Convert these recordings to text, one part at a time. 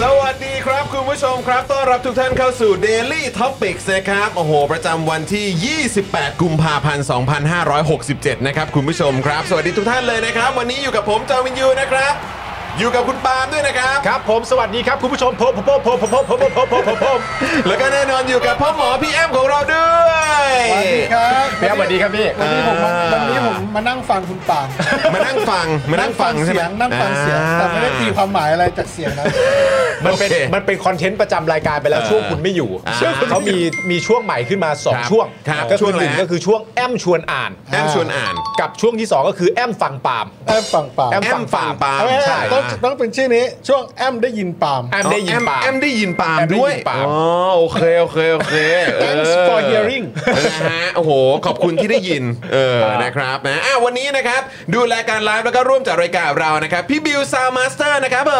สวัสดีครับคุณผู้ชมครับ ต้อนรับทุกท่านเข้าสู่ Daily Topics นะครับ โอ้โห ประจำวันที่ 28 กุมภาพันธ์ 2567 นะครับ คุณผู้ชมครับ สวัสดีทุกท่านเลยนะครับ วันนี้อยู่กับผมจอห์นวินยูนะครับ อยู่กับคุณปาล์มด้วยนะครับ ครับผมสวัสดีครับ คุณผู้ชมผมผมผมผมผมผมผมผมผมผม แล้วก็แน่นอนอยู่กับพ่อหมอพี่แอมของเราด้วย สวัสดีครับ พี่ครับสวัสดีครับพี่ วันนี้ผมมาวันนี้ผมมานั่งฟังคุณปาน มานั่งฟัง มานั่งฟังใช่ไหม นั่งฟังเสียง อ่า แต่ไม่ได้ตีความหมายอะไรจากเสียงนะ มันเป็น โอเค มันเป็นคอนเทนต์ประจำรายการไปแล้วช่วงคุณไม่อยู่ อ่า เขามีมีช่วงใหม่ขึ้นมา ครับ 2 ช่วง ครับ ก็ ช่ คื ว อง อะไร หนึ่ง ฮะ ก็คือช่วงแอมชวนอ่าน แอมชวนอ่าน กับช่วงที่ 2 ก็คือแอมฟังปาล์ม แอมฟังปาล์ม แอ แอมฟังปาล์ม เอาไว้ ใช่ ต้องต้องเป็นชื่อนี้ช่วงแอมได้ยินปาล์ม แอมได้ยินปาล์ม แอมได้ยินปาล์ม แอมได้ยิน ด้วย ปาล์ม อ๋อโอเคโอเคโอเคเออ Thanks for hearing นะฮะโอ้โห ขอบคุณที่ได้ยิน เออ นะครับนะอ่ะวันนี้นะครับ ดูแลการไลฟ์แล้วก็ร่วมจัดรายการเรานะครับ พี่บิวซาวมาสเตอร์นะครับผ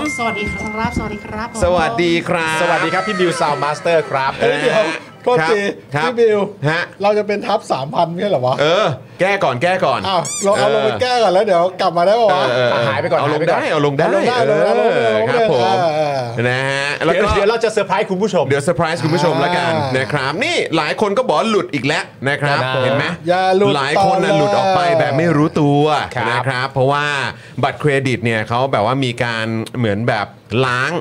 ม สวัสดีครับ สวัสดีครับผม สวัสดีครับ สวัสดีครับพี่บิวซาวมาสเตอร์ครับ เอ้ยเดี๋ยวโทษที ครับ พี่บิว ฮะ เราจะเป็นทับ 3,000ไม่ใช่เหรอวะ เออ แก้ก่อนแก้ก่อน อ้าวเราเอาลงไปแก้ก่อนแล้วเดี๋ยวกลับมาได้ปะวะ เออเ หายไปก่อน เอาลง หายไปก่อ ได้ น เอาลงได้ เอาลงได้ เอ เอาลงได้ อ เอาลงครัได้บผม เออเออ นะฮะแล้ว เดี๋ยว ก็ เดี๋ยวเราจะเซอร์ไพรส์คุณผู้ชม เดี๋ยวเซอร์ไพรส์คุณผู้ชมละกัน อ่าน นะครับ นี่หลายคนก็บอกว่าหลุดอีกแล้วนะครับ ครับผม เห็นไหม อย่าหลุด หลายคนน่ะ ต่อเลย หลุดออกไปแบบไม่รู้ตัว ครับ นะครับ เพราะว่าบัตรเครดิตเนี่ยเขาแบบว่ามีการเหมือนแบบล้าง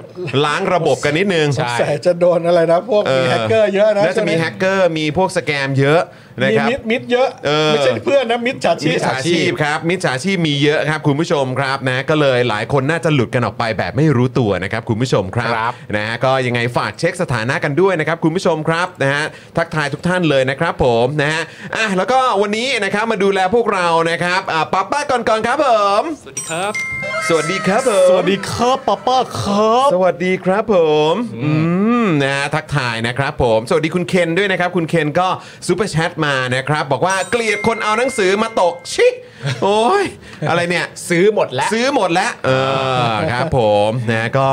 ล้างระบบกันนิดนึง ใช่ แสจะโดนอะไรนะ พวกมีแฮกเกอร์เยอะนะ น่าจะมีแฮกเกอร์มีพวกสแกมเยอะนะ มี ครับ มิดมิดเยอะ เออ ไม่ใช่เพื่อนนะมิดฉาชี มิ พ จฉาชีพครับมิจฉาชีพมีเยอะครับคุณผู้ชมครับนะก็เลยหลายคนน่าจะหลุดกันออกไปแบบไม่รู้ตัวนะครับคุณผู้ชมครับ ครับ นะฮะก็ยังไงฝากเช็คสถานะกันด้วยนะครับคุณผู้ชมครับนะฮะทักทายทุกท่านเลยนะครับผมนะฮะอ่ะแล้วก็วันนี้นะครับมาดูแลพวกเรานะครับอ่ะป้าป้าก่อนก่อนครับผมสวัสดีครับ สวัสดีครับ ครับป๊อปเปอร์คผรับมสวัสดีครับผมอืมนะฮะทักทายนะครับผมสวัสดีคุณเคนด้วยนะครับคุณเคนก็ซูเปอร์แชทมานะครับบอกว่าเกลียดคนเอาหนังสือมาตกชิโอ้ยอะไรเนี่ย ซื้อหมดแล้ว ซื้อหมดแล้วเออครับผมนะก็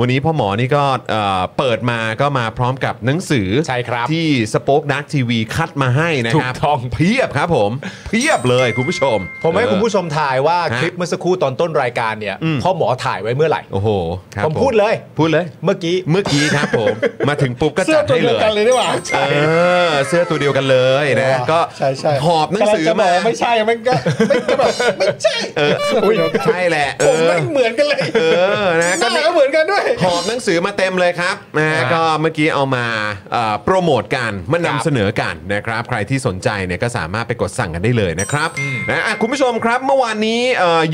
วันนี้พ่อหมอนี่ก็เอ่อเปิดมาก็มาพร้อมกับหนังสือ ใช่ครับ ที่สป็อคดักทีวีคัดมาให้นะ ถู ครั ก บ ต้อง เพียบครับผม เพียบเลยคุณผู้ชม ผมให้คุณผู้ชมถ่ายว่า ฮะ คลิปเมื่อสักครู่ตอนต้นรายการเนี่ยพ่อหมอถ่ายไว้เมื่อไหร่ โอ้โหครับ ผมพูดเลย พูดเลย เมื่อกี้ เมื่อกี้ครับผม มาถึงปุ๊บก็ เสื้จัอด ตัว ให้ เดี เลย วยกันเลยดีกว่า เออเสื้อตัวเดียวกันเลยนะ ก็ ใช่ใช่ หอบหนังสือก ำลัจะบ มา กว่ไม่ใช่มันก็ ไม่ก็แบบไม่ใช่ เออ เสื้อตัวเดียวกัน ใช่แหละเอ ผม อ ไม่เหมือนกันเลย เออนะ ห ก็ น้า นี่ ก็เหมือนกันด้วย หอบหนังสือมาเต็มเลยครับนะฮะ ครับ ก็เมื่อกี้เอามาเอ่อโปรโมทกันมา ครั นำ บ เสนอกันนะครับ ใครที่สนใจเนี่ยก็สามารถไปกดสั่งกันได้เลยนะครับนะอ่ะคุณผู้ชมครับเมื่อวานนี้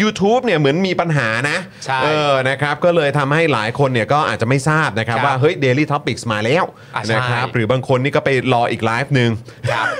ยูทูบเนี่ยเหมือนมีปัญหานะ ใช่ เออนะครับก็เลยทำให้หลายคนเนี่ยก็อาจจะไม่ทราบนะครับ ครับ ว่าเฮ้ย Daily Topics มาแล้ว อ่ะใช่ นะครับหรือบางคนนี่ก็ไปรออีกไลฟ์หนึ่ง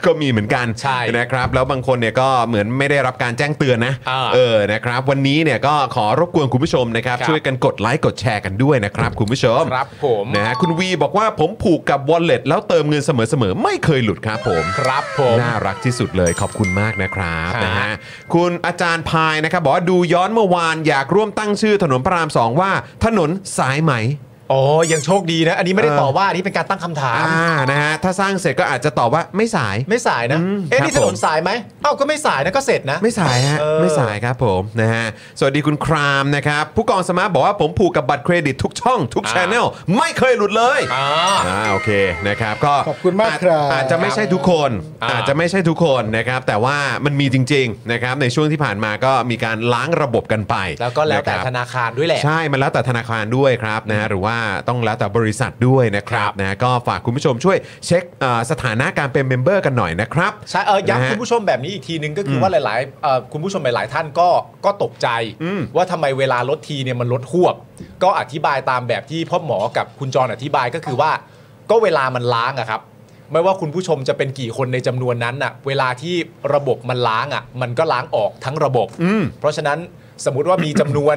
ก็มีเหมือนกัน ใช่ นะครับแล้วบางคนเนี่ยก็เหมือนไม่ได้รับการแจ้งเตือนนะ อ่า เออนะครับวันนี้เนี่ยก็ขอรบกวนคุณผู้ชมนะครับ ครับ ช่วยกันกดไลค์กดแชร์กันด้วยนะครับคุณผู้ชม ครับผม นะฮะคุณวีบอกว่าผมผูกกับ wallet แล้วเติมเงินเสมอๆไม่เคยหลุดครับผม ครับผม น่ารักที่สุดเลยขอบคุณมากนะครับ ครับ นะฮะคุณอาจารย์พายนะครับบอกว่าดูย้อนเมื่อวานอยากร่วมตั้งชื่อถนนพระรามสองว่า ถนนสายไหม อ๋อยังโชคดีนะ อันนี้ไม่ได้ เออ ต่อว่าอันนี้เป็นการตั้งคำถาม อ่านะฮะถ้าสร้างเสร็จก็อาจจะตอบว่าไม่สาย ไม่สายนะ อืมคเอ๊ะรับ นี่ถน ผ น ม สายไหมเอ้าก็ไม่สายนะก็เสร็จนะ ไม่สายฮะ เออ ไม่สายครับผมนะฮะสวัสดีคุณครามนะครับผู้กองสมาร์ทบอกว่าผมผูกกับบัตรเครดิตทุกช่องทุกชแนลไม่เคยหลุดเลย อ่า อ่าโอเคนะครับก็ ขอบคุณมากครับ อาจจะไม่ใช่ทุกคน อ่า อาจจะไม่ใช่ทุกคนนะครับแต่ว่ามันมีจริงๆนะครับในช่วงที่ผ่านมาก็มีการล้างระบบกันไป แล้วก็แล้วแต่ นะครับ ธนาคารด้วยแหละ ใช่ มันแล้วแต่ธนาคารด้วยครับนะฮะหรือว่าต้องแล้วแต่บริษัทด้วยนะครับนะฮะก็ฝากคุณผู้ชมช่วยเช็คเอ่อสถานะการเป็นเมมเบอร์กันหน่อยนะครับ ใช่เออ นะ ย้ำ ฮะ คุณผู้ชมแบบนี้อีกทีนึงก็คือว่าหลายๆเอ่อคุณผู้ชมหลายๆท่านก็ก็ตกใจ อืม ว่าทำไมเวลาลดทีเนี่ยมันลดหวบ ก็อธิบายตามแบบที่พ่อหมอกับคุณจรอธิบายก็คือว่า ก็เวลามันล้างอะครับ ไม่ว่าคุณผู้ชมจะเป็นกี่คนในจำนวนนั้นอะเวลาที่ระบบมันล้างอะมันก็ล้างออกทั้งระบบ อืม เพราะฉะนั้นสมมุติว่ามีจำนวน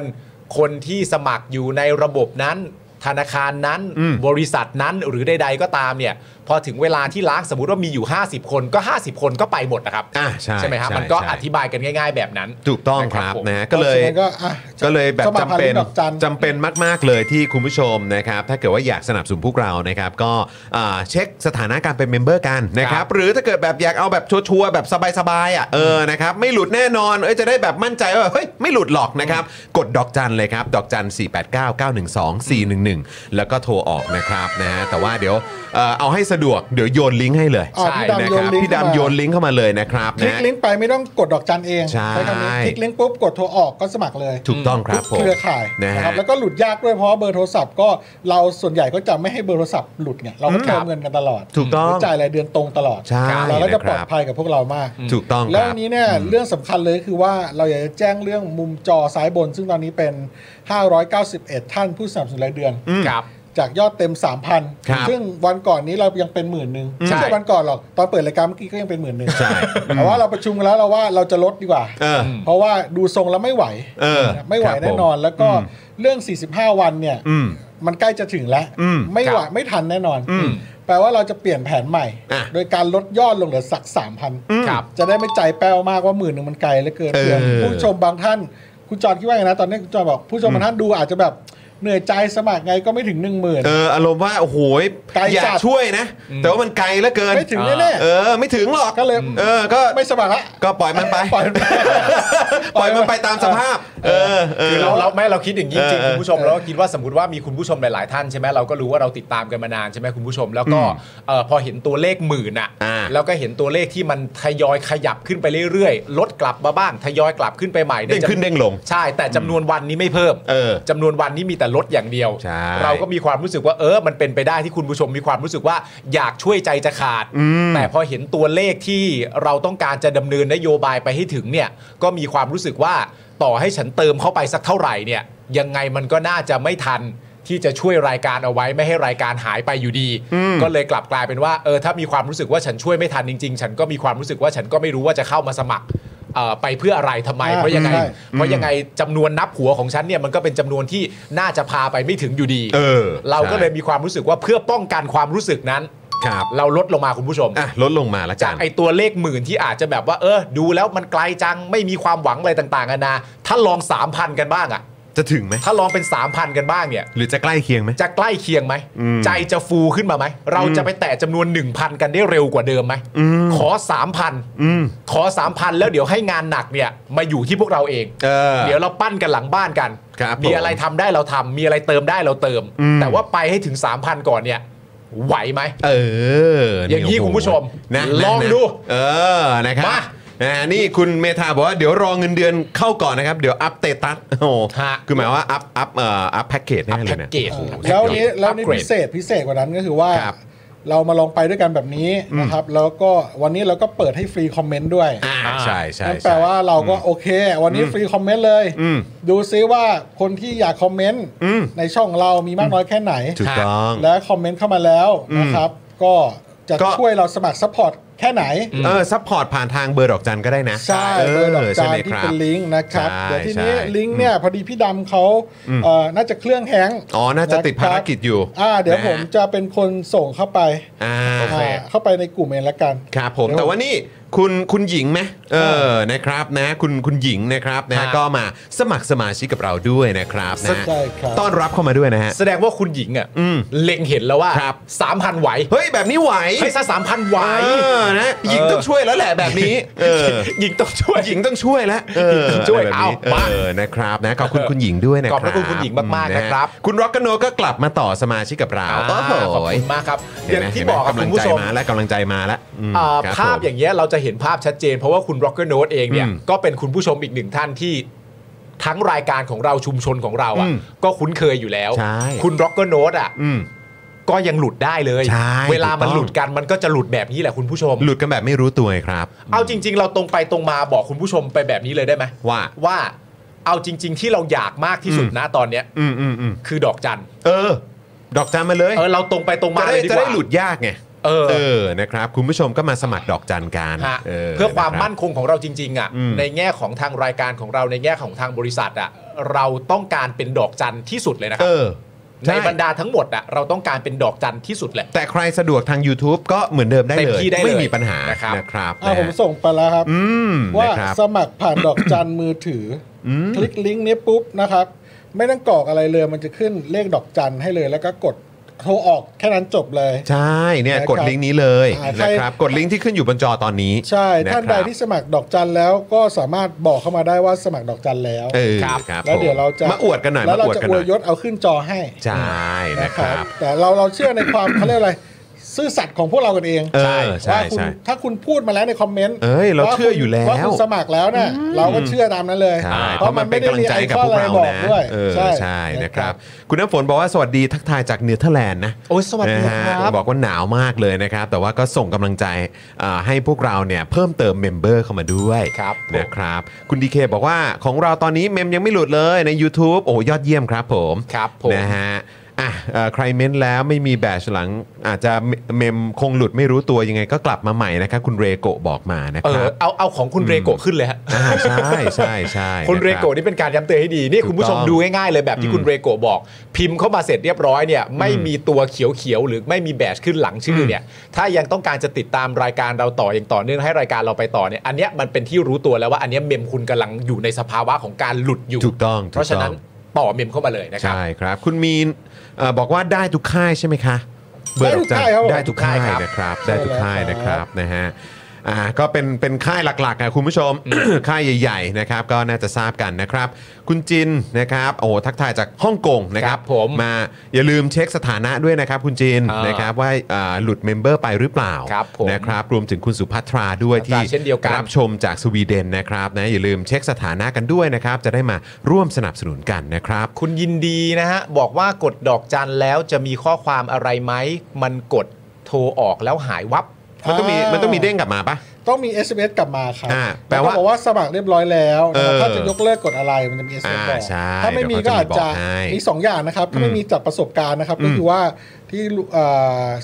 คนที่สมัครอยู่ในระบบนั้น ธนาคารนั้น อืม บริษัทนั้นหรือใดๆก็ตามเนี่ย พอถึงเวลาที่ล้างสมมติว่ามีอยู่ 50 คนก็ 50 คนก็ไปหมดนะครับ อ่ะใช่ ไหมครับมันก็อธิบายกันง่าย ๆ แบบนั้น ถูกต้องค นะครั รับบ ผม นะฮะก็เลย พราะฉะนั้นก็อ่ะ ก็เลยแบบ สมัคร จำเป็น ผ่านลิงก์ดอกจัน จำเป็นมากๆเลยที่คุณผู้ชมนะครับ ถ้าเกิดว่าอยากสนับสนุนพวกเรานะครับ ก็อ่าเช็คสถานะการเป็นเมมเบอร์กันนะค ครั รับ บ หรือถ้าเกิดแบบอยากเอาแบบชัวร์ๆแบบสบายๆอ่ะเออนะครับไม่หลุดแน่นอนเอ้ยจะได้แบบมั่นใจว่าเฮ้ยไม่หลุดหรอกนะครับ กดดอกจันเลยครับดอกจัน 4 8 9 9 1 2 4 1 1 แล้วก็โทรออกนะครับนะฮะแต่ว่าเดี๋ยวเอ่อเอาให้สะดวกเดี๋ยวโยนลิงก์ให้เลย อ๋อพี่ดำ นะ โย ครั น บ ลิงก์ พี่ดำ เข้ามา โยนลิงก์เข้ามาเลยนะครับ คลิก นะ ลิงก์ไปไม่ต้องกดดอกจันเอง ใช่ คำนี้คลิกลิงก์ปุ๊บกดโทรออกก็สมัครเลย ถูกต้องครับผม เครือข่าย นะ นะ ฮะ ครับแล้วก็หลุดยากด้วยเพราะว่าเบอร์โทรศัพท์ก็เราส่วนใหญ่ก็จะไม่ให้เบอร์โทรศัพท์หลุดเนี่ยเราก็เติมเงินกันตลอด ถูกต้อง จ่ายรายเดือนตรงตลอด ใช่ เราก็จะ นะครับ ปลอดภัยกับพวกเรามาก ถูกต้องค แล้ว รับ อันนี้เนี่ยเรื่องสำคัญเลยคือว่าเราอยากจะแจ้งเรื่องมุมจอซ้ายบน ซึ่งตอนนี้เป็น 591 ท่านผู้สนับสนุนรายเดือน ครับ จากยอดเต็ม ครับ 3,000 ซึ่งวันก่อนนี้เรายังเป็นหมื่นหนึ่ง ใช่ ไม่ใช่วันก่อนหรอก ตอนเปิดรายการเมื่อกี้ก็ยังเป็นหมื่นหนึ่ง ใช่ แต่ว่าเราประชุมกันแล้วเราว่าเราจะลดดีกว่า เออ เพราะว่าดูทรงแล้วไม่ไหว เออ ไม่ไหว ครับ แน่นอน แล้วก็ อืม เรื่อง 45 วันเนี่ย อืม มันใกล้จะถึงแล้ว อืม ไม่ไหว ครับ ไม่ทันแน่นอน อืม แปลว่าเราจะเปลี่ยนแผนใหม่ อ่ะ โดยการลดยอดลงเหลือสักสามพัน อืมครับ จะได้ไม่ใจแป้วมากว่าหมื่นหนึ่งมันไกลเหลือเกิน เออ เพื่อนผู้ชมบางท่าน คุณจอนคิดว่าไงนะ ตอนนี้คุณจอนบอกผู้ชมบางท่านดูอาจจะแบบเหนื่อยใจสมัครไงก็ไม่ถึงหนึ่งหมื่น เอออารมณ์ว่า โอ้โหย ไกลจัด อยากช่วยนะ แต่ว่ามันไกลเหลือเกิน ไม่ถึงแน่ เออ ไม่ถึงหรอก ๆก็เลย เออ ก็ ไม่สมัครละ ก็ปล่อยมันไป ปล่อยมันไป ปล่อยมันไปตามสภาพ เออเออ คือเราเราไม่เราคิดอย่างนี้จริง เออ ๆคุณผู้ชมเราก็คิดว่าสมมติว่ามีคุณผู้ชมหลายๆท่านใช่ไหมเราก็รู้ว่าเราติดตามกันมานานใช่ไหมคุณผู้ชมแล้วก็เอ่อพอเห็นตัวเลขหมื่นอ่ะ อ่า แล้วก็เห็นตัวเลขที่มันทยอยขยับขึ้นไปเรื่อยๆ ลดกลับมาบ้างทยอยกลับขึ้นไปใหม่ เด้งขึ้นเด้งลง ใช่ แต่จำนวนวันนี้ไม่เพิ่ม เออ จำนวนวันนี้มีแต่ลดอย่างเดียว ใช่ เราก็มีความรู้สึกว่าเออมันเป็นไปได้ที่คุณผู้ชมมีความรู้สึกว่าอยากช่วยใจจะขาด แต่พอเห็นตัวเลขที่เราต้องการจะดำเนินนโยบายไปให้ถึงเนี่ยก็มีความรู้สึกว่าต่อให้ฉันเติมเข้าไปสักเท่าไหร่เนี่ยยังไงมันก็น่าจะไม่ทันที่จะช่วยรายการเอาไว้ไม่ให้รายการหายไปอยู่ดี ก็เลยกลับกลายเป็นว่าเออถ้ามีความรู้สึกว่าฉันช่วยไม่ทันจริง ๆ ฉันก็มีความรู้สึกว่าฉันก็ไม่รู้ว่าจะเข้ามาสมัครเอ่อไปเพื่ออะไรทำไม อ่า เพราะยังไง ใช่ เพราะยังไงจำนวนนับหัวของฉันเนี่ยมันก็เป็นจำนวนที่น่าจะพาไปไม่ถึงอยู่ดี เออ เราก็ ใช่ เลยมีความรู้สึกว่าเพื่อป้องกันความรู้สึกนั้น ครับ เราลดลงมาคุณผู้ชม อ่ะ ลดลงมาละ จา จาก น ไอตัวเลขหมื่นที่อาจจะแบบว่า เออ ดูแล้วมันไกลจังไม่มีความหวังอะไรต่างๆกันานะถ้าลอง 3,000 กันบ้างอะ จะถึงไหม ถ้าลองเป็น 3,000 กันบ้างเนี่ย หรือจะใกล้เคียงไหม จะใกล้เคียงไหม อืม ใจจะฟูขึ้นมาไหม เราจะไปแตะจำนวน 1,000 กันได้เร็วกว่าเดิมไหม ขอ อืม 3,000 ขอ 3,000 แล้วเดี๋ยวให้งานหนักเนี่ยมาอยู่ที่พวกเราเอง เออ เดี๋ยวเราปั้นกันหลังบ้านกัน ครับ มีอะไร ผม ทำได้เราทำ มีอะไรเติมได้เราเติม อืม แต่ว่าไปให้ถึง 3,000 ก่อนเนี่ย ไหวไหม เออ อย่างนี้ โโห คุณผู้ชม นะ ลอง นะ ดู เออ นะครับ มา นะฮะนี่คุณเมธาบอกว่าเดี๋ยวรอเงินเดือนเข้าก่อนนะครับ เดี๋ยวอัปเตตัส โอ้โห ฮะ คือหมายว่าอัพ อัพ เอ่อ อัพแพ็กเกจแน่ อัพ เลย แพ็ก เนี่ย เกจ แล้วนี้แล้วนี้พิเศษพิเศษกว่านั้นก็คือว่า ครับ เรามาลองไปด้วยกันแบบนี้นะครับ แล้วก็วันนี้เราก็เปิดให้ฟรีคอมเมนต์ด้วย อ่าใช่ใช่ นั่น ใช่ แปลว่าเราก็โอเค วันนี้ฟรีคอมเมนต์เลย อืม ดูซิว่าคนที่อยากคอมเมนต์ อืม ในช่องเรามีมากน้อยแค่ไหน ถูกต้อง และคอมเมนต์เข้ามาแล้วนะครับ ก็จะ ก็ ช่วยเราสมัครซัพพอร์ตแค่ไหน เออซัพพอร์ตผ่านทางเบอร์ดอกจันก็ได้นะ ใช่เบอร์ดอกจานที่เป็นลิงก์นะครับ ใช่ เดี๋ยวทีนี้ ใช่ ลิงก์เนี่ยพอดีพี่ดำเขาเอ่อน่าจะเครื่องแฮงค์ อ๋อน่าจะติดภารกิจอยู่ นะครับอ่า เดี๋ยว นะฮะ ผมจะเป็นคนส่งเข้าไป อ่า อ่าเข้าไปในกลุ่มเองละกัน ครับผมแต่ว่านี่คุณคุณหญิงไหมเออนะครับนะคุณคุณหญิงนะครับนะคฮะรับ ก็มาสมัครสมาชิกกับเราด้วยนะครับนะฮะ ใช่ครับ ต้อนรับเข้ามาด้วยนะฮะ แสดงว่าคุณหญิงอ่ะ อืม เล็งเห็นแล้วว่า ครับ สามพันไหว เฮ้ยแบบนี้ไหว ให้ซะสามพันไหว เออนะหญิงต้องช่วยแล้วแหละแบบนี้เออ หญิงต้องช่วย หญิงต้องช่วยแล้วเอ หญิงต้อองช่วย ะไรแบบนี้ เอามา เออนะครับนะขอบคุณคุณหญิงด้วยนะขครั อ บบ พระคุณคุณหญิงมากๆนะครับ ฮคุณร็อกกโนก็กลับมาต่อสมาชิกกับเรา อ่า โอ้โห ขอบคุณมากครับ เห็ อน ย่าง ไหม ที่ เห็นไหบมอกครับ กำลั คุณงใจ ผู้ชม มาแล้วกำลังใจมาแล้วอืม อ่า ครับ ภาพ ผม อย่างเงี้ยเราจะเห็นภาพชัดเจน เพราะว่าคุณ Rocker Note เองเนี่ย อืม ก็เป็นคุณผู้ชมอีกหนึ่งท่านที่ทั้งรายการของเราชุมชนของเราอ่ะ อืม ก็คุ้นเคยอยู่แล้ว ใช่ คุณ Rocker Note อ่ะ อืม ก็ยังหลุดได้เลย ใช่ เวลามัน ถูกต้อง หลุดกันมันก็จะหลุดแบบนี้แหละคุณผู้ชม หลุดกันแบบไม่รู้ตัวไงครับ เอาจริง ๆ เราตรงไปตรงมาบอกคุณผู้ชมไปแบบนี้เลยได้ไหม ว่า ว่าเอาจริง ๆ ที่เราอยากมากที่สุดนะตอนเนี้ย อืมอืมอืม คือดอกจัน เออ ดอกจันมาเลย เออเราตรงไปตรงมา จะ เล ได้ ยดี จะ ก ได้ ว่า หลุดยากไง เออ นะครับ คุณผู้ชมก็มาสมัครดอกจันกัฮะนะ เพื่อความมั่น รับ คงของเราจริงๆอ่ะ อืม ในแง่ของทางรายการของเราในแง่ของทางบริษัทอ่ะเราต้องการเป็นดอกจันที่สุดเลยนะค เอ รั อ ใน ใช่ บรรดาทั้งหมดอ่ะเราต้องการเป็นดอกจันที่สุดแหละ แต่ใครสะดวกทาง YouTube ก็เหมือนเดิมได้ เต็ม เลย ที่ได้เลย ไม่มีปัญหานะ นะครับ นะครับ อ่า นะ ผมส่งไปแล้วครับ อืม ว่า นะครับ สมัครผ่านดอกจันมือถืออ ม คลิกลิงก์นี้ปุ๊บนะครับ ไม่ต้องกรอกอะไรเลยมันจะขึ้นเลขดอกจันให้เลย แล้วก็กดโทรออกแค่นั้นจบเลย ใช่เนี่ย นะครับ กดลิงก์นี้เลย อ่าใคร นะครับกดลิงก์ที่ขึ้นอยู่บนจอตอนนี้ ใช่ ะ ท่านใด ครับ ที่สมัครดอกจันแล้วก็สามารถบอกเข้ามาได้ว่าสมัครดอกจันแล้ว เออ ครับ ครับ แล้วเดี๋ยวเราจะ มาอวดกันหน่อย แล้วเรา มอวด จะ กัน อ ห ว น่ ย อย ยศเอาขึ้นจอให้ ใช่นะ นะ ค ค รั รับ บ แต่เราเราเชื่อในความ เขาเรียกอะไร ซื่อสัตย์ของพวกเรากันเอง เออใช่ ว่าคุณ ใช่ ถ้าคุณพูดมาแล้วในคอมเมนต์ เอ้ยเราเชื่ออยู่แล้ว ว่าคุณสมัครแล้วน่ะเราก็เชื่อตามนั้นเลย ใช่เพราะมันเป็นกำลังใจให้กับพวกเรา ข้อไบอก นะ ด้วย เออใช่นะครับ คุณน้ำฝนบอกว่าสวัสดีทักทายจากเนเธอร์แลนด์นะ โอ้ยสวัสดี นะฮะ ครับ บอกว่าหนาวมากเลยนะครับ แต่ว่าก็ส่งกำลังใจอ่าให้พวกเราเนี่ยเพิ่มเติมเมมเบอร์เข้ามาด้วย ครับผม นะครับ คุณดีเคบอกว่าของเราตอนนี้เมมยังไม่หลุดเลยใน YouTube โอ้โหยอดเยี่ยมครับผม ครับผม นะฮะอ่ะเอ่อใครเม้นแล้วไม่มีแบชหลัง อาจจะเมมคงหลุดไม่รู้ตัวยังไงก็กลับมาใหม่นะครับ คุณเรโกะบอกมานะ เอ ครั อบ เอาเอาของคุณเรโกะขึ้นเลยฮะ อ่าใช่ใช่ใช่ คุณเระ รับ โกะนี่เป็นการย้ำเตือนให้ดีนี่คุณผู้ชม ถูกต้อง ดูง่ายๆเลยแบบที่คุณเรโกะบอก พิมพ์เข้ามาเสร็จเรียบร้อยเนี่ยไม่มีตัวเขียวๆหรือไม่มีแบชขึ้นหลังชื่อเนี่ยถ้ายังต้องการจะติดตามรายการเราต่ออย่างต่อเนื่องให้รายการเราไปต่อเนี่ยอันเนี้ยมันเป็นที่รู้ตัวแล้วว่าอันเนี้ยเมมคุณกำลังอยู่ในสภาวะของการหลุดอยู่ ถูกต้องถูกต้อง เพราะฉะนั้นต่อเมมเข้ามาเลยนะครับ ใช่ครับ คุณมีนเอ่อบอกว่าได้ทุกค่ายใช่ไหมคะ ได้ทุกค่ายครับผม ได้ทุกค่าย ได้ครับ นะครับ ได้ทุกค่ายนะครับนะฮะอ่าก็เป็นเป็นค่ายหลักๆอ่ะคุณผู้ชม ค่ายใหญ่ๆนะครับก็น่าจะทราบกันนะครับ คุณจินนะครับโอ้โหทักทายจากฮ่องกงนะครับ ครับผม มาอย่าลืมเช็คสถานะด้วยนะครับ คุณจิน อ่าน นะครับว่าอ่าหลุดเมมเบอร์ไปหรือเปล่า ครับผม นะครับรวมถึงคุณสุภัทราด้วยที่ เช่นเดียวกัน รับชมจากสวีเดนนะครับนะอย่าลืมเช็คสถานะกันด้วยนะครับ จะได้มาร่วมสนับสนุนกันนะครับ คุณยินดีนะฮะ บอกว่ากดดอกจันแล้วจะมีข้อความอะไรไหมมันกดโทรออกแล้วหายวับ มันต้องมี อ่ามั มันต้องมีเด้งกลับมาปะ ต้องมี SMS กลับมาครับ อ่าแปลว่า เขบอกว่าสมัครเรียบร้อยแล้วนะครับ เออ ถ้าจะยกเลิกกดอะไรมันจะมี อ่า SMS บอก ใช่ ถ้าไม่มีก็อาจจะ เดี๋ยวเขาจะมีบอกให้ มีสองอย่างนะครับถ้าไม่มีจากประสบการณ์นะครับก็คือว่าที่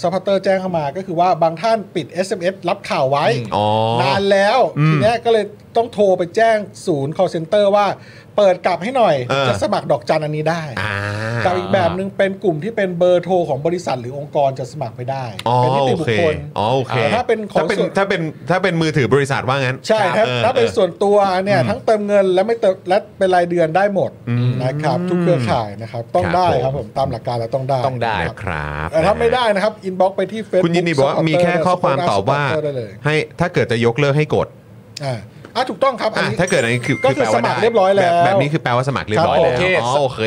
ซัพพอร์เตอร์แจ้งเข้ามาก็คือว่าบางท่านปิด SMS รับข่าวไว้ อ๋อน านแล้ว อืม ทีเนี้ยก็เลยต้องโทรไปแจ้งศูนย์ call center ว่าเปิดกลับให้หน่อย เออ จะสมัครดอกจันอันนี้ได้ อ่า กับอีกแบบหนึ่งเป็นกลุ่มที่เป็นเบอร์โทรของบริษัทหรือองค์กรจะสมัครไม่ได้ อ๋อ เป็นนิติ โอ บุค เค คล อ๋อโอเค แต่ถ้าเป็นของ ถ้าเป็น ส่วน ถ้าเป็นถ้าเป็นมือถือบริษัทว่างั้น ใช่ถ้า ออ ถ้าเป็น ออ ส่วนตัวเนี่ยทั้งเติมเงินและไม่เติมและเป็นรายเดือนได้หมดนะครับ ทุกเครือข่ายนะครับต้อง ครับ ได้ ผม ครับผมตามหลักการแล้วต้องได้ ต้องได้ ค นะ รับ ครับ แต่ถ้าไม่ได้นะครับอินบ็อกไปที่เฟซ คุณยินดีบอกว่ามีแค่ข้อความตอบว่า ได้เลย ให้ถ้าเกิดจะยกเลิกให้กด อ่า อ่ะถูกต้องครับอัน อ่ะ นี้ ถ้าเกิดอันนี้คือ ก็คือ แปลว่า สมัคร ได้ เรียบร้อยแล้ว แแบบนี้คือแปลว่าสมัครเรียบร้อย ครับ แล้ว ผม อ๋อโอเค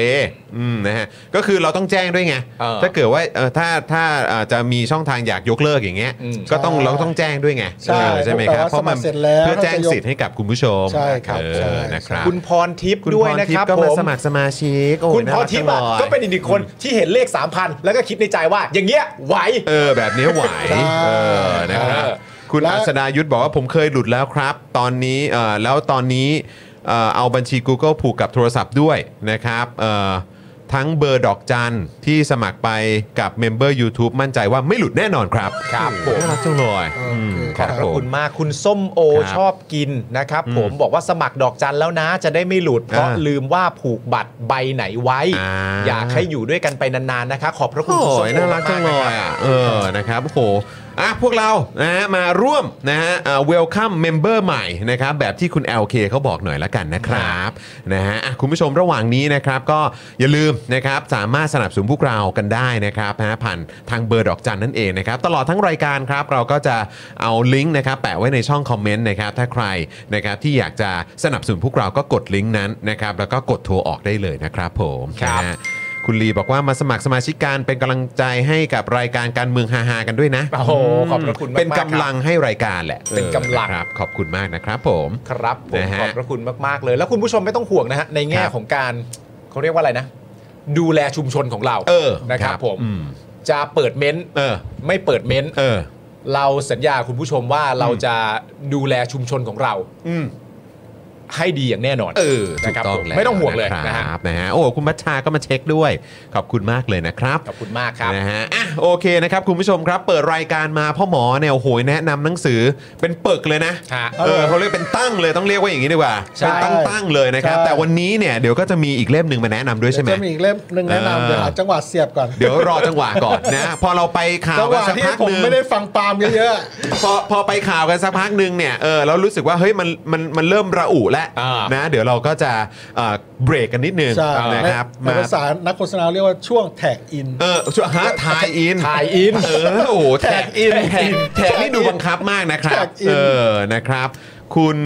อืมนะฮะก็คือเราต้องแจ้งด้วยไง เออ ถ้าเกิดว่าเอ่อถ้าถ้าเอ่อจะมีช่องทางอยากยกเลิกอย่างเงี้ย อืม ก็ต้องเราต้องแจ้งด้วยไง ใช่ เออใช่ไหมคแปลรับว่า เพราะมัน สมัครเสร็จแล้ว เพื่อแจ้งสิทธิ์ให้กับคุณผู้ชม ใช่ครับ เอ ใช่ อนะครับ คุณพรทิพย์ คุณ ด้วย พ นะ ทิ ค พ รับผมก็าม สมัครสมาชิกโอ้ย คุณพรทิพย์ น่า อะ รัจังลย ก็เป็นอีกหนึ่งคนที่เห็นเลข 3,000 แล้วก็คิดในใจว่า อย่างเงี้ยไหว เออแบบนี้ไหว ใช่ เออนะครับ เออ คุณอัศดายุทธบอกว่าผมเคยหลุดแล้วครับ ตอนนี้เออแล้วตอนนี้เอ่อเอาบัญชี Google ผูกกับโทรศัพท์ด้วยนะครับเอ่อทั้งเบอร์ดอกจันที่สมัครไปกับเมมเบอร์ YouTube มั่นใจว่าไม่หลุดแน่นอนครับ ครับผม น่ารักจังเลยม ขอบพระ ผม คุณมากคุณส้มโอ ครับ ชอบกินนะครับ ผมบอกว่าสมัครดอกจันแล้วนะจะได้ไม่หลุดเพราะ อ่า ลืมว่าผูกบัตรใบไหนไว้ อ่า อยากให้อยู่ด้วยกันไปนานๆนะคะ ขอบพระคุณคุโอ้ณส้ม ย โอ น่ารักจั มาก ง ๆ เล นะค ย รับ อ่ะเออนะครับโอ้โหอ่ะพวกเรานะฮะมาร่วมนะฮะเวลคัมเมมเบอร์ใหม่นะครับแบบที่คุณ LK เขาบอกหน่อยละกันนะครับนะฮะอ่ะคุณผู้ชมระหว่างนี้นะครับก็อย่าลืมนะครับสามารถสนับสนุนพวกเรากันได้นะครับนะฮะผ่านทางเบอร์ดอกจันนั่นเองนะครับตลอดทั้งรายการครับเราก็จะเอาลิงก์นะครับแปะไว้ในช่องคอมเมนต์นะครับถ้าใครนะครับที่อยากจะสนับสนุนพวกเราก็กดลิงก์นั้นนะครับแล้วก็กดโทรออกได้เลยนะครับผม ครับ นะฮะ คุณลีบอกว่ามาสมัครสมาชิกการเป็นกำลังใจให้กับรายการการเมืองฮาๆกันด้วยนะ โอ้โหขอบพระคุณมากๆ เป็นกำ ครับ ลังให้รายการแหละ เป็นกำลัง ออนะครับขอบคุณมากนะครับผม ครับผม นะฮะ ขอบพระคุณมากๆเลย แล้วคุณผู้ชมไม่ต้องห่วงนะฮะในแง่ ครับ ของการเขาเรียกว่าอะไรนะ ดูแลชุมชนของเรา เออ นะครั ครับ บ ผม อืม จะเปิดเม้นท์ เออ ไม่เปิดเม้นท์ เออ เราสัญญาคุณผู้ชมว่าเราจะดูแลชุมชนของเรา อืม ให้ดีอย่างแน่นอน เออถู นะ ก ครับ ต้อง ผม แล้ว ไม่ต้องห่วงเลยนะ นะ ฮะ ครับนะฮะโอ้คุณบัชชาก็มาเช็คด้วย ขอบคุณมากเลยนะครับ ขอบคุณมากครับ นะฮะอ่ะโอเคนะครับ คุณผู้ชมครับ เปิดรายการมาพ่อหมอเนี่ยโอ้โหแนะนำหนังสือเป็นปึกเลยนะ ฮะ เออเขาเรียกเป็นตั้งเลยต้องเรียกว่าอย่างนี้ดีกว่า ใช่ เป็นตั้งตั้งๆเลยนะครับ ใช่ แต่วันนี้เนี่ยเดี๋ยวก็จะมีอีกเล่มหนึ่งมาแนะนำด้วยใช่ไหม จะมีอีกเล่มหนึ่งแนะ เออ นำเดี๋ยวหาจังหวะเสียบก่อน เดี๋ยวรอจังหวะก่อนนะ พอเราไปข่า จั ว งห กัน วะ สัก ที่ พัก ผม หนึ่ง ไม่ได้ฟังปาล์มเยอะๆ พอพอไปข่าวกันสักพักหนึ่งเนี่ยเออเรารู้สึกว่าเฮ้ยมันมันมันเริ่มระอุแล้ว อ่าน นะ เดี๋ยวเราก็จะเอ่อเบรกกันนิดนึง ใช่ นะครับ ในภาษานักโฆษณาเรียกว่าช่วงแท็กอิน เออช่วงฮะทายอิน ถ่ายอิน เออโอ้โหแท็แท็กกอิ อิน น แท็กแท็กนี่ดูบังคับมากนะครั แท็ บ กอิน เออนะครับ คุณ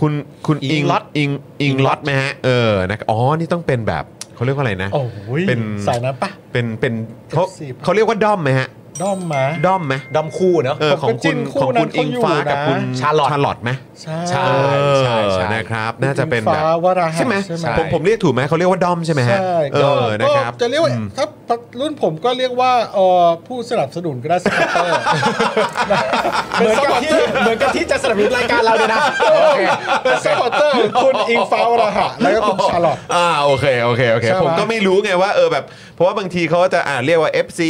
คุณคุณ อิ อิง งล็อต อิงอิงล็อตไหมฮะเออนะอ๋อนี่ต้องเป็นแบบเขาเรียกว่าอะไรนะ โอ้ย เป็น สายนั้นปะ เป็นเป็นเขา สิบ เขาเรียกว่าด้อมไหมฮะ ด้อมหมา ด้อมไหม ดอมคู่เนอะ เออ ผมก็ ของ จิ้นคู่คุณของ นั้ คุณ น อิงฟ้า เขาอยู่นะ กับคุณ ชาลอต ชาลอตไหม ใช่ ใช่ ใช่ใช่ เออนะครับน่าจะเป็นแบบ อิงฟ้าวราหะ ใช่ไหม ใช่ไหม ผมผมเรียกถูกไหมเขาเรียกว่าด้อมใช่ไหมฮะ ใช่ เอ ก็ อนะครับ ก็จะเรียกว่าถ้ารุ่นผมก็เรียกว่าเอ่อผู้สนับสนุนก็ได้สปอนเซอร์ เหมือน กับที่เหมือนกับที่จะสนับสนุนรายการเราเลยนะ เป็นสปอนเซอร์คุณอิงฟ้าวราหะแล้วก็คุณชาร์ลอต อ่าโอเคโอเคโอเค ใช่ไหม ผมก็ไม่รู้ไงว่าเออแบบเพราะว่าบางทีเขาก็จะอ่าเรียกว่า FC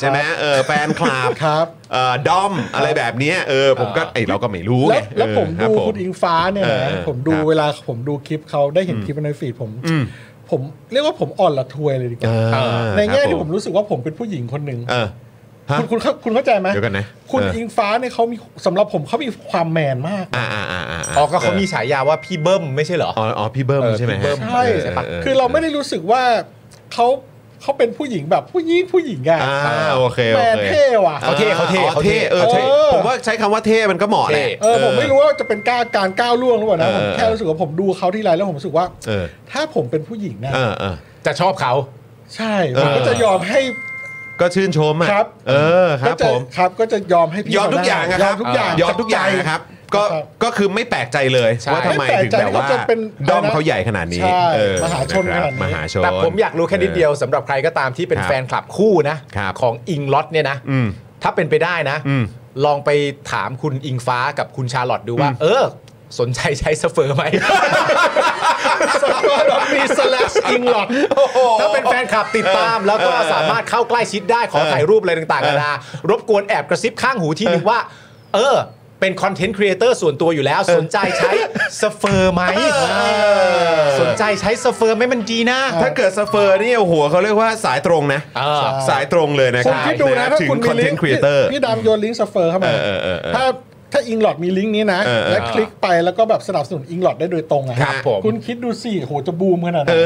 ใช่ไหมเออแฟนคลับ ครับ เอ่อดอมอะไรแบบเนี้ยเออผมก็ไอยเราก็ไม่รู้ไง แล้วแล้วผมเออรับ ดูคุณอิงฟ้าเนี่ย เออ นะ เออ ผมดู ครับ เวลาผมดูคลิปเขาได้เห็นคลิปในฟีดผมผมเรียกว่าผมอ่อนละทวยเลยดีก เอ ว่า อ ในแง่ที่ ครับ ผมรู้สึกว่าผมเป็นผู้หญิงคนหนึ่ง เออฮะ คุณคุณเข้าคุณเข้าใจไหม เดี๋ยวก่อนนะ คุณ เอออิ อิงฟ้าเนี่ยเขามีสำหรับผมเขามีความแมนมาก อ่าอ่าอ่าอ่า อ๋อก็เขามีฉายาว่าพี่เบิ้มไม่ใช่เหรอ อ๋ออ๋อพี่เบิ้ม เออ ใช่ไหม พี่ ฮะ เบิ้ม ใช่ เออเออ คือเราไม่ได้รู้สึกว่าเขาเขาเป็นผู้หญิงแบบผู้หญิงผู้หญิงอะ อ่าโอเคโอ แมน เค เท่ว่ะ เขาเท่เขาเท่ อ๋อ เขาเท่ เท่เออใช่ เออ ผมว่าใช้คำว่าเท่มันก็เหมาะแหละ เท่ เออผมไม่รู้ว่าจะเป็นก้าวการก้าวล่วงหรือเปล่านะ เออ ผมแค่รู้สึกว่าผมดูเขาที่ไรแล้วผมรู้สึกว่า เออ ถ้าผมเป็นผู้หญิงนะ เออเออ จะชอบเขา ใช่ เออ ผมก็จะยอมให้ ก็ชื่นชมอ่ะ ครับ เออค ก็ รับ จะ ผม ครับก็จะยอมให้พี่ ยอมทุกอย่างนะ ย ค อ รั ม บ ทุกอย่าง ยอมทุกอย่างนะครับ ก็ ครับ ก็คือไม่แปลกใจเลย ใช่ ว่าทำไมถึงแบบไม่แปลกใจว่าที่เขาจะเป็น ด้อมเขาใหญ่ขนาดนี้ ใช่ เออ มหาชนขนาดนี้ ะครับมหาชน แต่ผมอยากรู้แค่นิดเดียวสำหรับใครก็ตามที่เป็น ครับ แฟนคลับคู่นะ ครับ ของอิงล็อตเนี่ยนะ อืม ถ้าเป็นไปได้นะ อืม ลองไปถามคุณอิงฟ้ากับคุณชาลอตดูว่า เออ สนใจใช้สเฟอร์ไหม สกอร์ดอกมีสแลชอิงหลอด ถ้าเป็นแฟนคลับติดตาม แล้วก็สามารถเข้าใกล้ชิดได้ขอถ่ายรูปอะไรต่างๆนานารบกวนแอบกระซิบข้างหูที่นึงว่า เออ เป็นคอนเทนต์ครีเอเตอร์ส่วนตัวอยู่แล้ว สนใจใช้สเฟอร์ไหมสนใจใช้สเฟอร์ไหมมันดีนะ ถ้าเกิดสเฟอร์นี่โอ้โหเขาเรียกว่าสายตรงนะ เออ สายตรงเลยนะค คุ รั ณ บ คิดดูนะถ้า ถึง คุณ ค มี อนเท ลิ น ง ต์ ก์ ครีเอเตอร์ พี่พี่ดำโยนลิงก์ซัฟเฟอร์เข้ามา เออเออเออเออ ถ้าถ้าอิงหลอดมีลิงก์นี้นะ เออเออ และคลิกไปแล้วก็แบบสนับสนุนอิงหลอดได้โดยตรงอะ ครับผม คุณคิดดูสิโหจะบูมขนาดไหน เอ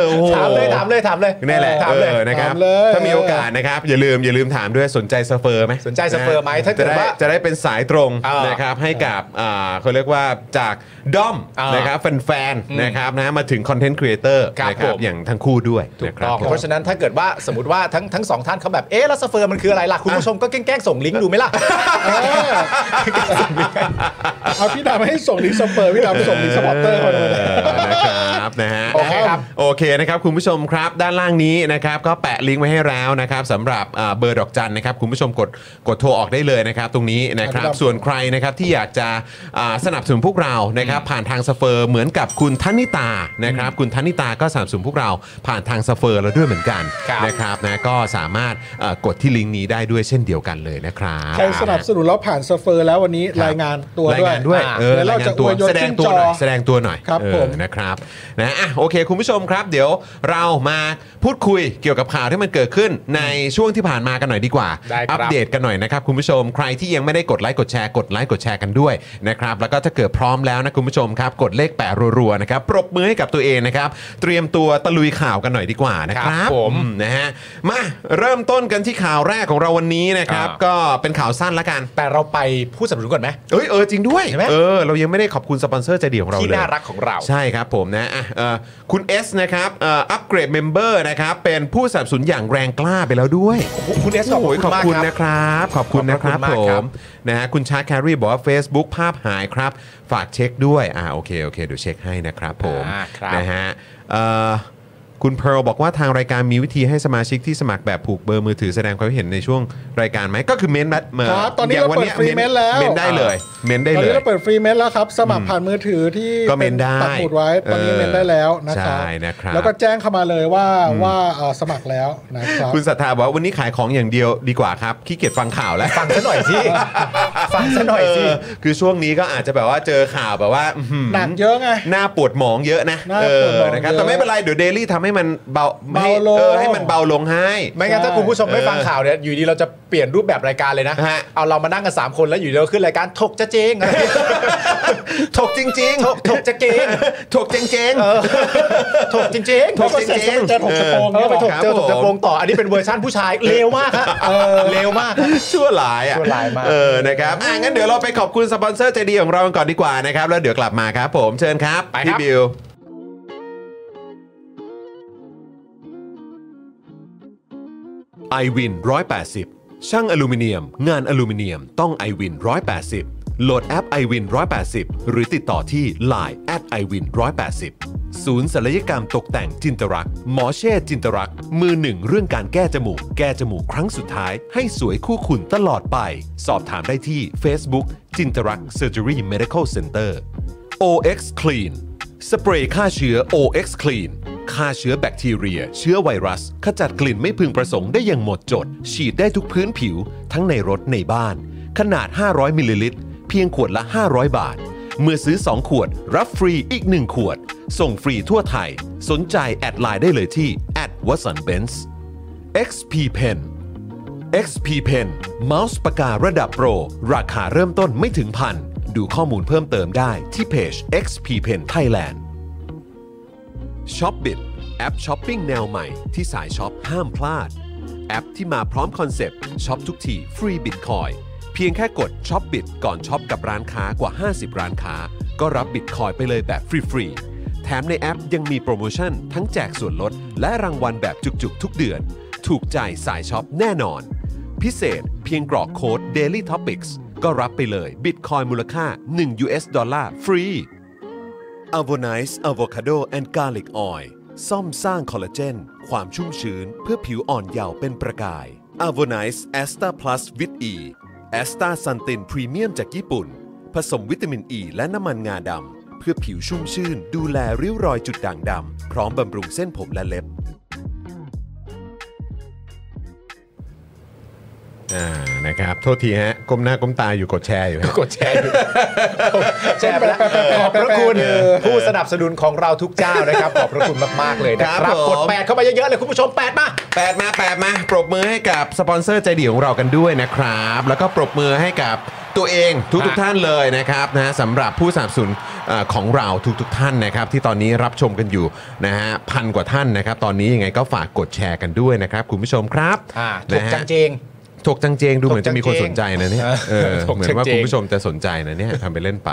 อโอ้โห ถามเลยถาม ามเลยถามเลย นี่แหละ ถามเลย เออนะครับ ถามเลย ถ้ามีโอกาสนะครับอย่าลืมอย่าลืมถามด้วยสนใจสเปอร์ไหม สนใจสเปอร์ไหมถ้าเกิด จะได้ ว่า จะได้เป็นสายตรง อ่าน นะครับให้กับอ่าเขาเรียกว่าจากด้อม อ่าน นะครับแฟนๆนะครับนะมาถึงคอนเทนต์ครีเอเตอร์ ครับ นะครั ผ บ ม อย่างทั้งคู่ด้วย ถู นะ ก ครั ต้อง ผม เพราะฉะนั้นถ้าเกิดว่าสมมติว่าทั้งทั้งสองท่านเขาแบบเอ๊ะแล้วสเฟอร์มันคืออะไรล่ะคุณผู้ชมก็แกล้งๆส่งลิงก์ดูไหมล่ะ เอาพี่ดำให้ส่งลิงก์สเปอร์พี่ดำส่งลิงก์สปอร์เตอร์มาเลย นะครับนะฮะ โอเคครับ โอเคนะครับคุณผู้ชมครับ ด้านล่างนี้นะครับก็แปะลิงก์ไว้ให้แล้วนะครับสำหรับอ่าเบอร์ดอกจันนะครับคุณผู้ชมกดกดโทรออกได้เลยนะครับตรงนี้นะครับ ครับ ส่วนใครนะครับที่อยากจะอ่าสนับสนุนพวกเรานะครับผ่านทางสเฟอร์เหมือนกับคุณธนิตานะครับคุณธนิตาก็สนับสนุนพวกเราผ่านทางสเฟอร์แล้วด้วยเหมือนกัน ครับ นะครับนะก็สามารถอ่ากดที่ลิงก์นี้ได้ด้วยเช่นเดียวกันเลยนะครับ ใครสนับสนุนแล้วผ่านสเฟอร์แล้ววันนี้รายงานตัว ราย ด้วย งานด้วย อ่า เออ เดี๋ยว รา เรา ยงา จะ น อ ตัว วยยศ แสดง ขึ้น ตัว จอ หน่อยแสดงตัวหน่อย ครับ เออ ผม นะครับนะอ่ะโอเค คุณผู้ชมครับ เดี๋ยวเรามาพูดคุยเกี่ยวกับข่าวที่มันเกิดขึ้นในช่วงที่ผ่านมากันหน่อยดีกว่า ได้ครับ อัปเดตกันหน่อยนะครับคุณผู้ชมใครที่ยังไม่ได้กดไลค์กดแชร์กดไลค์กดแชร์กันด้วยนะครับแล้วก็ถ้าเกิดพร้อมแล้วนะคุณผู้ชมครับกดเลขแปะรัวๆนะครับปรบมือให้กับตัวเองนะครับเตรียมตัวตะลุยข่าวกันหน่อยดีกว่านะครับ ครับผม อืนะฮะมาเริ่มต้นกันที่ข่าวแรกของเราวันนี้นะครับ อ่า ก็เป็นข่าวสั้นละกัน แต่เราไปผู้สนับสนุนก่อนไหม เอ้ยเออจริงด้วย เห็นไหม เออเรายังไม่ได้ขอบคุณสปอนเซอร์ใจเดียวของเรา ที่ เลย น่ารักของเรา ใช่ครับผมนะอ่ะเอ่อคุณ S นะครับเอ่ออัปเกรดเมมเบอร์นะครับเป็นผู้สนับสนุนอย่างแรงกล้าไปแล้วด้วย คุณ S ขอบคุณ โยขอบ มาก คุณ ครับ นะครับ ขอบคุณนะครับ ขอบคุณผมากครับ มนะฮะคุณชาร์คแครีบอกว่า Facebook ภาพหายครับ ฝากเช็คด้วยอ่าโอเคโอเคเดี๋ยวเช็คให้นะครับผม อ่าครับ นะฮะเอ่อคุณเพร์ลบอกว่าทางรายการมีวิธีให้สมาชิกที่สมัครแบบผูกเบอร์มือถือแสดงความคิดเห็นในช่วงรายการไหมก็คือเม้นต์นัดเม ครับตอนนี้ ย่ง เราเปิด ย free เม้นต์แล้ว เม้นต์ได้เลย เม้นต์ได้ ตอน เล นี้ ย เราเปิดฟรีเมนต์แล้วครับ สมัครผ่านมือถือที่ ก็เมนได้ ปักหมุดไว้ ตอนนี้ เออ เมนได้แล้วนะครับ ใช่นะครับ แล้วก็แจ้งเข้ามาเลยว่าว่าเอ่อสมัครแล้วนะครับ คุณศรัทธาบอกว่าวันนี้ขายของอย่างเดียวดีกว่าครับขี้เกียจฟังข่าวแล้ว ฟังซะหน่อย สิ ฟังซะหน่อยสิ เออคือช่วงนี้ก็อาจจะแบบว่าเจอข่าวแบบว่าอื้อหือ หนักเยอะไง หน้าปวดหมองเยอะนะ หน้า เอ ป อ วดหมอง นะครับ เยอะ แต่ไม่เป็นไร เดี๋ยวเดลี่ทำให้มันเบา เบา ให้ ลง เออให้มันเบาลงให้ ไม่งั้นถ้าคุณผู้ชมไม่ฟังข่าวเนี่ยอยู่ดีเราจะเปลี่ยนรูปแบบรายการเลยนะ ฮะ เอาเรามานั่งกัน 3 คนแล้วอยู่ดีเราขึ้นรายการถกจะเจงอะไร ถกจริงๆ ถกถกจะเกง ถกจริงๆ ถกจริงๆ ถกจริงๆ เจอถกกระโปรง เออ ไปถก ครับ เจอถกกระโปรง ผม ต่ออันนี้เป็นเวอร์ชั่นผู้ ชายเร็วมากฮะเร็วมากฮะ ชั่วหลายอ่ะ ชั่วหลายมาก เออนะครับอ่ะงั้นเดี๋ยวเราไปขอบคุณสปอนเซอร์ใจดีของเรากันก่อนดีกว่านะครับ แล้วเดี๋ยวกลับมาครับผมเชิญครับพี่บิว i w วิน180 ช่างอลูมิเนียม งานอลูมิเนียมต้อง i w วิน180 โหลดแอป i w วิน180 หรือติดต่อที่ Line at i w วิน180 ศูนย์ศัลยกรรมตกแต่งจินตรักษ์หมอเช่จินตรักษ์มือหนึ่งเรื่องการแก้จมูก แก้จมูกครั้งสุดท้าย ให้สวยคู่คุณตลอดไป สอบถามได้ที่ Facebook จินตรักเซอร์เจอรี่เมดิคอลเซ็นเตอร์ OX Clean สเปรย์ฆ่าเชื้อ OX Clean ฆ่าเชื้อแบคทีเรีย เชื้อไวรัส ขจัดกลิ่นไม่พึงประสงค์ได้อย่างหมดจด ฉีดได้ทุกพื้นผิว ทั้งในรถในบ้าน ขนาด 500 มิลลิลิตร เพียงขวดละ 500 บาท เมื่อซื้อ 2 ขวด รับฟรีอีก 1 ขวด ส่งฟรีทั่วไทย สนใจแอดไลน์ได้เลยที่ w a t s o n b e n z XP Pen XP Pen เมาส์ปากการะดับโปร ราคาเริ่มต้นไม่ถึงพัน ดูข้อมูลเพิ่มเติมได้ที่เพจ XP Pen Thailand Shopbit แอปช้อปปิ้งแนวใหม่ที่สายช็อปห้ามพลาด แอปที่มาพร้อมคอนเซปต์ช็อปทุกทีฟรีบิตคอยเพียงแค่กด Shopbit ก่อนช็อปกับร้านค้ากว่า 50 ร้านค้า ก็รับบิตคอยไปเลยแบบฟรีๆแถมในแอปยังมีโปรโมชั่นทั้งแจกส่วนลด และรางวัลแบบจุกๆ ทุกเดือน ถูกใจสายช็อปแน่นอน พิเศษเพียงกรอกโค้ด daily topics ก็รับไปเลยบิตคอยมูลค่า 1 US ดอลลาร์ฟรี a v o n i c e Avocado and Garlic Oil ซ่อมสร้างคอลลาเจน ความชุ่มชื้น เพื่อผิวอ่อนเยาว์เป็นประกาย a v o n i c e a s t a Plus with E a s t a s u n t i n Premium จากญี่ปุ่น ผสมวิตามินอ e ีและน้ำมันงาดำ เพื่อผิวชุ่มชื่น ดูแลริ้วรอยจุดด่างดำ พร้อมบำรุงเส้นผมและเล็บ อ่า นะครับ โทษทีฮะ ก้มหน้าก้มตาอยู่กดแชร์อยู่ กดแชร์อยู่แชร์ไปแล้วขอบพระคุณผู้สนับสนุนของเราทุกเจ้านะครับ ขอบพระคุณมากๆเลยนะค ครั รั บบ ผม กดแปดเข้าไปเยอะๆเลยคุณผู้ชมแปดมา แปดมาแปดมาปรบมือให้กับสปอนเซอร์ใจดีของเรากันด้วยนะครับ แล้วก็ปรบมือให้กับ ตัวเองทุกทุกท่านเลยนะครับนะฮะสำหรับผู้สนับสนุนเอ่อของเราทุกทุกท่านนะครับที่ตอนนี้รับชมกันอยู่นะฮะพันกว่าท่านนะครับ ตอนนี้ยังไงก็ฝากกดแชร์กันด้วยนะครับคุณผู้ชมครับ อ่าถก นะฮะ จังเจง ถกจังเจงดูเหมือนจะมีคนสนใจนะเนี่ยเออ ถกจังเจง เหมือนว่าคุณผู้ชมจะสนใจนะเนี่ยทำไปเล่นไป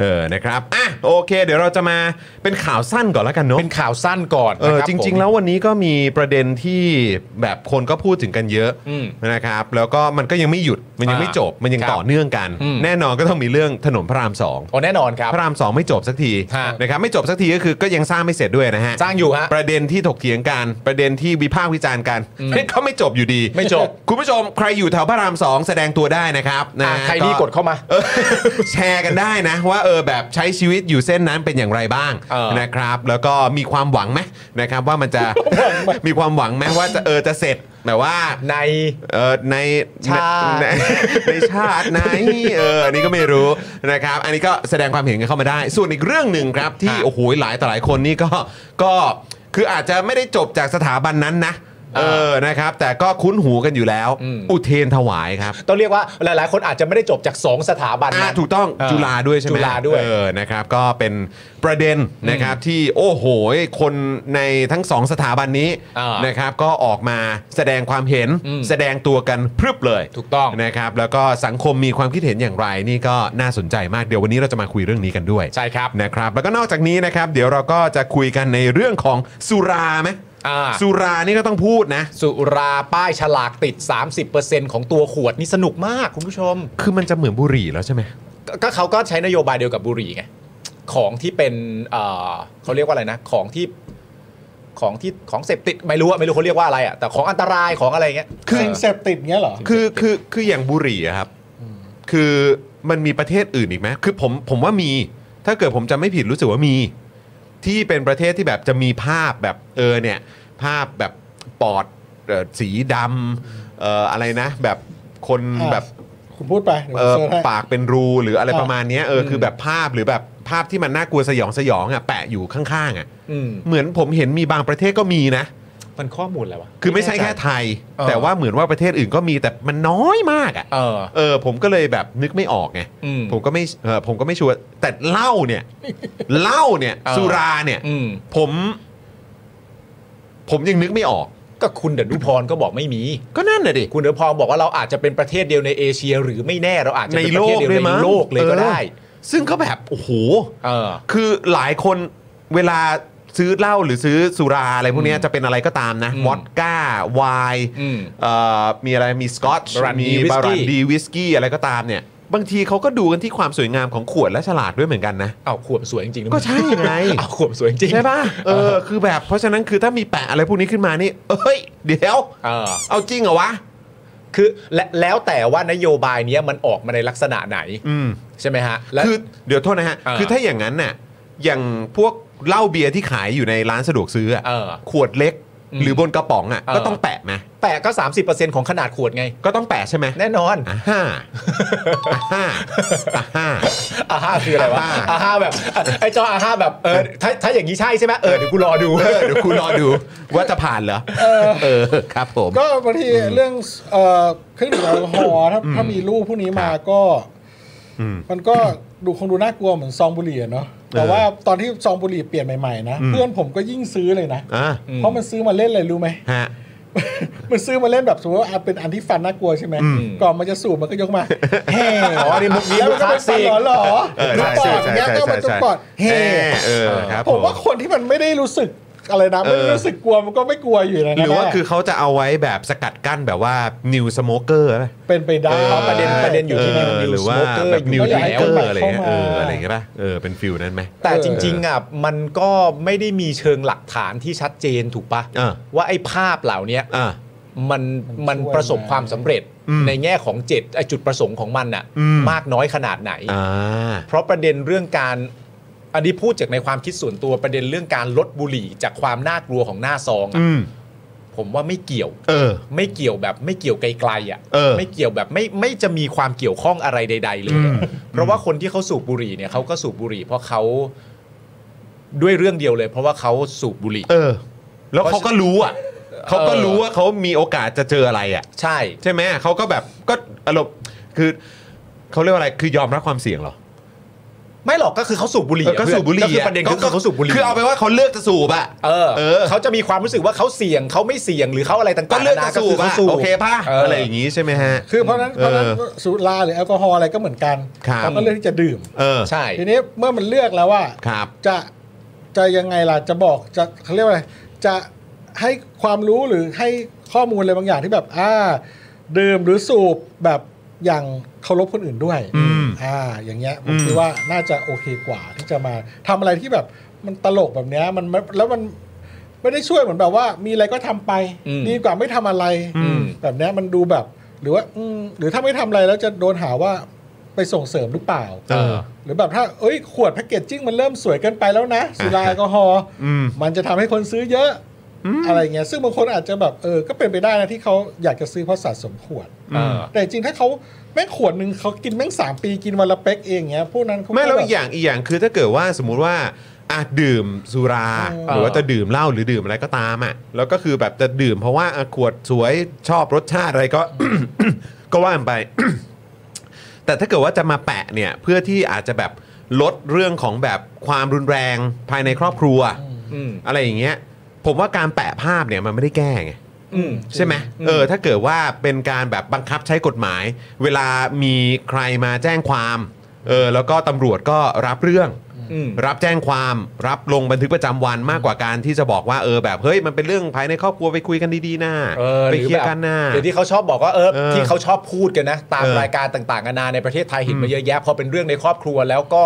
เออนะครับอ่ะโอเค เดี๋ยวเราจะมาเป็นข่าวสั้นก่อนแล้วกันเนาะ เป็นข่าวสั้นก่อน เออ นะคบ จริง ๆ ผม แล้ววันนี้ก็มีประเด็นที่แบบคนก็พูดถึงกันเยอะ อืม นะครับแล้วก็มันก็ยังไม่หยุดมันยังไม่จบมันยัง ครับ ต่อเนื่องกัน อืม แน่นอนก็ต้องมีเรื่องถนนพระรามสอง โอ้แน่นอนครับ พระรามสองไม่จบสักที ฮะ นะครับไม่จบสักทีก็คือก็ยังสร้างไม่เสร็จด้วยนะฮะ สร้างอยู่ฮะ ประเด็นที่ถกเถียงกันประเด็นที่วิพากษ์วิจารณ์กัน ก็ไม่จบอยู่ดี ไม่จบ คุณผู้ชมใครอยู่แถวพระรามสองแสดงตัวได้นะครับนะ อ่ะ ฮะ ใครดีกดเข้ามา เออ แชร์กันได้นะ ว่าเออแบบใช้ชีวิตอยู่เส้นนั้นเป็นอย่างไรบ้าง เออ นะครับ แล้วก็มีความหวังไหมนะครับว่ามันจะมีความหวังไหมว่าจะเออจะเสร็จแบบว่า ใน เออใน ชาติ ในในชาติไหนเอออันนี้ก็ไม่รู้นะครับ อันนี้ก็แสดงความเห็นกันเข้ามาได้ ส่วนอีกเรื่องหนึ่งครับที่โอ้โหหลายต่อหลายคนนี่ก็ก็คืออาจจะไม่ได้จบจากสถาบันนั้นนะเออนะครับ แต่ก็คุ้นหูกันอยู่แล้ว อุเทนถวายครับ ต้องเรียกว่าหลาย ๆ คนอาจจะไม่ได้จบจากสองสถาบัน อ่า นะ ถูกต้อง เออ จุฬาด้วยใช่ไหม จุฬาด้วย เออนะครับก็เป็นประเด็นนะครับที่โอ้โหคนในทั้งสองสถาบันนี้ อ่าน นะครับก็ออกมาแสดงความเห็น อืม แสดงตัวกันพรึบเลย ถูกต้อง นะครับแล้วก็สังคมมีความคิดเห็นอย่างไรนี่ก็น่าสนใจมากเดี๋ยววันนี้เราจะมาคุยเรื่องนี้กันด้วย ใช่ครับ นะครับแล้วก็นอกจากนี้นะครับเดี๋ยวเราก็จะคุยกันในเรื่องของสุราไหม อ่า สุรานี่ก็ต้องพูดนะ สุราป้ายฉลากติด 30%ของตัวขวดนี่สนุกมากคุณผู้ชม คือมันจะเหมือนบุหรี่แล้วใช่ไหม ก็ก็เขาก็ใช้นโยบายเดียวกับบุหรี่ไง ของที่เป็นเอ่อเขาเรียกว่าอะไรนะ ของที่ของที่ของเสพติดไม่รู้อะไม่รู้เขาเรียกว่าอะไรอะแต่ของอันตรายของอะไรเงี้ย สิ่งเสพติดเงี้ยเหรอ คือคือคืออย่างบุหรี่อะครับ คือมันมีประเทศอื่นอีกไหมคือผมผมว่ามี ถ้าเกิดผมจำไม่ผิดรู้สึกว่ามี ที่เป็นประเทศที่แบบจะมีภาพแบบเออเนี่ย ภาพแบบปอดเอ่อสีดำเอ่ออะไรนะ แบบคน อ่า แบบ คุณพูดไปเดี๋ยวผเอม อ เซิร์ชให้ ปากเป็นรูหรืออะไร อ่า ประมาณเนี้ยเอออคือแบบภาพหรือแบบภาพที่มันน่ากลัวสยองสยองอ่ะแปะอยู่ข้างๆอ่ะ อืม เหมือนผมเห็นมีบางประเทศก็มีนะ มันข้อมูลอะไรวะ คือไม่ใช่แค่ไทย เออ แต่ว่าเหมือนว่าประเทศอื่นก็มีแต่มันน้อยมากอ่ะ เออ เออผมก็เลยแบบนึกไม่ออกไง อืม ผมก็ไม่เออผมก็ไม่ชัวร์แต่เหล้าเนี่ย เหล้าเนี่ย เออ สุราเนี่ย อืม ผม ผมยังนึกไม่ออก ก็คุณเดนุพรก็บอกไม่มี ก็นั่นน่ะดิ คุณเดนุพรบอกว่าเราอาจจะเป็นประเทศเดียวในเอเชีย หรือไม่แน่เราอาจจะ ใน เป็นป โล ระเทศ ก เดียว ด้วยมั้ง ในโลกเลยก็ ออ ได้ ซึ่งก็แบบโอ้โห เออ คือหลายคนเวลาซื้อเหล้าหรือซื้อสุราอะไรพวกเนี้ยจะเป็นอะไรก็ตามนะ อืม วอดก้าวาย อืม เอ่อมีอะไรมีสกอตช์ Brandy มี Whisky บารันดีวิสกี้อะไรก็ตามเนี่ย บางทีเขาก็ดูกันที่ความสวยงามของขวดและฉลากด้วยเหมือนกันนะ เอาขวบสวยจริงๆนะ ก็ใช่ไง เอาขวบสวยจริงๆ ใช่ป่ะเออคือแบบเพราะฉะนั้นคือถ้ามีแปะอะไรพวกนี้ขึ้นมานี่เอ้ย เดี๋ยว เออ เอาจริงเหรอวะ คือและแล้วแต่ว่านโยบายเนี้ยมันออกมาในลักษณะไหน อืม ใช่ไหมฮะและ คือเดี๋ยวโทษนะฮะ เออ คือถ้าอย่างนั้นน่ะอย่างพวกเหล้าเบียร์ที่ขายอยู่ในร้านสะดวกซื้ออะ เออ ขวดเล็ก อืม หรือบนกระป๋องอ่ะ เออ ก็ต้องแปะไหม แปะก็ 30%ของขนาดขวดไง ก็ต้องแปะใช่ไหม แน่นอน อ่าฮ่าอ่าฮ่าอ่าอาฮ่าห้าคืออะไรวะ อาห้า อาห้าแบบไอ้จออาห้าแบบเออถ้าถ้าอย่างนี้ใช่ใช่ไหมเออเดี๋ยวกูรอดู เออเดี๋ยวคุณรอดูว่าจะผ่านเหรอเออครับผม ก็บางทีเรื่องเอ่อเครื่องดื่มแอลกอฮอล์ถ้าถ้ามีรูปพวกนี้มาก็ อืม มันก็ดูคงดูน่ากลัวเหมือนซองบุหรี่อะเนาะแต่ว่าตอนที่ซองบุหรี่เปลี่ยนใหม่ๆนะ อืม เพื่อนผมก็ยิ่งซื้อเลยนะ อ่ะ เพราะมันซื้อมาเล่นอะไรรู้ไหม ฮะ มันซื้อมาเล่นแบบสมมติว่าอ่ะเป็นอันที่ฟันน่ากลัวใช่ไหมก่อนมันจะสูบมันก็ยก มาเฮ้ อ๋อนี่มุกนี้ แล้ว มุ มันก็กเป็นฟันหล่อหล่อ เออใช่ ป ใช่ อด ใช่ เนี้ย ใช่ ก็มันจะ ใช่ ปอดเฮ้ เออเออครับ ผมว่า ผม คนที่มันไม่ได้รู้สึกอะไรนะไม่ได้รู้สึกกลัวมันก็ไม่กลัวอยู่นะ หรือว่าคือ นะ เขาจะเอาไว้แบบสกัดกั้นแบบว่า new smoker ไหม เป็นไปได้ เอาประเด็นประเด็นอยู่ที่ เ new- หรือว่า smoker แบบ อยู่ นิว แล้ ดิ ว เกอร์อะไรเงี้ยเอออะไรเงี้ยป่ะเออเป็นฟิลนั้นไหม แต่จริงๆอ่ะมันก็ไม่ได้มีเชิงหลักฐานที่ชัดเจนถูกปะ เออ ว่าไอ้ภาพเหล่าเนี้ย อ่ะ มันมันประสบความสำเร็จ อืม ในแง่ของเจตไอ้จุดประสงค์ของมันอ่ะ อืม มากน้อยขนาดไหน อ่า เพราะประเด็นเรื่องการอันนี้พูดจากในความคิดส่วนตัวประเด็นเรื่องการลดบุหรี่จากความน่ากลัวของหน้าซองอะ อืม ผมว่าไม่เกี่ยว เออ ไม่เกี่ยวแบบไม่เกี่ยวไกลๆอ่ะ เออ ไม่เกี่ยวแบบไม่ไม่จะมีความเกี่ยวข้องอะไรใด ๆ เลยอะเพราะว่าคนที่เขาสูบบุหรี่เนี่ยเขาก็สูบบุหรี่เพราะเขาด้วยเรื่องเดียวเลย เพราะว่าเขาสูบบุหรี่ เออ แล้วเขาก็รู้อ่ะเขาก็รู้ว่าเขามีโอกาสจะเจออะไรอ่ะ ใช่ ใช่ไหมเขาก็แบบก็อารมณ์คือ เขาเรียกว่าอะไรคือยอมรับความเสี่ยงเหรอ ไม่หรอกก็คือเขาสูบบุหรี่ เออก็สูบบุหรี่ ก็คือประเด็นก็คือเขาสูบบุหรี่ คือเอาไปนว่าเขาเลือกจะสูบอะ เออ เออ เขาจะมีความรู้สึกว่าเขาเสี่ยงเขาไม่เสี่ยงหรือเขาอะไรต่างๆ ก็เลือกจะ นานา สูบ คื อะ ขาสูบ โอเคป่ะ เอออ อะไรอย่างงี้ใช่ไหมฮะ คือเพราะฉะนั้นเพราะฉะนั้นสุราหรือแอลกอฮอล์อะไรก็เหมือนกัน ครับ แต่ก็เลือกที่จะดื่ม เออ ใช่ ทีนี้เมื่อมันเลือกแล้วว่า ครับ จะจะยังไงล่ะจะบอกจะเขาเรียกว่าอะไรจะให้ความรู้หรือให้ข้อมูลอะไรบางอย่างที่แบบอ่าดื่มหรือสูบแบบอย่างเคารพคนอื่นด้วย อืม อ่าอย่างเงี้ยผ อื ม ม คิดว่าน่าจะโอเคกว่าที่จะมาทำอะไรที่แบบมันตลกแบบเนี้ยมันมันแล้วมันไม่ได้ช่วยเหมือนแบบว่า มีอะไรก็ทำไป อืม ดีกว่าไม่ทำอะไร อืม แบบเนี้ยมันดูแบบหรือว่าอืมหรือถ้าไม่ทำอะไรแล้วจะโดนหาว่าไปส่งเสริมหรือเปล่า เออ หรือแบบถ้าเอ้ย ขวดแพ็กเกจจิ้งมันเริ่มสวยเกินไปแล้วนะ สุราแอลกอฮอล์ อืม มันจะทำให้คนซื้อเยอะ อะไรเงี้ยซึ่งบางคนอาจจะแบบเออ ก็เป็นไปได้นะที่เขาอยากจะซื้อเพราะสะสมขวด เออ แต่จริงๆถ้าเขาแม่งขวดหนึ่งเขากินแม่งสามปีกินวันละเป๊กเองเงี้ยพวกนั้นเขา ไม่แล้ว บบ อีกอย่างอีกอย่างคือถ้าเกิดว่าสมมุติว่าอาจดื่มสุรา หรือว่าจะดื่มเหล้าหรือดื่มอะไรก็ตามอ่ะแล้วก็คือแบบจะดื่มเพราะว่าอ่ะขวดสวยชอบรสชาติอะไรก็ ก็ว่ากันไป แต่ถ้าเกิดว่าจะมาแปะเนี่ย เพื่อที่อาจจะแบบลดเรื่องของแบบความรุนแรงภายในครอบครัว อืม อะไรอย่างเงี้ย ผมว่าการแปะภาพเนี่ยมันไม่ได้แก้ไง อืม ใช่ไหมเออถ้าเกิดว่าเป็นการแบบบังคับใช้กฎหมาย เวลามีใครมาแจ้งความเออแล้วก็ตำรวจก็รับเรื่อง อืม รับแจ้งความรับลงบันทึกประจำวันมากกว่าการที่จะบอกว่าเออแบบเฮ้ยมันเป็นเรื่องภายในครอบครัวไปคุยกันดีๆนะ เออ ไป ห เค อ ลีย แบ ร์ บ กันนะ หรือที่เขาชอบบอกว่าเออ เออ ที่เขาชอบพูดกันนะ ตาม เออ รายการต่างๆนานาในประเทศไทยเห็นมาเยอะแยะพอเป็นเรื่องในครอบครัวแล้วก็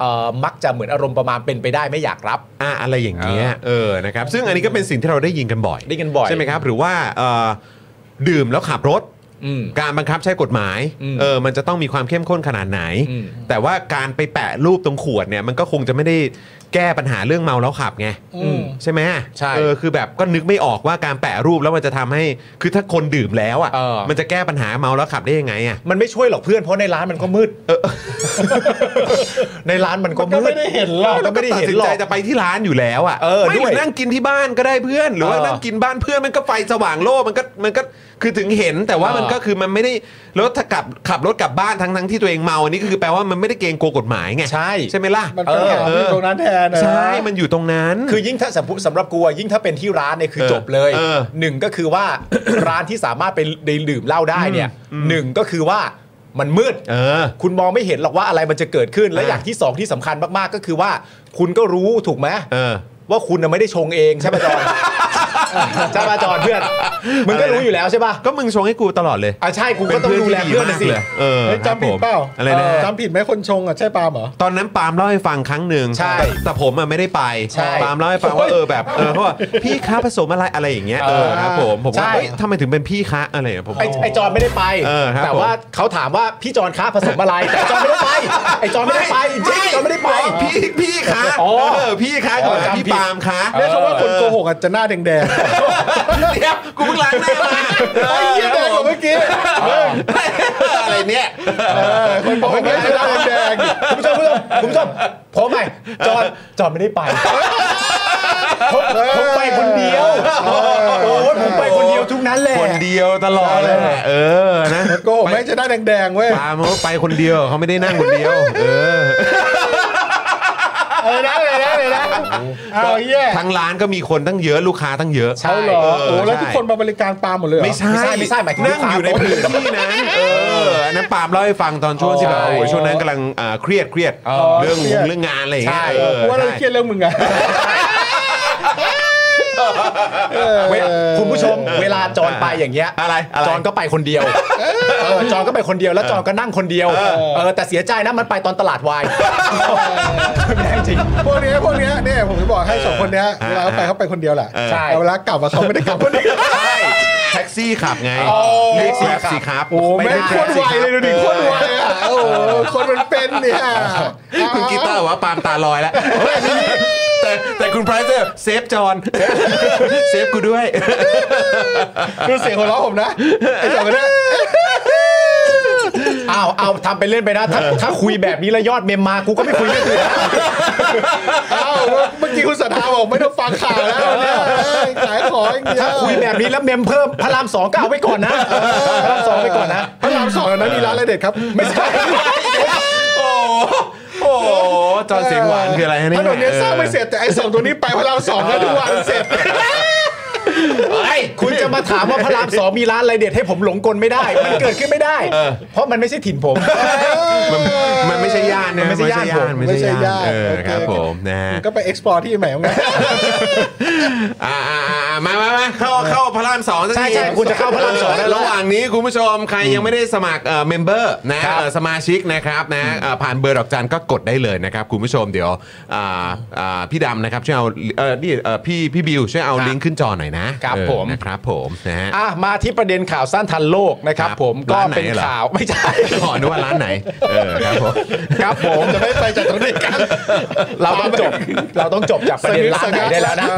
เอ่อมักจะเหมือนอารมณ์ประมาณเป็นไปได้ไม่อยากรับ ะอะไรอย่างเงี้ยเออนะครับซึ่งอันนี้ก็เป็นสิ่งที่เราได้ยินกันบ่อย ได้ยินบ่อย ใช่ไหมครับ หรือว่าเอ่อดื่มแล้วขับรถ อืม การบังคับใช้กฎหมาย อืม เออมันจะต้องมีความเข้มข้นขนาดไหน อืม แต่ว่าการไปแปะรูปตรงขวดเนี่ยมันก็คงจะไม่ได้แก้ปัญหาเรื่องเมาแล้วขับไง อืม ใช่ไหม ใช่ เออคือแบบก็นึกไม่ออกว่าการแปะรูปแล้วมันจะทำให้คือถ้าคนดื่มแล้ว เออ อะ่ะมันจะแก้ปัญหาเมาแล้วขับได้ยังไงอะ่ะ มันไม่ช่วยหรอกเพื่อนเพราะในร้านมันก็มืดในร้านมันก็มืด มันก็ไม่ได้เห็นหรอก มันก็ไม่ได้เห็น ตัดสิ หร ใจ อก จะไปที่ร้านอยู่แล้วอ่ะ เออ ไม่ ด้ ห วย รือนั่งกินที่บ้านก็ได้เพื่อน หรือว่า เออ นั่งกินบ้านเพื่อนมันก็ไฟสว่างโล่มันก็มันก็คือถึงเห็นแต่ว่า เออ มันก็คือมันไม่ได้รถถ้ากลับขับรถกลับบ้านทั้งทั้งๆที่ตัวเองเมาอันนี้ก็คือแปลว่ามันไม่ได้เกรงกลัวกฎหมายไง ใช่ ใช่ไหมล่ะ มันก็ เอ หา อ ที่ตรงนั้นแทนนะ ใช่มันอยู่ตรงนั้น คือยิ่งถ้าสำหรับสำหรับกูอะยิ่งถ้าเป็นที่ร้านเนี่ยคือ เออ จบเลย เออ หนึ่งก็คือว่า ร้านที่สามารถไปดื่มเหล้าได้เนี่ยหนึ่งก็คือว่ามันมืด เออ คุณมองไม่เห็นหรอกว่าอะไรมันจะเกิดขึ้น และ อ่ะ อย่างที่สองที่สำคัญมากๆก็คือว่า คุณก็รู้ถูกไหม เออ ว่าคุณน่ะไม่ได้ชงเองใช่ป่ะจอน ใช่ป่ะจอนเพื่อนมึงก็ อะไรนะ รู้อยู่แล้วใช่ป่ะ ก็มึงชงให้กูตลอดเลย อ่ะใช่กูก็ต้องดูแลเพื่อนน่ะสิ ที่ดีมากเลยเออ เฮ้ยจำผิดเปล่า ครับผมอะไรนะ เจำผิดไหมคนชงอ่ะใช่ปาล์มเหรอ ตอนนั้นปาล์มเล่าให้ฟังครั้งหนึ่ง ใช่ แต่แต่ผมอะไม่ได้ไป ใช่ ปาล์มเล่าให้ฟังว่าเออแบบเออเขาบอกพี่คะผสมอะไรอะไรอย่างเงี้ยเออครับผมผม ใช่ ว่าเอ้ยทำไมถึงเป็นพี่คะอะไรอะผม ไอ้ไอจอนไม่ได้ไป เออครับ แต่ว่าเขาถามว่าพี่จอนค้าผสมอะไรแต่จอนไม่ได้ไปไอจอนไม่ได้ไปจริงๆจอนไม่ได้ไป พี่พี่คะ อ๋อ เออพี่คะกับพี่ปาล์มคะ เรียกเขาว่าคนโกหก อาจจะหน้าแดง เดี๋ยวกูเพิ่งล้างหน้ามา ๆไอ้เหี้ยแดงกว่าเมื่อกี้ เอออะไรเนี่ย คนบอกว่าจะหน้าแดง คุณผู้ชมคุณผู้ชมคุณผู้ชมผมใหม่จอนจอนไม่ได้ไปผมผมไปคนเดียวโอ้ยผมไปคนเดียวทุกนั้นแหละ คนเดียวตลอดเลยแหละเออนะ ๆโกหกไม่จะหน้าแดงๆเว้ย ปาล์มเขาไปคนเดียวเขาไม่ได้นั่งคนเดียว เออ เออนะเออนะเออนะเอาเหี้ย ทั้งร้านก็มีคนตั้งเยอะลูกค้าตั้งเยอะ ใช่ เหรอ เ โอ้แล้ว ใช่ ทุกคนมาบริการปาล์มหมดเลยเหรอ ไม่ใช่ ไม่ใช่ไม่ใช่หมายถึง นั่งอยู่ในพื้นที่นั้นเอออันนั้นปาล์มเล่าให้ฟังตอนช่วงที่แบบ อ๋อ โอ้ยช่วงนั้นกำลังอ่าเครียดเครียด อ๋อ เรื่อง เครียงด งเรื่องงานอะไรอย่างเงี้ย ใช่ เออ กูว่าเรา ใช่ เครียดเรื่องมึงอะ เว้ยคุณผู้ชมเวลาจอนไปอย่างเงี้ย อะไรอะไร จอนก็ไปคนเดียวเออจอนก็ไปคนเดียวแล้วจอนก็นั่งคนเดียวเออแต่เสียใจนะมันไปตอนตลาดวายไม่ได้จริง พวกเนี้ยพวกเนี้ยเนี่ยผมจะบอกให้สองคนเนี้ยเวลาเขาไปเขาไปคนเดียวแหละ ใช่ แต่เวลากลับมาเขาไม่ได้กลับคนเดียว ใช่แท็กซี่ขับไงเรียกแท็กซี่ครับ โอ้ ไป แม่ง นั่ง โค แท็ ตรกซี่ ไว ค เลยรับดูดิโคตรไวอ่ะโอ้โหคนมันเป็นเนี่ย คุณกีตาร์บอกว่าปาล์มตาลอยแล้วแต่แต่คุณไพรเซอร์เซฟจ อนเซฟกูด้วย ดูเสียงหัวเราะผมนะไอ้สองคนเนี้ย อ้าวอ้าวทำไปเล่นไปนะ ถ้าถ้าคุยแบบนี้แล้วยอดเมมมากูก็ไม่คุยไม่คุยนะ อ้าวเมื่อกี้คุณสัทธาบอกไม่ต้องฟังข่าวแล้วเนี่ยเอ้ยขายของอย่างเดีย ถ้าวคุยแบบนี้แล้วเมมเพิ่มพระรามสองก็เอาไว้ก่อนนะพระรามสองไว้ก่อนนะ พระรามสองนะมีร้านอะไรเด็ดครับ ไม่ใช่ โอ้โหโอ้โหจอห์นเสียงหวานคืออะไรฮะเนี่ย ถนนเนี้ยสร้างไม่เสร็จแต่ไอ้สองตัวนี้ไปพระรามสองแล้วทุกวันเสร็ จ ไอ้ยคุณจะมาถามว่าพระรามสองมีร้านอะไรเด็ดให้ผมหลงกลไม่ได้ มันเกิดขึ้นไม่ได้ เพราะมันไม่ใช่ถิ่น ผม มันมันไม่ใช่ย่านนะ มันไม่ใช่ย่านผม ไม่ใช่ย่าไม่นใช่ย่าน เออ โอเค ครับผมนะฮะ ก็ไป explore ที่ใหม่ของงั้น อ่าอ่าอ่ามามามาเข้าเข้าพระรามสองสักที ใช่ใช่คุณจะเข้าพระรามสองแล้ว ระหว่างนี้คุณผู้ชมใครยังไม่ได้สมัครเอ่อเมมเบอร์นะครับ เอ่อสมาชิกนะครับนะเอ่อผ่านเบอร์ดอกจันก็กดได้เลยนะครับ คุณผู้ชมเดี๋ยวอ่าอ่าพี่ดำนะครับช่วยเอาเอ่อนี่เอ่อพี่พี่บิวช่วยเอา ครับ ลิงก์ขึ้นจอหน่อยนะครับ เออ ผม นะครับผมนะฮะ อ่ะมาที่ประเด็นข่าวสั้นทันโลกนะครับ ครับ ผมก็ ร้านไหน เป็น เหรอ ข่าว ไม่ใช่ ขอนึกว่าร้านไหนเออครับผม ครับผมจะไม่ไปจากตรงนี้กันเราต้องจบเราต้องจบจากประเด็นร้านไหนได้ แล้วนะ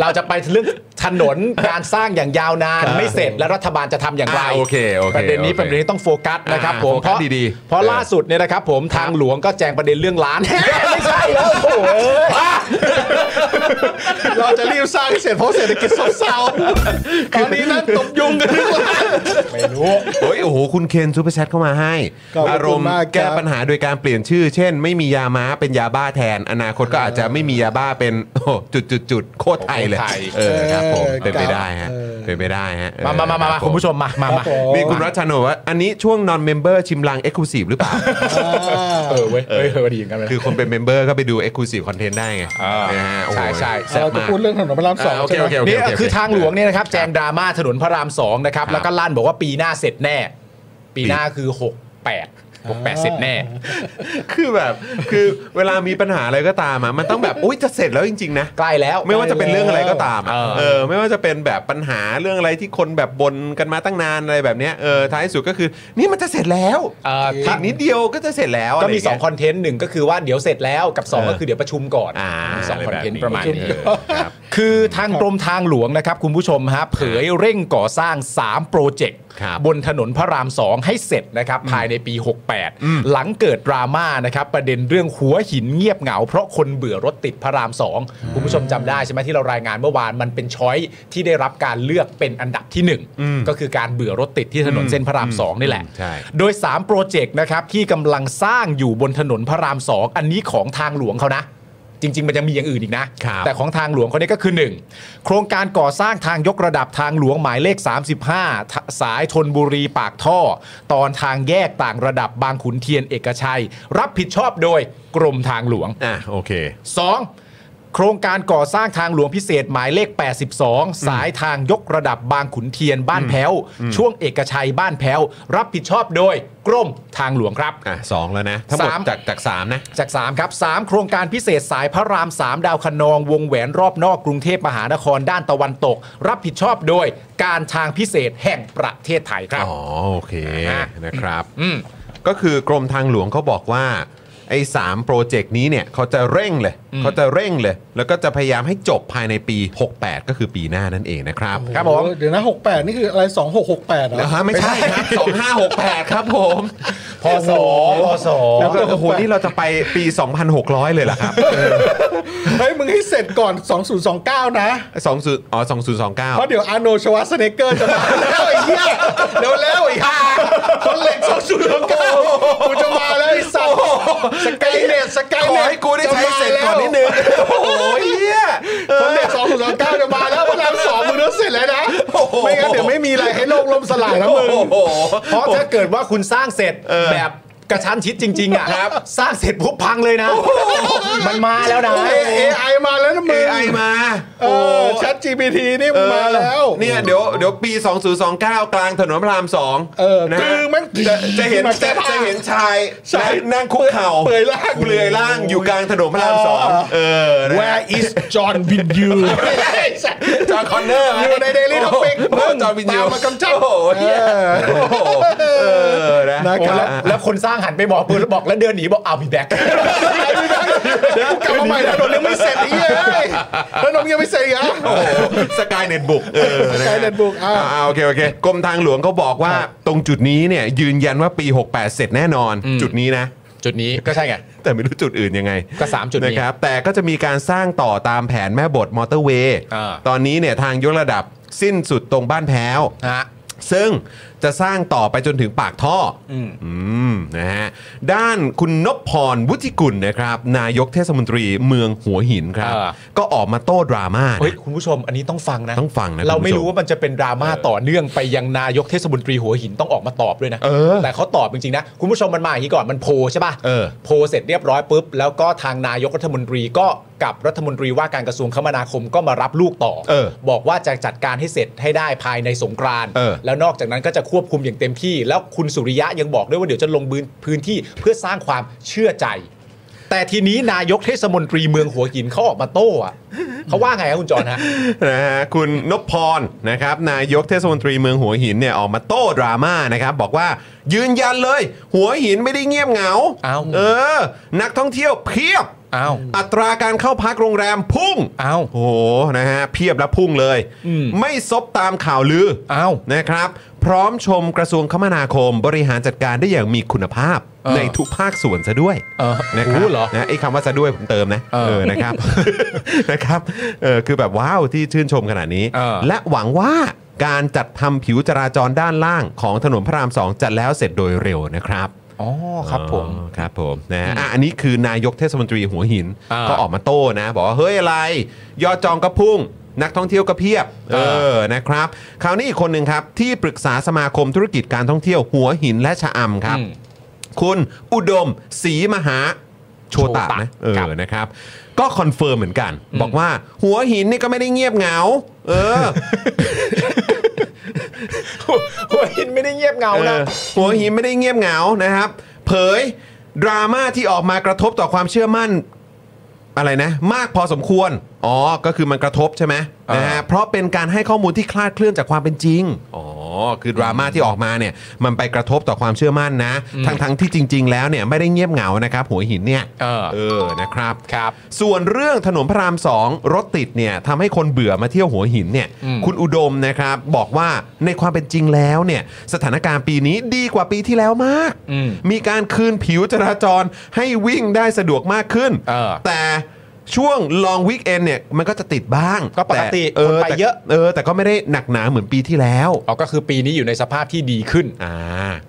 เราจะไปเรื่องถนนการสร้างอย่างยาวนานไม่เสร็จและรัฐบาลจะทำอย่างไร อ่าโอเคโอเค ประเด็นนี้เป็นประเด็นที่ต้องโฟกัสนะครับผม อ่า เพราะ โฟกัสดีๆ เพราะ เออ ล่าสุดเนี่ยนะครับผมทางหลวงก็แจงประเด็นเรื่อง ร้าน ไม่ใช่แล้วโอ้ย เราจะรีบสร้างให้เสร็จเพราะเศรษฐกิจซบ เซาตอนนี้นั่นตบยุงกันทุกวัน โอ้ยโอ้โห คุณเคนซูเปอร์แชทเข้ามาให้ ขอบพระคุณ อารมณ์ มากครับ แก้ปัญหาโดยการเปลี่ยนชื่อ เช่น ไม่มียาม้าเป็นยาบ้าแทน อนาคตก็อาจจะไม่มียาบ้าเป็นโอ้โหจุดจุดจุดๆๆโคตรไทยเลย โคตรไทย เออครับผม เป็นไป เออ ได้ฮะ เออ เป็นไปได้ฮะเออ มามามามา รั มา บ คุณผู้ชมมามา ครับ มา ผม มีคุณรัชนนท์ว่า อันนี้ช่วงนอนเมมเบอร์ชิมลังเอ็กซ์คลูซีฟหรือเปล่า เออเว้ยเฮ้ยเออดีเหมือนกันเลย คือคนเป็นเมมเบอร์ก็ไปดูเอ็กซ์คลูซีฟคอนเทนต์ได้ไงนะฮะโอ้โห ใช่ใช่ แซ่บ เราจะ มาก พูดเรื่องถนนพระรามสอง อ่าโอเค ใช่ไห โอ ม เคโอเค นี่ โเ คือทางหลวงเนี่ยนะครับแจงดราม่าถนนพระรามสองนะครับ แล้วก็ลั่นบอกว่าปีหน้าเสร็จแน่ ปีหน้าคือ 6 8 6 8 เสร็จแน่ คือแบบคือเวลามีปัญหาอะไรก็ตามอ่ะมันต้องแบบอุ้ยจะเสร็จแล้วจริงๆนะ ใกล้แล้ว ไม่ว่าจะเป็นเรื่องอะไรก็ตามอะ เออ เออ ไม่ว่าจะเป็นแบบปัญหาเรื่องอะไรที่คนแบบบนกันมาตั้งนานอะไรแบบเนี้ย เออ ท้ายสุดก็คือ นี่มันจะเสร็จแล้ว เอ่อ อีกนิดเดียวก็จะเสร็จแล้ว ก็มี ะไรย่าเย 2 คอนเทนต์หนึ่งก็คือว่าเดี๋ยวเสร็จแล้วกับ เออ 2 ก็คือเดี๋ยวประชุมก่อน อ่า มีสองคอนเทนต์ประมาณนี้ เออครับ คือทางกรมทางหลวงนะครับ คุณผู้ชมฮะเผยเร่งก่อสร้าง 3 โปรเจกต์ ครับ บนถนนพระราม 2 ให้เสร็จนะครับ ภายในปี 68 หลังเกิดดราม่านะครับ ประเด็นเรื่องหัวหินเงียบเหงา เพราะคนเบื่อรถติดพระราม 2 คุณผู้ชมจำได้ใช่ไหมที่เรารายงานเมื่อวานมันเป็นช้อยที่ได้รับการเลือกเป็นอันดับทีหนึ่1 ก็คือการเบื่อรถติดที่ถนนเส้นพระราม 2 นี่แหละ ใช่ โดย 3 โปรเจกต์นะครับที่กำลังสร้างอยู่บนถนนพระราม 2 อันนี้ของทางหลวงเขานะ จริง ๆ มันยังมีอย่างอื่นอีกนะ ครับ แต่ของทางหลวงเขาเนี่ยก็คือ 1 โครงการก่อสร้างทางยกระดับทางหลวงหมายเลข 35ทะสายธนบุรีปากท่อ ตอนทางแยกต่างระดับบางขุนเทียนเอกชัย รับผิดชอบโดยกรมทางหลวง อ่ะโอเค 2. โครงการก่อสร้างทางหลวงพิเศษหมายเลข 82 สายทางยกระดับบางขุนเทียนบ้านแพ้ว ช่วงเอกชัยบ้านแพ้ว รับผิดชอบโดยกรมทางหลวงครับ อ่ะสองแล้วนะ ทั้งหมด สาม จากจากสามนะ จาก 3 ครับ 3 โครงการพิเศษสายพระราม 3 ดาวคะนอง วงแหวนรอบนอกกรุงเทพมหานครด้านตะวันตก รับผิดชอบโดยการทางพิเศษแห่งประเทศไทยครับ อ๋อ โอเค อ่ะ นะครับ อืม ก็คือกรมทางหลวงเขาบอกว่า ไอ้สามโปรเจกต์นี้เนี่ยเขาจะเร่งเลย เขาจะเร่งเลย แล้วก็จะพยายามให้จบภายในปี 68 ก็คือปีหน้านั่นเองนะครับ ครับผม เดี๋ยวนะหกแปดนี่คืออะไรสองหกหกแปดเหร เดี๋ยว อ ฮะไม่ใช่ครับสองห้าหกแปดครับผม พศพศ แล้วก็โอ้โหนี่เราจะไปปี 2,600 เลยเหรอครับ เฮ้ย มึงให้เสร็จก่อน 2029 นะ สองศูนย์อ๋อสองศูนย์สองเก้า เพราะเดี๋ยวอาร์โนชวัสเนเกอร์จะมา แล้วไอ้เหี้ยเร็วแล้วไอ้ห่าคนเหล็ก2029กูจะมาแล้วไอ้สัตว์สกายเน็ตสกาย ขอ เน็ต ให้กูได้ใช้เสร็จก่อนนิดนึงโอ้โหเหี้ย คนเหล็ก2029จะมาแล้วพลังสองมึงต้องเสร็จแล้วนะ โอ้โห ไม่งั้นเดี๋ยวไม่มีอะไรให้โลกล่มสลายแล้วมึง โอ้โห เพราะถ้าเกิดว่าคุณสร้างเสร็จแบบกระชั้นชิดจริง ๆ อ่ะ ครับ สร้างเสร็จปุ๊บพังเลยนะ มันมาแล้วนะ AI มาแล้วนะมึง AI มา เออ Chat GPT นี่มึงมาแล้ว เนี่ยเดี๋ยวเดี๋ยวปี 2029 กลางถนนพระราม2 เออ นะ ตึ ฮะ งแม่ง จะจะเห็น มา จะ แก้ผ้า จะเห็นชาย ชาย นั่งนั่งคุกเข่า เปลือยล่าง เปลือยล่างอยู่กลางถนนพระรามสองเออนะฮะ Where is John with you จอห์นคอนเนอร์ไหม อยู่ใน Daily Topic โอ้โห อจอห์นวินยู ตามมากำจัด โอ้โหเหี้ยโอ้โหเออนะ นะครับแล้วแล้วคนสร้างหันไปบอกปืนแล้วบอกแล้วเดินหนีบอกเอาพี่แบ็ค กลับมาใหม่ถนนยังไม่เสร็จไอ้เหี้ยเอ้ยถนนยังไม่เสร็จอีกเหร โอ้ อ่ะ โห สกายเน็ตบุกเออนะฮะ Skynet Book อ่า อ่าโอเคโอเคกรมทางหลวงเขาบอกว่าตรงจุดนี้เนี่ยยืนยันว่าปี 68 เสร็จแน่นอน อืม จุดนี้นะ จุดนี้ก็ใช่ไง แต่ไม่รู้จุดอื่นยังไง ก็สามจุดนี้ นะครับ แต่ก็จะมีการสร้างต่อตามแผนแม่บทมอเตอร์เวย์ อ่า ตอนนี้เนี่ยทางยกระดับสิ้นสุดตรงบ้านแพ้ว ฮะ ซึ่งจะสร้างต่อไปจนถึงปากท่ออ ม อืมนะฮะด้านคุณนพพรวุฒิกุลนะครับ นายกเทศมนตรีเมืองหัวหินครับ ก็ออกมาโต้ดราม่านะ เฮ้ยคุณผู้ชมอันนี้ต้องฟังนะ ต้องฟังนะ เราไม่ คุณผู้ชม รู้ว่ามันจะเป็นดราม่าต่อเนื่องไปยังนายกเทศมนตรีหัวหินต้องออกมาตอบด้วยนะ เออ แต่เขาตอบจริงๆนะคุณผู้ชมมันมาอย่างนี้ก่อนมันโพลใช่ป่ะ เออ โพลเสร็จเรียบร้อยปุ๊บแล้วก็ทางนายกรัฐมนตรีก็กับรัฐมนตรีว่าการกระทรวงคมนาคมก็มารับลูกต่อ เออ บอกว่าจะจัดการให้เสร็จให้ได้ภายในสงกรานต์ เออ แล้วนอกจากนั้นก็จะควบคุมอย่างเต็มที่ แล้วคุณสุริยะยังบอกด้วยว่าเดี๋ยวจะลงพื้นที่เพื่อสร้างความเชื่อใจ แต่ทีนี้นายกเทศมนตรีเมืองหัวหินเขาออกมาโต้อะเขาว่าไงครับคุณจรฮะ นะฮะคุณนพพรนะครับนายกเทศมนตรีเมืองหัวหินเนี่ยออกมาโต้ดราม่านะครับบอกว่ายืนยันเลย หัวหินไม่ได้เงียบเหงา อ้าว เออ นักท่องเที่ยวเพียบ อ้าว อัตราการเข้าพักโรงแรมพุ่ง อ้าว โอ้โหนะฮะเพียบและพุ่งเลย อืม ไม่ซบตามข่าวลือ อ้าว นะครับ พร้อมชมกระทรวงคมนาคมบริหารจัดการได้อย่างมีคุณภาพ เออ ในทุกภาคส่วนซะด้วย เออ นะครับ โอ้เหรอ นะไอ้คำว่าซะด้วยผมเติมนะ เออ นะครับ นะครับเออคือแบบว้าวที่ชื่นชมขนาดนี้ เออ และหวังว่าการจัดทำผิวจราจรด้านล่างของถนนพระรามสองจะแล้วเสร็จโดยเร็วนะครับ อ๋อครับผม อ๋อครับผมนะฮะอ่ะอันนี้คือนายกเทศมนตรีหัวหิน อ่า ก็ออกมาโต้นะ บอกว่า เฮ้ยอะไร ยอดจองก็พุ่ง นักท่องเที่ยวก็เพียบ เอ อ่า อนะครับ คราวนี้อีกคนหนึ่งครับ ที่ปรึกษาสมาคมธุรกิจการท่องเที่ยวหัวหินและชะอำครับ อืม คุณอุดมศรีมหาโชตะ โชตะ นะเอ ครับ อนะครับ ก็คอนเฟิร์มเหมือนกัน บอกว่าหัวหินนี่ก็ไม่ได้เงียบเหงา เออ หัวหินไม่ได้เงียบเหงานะ เออหัวหินไม่ได้เงียบเหงานะครับ เผยดราม่าที่ออกมากระทบต่อความเชื่อมั่นอะไรนะ มากพอสมควร อ๋อ ก็คือมันกระทบใช่ไหมนะฮะเพราะเป็นการให้ข้อมูลที่คลาดเคลื่อนจากความเป็นจริง อ๋อ คือดราม่าที่ออกมาเนี่ย มันไปกระทบต่อความเชื่อมั่นนะ ทั้งทั้งๆที่จริง ๆ แล้วเนี่ยไม่ได้เงียบเหงานะครับ หัวหินเนี่ย เออ อนะครับ ครับ ส่วนเรื่องถนนพระรามสองรถติดเนี่ยทำให้คนเบื่อมาเที่ยวหัวหินเนี่ย อืม คุณอุดมนะครับบอกว่าในความเป็นจริงแล้วเนี่ยสถานการณ์ปีนี้ดีกว่าปีที่แล้วมาก อืม มีการคืนผิวจราจรให้วิ่งได้สะดวกมากขึ้น เออ แต่ช่วงลองวิกเอนเนี่ยมันก็จะติดบ้าง ก็ปกติ แเออ คนไป แต่ เยอะ เออแต่ก็ไม่ได้หนักหนาเหมือนปีที่แล้ว เอาก็คือปีนี้อยู่ในสภาพที่ดีขึ้น อ่า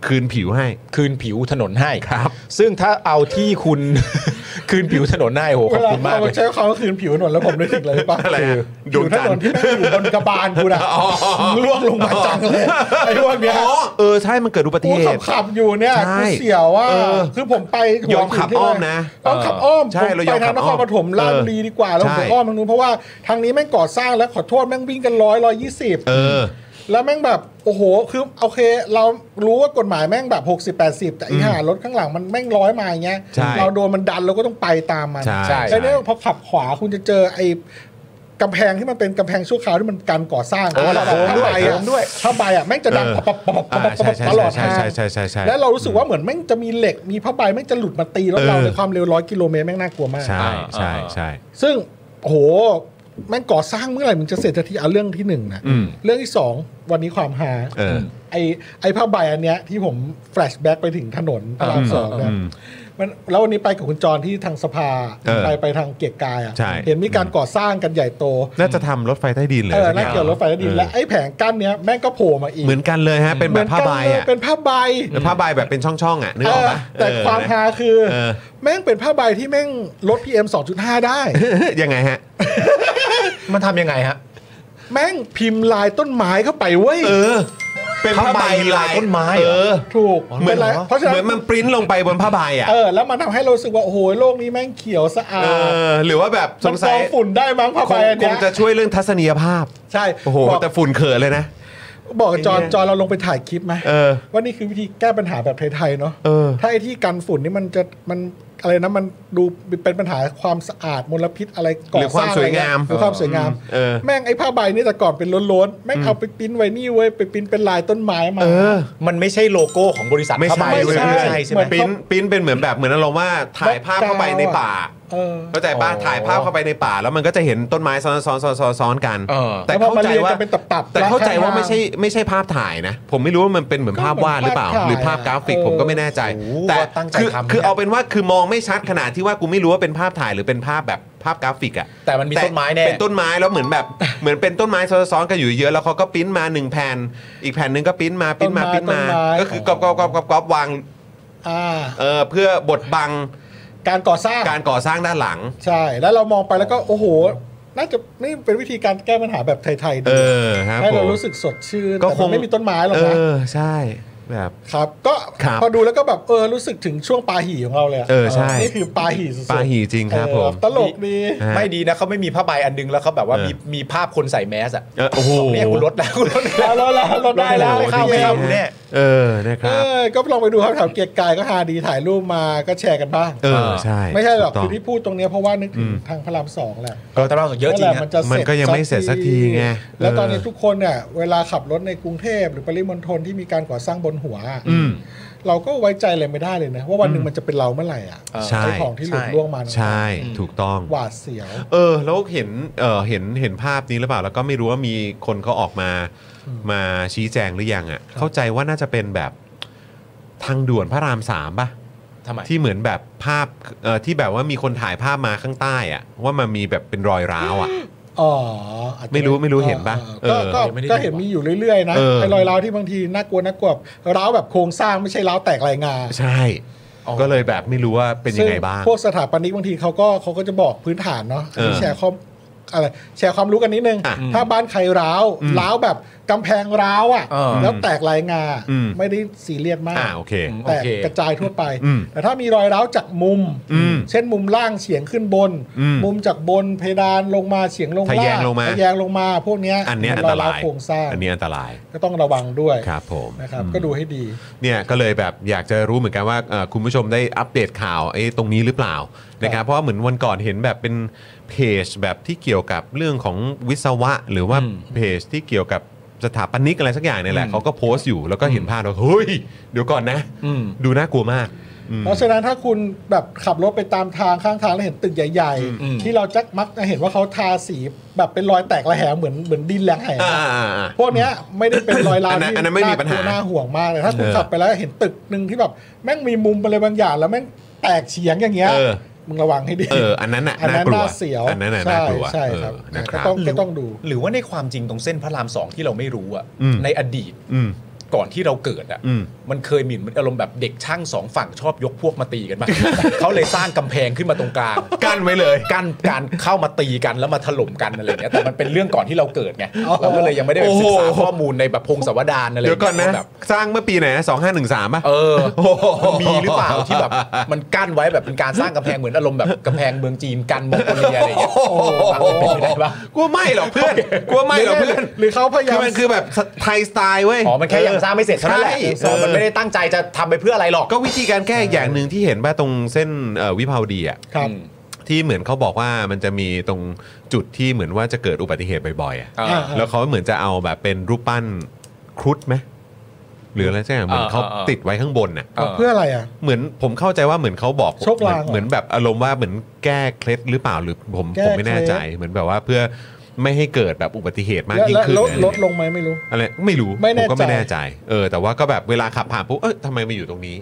คืนผิวให้ คืนผิวถนนให้ ครับ ซึ่งถ้าเอาที่คุณ คืนผิวถนนให้โหเวขอบ ลา คุณมาก เขา เลย ใช้คำว่าคืนผิวถนนแล้วผมนึกถึงเลยป่ะ อะไรอะด ผิ ว ว ง ถ จัน น ทร์ นที่แม่งอยู่บนกระบาลกูนะล่วงลงมาจังเลยไอ้พวกเนี้ย อ๋อเออใช่มันเกิดอุบัติ กู เห ขับ ตุ ขับๆอยู่เนี่ย ใช่ กูเสียวว่า เออ คือผมไปหัวย อมขับอ้อมนะ ยอมขับอ้อม ใช่ ผม เราย ไป อมขั ทา บ งนอ้อม ครปฐมราชบุรีดีกว่าแล้วผมใช่อ้อมทางนู้นเพราะว่าทางนี้แม่งก่อสร้างแล้วขอโทษแม่งวิ่งกันร้อยร้อยยี่สิบ เออ แล้วแม่งแบบโอ้โหคือโอเค เรารู้ว่ากฎหมายแม่งแบบ 60 80 แต่อีหารถข้างหลังมันแม่งร้อยมาอย่างเงี้ย ใช่ เราโดนมันดันเราก็ต้องไปตามมัน ใช่ ใช่ แล้วเนี่ยพอขับขวาคุณจะเจอไอ้กำแพงที่มันเป็นกำแพงชั่วคราวที่มันการก่อสร้าง โอ้แล้วโค้งด้วย ถ้าไปอะ โค้งด้วย ถ้าไปอ่ะแม่งจะดังปับปับปับปับ อ่า ปับ ใช่ใช่ ตลอด ใช่ ทาง ใช่ใช่ใช่ใช่ แล้วเรารู้สึกว่าเหมือนแม่งจะมีเหล็กมีผ้าใบแม่งจะหลุดมาตีรถเรา เออ ในความเร็วร้อยกิโลเมตรแม่งน่ากลัวมาก ใช่ใช่ อ่า ใช่ ซึ่งโอ้โหแม่งก่อสร้างเมื่อไหร่มันจะเสร็จสักทีเอาเรื่องที่หนึ่งนะ อืม เรื่องที่สองวันนี้ความหา เออ ไอไอผ้าใบอันเนี้ยที่ผมแฟลชแบ็กไปถึงถนนพระรามสองเนี่ยมันแล้ววันนี้ไปกับคุณจรที่ทางสภา เออ ไปไปทางเกียรติกายอ่ะ ใช่ เห็นมีการก่อสร้างกันใหญ่โต น่าจะทำรถไฟใต้ดินเลย เออ สั น่า อาง เกี่ยวรถไฟแล้วดิน เออ และไอแผงกั้นเนี้ยแม่งก็โผล่มาอีก เหมือนกันเลยฮะ เป็นแบบผ้าใบ เหมืนกันเลย อ่ะ เป็นผ้าใบ เป็นผ้าใบแบบเป็นช่องๆอ่ะนึก เอ ออก อ ปะ แต่ เออ ความ นะ ฮาคือ เออ แม่งเป็นผ้าใบที่แม่งลด PM 2.5 ได้ ยังไงฮะ มันทำยังไงฮะ แม่งพิมพ์ลายต้นไม้เข้าไปเว้ย เออ เป็นผ้าใบ ผ้าใบลายต้นไม้เหรอ เออ ถูก เหมือน ป็ไรเพราะฉะ เหมื นั้ อน น มันปริ้นลงไปบนผ้าใบอ่ะ เออแล้วมันทำให้เรารู้สึกว่าโอ้โหโลกนี้แม่งเขียวสะอา เอ ด อ หรือว่าแบบสงสัมันกรยองฝุ่นได้มั้งผ้า ค ใบ ง อัน ค เนี้ ง ย จะช่วยเรื่องทัศนียภาพ ใช่ โอ้โห บอก แต่ฝุ่นเขินเลยนะ บอกกับจอนจอนเราลงไปถ่ายคลิปไหม เออ ว่านี่คือวิธีแก้ปัญหาแบบไทยๆเนาะ เออ ถ้าไอ้ที่กันฝุ่นนี่มันจะมัน อะไรนะมันดูเป็นปัญหาความสะอาดมลพิษอะไรก่อ หรือค สร้าวามง ส อะ ว ไร ยงาม หรือความสวยงาม เออ แม่งไอ้ผ้าใบนี่แต่ก่อนเป็นล้วนๆแม่งเอาไปปริ้นไว้นี่เว้ยไปปริ้นเป็นลายต้นไม้มา เออ มันไม่ใช่โลโก้ของบริษัท ไม่ ผ้าใบ ใช่ ด้วย เว้ย นะ เพื่อน ใช่ใช่ไหม เหมือ ปริ้นปริ้นเป็นเหมือนแบบเหมือนอารมณ์ว่าถ่ายภาพเข้าไปในป่า เออ เข้าใจป่ะ อ๋อ ถ่ายภาพเข้าไปในป่า แล้วมันก็จะเห็นต้นไม้ซ้อนซ้อนซ้อนซ้อนซ้อนกัน เออ แต่ แล้วพอ เข้าใจมันเรียงว่ากันเป็นตับๆ แต่เข้าใจแล้ว่าวข้างๆ ไม่ใช่ไม่ใช่ภาพถ่ายนะ ผมไม่รู้ว่ามันเป็นเหมือนภาพวาดหรือเปล่า ก็เห ห มื รือ อน ภา ภา พ พ ก ถ่าย ราฟิก เออ ผมก็ไม่แน่ใจ โอ้โห แต่ ว่าตั้งใจ คือ ทำนะ คือเอาเป็นว่าคือมองไม่ชัดขนาดที่ว่ากูไม่รู้ว่าเป็นภาพถ่ายหรือเป็นภาพแบบภาพกราฟิกอะ แต่มันมีต้นไม้แน่ เป็นต้นไม้แล้วเหมือนแบบ เหมือนเป็นต้นไม้ซ้อนๆกันอยู่เยอะแล้วเขาก็ปริ้นมาหนึ่งแผ่นอีกแผ่นหนึ่งก็ปริ้นมาปริ้นมา ต้นไม้ ปริ้นมา ต้นไม้ ก็คือกรอบกรอบกรอบกรอบกรอบวาง อ่า เออเพื่อบดบัง การก่อสร้าง การก่อสร้างด้านหลัง ใช่แล้วเรามองไปแล้วก็โอ้โห น่าจะนี่เป็นวิธีการแก้ปัญหาแบบไทยๆ เอ ดี อครับ ให้ ผ เรา ม รู้สึกสดชื่น ก็ แต่ ค มั ง นไม่มีต้นไม้หรอก เอ นะ อใช่แบบ ครับ ก็ ครับ พอดูแล้วก็แบบเออรู้สึกถึงช่วงปาหี่ของเราเลยะ เออใช่ นี่คือปาหี่สุดๆ ปาหี่จริงครับ เออ ผม ตลกดี ฮะ ไม่ดีนะเขาไม่มีผ้าใบอันนึงแล้วเขาแบบว่า เออ มีมีภาพคนใส่แมสอะ เออโอ้โห เนี่ยกูลดแล้วกูลด แล้ แล้วว แล้วแล้วลดได้แล้ว โอ้ ไม่ โห เข้า จริ ไม่ งๆ เข้า เนี่ย เออนะค เอ รัอบก็ลองไปดูครับแถวเกียรติกายก็หาดีถ่ายรูปมาก็แชร์กันบ้าง เออใช่ ไม่ใช่หรอก ถูคืต้ง อที่พูดตรงเนี้ยเพราะว่านึกถึง อืม ทางพระรามสองแหละ เออตำรวจเยอะจริง นั่นแหล ฮะ มันจะเส มัน ร็จ ก็ยังไม่เสร็จสักทีไง แล้วตอนนี้ เออ ทุกคนเนี่ยเวลาขับรถในกรุงเทพหรือปริมณฑลที่มีการก่อสร้างบนหัวอะ อืม เราก็ไว้ใจอะไรไม่ได้เลยนะว่าวันหนึ่งมันจะเป็นเราเมื่อไหร่อ่ะ เออ ใช่ ไอ้ของที่หลุดล่วงมา ใช่ถูกต้อง หวาดเสียว เออแล้วเห็นเออเห็นเห็นภาพนี้หรือเปล่า แล้วก็ไม่รู้ว่ามีคนเขาออกมามาชี้แจงหรือยังอะ่ะ เข้าใจว่าน่าจะเป็นแบบทางด่วนพระรามสามป่ะ ทำไม ที่เหมือนแบบภาพเอ่อที่แบบว่ามีคนถ่ายภาพมาข้างใต้อะ่ะ ว่ามันมีแบบเป็นรอยร้าวอะ่ะ อ๋ออาจจะ ไม่รู้ไม่รู้เห็นปะ เออก็ เออยังไม่ได้ดู ก็เห็นมีอยู่เรื่อยๆนะ เออ ไอ้รอยร้าวที่บางทีน่ากลัวน่ากลัวแบบร้าวแบบโครงสร้างไม่ใช่ร้าวแตกลายงา ใช่ ก็เลยแบบไม่รู้ว่าเป็นยังไงบ้าง ซึ่พวกสถาปนิกบางทีเขาก็เขาก็จะบอกพื้นฐานเนาะ เออ แชร์ข้อมอะไรแชร์ความรู้กันนิดนึง อ่ะ ถ้าบ้านใครร้าว อืม ร้าวแบบกำแพงร้าวอ่ะ เออ แล้วแตกลายงา อืม ไม่ได้ซีเรียสมาก อ่าโอเค โอ แต่ เค กระจายทั่วไป อืม แต่ถ้ามีรอยร้าวจากมุม อืม เช่นมุมล่างเฉียงขึ้นบน อืม มุมจากบนเพดานลงมาเฉียงลง ทะแย ล่าง ลงมา ทะแยงลงมาพวกเนี้ย อันเนี้ย มั อัน รอ ต ยร้าร าว ยว โครงสร้าง อันเนี้ยอันตราย ก็ต้องระวังด้วย ครับผม นะครับก็ดูให้ดี เนี่ยก็เลยแบบอยากจะรู้เหมือนกันว่าเอ่อคุณผู้ชมได้อัปเดตข่าวไอ้ตรงนี้หรือเปล่านะครับเพราะว่าเหมือนวันก่อนเห็นแบบเป็นเพจแบบที่เกี่ยวกับเรื่องของวิศวะ หรือว่า อืม เพจที่เกี่ยวกับสถาปนิกอะไรสักอย่างเนี่ยแหละ อืม เขาก็โพสต์อยู่แล้วก็เห็นภาพแล้วเฮ้ยเดี๋ยวก่อนนะ อืม ดูน่ากลัวมากอืม เพราะฉะนั้นถ้าคุณแบบขับรถไปตามทางข้างทางแล้วเห็นตึกใหญ่ อืม ๆ ที่เราจะมักจะเห็นว่าเขาทาสีแบบเป็นรอยแตกระแหงเหมือนเหมือนดินแหลงแหง อ่าอ่าอ่า พวกเนี้ยไม่ได้เป็นรอยร้าว อันนั้น ที่ อันนั้นไม่มีปัญหา น่กลัวน่าห่วงมากเลยถ้าคุณ เออ ขับไปแล้วเห็นตึกหนึ่งที่แบบแม่งมีมุมอะไรบางอย่างแล้วแม่งแตกเฉียงอย่างเงี้ย เออ มึงระวังให้ดี เอออันนั้นน่ะ อัน น่า นั้น กลัว น่าเสียว อันนั้นน่ะ ใช่ น่ากลัว ใช่ เอ ครับ อนะค ก็ รับ ต้องก็ต้องดู หรือว่าในความจริงตรงเส้นพระรามสองที่เราไม่รู้อะ อืม ในอดีต อืม ก่อนที่เราเกิดอะ อืม มันเคยมีเหมือนอารมณ์แบบเด็กช่างสองฝั่งชอบยกพวกมาตีกัน มา เขาเลยสร้างกำแพงขึ้นมาตรงกลาง กั้นไว้เลย กั้นการเข้ามาตีกันแล้วมาถล่มกันอะไรอย่างเงี้ยแต่มันเป็นเรื่องก่อนที่เราเกิดไงเราก็เลยยังไม่ได้ไปศึกษา โอ้โห ข้อมูลในแบบพงศาวดารอะไร เดี๋ยวก่อนนะ แบบ สร้างเมื่อปีไหนสองห้าหนึ่งสามป่ะ เออ โอ้โห มันมีหรือเปล่าที่แบบมันกั้นไว้แบบเป็นการสร้างกำแพงเหมือนอารมณ์แบบกำแพงเมืองจีนกันมองโกเลียอะไรอย่างเงี้ยเป็นไปได้ปะ กลัวไม่หรอกเพื่อนกลัวไม่หรอกเพื่อน หรือเขาพยายา คือ ม มันคือแบบไทยสไตล์เว้ย อ๋อ มันแค่ยังสร้างไม่เสร็จเท่านั้นแหละ ใช่ เออมันไม่ได้ตั้งใจจะทำไปเพื่ออะไรหรอก ก็วิธีการแก้อีกอย่างหนึ่งที่เห็นว่าตรงเส้นเอ่อวิภาวดีอ่ะ ครับ ที่เหมือนเขาบอกว่ามันจะมีตรงจุดที่เหมือนว่าจะเกิดอุบัติเหตุบ่อยๆอ่ะ อ่า อ่า แล้วเขาเหมือนจะเอาแบบเป็นรูปปั้นครุฑไหมหรืออะไรสักอย่างเหมือน อ่า เขา อ่า ติดไว้ข้างบนน่ะ เพื่ออะไรอ่ะ เหมือนผมเข้าใจว่าเหมือนเขาบอก โชคลางเหรอ เหมือนแบบอารมณ์ว่าเหมือนแก้เคล็ดหรือเปล่าหรือผม แก้เคล็ผด มไม่แน่ใจเหมือนแบบว่าเพื่อไม่ให้เกิดแบบอุบัติเหตุมาก แล้ว ยิ่ง แล้ว ขึ้น ลด อะไรลดลอย่างเงี้ยงไหมไม่รู้ อะไรไม่รู้ ไม่แน่ ผมก็ไม่ ใจ แน่ใจ เออ แต่ว่าก็แบบเวลาขับผ่านปุ๊บเอ้ยทำไมมาอยู่ตรงนี้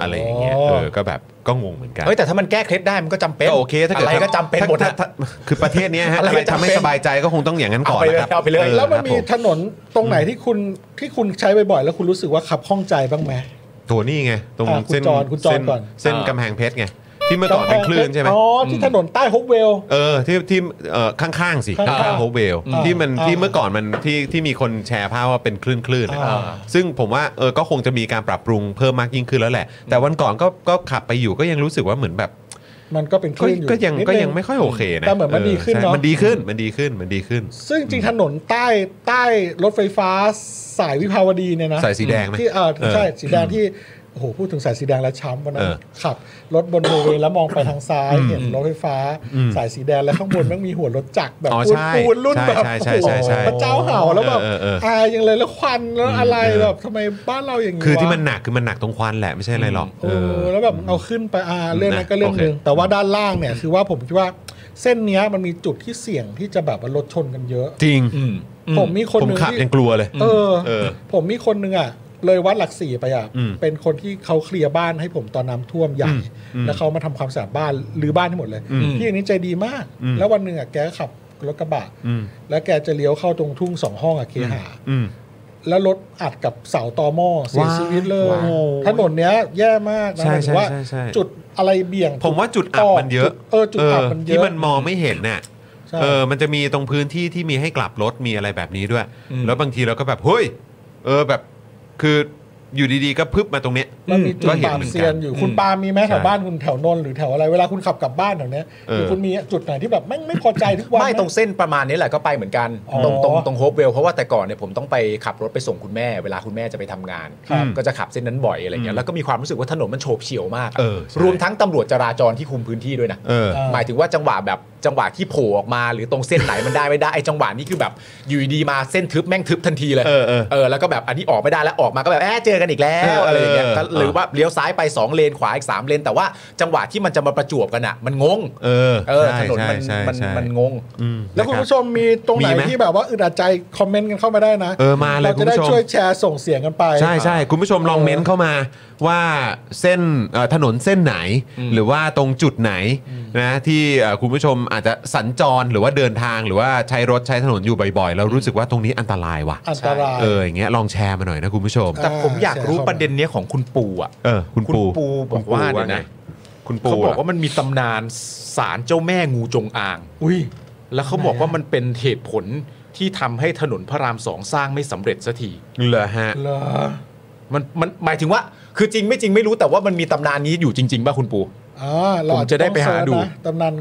อะไรอย่างเงี้ยเออก็แบบก็งงเหมือนกัน เฮ้ย แต่ถ้ามันแก้เคล็ดได้มันก็จำเป็น ก็โอเคถ้าเกิด อะไรก็จำเป็นหมด ถ้า อะ ถ้าคือประเทศเนี้ยฮะ อะไร อะไร ก็ ทำให้ จำเป็น สบายใจก็คงต้องอย่างนั้นก่อน เอาไปเลย นะครับ เอาไปเลย ออ แล้วมัน ครับ มี ผ ถนนตรงไหนที่คุณที่คุณใช้บ่อยๆแล้วคุณรู้สึกว่าขับข้องใจบ้างไหม โถนี่ไง ตรง อ่ะคุณ เส้น จอนคุณจอน เส้น ก่อน เส้นกำแพงเพชรไง ที่เมื่อก่อนเป็นคลื่นใช่ไหม อ๋อที่ถนนใต้ฮบเวล เออที่ที่เอ่อข้างๆสิ ข้างๆ ข้างๆโฮเวล อ่า ที่มัน อ่า ที่เมื่อก่อนมันที่ที่มีคนแชร์ภาพว่าเป็นคลื่นคลื่นๆอะ อ่า ซึ่งผมว่าเออก็คงจะมีการปรับปรุงเพิ่มมากยิ่งขึ้นแล้วแหละ แต่วันก่อนก็ก็ขับไปอยู่ก็ยังรู้สึกว่าเหมือนแบบ มันก็เป็นค ก็ ลื่นอยู่ ก็ยัง นิดนึ ก็ยังไม่ค่อยโอเคนะ แต่เหมือนมันดีขึ้น ออ เนอะ ใช่มันดีขึ้นมันดีขึ้นมันดีขึ้น ซึ่งจริงถนนใต้ใต้รถไฟฟ้าสายวิภาวดีเนี่ยนะ สายสีแดงไหม ที่เออใช่ เออ สีแดงที่ โอ้โหพูดถึงสายสีแดงแล้วช้ำวันนั้ เอน อ ขับ รถบนโมเวย์แล้วมองไปทางซ้ายเห็นรถไฟฟ้า สายสีแดงแล้วข้างบนแมันมีหัวรถจักรแบบ อ๋อ ปูน ใช่ ปูนรุ่นแบบ ใช่ใช่ โอ้ ใช่ โห ใช่ พระเจ้าเห่าแล้วแบบ เออเออเออ อายยังเลยแล้วควันแล้วอะไร อืม แบบทำไมบ้านเราอย่างนี้ คือที่ วะ มันหนักคือมันหนักตรงควันแหละไม่ใช่อะไรหรอก โอ้แล้วแบบเอาขึ้นไปอ่าเรื่องนั้ ะ นก็เรื่อง โอเค หนึ่งแต่ว่าด้านล่างเนี่ยคือว่าผมคิดว่าเส้นเนี้ยมันมีจุดที่เสี่ยงที่จะแบบว่ารถชนกันเยอะ จริง อืม ผมมีคน ผม หนึ่ง ขับ ที่ ยังกลัวเลย เออ เออ ผมมีคนหนึ่งอ่ะ เลยวัดหลักสี่ไปอ่ะ อืม เป็นคนที่เขาเคลียร์บ้านให้ผมตอนน้ำท่วมใหญ่ อืม แล้วเขามาทำความสะอาดบ้านหรือบ้านให้หมดเลย อืม พี่อันนี้ใจดีมาก อืม แล้ววันหนึ่งอ่ะแกก็ขับรถกระบะ อืม แล้วแกจะเลี้ยวเข้าตรงทุ่งสองห้องอ่ะเคหา อืม แล้วรถอัดกับเสาตอหม้อเสีย ว้าย ชีวิตเลย ว้าย ถนนเนี้ยแย่มากนะ ใช่ หมายถึ ใช่ งว่า ใช่ใช่ จุดอะไรเบี่ยง ผมว่าจุดอับมันเยอะ จุดเออจุดอับมันเยอะ ที่มันมองไม่เห็นน่ะ ใช่ เออมันจะมีตรงพื้นที่ที่มีให้กลับรถมีอะไรแบบนี้ด้วย แล้วบางทีเราก็แบบเฮ้ยเออแบบคืออยู่ดีๆก็พึบมาตรงเนี้ย มันมีจุ ก็ ด เห็ปานล์ม เหมือนกัน เซียนอยู่คุณปาล์มมีไหมแถวบ้านคุณแถวนนท์หรือแถวอะไรเวลาคุณขับกลับบ้านแถวเนี้ย เออ หรือคุณมีจุดไหนที่แบบไม่งไม่พอใจทุกวัน ไม่ตรงเส้นประมาณนี้แหละก็ไปเหมือนกัน อ๋อ ตรงตรงตรงโฮปเวลเพราะว่าแต่ก่อนเนี่ยผมต้องไปขับรถไปส่งคุณแม่ เวลาคุณแม่จะไปทำงาน ครับ ก็จะขับเส้นนั้นบ่อยอะไรเงี้ยแล้วก็มีความรู้สึกว่าถนนมันโฉบเฉี่ยวมาก เออใช่ รวมทั้งตำรวจจราจรที่คุมพื้นที่ด้วยนะ เออ า หมายถึงว่าจังหวะแบบจังหวะที่โผล่ออกมาหรือตรงเส้นไหนมันได้ไม่ได้ไอ้จังหวะนี้คือแบบอยู่ดีๆมาเส้นทึบแม่งทึบทันทีเลย เออเออ แล้วก็แบบอันนี้ออกไม่ได้แล้วออกมาก็แบบแอะเจอกันอีกแล้ เอ ว อเออ อะไรอย่างเงี้ย เออ ก็หรือว่าเลี้ยวซ้ายไปสองเลนขวาอีกสามเลน แต่ว่าจังหวะที่มันจะมาประจวบกันอ่ะ มันงง เออ เออ ใช่ ถนนมัน ใช่ใช่ มัน ใช่ มันงง อืม แล้วคุณ นะรับ ผู้ชมมีตรงไหน มีไหม ที่แบบว่าอึดอัดใจคอมเมนต์กันเข้ามาได้นะ เออมาเลย จะได้ คุณผู้ชม ช่วยแชร์ส่งเสียงกันไป ใช่ใช่คุณผู้ชมลองเม้นเข้ามาว่าเส้นเอ่อถนนเส้นไหน หรือว่าตรงจุดไหนนะที่เอ่อคุณผู้ชมอาจจะสัญจรหรือว่าเดินทางหรือว่าใช้รถใช้ถนนอยู่บ่อยๆ แล้วรู้สึกว่าตรงนี้อันตรายว่ะ อันตราย เอออย่างเงี้ยลองแชร์มาหน่อยนะคุณผู้ชม เอ แต่ผมอยาก ใช่ รู้ ครับ ประเด็นเนี้ยของคุณปูอ่ะ เออคุณปู ปูบอกว่า คุณปู เนี่ย ไง นะ คุณปู เขาบอก เหร ว่ามันมีตำนานสารเจ้าแม่งูจงอาง อุ้ย แล้วเขาบอกว่ามันเป็นเหตุผลที่ทำให้ถนนพระรามสองสร้างไม่สำเร็จสักที เหรอฮะ เหรอ มันมันหมายถึงว่า คือจริงไม่จริงไม่รู้แต่ว่ามันมีตำนานนี้อยู่จริง ๆ ป่ะคุณปู อ่าเรา ผมจะได้ไปหาดู ต้องเสิร์ชนะตำนาน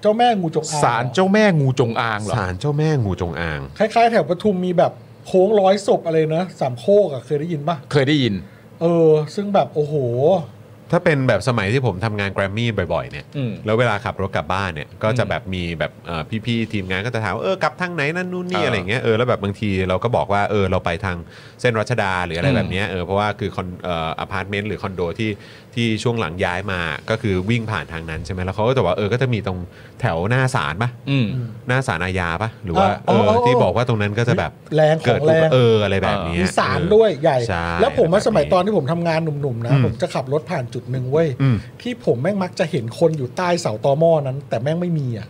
เจ้าแม่งูจงอาง สารเจ้าแม่งูจงอางเหรอ สารเจ้าแม่งูจงอาง คล้ายๆ แถวปทุมมีแบบโค้งร้อยศพอะไรนะสามโคกอะเคยได้ยินปะ เคยได้ยิน เออ ซึ่งแบบโอ้โห ถ้าเป็นแบบสมัยที่ผมทำงานแกรมมี่บ่อยๆเนี่ย อืม แล้วเวลาขับรถกลับบ้านเนี่ย ก็จะแบบมีแบบเอ่อพี่ๆทีมงานก็จะถามว่าเออกลับทางไหนนั่นนู่นนี่ เอออ อะไรอย่างเงี้ย เออแล้วแบบบางทีเราก็บอกว่าเออเราไปทางเส้นรัชดาหรืออะไรแบบเนี้ย เออเพราะว่าคือคอนเอ่ออพาร์ตเมนต์หรือคอนโดที่ที่ช่วงหลังย้ายมา ก็คือวิ่งผ่านทางนั้นใช่ไหมแล้วเขาก็จะบอกว่าเออก็จะมีตรงแถวหน้าศาลปะ อืม หน้าศาลอาญาปะหรือว่า อ่ะ เออ เออเออ ที่บอกว่าตรงนั้นก็จะแบบ แรงข เกิ อ ด งแรง เอออะไรแบบเนี้ย มีสาร เออ ด้วยใหญ่ ใช่ แล้วผมว่า แบบนี้ สมัยตอนที่ผมทำงานหนุ่มๆนะ อืม ผมจะขับรถผ่านจุดหนึ่งเว้ย อืม ที่ผมแม่งมักจะเห็นคนอยู่ใต้เสาตอหม้อนั้น แต่แม่งไม่มีอ่ะ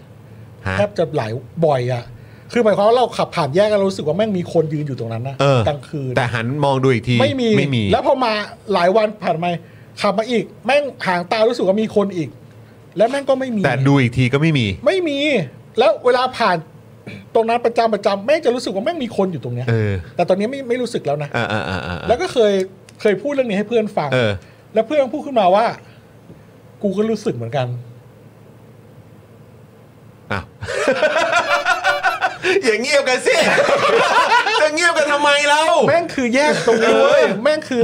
ฮะ แทบจะหลายบ่อยอ่ะ คือหมายความว่าเราขับผ่านแยกกันเรารู้สึกว่าแม่งมีคนยืนอยู่ตรงนั้นนะ เออ กลางคืน แต่หันมองดูอีกที ไม่มี ไม่มี แล้วพอมาหลายวันผ่านมาขับมาอีก แม่งห่างตารู้สึกว่ามีคนอีก แล้วแม่งก็ไม่มี แต่ดูอีกทีก็ไม่มี ไม่มี แล้วเวลาผ่านตรงนั้นประจำประจำแม่งจะรู้สึกว่าแม่งมีคนอยู่ตรงเนี้ย เออ แต่ตอนนี้ไม่ไม่รู้สึกแล้วนะ เออเออเออเออ แล้วก็เคยเคยพูดเรื่องนี้ให้เพื่อนฟัง เออ แล้วเพื่อนพูดขึ้นมาว่า กูก็รู้สึกเหมือนกัน อ้าว อย่าเงียบกันสิ จะเงียบกันทำไมเรา แม่งคือแยกตรงนี้เว้ยแม่งคือ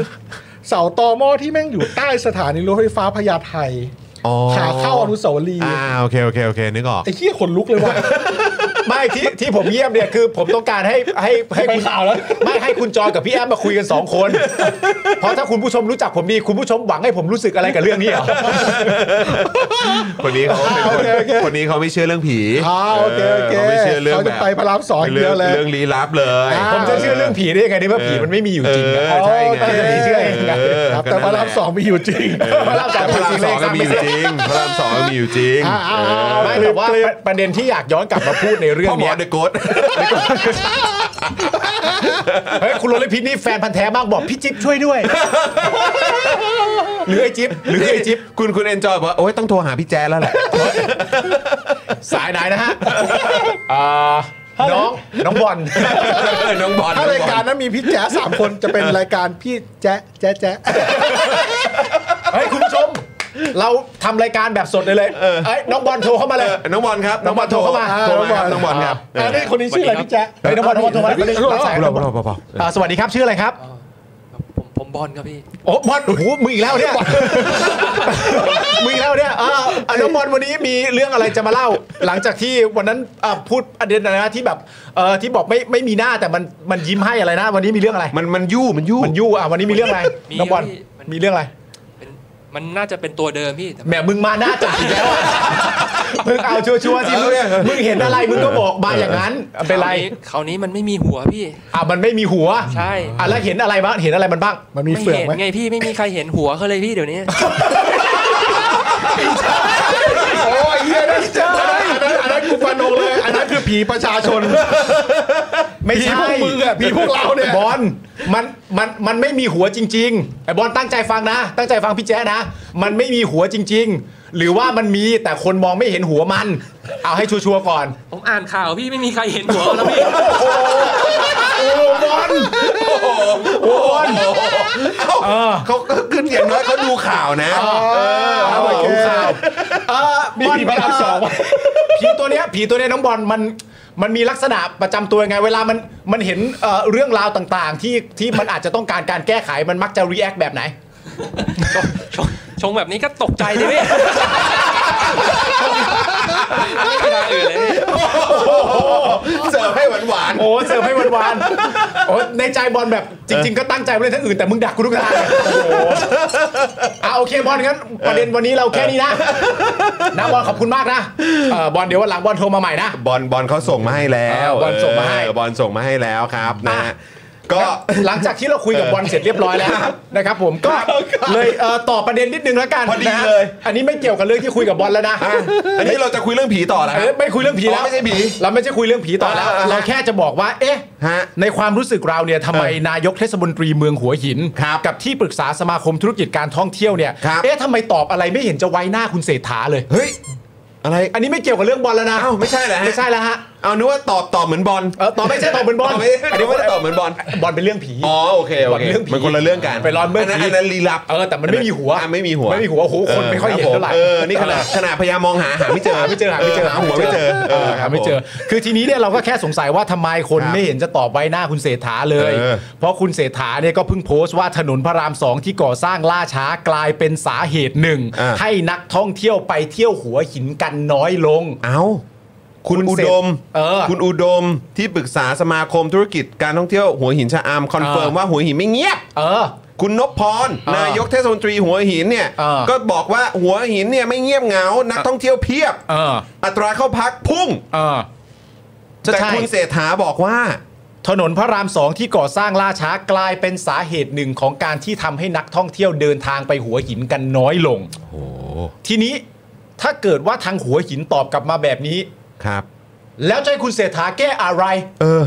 เสาตอหม้อที่แม่งอยู่ใต้สถานีรถไฟฟ้าพญาไท อ๋อ ขาเข้าอนุสาวรีย์ อ่าโอเคโอเคโอเคนึกออก ไอ้เหี้ยขนลุกเลยว่ะ ไม่ที่ที่ผมเยี่ยมเนี่ยคือผมต้องการให้ให้ให้ ไป คุณ ข่าวแล้ว ไม่ให้คุณจอยกับพี่แอมมาคุยกัน 2 คน เพราะถ้าคุณผู้ชมรู้จักผมดีคุณผู้ชมหวังให้ผมรู้สึกอะไรกับเรื่องนี้เหรอ คนนี้เขาเป็นคน โอเคโอเค คนนี้เขาไม่เชื่อเรื่องผี อ่าโอเคโอเค เขาไม่เชื่อเรื่อง เขา แบ จะ บ ไปพระรามสองอย่างเดี เรื่ ยวเลย เรื่องลี้ลับเลย อ่า ผมจะเชื่อเรื่องผีได้ยังไงเนี่ยเมื่อผีมันไม่มีอยู่จริงนะ เออใช่ไง โอเคเชื่อเองนะ เอ ครับแต่พระรามสองมีอยู่จริง พระรามสอง แต่พระรามสองก็มีอยู่จริงพระรามสองก็มีอยู่จริง อ่าอ่าอ่า ไม่แต่ว่าประประเด็นที่อยากย้อนกลับมาพูดในเรื่อ พ่ ง อหมอ เนี้ย เดอะโกด เฮ้ยคุณโรลลิพิษนี่แฟนพันธ์แท้มากบอกพี่จิ๊บช่วยด้วย หรือไอ้จิ๊บหรือไอ้จิ๊บ คุณคุณเอนจอยบอกว่าโอ้ยต้องโทรหาพี่แจ๊ดแล้วแหละ สายไหนนะฮะอ่าน้อง น้องบอล น้องบอล ถ้ารายการ น้องบอล นั้นมีพี่แจ๊สสามคนจะเป็นรายการพี่แจ๊ะแจ๊ะแจ๊ะ เฮ้ย คุณผู้ชม เราทำรายการแบบสดเลยเลยเอ้ยน้องบอลโทรเข้ามาเลย เออน้องบอลครับ น้องบอลโทรเข้ามา โทรมาครับน้องบอลครับ อ่านี่คนนี้ชื่ออะไรพี่แจ๊ะ เฮ้ยน้องบอลน้องบอลโทรมาแล้ว เฮ้ย รับสาย เราเราเรา อ่าสวัสดีครับ ชื่ออะไรครับ ผม ผมบอลครับพี่ โอ้บอลโอ้โหมึงอีกแล้วเนี่ย มึงอีกแล้วเนี่ยอ่าอ่ะแล้วบอลวันนี้มีเรื่องอะไรจะมาเล่า หลังจากที่วันนั้นอ่ะพูดประเด็นอะไรนะที่แบบเออที่บอกไม่ไม่มีหน้าแต่มันมันยิ้มให้อะไรนะ วันนี้มีเรื่องอะไร มันมันยู่มันยู่ มันยู่อ่ะวันนี้มีเรื่องอะไร มี น้องบอล พี่มัน มีเรื่องอะไร เป็นมันน่าจะเป็นตัวเดิมพี่แต่ แหมมึงมาหน้าจัดอีกแล้วอ่ะ มึงเอาชัวร์ๆสิมึงมึงเห็นอะไรมึงก็บอกมาอย่างนั้นเป็นไร คราวนี้มันไม่มีหัวพี่ อ่ะมันไม่มีหัว ใช่ อ่ะแล้วเห็นอะไรบ้างเห็นอะไรมันบ้าง มันมีเฟือก เห็น ไหม ไงพี่ไม่มีใครเห็นหัวเขาเลยพี่เดี๋ยวนี้ โอ้ยเฮียนั่นเจออันนั้นอันนั้นกูฟันธงเลย อันนั้นคือผีประชาชน ไม่ใช่ ผีพวกมึงอะผีพวกเราเนี่ย บอลมันมันมันไม่มีหัวจริงๆไอ้บอลตั้งใจฟังนะ ตั้งใจฟังพี่แจ๊นะ มันไม่มีหัวจริง ๆ หรือว่ามันมีแต่คนมองไม่เห็นหัวมัน เอาให้ชัวร์ๆก่อน ผมอ่านข่าวพี่ไม่มีใครเห็นหัวแล้วพี่ โอ้บอลโอ้บอล เขาก็ขึ้นอย่างน้อยเขาดูข่าวนะ เอาไปกินข้าวเออบอลพระรามสองผีตัวเนี้ยผีตัวเนี้ยน้องบอลมันมันมีลักษณะประจำตัวยังไง เวลามันมันเห็นเอ่อเรื่องราวต่างๆ ที่ที่มันอาจจะต้องการการแก้ไขมันมักจะรีแอคแบบไหน ชงชงชงแบบนี้ก็ตกใจเลยพี่ไม่มีทางอื่นเลยพี่ เสิร์ฟให้หวานหวาน โอ้เสิร์ฟให้หวานๆโอ้ในใจบอลแบบจริง ๆ ก็ตั้งใจไปเล่นทั้งอื่นแต่มึงดักกูทุกทางอ่ะโอเคบอลงั้นประเด็นวันนี้เราแค่นี้นะนะบอลขอบคุณมากนะเอ่อบอลเดี๋ยววันหลังบอลโทรมาใหม่นะ ๆบอลบอลเขาส่งมาให้แล้ว เออบอลส่งมาให้ เออบอลส่งมาให้แล้วครับนะฮะก็ หลังจากที่เราคุยกับบอลเสร็จเรียบร้อยแล้วนะครับผมก็เลยเอ่อต่อประเด็นนิดนึงแล้วกัน พอดี นะฮะ เลย อันนี้ไม่เกี่ยวกับเรื่องที่คุยกับบอลแล้วนะ อ่ะอันนี้เราจะคุยเรื่องผีต่อแล้ว เอ้ยไม่คุยเรื่องผีแล้ว อ๋อไม่ใช่ผี เราไม่ใช่คุยเรื่องผีต่อแล้ว อ่าอ่าอ่า เราแค่จะบอกว่า เอ๊ะ ฮะ ในความรู้สึกเราเนี่ยทำไม เออน ายกเทศมนตรีเมืองหัวหิน ครับ กับที่ปรึกษาสมาคมธุรกิจการท่องเที่ยวเนี่ย ครับ เอ๊ะทำไมตอบอะไรไม่เห็นจะไว้หน้าคุณเศรษฐาเลย เฮ้ย อะไร อันนี้ไม่เกี่ยวกับเรื่องบอลแล้วนะ อ้าวไม่ใช่เหรอฮะ ไม่ใช่แล้วฮะ เอานึกว่าตอบตอบเหมือนบอล เออตอบไม่ใช่ตอบเหมือนบอล ไม่อันนี้ว่าตอบเหมือนบอล บอลเป็นเรื่องผี อ๋อโอเคโอบอเคลเรื่องผี มันคนละเรื่องกัน ไปร้อนเมื่อ อันนั้น ผี อันนั้นลีลับ เออแต่มันไม่มีหัว อ่ะไม่มีหัว ไม่มีหัวโอ้โหคนไม่ค่อยเห็นเท่าไหร่ เออนี่ขนาดขนาดพยายามมองหาหาไม่เจอ หาไม่เจอหาไม่เจอ หาหัวไม่เจอ เออหาไม่เจอ ครับ คือทีนี้เนี่ยเราก็แค่สงสัยว่าทำไมคน ครับ ไม่เห็นจะตอบใบหน้าคุณเศรษฐาเลย เออ เพราะคุณเศรษฐาเนี่ยก็เพิ่งโพสต์ว่าถนนพระรามสองที่ก่อสร้างล่าช้ากลายเป็นสาเหตุหนึ่ง ให้นักท่องเที่ยวไปเที่ยวหัวหินกันน้อยลง ผมเอ้าคุณ คุ อุ ณเศรษ ดม เออ คุณอุดมที่ปรึกษาสมาคมธุรกิจการท่องเที่ยวหัวหินชะอามคอนเฟิร์ม เออ ว่าหัวหินไม่เงียบ เออ คุณนพพร เออน ายกเทศมนตรีหัวหินเนี่ย เออ ก็บอกว่าหัวหินเนี่ยไม่เงียบเหงา นักท่องเที่ยวเพียบ เออ อัตราเข้าพักพุ่ง เออ แต่ ใช่ คุณเศรษฐาบอกว่า ถนนพระรามสองที่ก่อสร้างล่าช้ากลายเป็นสาเหตุหนึ่งของการที่ทำให้นักท่องเที่ยวเดินทางไปหัวหินกันน้อยลง โอ้ ทีนี้ถ้าเกิดว่าทางหัวหินตอบกลับมาแบบนี้ ครับ แล้วจะให้คุณเศรษฐาแก้อะไร เออ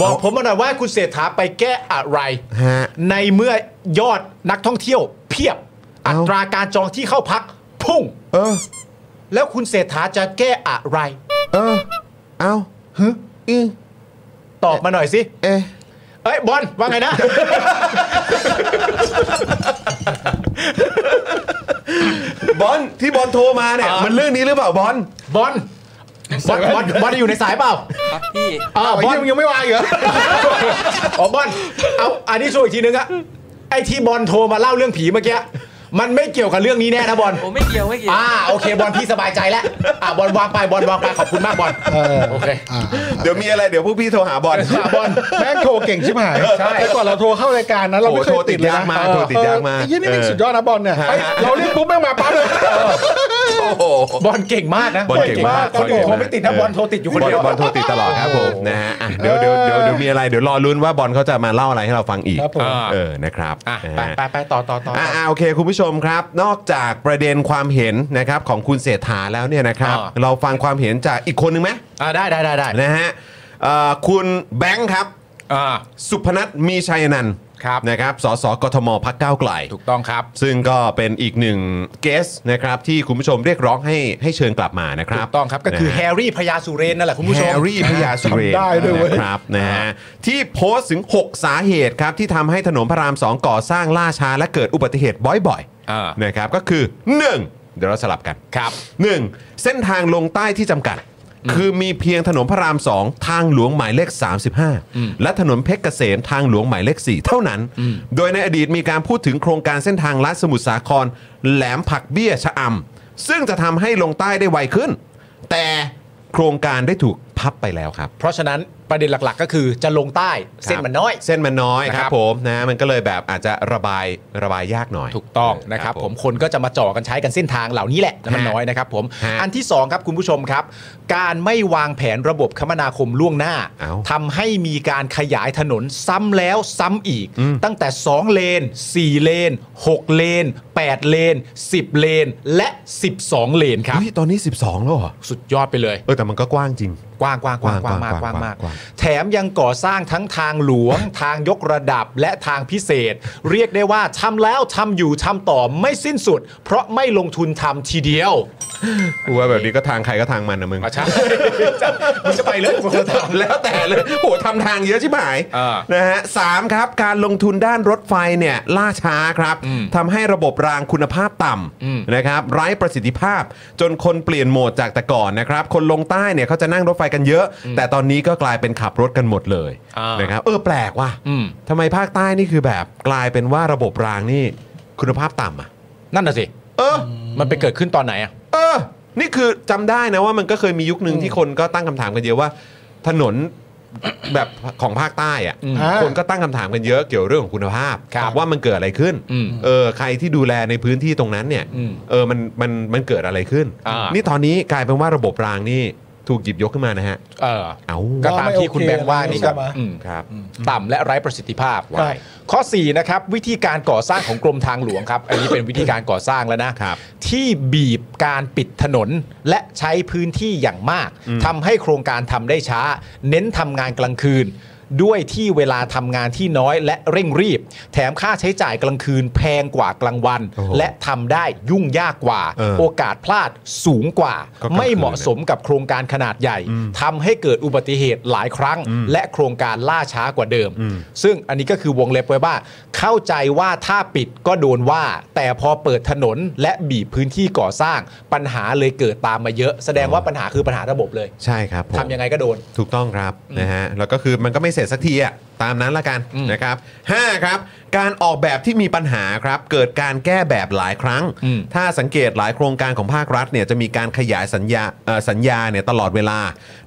บอกผมมาหน่อยว่าคุณเศรษฐาไปแก้อะไร ฮะ ในเมื่อยอดนักท่องเที่ยว เพียบ เอ้า อัตราการจองที่เข้าพัก พุ่ง เออ แล้วคุณเศรษฐาจะแก้อะไร เออ เอาฮะอี ตอบมาหน่อยสิ เอะ เอ้ยบอลว่าไงนะ บอลที่บอลโทรมาเนี่ย อ่ามั มันเรื่องนี้หรือเปล่าบอล บอลบอลบอลบอลอยู่ในสายเปล่า ครับพี่ อ่า อ้าว บอล เหี้ยมึงยังไม่วางอีกเหรอ อ๋อบอลเอาอันนี้ช่วยอีกทีนึงอะไอที่บอลโทรมาเล่าเรื่องผีเมื่อกี้มันไม่เกี่ยวกับเรื่องนี้แน่นะบอล ผมไม่เกี่ยวไม่เกี่ยว อ่าโอเคบอลพี่สบายใจแล้วอ่าบอลวางไปบอลวางไปขอบคุณมากบอล เออ โอเค อ่า เดี๋ยวมีอะไร เดี๋ยวพวกพี่โทรหาบอล อ่ะบอล แม่งโทรเก่งชิบหาย ใช่ แต่ก่อนเราโทรเข้ารายการนะเราไม่เคยโอ้โหโทรติ ติ ด ดเลย ยาก นะ มาก เออ โทรติดยากมาก ไอ้ยี่นี่เป็น เออ สุดยอดนะบอลเนี่ย ฮะ เฮ้ยเราเรียกปุ๊บแม่งมาปั๊บเลย โอ้โห บอลเก่งมากนะ บอลเก่งมาก บอล บอลเก่งมาก โทรไม่ติดนะบอลโทรติดอยู่คนเดียว บอลโทรติดตลอดครับผมนะฮะอ่ะเดี๋ยวเดี๋ยวเดี๋ยวเดี๋ยวมีอะไรเดี๋ยวรอลุ้นว่าบอลเขาจะมาเล่าอะไรให้เราฟังอีก ครับผม เออ นะครับ อ่ะ นะ ไป ฮะ ไปไปต่อต่อต่อ อ่าโอเค คุณผู้ชมครับ นอกจากประเด็นความเห็นนะครับของคุณเศรษฐาแล้วเนี่ยนะครับ อ่า เราฟังความเห็นจากอีกคนนึงไหม อ่าได้ได้ได้ได้ นะฮะเอ่อคุณแบงค์ครับ อ่า สุพนัทมีชัยอนันต์ ครับ นะครับสสกทมพักก้าวไกล ถูกต้องครับ ซึ่งก็เป็นอีกหนึ่งเกสนะครับที่คุณผู้ชมเรียกร้องให้ให้เชิญกลับมานะครับ ถูกต้องครับก็คือแฮร์รี่พญาสุเรนนั่นแหละคุณผู้ช แฮ ม ร์รี่พยาสุเรน จำได้ด้วยเว้ย นะครับนะฮะที่โพสต์ถึง 6 สาเหตุครับที่ทำให้ถนนพระราม 2 ก่อสร้างล่าช้าและเกิดอุบัติเหตุบ่อย อ่า ๆนะครับก็คือ 1 เดี๋ยวเราสลับกัน ครับ 1. เส้นทางลงใต้ที่จำกัด คือมีเพียงถนนพระราม 2 ทางหลวงหมายเลข 35 และถนนเพชรเกษมทางหลวงหมายเลข 4 เท่านั้น โดยในอดีตมีการพูดถึงโครงการเส้นทางลัดสมุทรสาคร แหลมผักเบี้ยชะอำซึ่งจะทำให้ลงใต้ได้ไวขึ้น แต่โครงการได้ถูกพับไปแล้วครับ เพราะฉะนั้นประเด็นหลักๆ ก็คือจะลงใต้เส้นมันน้อย เส้นมันน้อย นะ ค ครั รับ บผมนะมันก็เลยแบบอาจจะระบายระบายยากหน่อย ถูกต้อง เ นะครับผมคนก็จะมาจ่อกันใช้กันเส้นทางเหล่านี้แหละแต่มัน ฮะ น้อยนะครับผม ฮะ อันที่สองครับคุณผู้ชมครับ การไม่วางแผนระบบคมนาคมล่วงหน้า เอ้า ทำให้มีการขยายถนนซ้ำแล้วซ้ำอีก ตั้งแต่ 2 เลน 4 เลน 6 เลน 8 เลน 10 เลน และ 12 เลนครับ เฮ้ยตอนนี้ 12 แล้วเหรอ สุดยอดไปเลย เออแต่มันก็กว้างจริง กว้างกว้างกว้างกว้างมาก ก กว้าว้าง งมาก กว้าง แถมยังก่อสร้างทั้งทางหลวง ทางยกระดับและทางพิเศษ เรียกได้ว่าทำแล้วทำอยู่ทำต่อไม่สิ้นสุด เพราะไม่ลงทุนทำทีเดียว กูว่าแบบนี้ก็ทางใครก็ทางมันนะมึง มาใช่ มึงจะไปเลยมึงจะทำ แล้วแต่เลยโหทำทางเยอะชิบหาย อ่า นะฮะสามครับการลงทุนด้านรถไฟเนี่ยล่าช้าครับ อืม ทำให้ระบบรางคุณภาพต่ อืม ำนะครับไร้ประสิทธิภาพ จนคนเปลี่ยนโหมดจากแต่ก่อนนะครับ คนลงใต้เนี่ยเขาจะนั่งรถไฟกันเยอะ แต่ตอนนี้ก็กลายเป็นขับรถกันหมดเลยนะครับเออแปลกว่ะทำไมภาคใต้นี่คือแบบกลายเป็นว่าระบบรางนี่คุณภาพต่ำอ่ะ นั่นน่ะสิ เออ มันไปเกิดขึ้นตอนไหนอ่ะ เออ นี่คือจำได้นะว่ามันก็เคยมียุคหนึ่งที่คนก็ตั้งคำถามกันเยอะว่า ถน น แบบของภาคใต้อะ อืม คนก็ตั้งคำถามกันเยอะเกี่ยวเรื่องของคุณภาพ ครับ ว่ามันเกิดอะไรขึ้น อืม เออใครที่ดูแลในพื้นที่ตรงนั้นเนี่ย อืม เออมันมันมันเกิดอะไรขึ้น อ่านี่ นี่ตอนนี้กลายเป็นว่าระบบรางนี่ถูกหยิบยกขึ้นมานะฮะ เออ เอา ก็ตามที่คุณแบงค์ว่านี่ก็อืม ครับ ต่ำและไร้ประสิทธิภาพ ใช่ ข้อ 4 นะครับ วิธีการก่อสร้างของกรมทางหลวงครับ อันนี้เป็นวิธีการก่อสร้างแล้วนะครับที่บีบการปิดถนนและใช้พื้นที่อย่างมากทำให้โครงการทำได้ช้า เน้นทำงานกลางคืน ด้วยที่เวลาทำงานที่น้อยและเร่งรีบ แถมค่าใช้จ่ายกลางคืนแพงกว่ากลางวัน โอ้โห และทำได้ยุ่งยากกว่า เออ โอกาสพลาดสูงกว่า ก็กลาง ไม่เห คื มาะ นนะ สมกับโครงการขนาดใหญ่ทำให้เกิดอุบัติเหตุหลายครั้ง และโครงการล่าช้ากว่าเดิม ซึ่งอันนี้ก็คือวงเล็บไว้ว่า เข้าใจว่าถ้าปิดก็โดนว่า แต่พอเปิดถนนและบีบพื้นที่ก่อสร้างปัญหาเลยเกิดตามมาเยอะ แสดงว่าปัญหาคือปัญหาระบบเลย ใช่ครับผม ทำยังไงก็โดน ถูกต้องครับนะฮะแล้วก็คือมันก็ไม่เสร็จสักทีอ่ะตามนั้นละกัน อืม นะครับ5ครับ การออกแบบที่มีปัญหาครับ เกิดการแก้แบบหลายครั้ง อืม ถ้าสังเกตหลายโครงการของภาครัฐเนี่ยจะมีการขยายสัญญาเอ่อสัญญาเนี่ยตลอดเวลา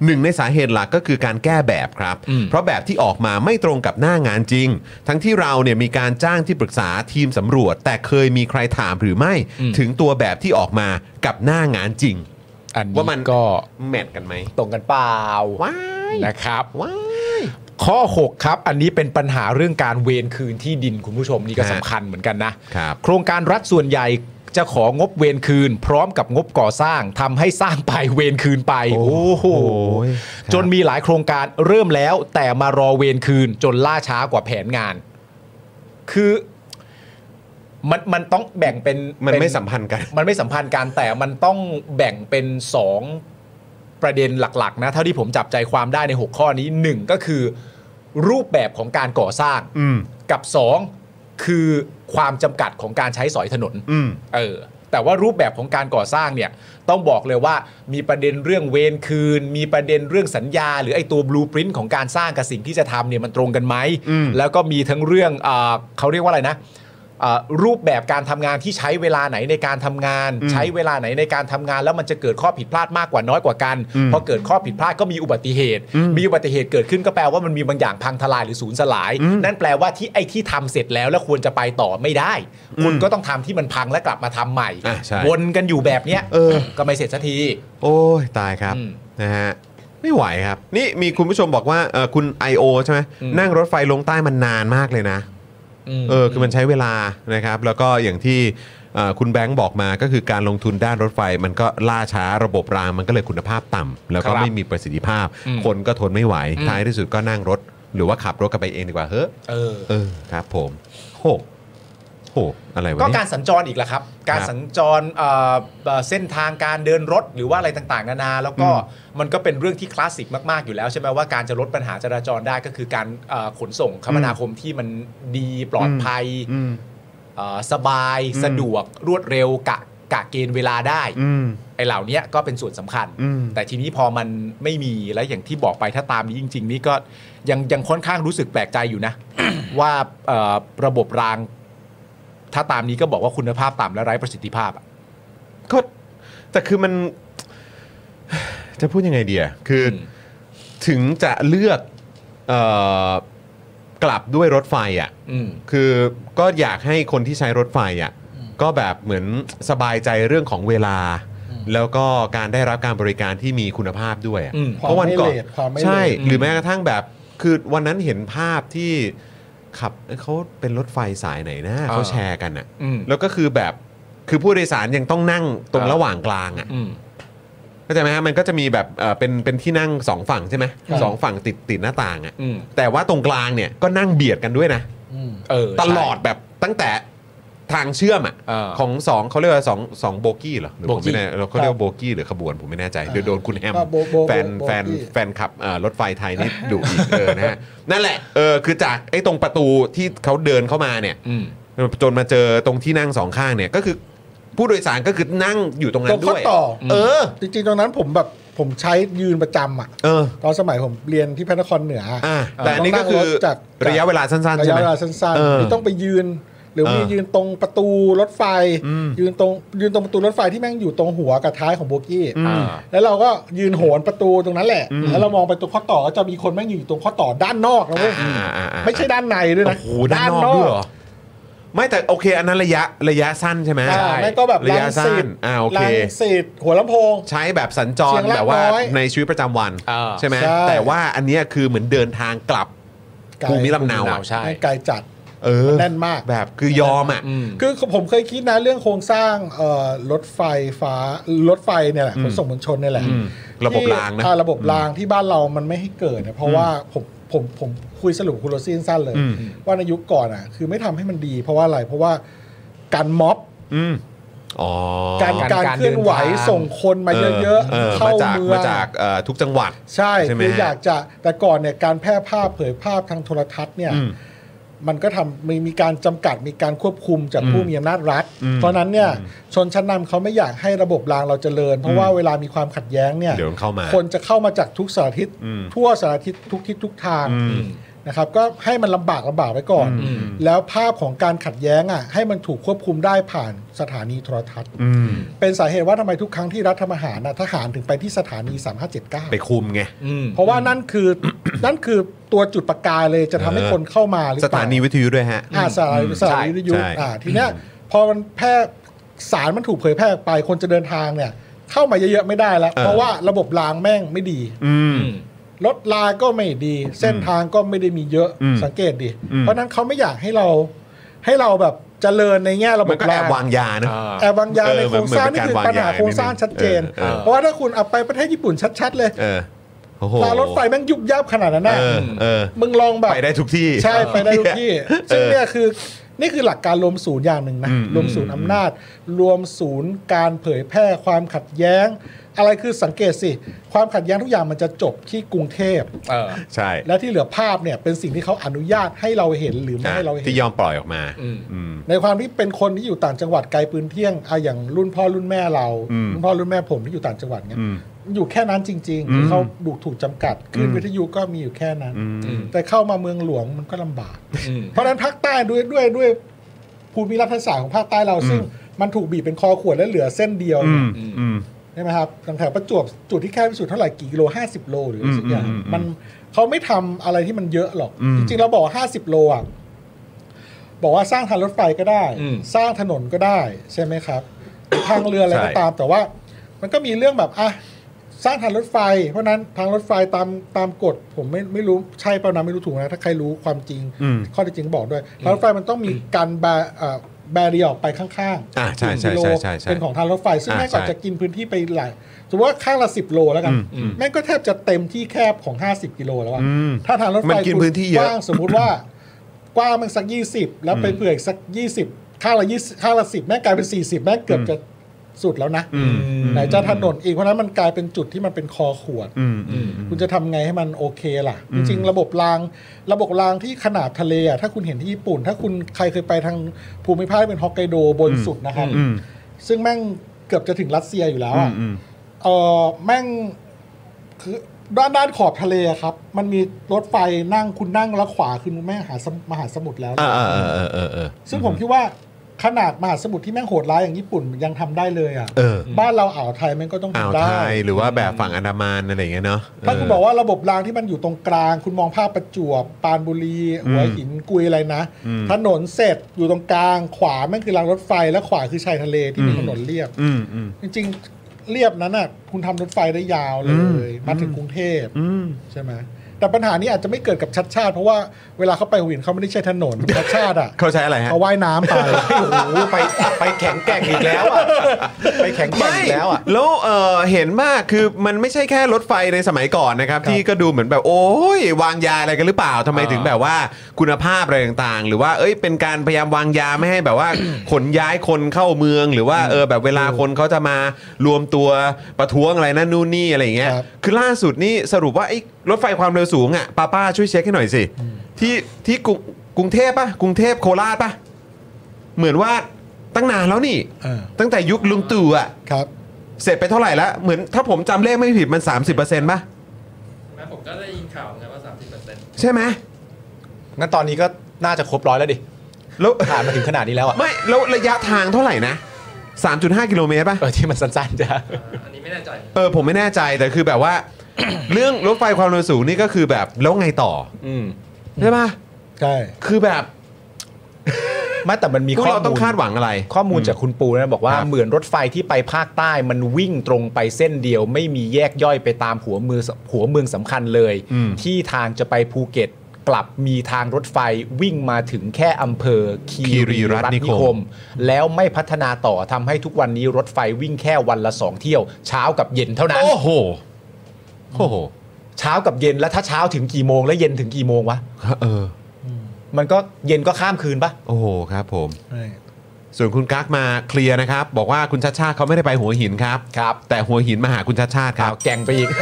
หนึ่งในสาเหตุหลักก็คือการแก้แบบครับ อืม เพราะแบบที่ออกมาไม่ตรงกับหน้างานจริง ทั้งที่เราเนี่ยมีการจ้างที่ปรึกษาทีมสำรวจ แต่เคยมีใครถามหรือไม่ถึงตัวแบบที่ออกมากับหน้างานจริง อันนี้ ว่ามัน ก็ แมทกันไหม ตรงกันเปล่า ว้าย นะครับ ว้าย ข้อ 6 ครับ อันนี้เป็นปัญหาเรื่องการเวรคืนที่ดินคุณผู้ชมนี่ก็ ฮะ สำคัญเหมือนกันนะ ครับ โครงการรัฐส่วนใหญ่จะของบเวรคืน พร้อมกับงบก่อสร้างทำให้สร้างไปเวรคืนไป โอ้ โอ้โห ครับ จนมีหลายโครงการเริ่มแล้ว แต่มารอเวรคืนจนล่าช้ากว่าแผนงาน คือมันมันต้องแบ่งเป็น มัน เป็ ไม่สัมพันธ์กัน มันไม่สัมพันธ์กันแต่มันต้องแบ่งเป็นสองประเด็นหลัก ๆ นะเท่าที่ผมจับใจความได้ใน 6 ข้อนี้หนึ่งก็คือ รูปแบบของการก่อสร้าง อืม กับสองคือความจำกัดของการใช้สอยถนน อืม เออแต่ว่ารูปแบบของการก่อสร้างเนี่ยต้องบอกเลยว่ามีประเด็นเรื่องเวรคืน มีประเด็นเรื่องสัญญา หรือไอ้ตัวบลูปริน n ์ของการสร้างกับสิ่งที่จะทำเนี่ยมันตรงกันไหม อืม แล้วก็มีทั้งเรื่องเออเขาเรียกว่าอะไรนะเอ่อรูปแบบการทำงานที่ใช้เวลาไหนในการทำงาน ใช้เวลาไหนในการทำงาน แล้วมันจะเกิดข้อผิดพลาดมากกว่าน้อยกว่ากันพอเกิดข้อผิดพลาดก็มีอุบัติเหตุ มีอุบัติเหตุเกิดขึ้นก็แปลว่ามันมีบางอย่างพังทลายหรือสูญสลาย นั่นแปลว่าที่ไอ้ที่ทำเสร็จแล้วแล้วควรจะไปต่อไม่ได้ คุณก็ต้องทำที่มันพังและกลับมาทำใหม่ อ่ะใช่ วนกันอยู่แบบเนี้ย เอ อ ก็ไม่เสร็จสักที โอ้ย ตายครับ อืม นะฮะไม่ไหวครับ นี่มีคุณผู้ชมบอกว่าเอ่อคุณ I.O. ใช่ไหม อืม นั่งรถไฟลงใต้มันนานมากเลยนะ ม เออคือมันใช้เวลานะครับ แล้วก็อย่างที่เอ่อคุณแบงค์บอกมาก็คือการลงทุนด้านรถไฟ มันก็ล่าช้าระบบรางมันก็เลยคุณภาพต่ำแล้วก็ ครับ ไม่มีประสิทธิภาพ อืม คนก็ทนไม่ไหว อืม ท้ายที่สุดก็นั่งรถ หรือว่าขับรถกลันไปเองดีกว่าเฮ้อ เออ เออครับ ผมโหโหอะไรวะ ก็ เนี่ย การสัญจรอีกแหละครับ การ ครับ สัญจรเอ่อเอ่อเส้นทางการเดินรถหรือว่าอะไรต่างๆ นานา แล้วก็มันก็เป็นเรื่องที่คลาสสิกมากๆอยู่แล้วใช่ไหมว่าการจะลดปัญหาจราจรได้ก็คือการเอ่อขนส่งคมนาคมที่มันดีปลอดภัย อืม เอ่อสบายสะดวกรวดเร็วกะ กะเกณฑ์เวลาได้ อืม ไอ้เหล่าเนี้ยก็เป็นส่วนสำคัญ อืม แต่ทีนี้พอมันไม่มีแล้วอย่างที่บอกไปถ้าตามนี้จริง ๆ นี่ก็ยังยังค่อนข้างรู้สึกแปลกใจอยู่ นะ ว่าเอ่อระบบราง ถ้าตามนี้ก็บอกว่าคุณภาพต่ำและไร้ประสิทธิภาพอะ ก็แต่คือมัน จะพูดยังไงเดียคืออ ม ถึงจะเลือกเอ่อกลับด้วยรถไฟอ่ะ อืม คือก็อยากให้คนที่ใช้รถไฟอ่ะก็แบบเหมือนสบายใจเรื่องของเวลา แล้วก็การได้รับการบริการที่มีคุณภาพด้วยอะ อืม เพราะวันก่อน ความไม่เลทความไม่เลท ใช่ หรือแม้กระทั่งแบบคือวันนั้นเห็นภาพที่ขับเอ้ยเขาเป็นรถไฟสายไหนนะเขาแชร์กันอ่ะ อืม แล้วก็คือแบบคือผู้โดยสารยังต้องนั่งตรง อ่า ระหว่างกลางอ่ะ อืม เข้าใจไหมฮะมันก็จะมีแบบเอ่อเป็นเป็นที่นั่งสองฝั่งใช่ไหม ครับ สองฝั่งติดติดหน้าต่างอ่ะ อืม แต่ว่าตรงกลางเนี่ยก็นั่งเบียดกันด้วยนะ อืม เออ ตลอด ใช่ แบบตั้งแต่ทางเชื่อมอ่ะ เออ ของสองเขาเรียกว่าสองสองโบกี้เหรอหรือผม โบกี้ ไม่แน่เราเขาเรียกว่าโบกี้หรือขบวนผมไม่แน่ใจเดี๋ยวโดนคุณแฮม ก็โบโบโบ แฟน โบกี้ แฟนแฟนขับเอ่อรถไฟไทยนี่ดุ อีกเออนะฮะนั่นแหละเออคือจากไอ้ตรงประตูที่เขาเดินเข้ามาเนี่ย อืม จนมาเจอตรงที่นั่งสองข้างเนี่ยก็คือผู้โดยสารก็คือนั่งอยู่ตรงนั้ ตร น ง ด้ ข้อ วย ต่อ เออ จริงๆตอนนั้นผมแบบผมใช้ยืนประจำอ่ะ เออ ตอนสมัยผมเรียนที่พระนครเหนืออ่ะ อ่ะแต่อันนี้ก็คือ ต้องนั่งรถจาก ระยะเวลาสั้นๆ ระ ใช่ ยะ ไหม เวลาสั้น เอๆอไม่ต้องไปยืน หรือ เออ มียืนตรงประตูรถไฟ อืม ยืนตรงยืนตรงประตูรถไฟที่แม่งอยู่ตรงหัวกับท้ายของโบกี้ อืม แล้วเราก็ยืนโหนประตูตรงนั้นแหละ แล้วเรามองไปตรงข้อต่อก็จะมีคนแม่งยืนอยู่ตรงข้อต่อด้านนอกนะเว้ย อ่าอ่าอ่า ไม่ใช่ด้านในด้วยนะ โอ้โหด้านนอกด้วยเหรอไม่แต่โอเค อันนั้นระยะระยะสั้นใช่ไหม อ่าไม่ก็แบบ ระ รั ยะ ง สั้ สิ น ต อ่าโอเค รังสิตหัวลำโพง ใช้แบบสัญจเชีรยงราก แบบว่า น้อย ในชีวิตประจำวัน อ่า ใช่ไหม ใช่ แต่ว่าอันเนี้ยคือเหมือนเดินทางกลับ ไกล ภูมิลำเนา เรา อะ ใช่ ไกลจัด เออ แน่นมาก แบบคือยอมอ่ะ อืม คือผมเคยคิดนะเรื่องโครงสร้างเอ่อรถไฟฟ้ารถไฟเนี่ยแหละขนส่งมวลชนเนี่ยแหละ อืมระบบ ที่ รางนะ อ่ระบบรางที่บ้านเรามันไม่ให้เกิดนะเพราะว่าผมผมผมคุยสรุปคุณโรซี่สั้นๆเลย อืม ว่าในยุคก่อนอ่ะคือไม่ทำให้มันดี เพราะว่าอะไรเพราะว่าการม็อบ อืมอ๋อ การ การ การเคลื่อนไหว การเดินทาง ส่งคนมาเยอะ เออ ๆเข้า มาจาก เมือง มาจากเอ่อทุกจังหวัด ใช่ ใช่ไหม คือ ฮะ อยากจะแต่ก่อนเนี่ยการแพร่ภาพเผยภาพทางโทรทัศน์เนี่ย อืม มันก็ทำมีมีการจำกัดมีการควบคุมจากผู้มีอำนาจรัฐ เพราะนั้นเนี่ยชนชั้นนำเขาไม่อยากให้ระบบรางเราเจริญ เพราะว่าเวลามีความขัดแย้งเนี่ย เดี๋ยวมันเข้ามา คนจะเข้ามาจากทุกสารทิศ อืม ทั่วสารทิศทุกทิศทุกทาง อืม นะครับก็ให้มันลำบากลำบากไว้ก่อน อืม แล้วภาพของการขัดแย้งอ่ะให้มันถูกควบคุมได้ผ่านสถานีโทรทัศน์ อืม เป็นสาเหตุว่าทำไมทุกครั้งที่รัฐทำอาหารน่ะทหารถึงไปที่สถานี 3579 ไปคุมไง อืม เพราะว่านั่นคือ นั่นคือตัวจุดประกายเลยจะทำให้ เออ คนเข้ามาหรือเปสล่ ถานีวิทยุด้วยฮะ อ่าสารสารวิทยุ ใช่ อ่าทีเนี้ยพอมันแพร่สารมันถูกเผยแพร่ออกไปคนจะเดินทางเนี่ย เข้ามาเยอะๆไม่ได้แล้ว เออ เพราะว่าระบบรางแม่งไม่ดี อืม รถลาก็ไม่ดี เส้นทางก็ไม่ได้มีเยอะ อืม สังเกตดิ อืม เพราะฉะนั้นเขาไม่อยากให้เรา ให้เราแบบเจริญในแง่ระบ มับนก็ รา แอบ ง วางยานะ แอบวางยา เออ ในโครงสร้าง มันเหมือน นี่คือ เป็นการ ปัญหาว างยา โครงสร้าง นิดนึง ชัดเจน เออเออ เพราะว่าถ้าคุณเอาไปประเทศญี่ปุ่นชัดๆเลย เออโอ้โห รางรถไฟแม่งยุบยับขนาดนั้น เอ น่ะ อเออ มึงลองแบบ ไปได้ทุกที่ ใช่ไปได้ทุกที่ เออ ซึ่งเนี่ยคือนี่คือหลักการรวมศูนย์อย่างหนึ่งนะ อืม รวมศูนย์อำนาจ รวมศูนย์การเผยแพร่ความขัดแย้ง อะไรคือสังเกตสิ ความขัดแย้งทุกอย่างมันจะจบที่กรุงเทพ เออ ใช่ และที่เหลือภาพเนี่ยเป็นสิ่งที่เขาอนุญาตให้เราเห็นหรือไม่ให้เราเห็น ที่ยอมปล่อยออกมา อืม อืม ในความที่เป็นคนที่อยู่ต่างจังหวัดไกลปืนเที่ยงอะอย่างรุ่นพ่อรุ่นแม่เรา อืม รุ่นพ่อรุ่นแม่ผมที่อยู่ต่างจังหวัดเนี่ย อืม อยู่แค่นั้นจริง อืม ๆเขาดูถูกจำกัดขึ้นวิทยุก็มีอยู่แค่นั้น อืม แต่เข้ามาเมืองหลวงมันก็ลำบาก อืม เพราะฉะนั้นภาคใต้ด้วยด้วยด้วยภูมิรัฐศาสตร์ของภาคใต้เราซึ่งมันถูกบีบเป็นคอขวดและเหลือเส้นเดียว อืมอืม ใช่ไหมครับตั้งแต่ประจวบจุดที่แคบที่สุดเท่าไหร่กี่กิโล 50 โลหรืออะไรสักอย่าง อืมอืม มันเขาไม่ทำอะไรที่มันเยอะหรอก อืม จริงๆเราบอกว่า50 โลอ่ะบอกว่าสร้างทางรถไฟก็ได้ อืม สร้างถนนก็ได้ใช่ไหมครับหรือทางเรืออะไรก็ตามแต่ว่า มันก็มีเรื่องแบบอ่ะสร้างทางรถไฟ เพราะฉะนั้นทางรถไฟตามตามกฎผมไม่ไม่รู้ใช่เปล่านะไม่รู้ถูกนะถ้าใครรู้ความจริง อืม ข้อเท็จจริงบอกด้วยทางรถไฟมันต้องมีการแบร์เอ่อแบรียออกไปข้าง อ่า ๆ ใช่ หนึ่ง ใช่ กิโล ใช่ใช่ใช่ เป็นของทางรถไฟ ซึ่ง อ่า แม่งก็ ใช่ จะกินพื้นที่ไปหลายสมมติว่าข้างละสิบโลแล้วกัน อืมอืม แม่งก็แทบจะเต็มที่แคบของ 50 กิโลแล้วอะ อืม ถ้าทางรถไฟ มันกิน คุณ พื้นที่เยอะ กว้างสมมุติว่ากว้างมันสัก 20 แล้วไปเผื่ออีกสัก 20 ข้างละ20ข้างละ10 แม่งกลายเป็น 40 แม่งเกือบจะสุดแล้วนะ อืม ไหนจะถนนอีกเพราะฉะนั้นมันกลายเป็นจุดที่มันเป็นคอขวด อืมอืม คุณจะทำไงให้มันโอเคล่ะ จริงๆ ระบบราง ระบบรางที่ขนาบทะเลอ่ะถ้าคุณเห็นที่ญี่ปุ่น ถ้าคุณใครเคยไปทางภูมิภาคที่เป็นฮอกไกโดบนสุดนะครับ อืม ซึ่งแม่งเกือบจะถึงรัสเซียอยู่แล้วอะเออแม่งคือด้านด้านขอบทะเลอะครับ มันมีรถไฟนั่งคุณนั่งแล้วขวาคือแม่งหาสมมหาสมุทรแล้ว อ่าอ่าอ่าอ่าอ่าอ่า ซึ่งผมคิดว่าขนาดมหาสมุทรที่แม่งโหดร้ายอย่างญี่ปุ่นยังทำได้เลยอ่ะ เออ บ้านเราอ่าวไทยแม่งก็ต้อง อ่าว ทำได้ ไทยหรือว่าแบบฝั่งอันดามันอะไรอย่างเงี้ยเนาะ ถ้าคุณบอกว่าระบบรางที่มันอยู่ตรงกลาง คุณมองภาพประจวบปรานบุรีหัวหินกุยอะไรนะถนนเสร็จอยู่ตรงกลาง ขวาแม่งคือรางรถไฟและขวาคือชายทะเลที่มีถนนเรียบ อืมอืม จริงๆเรียบนั้นน่ะคุณทำรถไฟได้ยาวเลยมาถึงกรุงเทพ อืม ใช่ไหมแต่ปัญหานี้อาจจะไม่เกิดกับชัดชาติ เพราะว่าเวลาเขาไปหัวหินเขาไม่ได้ใช้ถนนชัดชาติอ่ะ เขาใช้อะไรฮะ เขาว่ายน้ำไป โอ้ไปไปแข็งแกร่งอีกแล้วอ่ะไปแข็งแกร่ง ไม่ อีกแล้วอ่ะ แล้วเออเห็นมากคือมันไม่ใช่แค่รถไฟในสมัยก่อนนะครับ ที่ก็ดูเหมือนแบบโอ้ยวางยาอะไรกันหรือเปล่าทำไม อ่า ถึงแบบว่าคุณภาพอะไรต่างๆ หรือว่าเอ้ยเป็นการพยายามวางยาไม่ให้แบบว่า ขนย้ายคนเข้าเมือง หรือว่าเออแบบเวลาคนเขาจะมารวมตัวประท้วงอะไรนั่นนู่นนี่อะไรอย่างเงี้ย ครับ คือล่าสุดนี่สรุปว่าไอ้รถไฟความเร็วสูงอ่ะป้าป้าช่วยเช็คให้หน่อยสิที่ที่กรุงกรุงเทพปะกรุงเทพโคราชปะเหมือนว่าตั้งนานแล้วนี่ เออ ตั้งแต่ยุคลุงตู่อ่ะ ครับ เสร็จไปเท่าไหร่แล้วเหมือนถ้าผมจำเลขไม่ผิดมัน 30%ป่ะ แม้ผมก็ได้ยินข่าวนะว่า 30เปอร์เซ็นต์ ใช่ไหม งั้นตอนนี้ก็น่าจะครบร้อยแล้วดิ แล้ว ผ่านมาถึงขนาดนี้แล้วอ่ะ ไม่แล้วระยะทางเท่าไหร่นะ 3.5 กิโลเมตรป่ะ เออที่มันสั้นๆจ้ะ อันนี้ไม่แน่ใจ เออ ผมไม่แน่ใจแต่คือแบบว่า เรื่องรถไฟความเร็วสูงนี่ก็คือแบบแล้วไงต่อ อืม ใช่ป่ะ ใช่ คือแบบ ไม่แต่มันมี พวก ข้อ เราต้อ มู ง ล คาดหวังอะไร ข้อมูลจากคุณปูนะบอกว่า ครับ เหมือนรถไฟที่ไปภาคใต้มันวิ่งตรงไปเส้นเดียว ไม่มีแยกย่อยไปตามหัวเมืองหัวเมืองสำคัญเลย อืม ที่ทางจะไปภูเก็ตกลับมีทางรถไฟวิ่งมาถึงแค่อำเภอคีรีรัตน์นิคม แล้วไม่พัฒนาต่อทำให้ทุกวันนี้รถไฟวิ่งแค่วันละสองเที่ยว เช้ากับเย็นเท่านั้น โอ้โหโอ้โห เช้ากับเย็นแล้วถ้าเช้าถึงกี่โมง แล้วเย็นถึงกี่โมงวะ เออ มันก็เย็นก็ข้ามคืนปะ โอ้โหครับผม ส่วนคุณกั๊กมาเคลียร์นะครับ บอกว่าคุณชาติชาติเขาไม่ได้ไปหัวหินครับ ครับ แต่หัวหินมาหาคุณชาติชาติค ข่า รับ วแกงไปอีก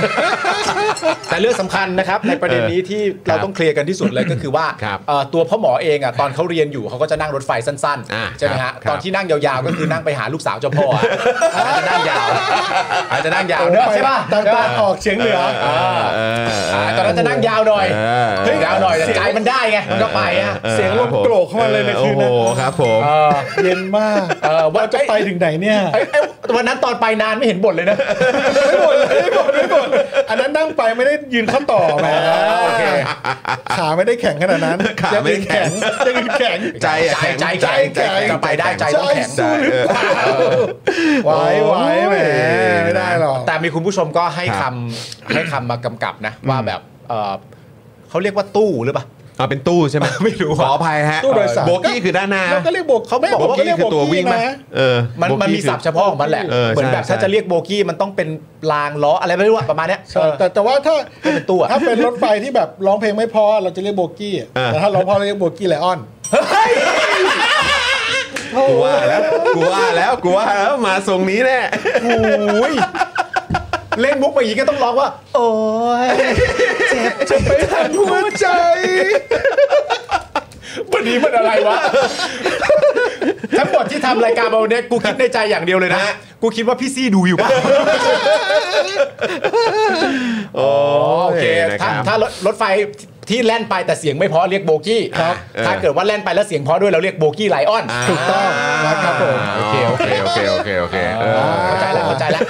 แต่เรื่องสำคัญนะครับ ในประเด็นนี้ที่ ครั เรา บ ต้องเคลียร์กันที่สุดเลยก็คือว่า ครับ เอ่อตัวพ่อหมอเองอ่ะตอนเขาเรียนอยู่เขาก็จะนั่งรถไฟสั้น อ่า ๆใช่ไหม ครั ฮะ บครับ ตอนที่นั่งยาวๆก็คือนั่งไปหาลูกสาวเจ้าพ่ออ่ะ อาจจะนั่งยาวอาจจะนั่งยาวเนอะใช่ป่ะ ตะตะใช่ปะ ออกเฉียงเหนือ อ่า เออเ อ่าตอนนั้นจะนั่งยาวหน่อย เออ เฮ้ยยาวหน่อยแต่ใจมันได้ไงมันก็ไปอ่ะ ออ เสียงลมโกรกเข้ามาเลยในคืนนั้น โอ้โหครับผม เออ เย็นมาก เออว่า จะไปถึงไหนเนี่ย เอ้ยเอ้ยวันนั้นตอนไปนานไม่เห็นบ่นเลยนะ ไม่บ่นเลยไม่บ่นไม่บ่นอันนั้นนั่งไปไม่ได้ยืนข้อต่อแหม โอเค ขาไม่ได้แข็งขนาดนั้น ขาไม่ได้แข็ง ยังอื่นแข็ง ใจอะ ใจใจ ใจ แข็ง ใจแข็ง จะไปได้ใจต้องแข็ง ใจเออ ไหวไหวแหม โอ้ย ไม่ได้หรอก แต่มีคุณผู้ชมก็ให้ ครั คำ บ ให้คำมากำกับนะ ว่าแบบเอ่อเขาเรียกว่าตู้หรือเปล่า เอาเป็นตู้ใช่ไหม ไม่รู้ ข อะ ออภัยฮะ ตู้โดยสาร โบกี้คือด้านหน้า เราก็เรียกโบกเขาไม่บอกว่าเรียก คื โบ ตัววิ่ กี้ งไหม นะ เออ มัน โบกี้ มันมี คือ ศัพท์เฉพาะของมันแหละ เออ เหมือน ใช่ แบบถ้า ใช่ จะเรียกโบกี้มันต้องเป็นรางล้ออะไรไม่รู้อะประมาณเนี้ย ใช่แต่แต่ว่าถ้า เป็นตู้อะ ถ้าเป็นรถไฟที่แบบร้องเพลงไม่เพอเราจะเรียกโบกี้ อ่า แต่ถ้าร้องเพอเราเรียกโบกี้ไลออน กูว่า แล้วกูว่าแล้วกูว่าแล้วมาทรงนี้แน่ เล่นมุกมาอย่างนี้ก็ต้องร้องว่า โอ้ย หัวใจ วันนี้มันอะไรวะ ทั้งหมดที่ทำรายการเราเนี่ยกูคิดในใจอย่างเดียวเลยนะ กูคิดว่าพี่ซี่ดูอยู่ป่ะ โอ้ โอเค นะค ถ้า รับ ถ้ารถรถไฟที่แล่นไปแต่เสียงไม่เพอเรียกโบกี้ ครับเออ ถ้าเกิดว่าแล่นไปแล้วเสียงเพอด้วยเราเรียกโบกี้ไลออน อ่า ถูกต้องนะครับผม โอเคโอเคโอเคโอเคโอเคเออ เข้าใจแล้วเข้าใจแล้ว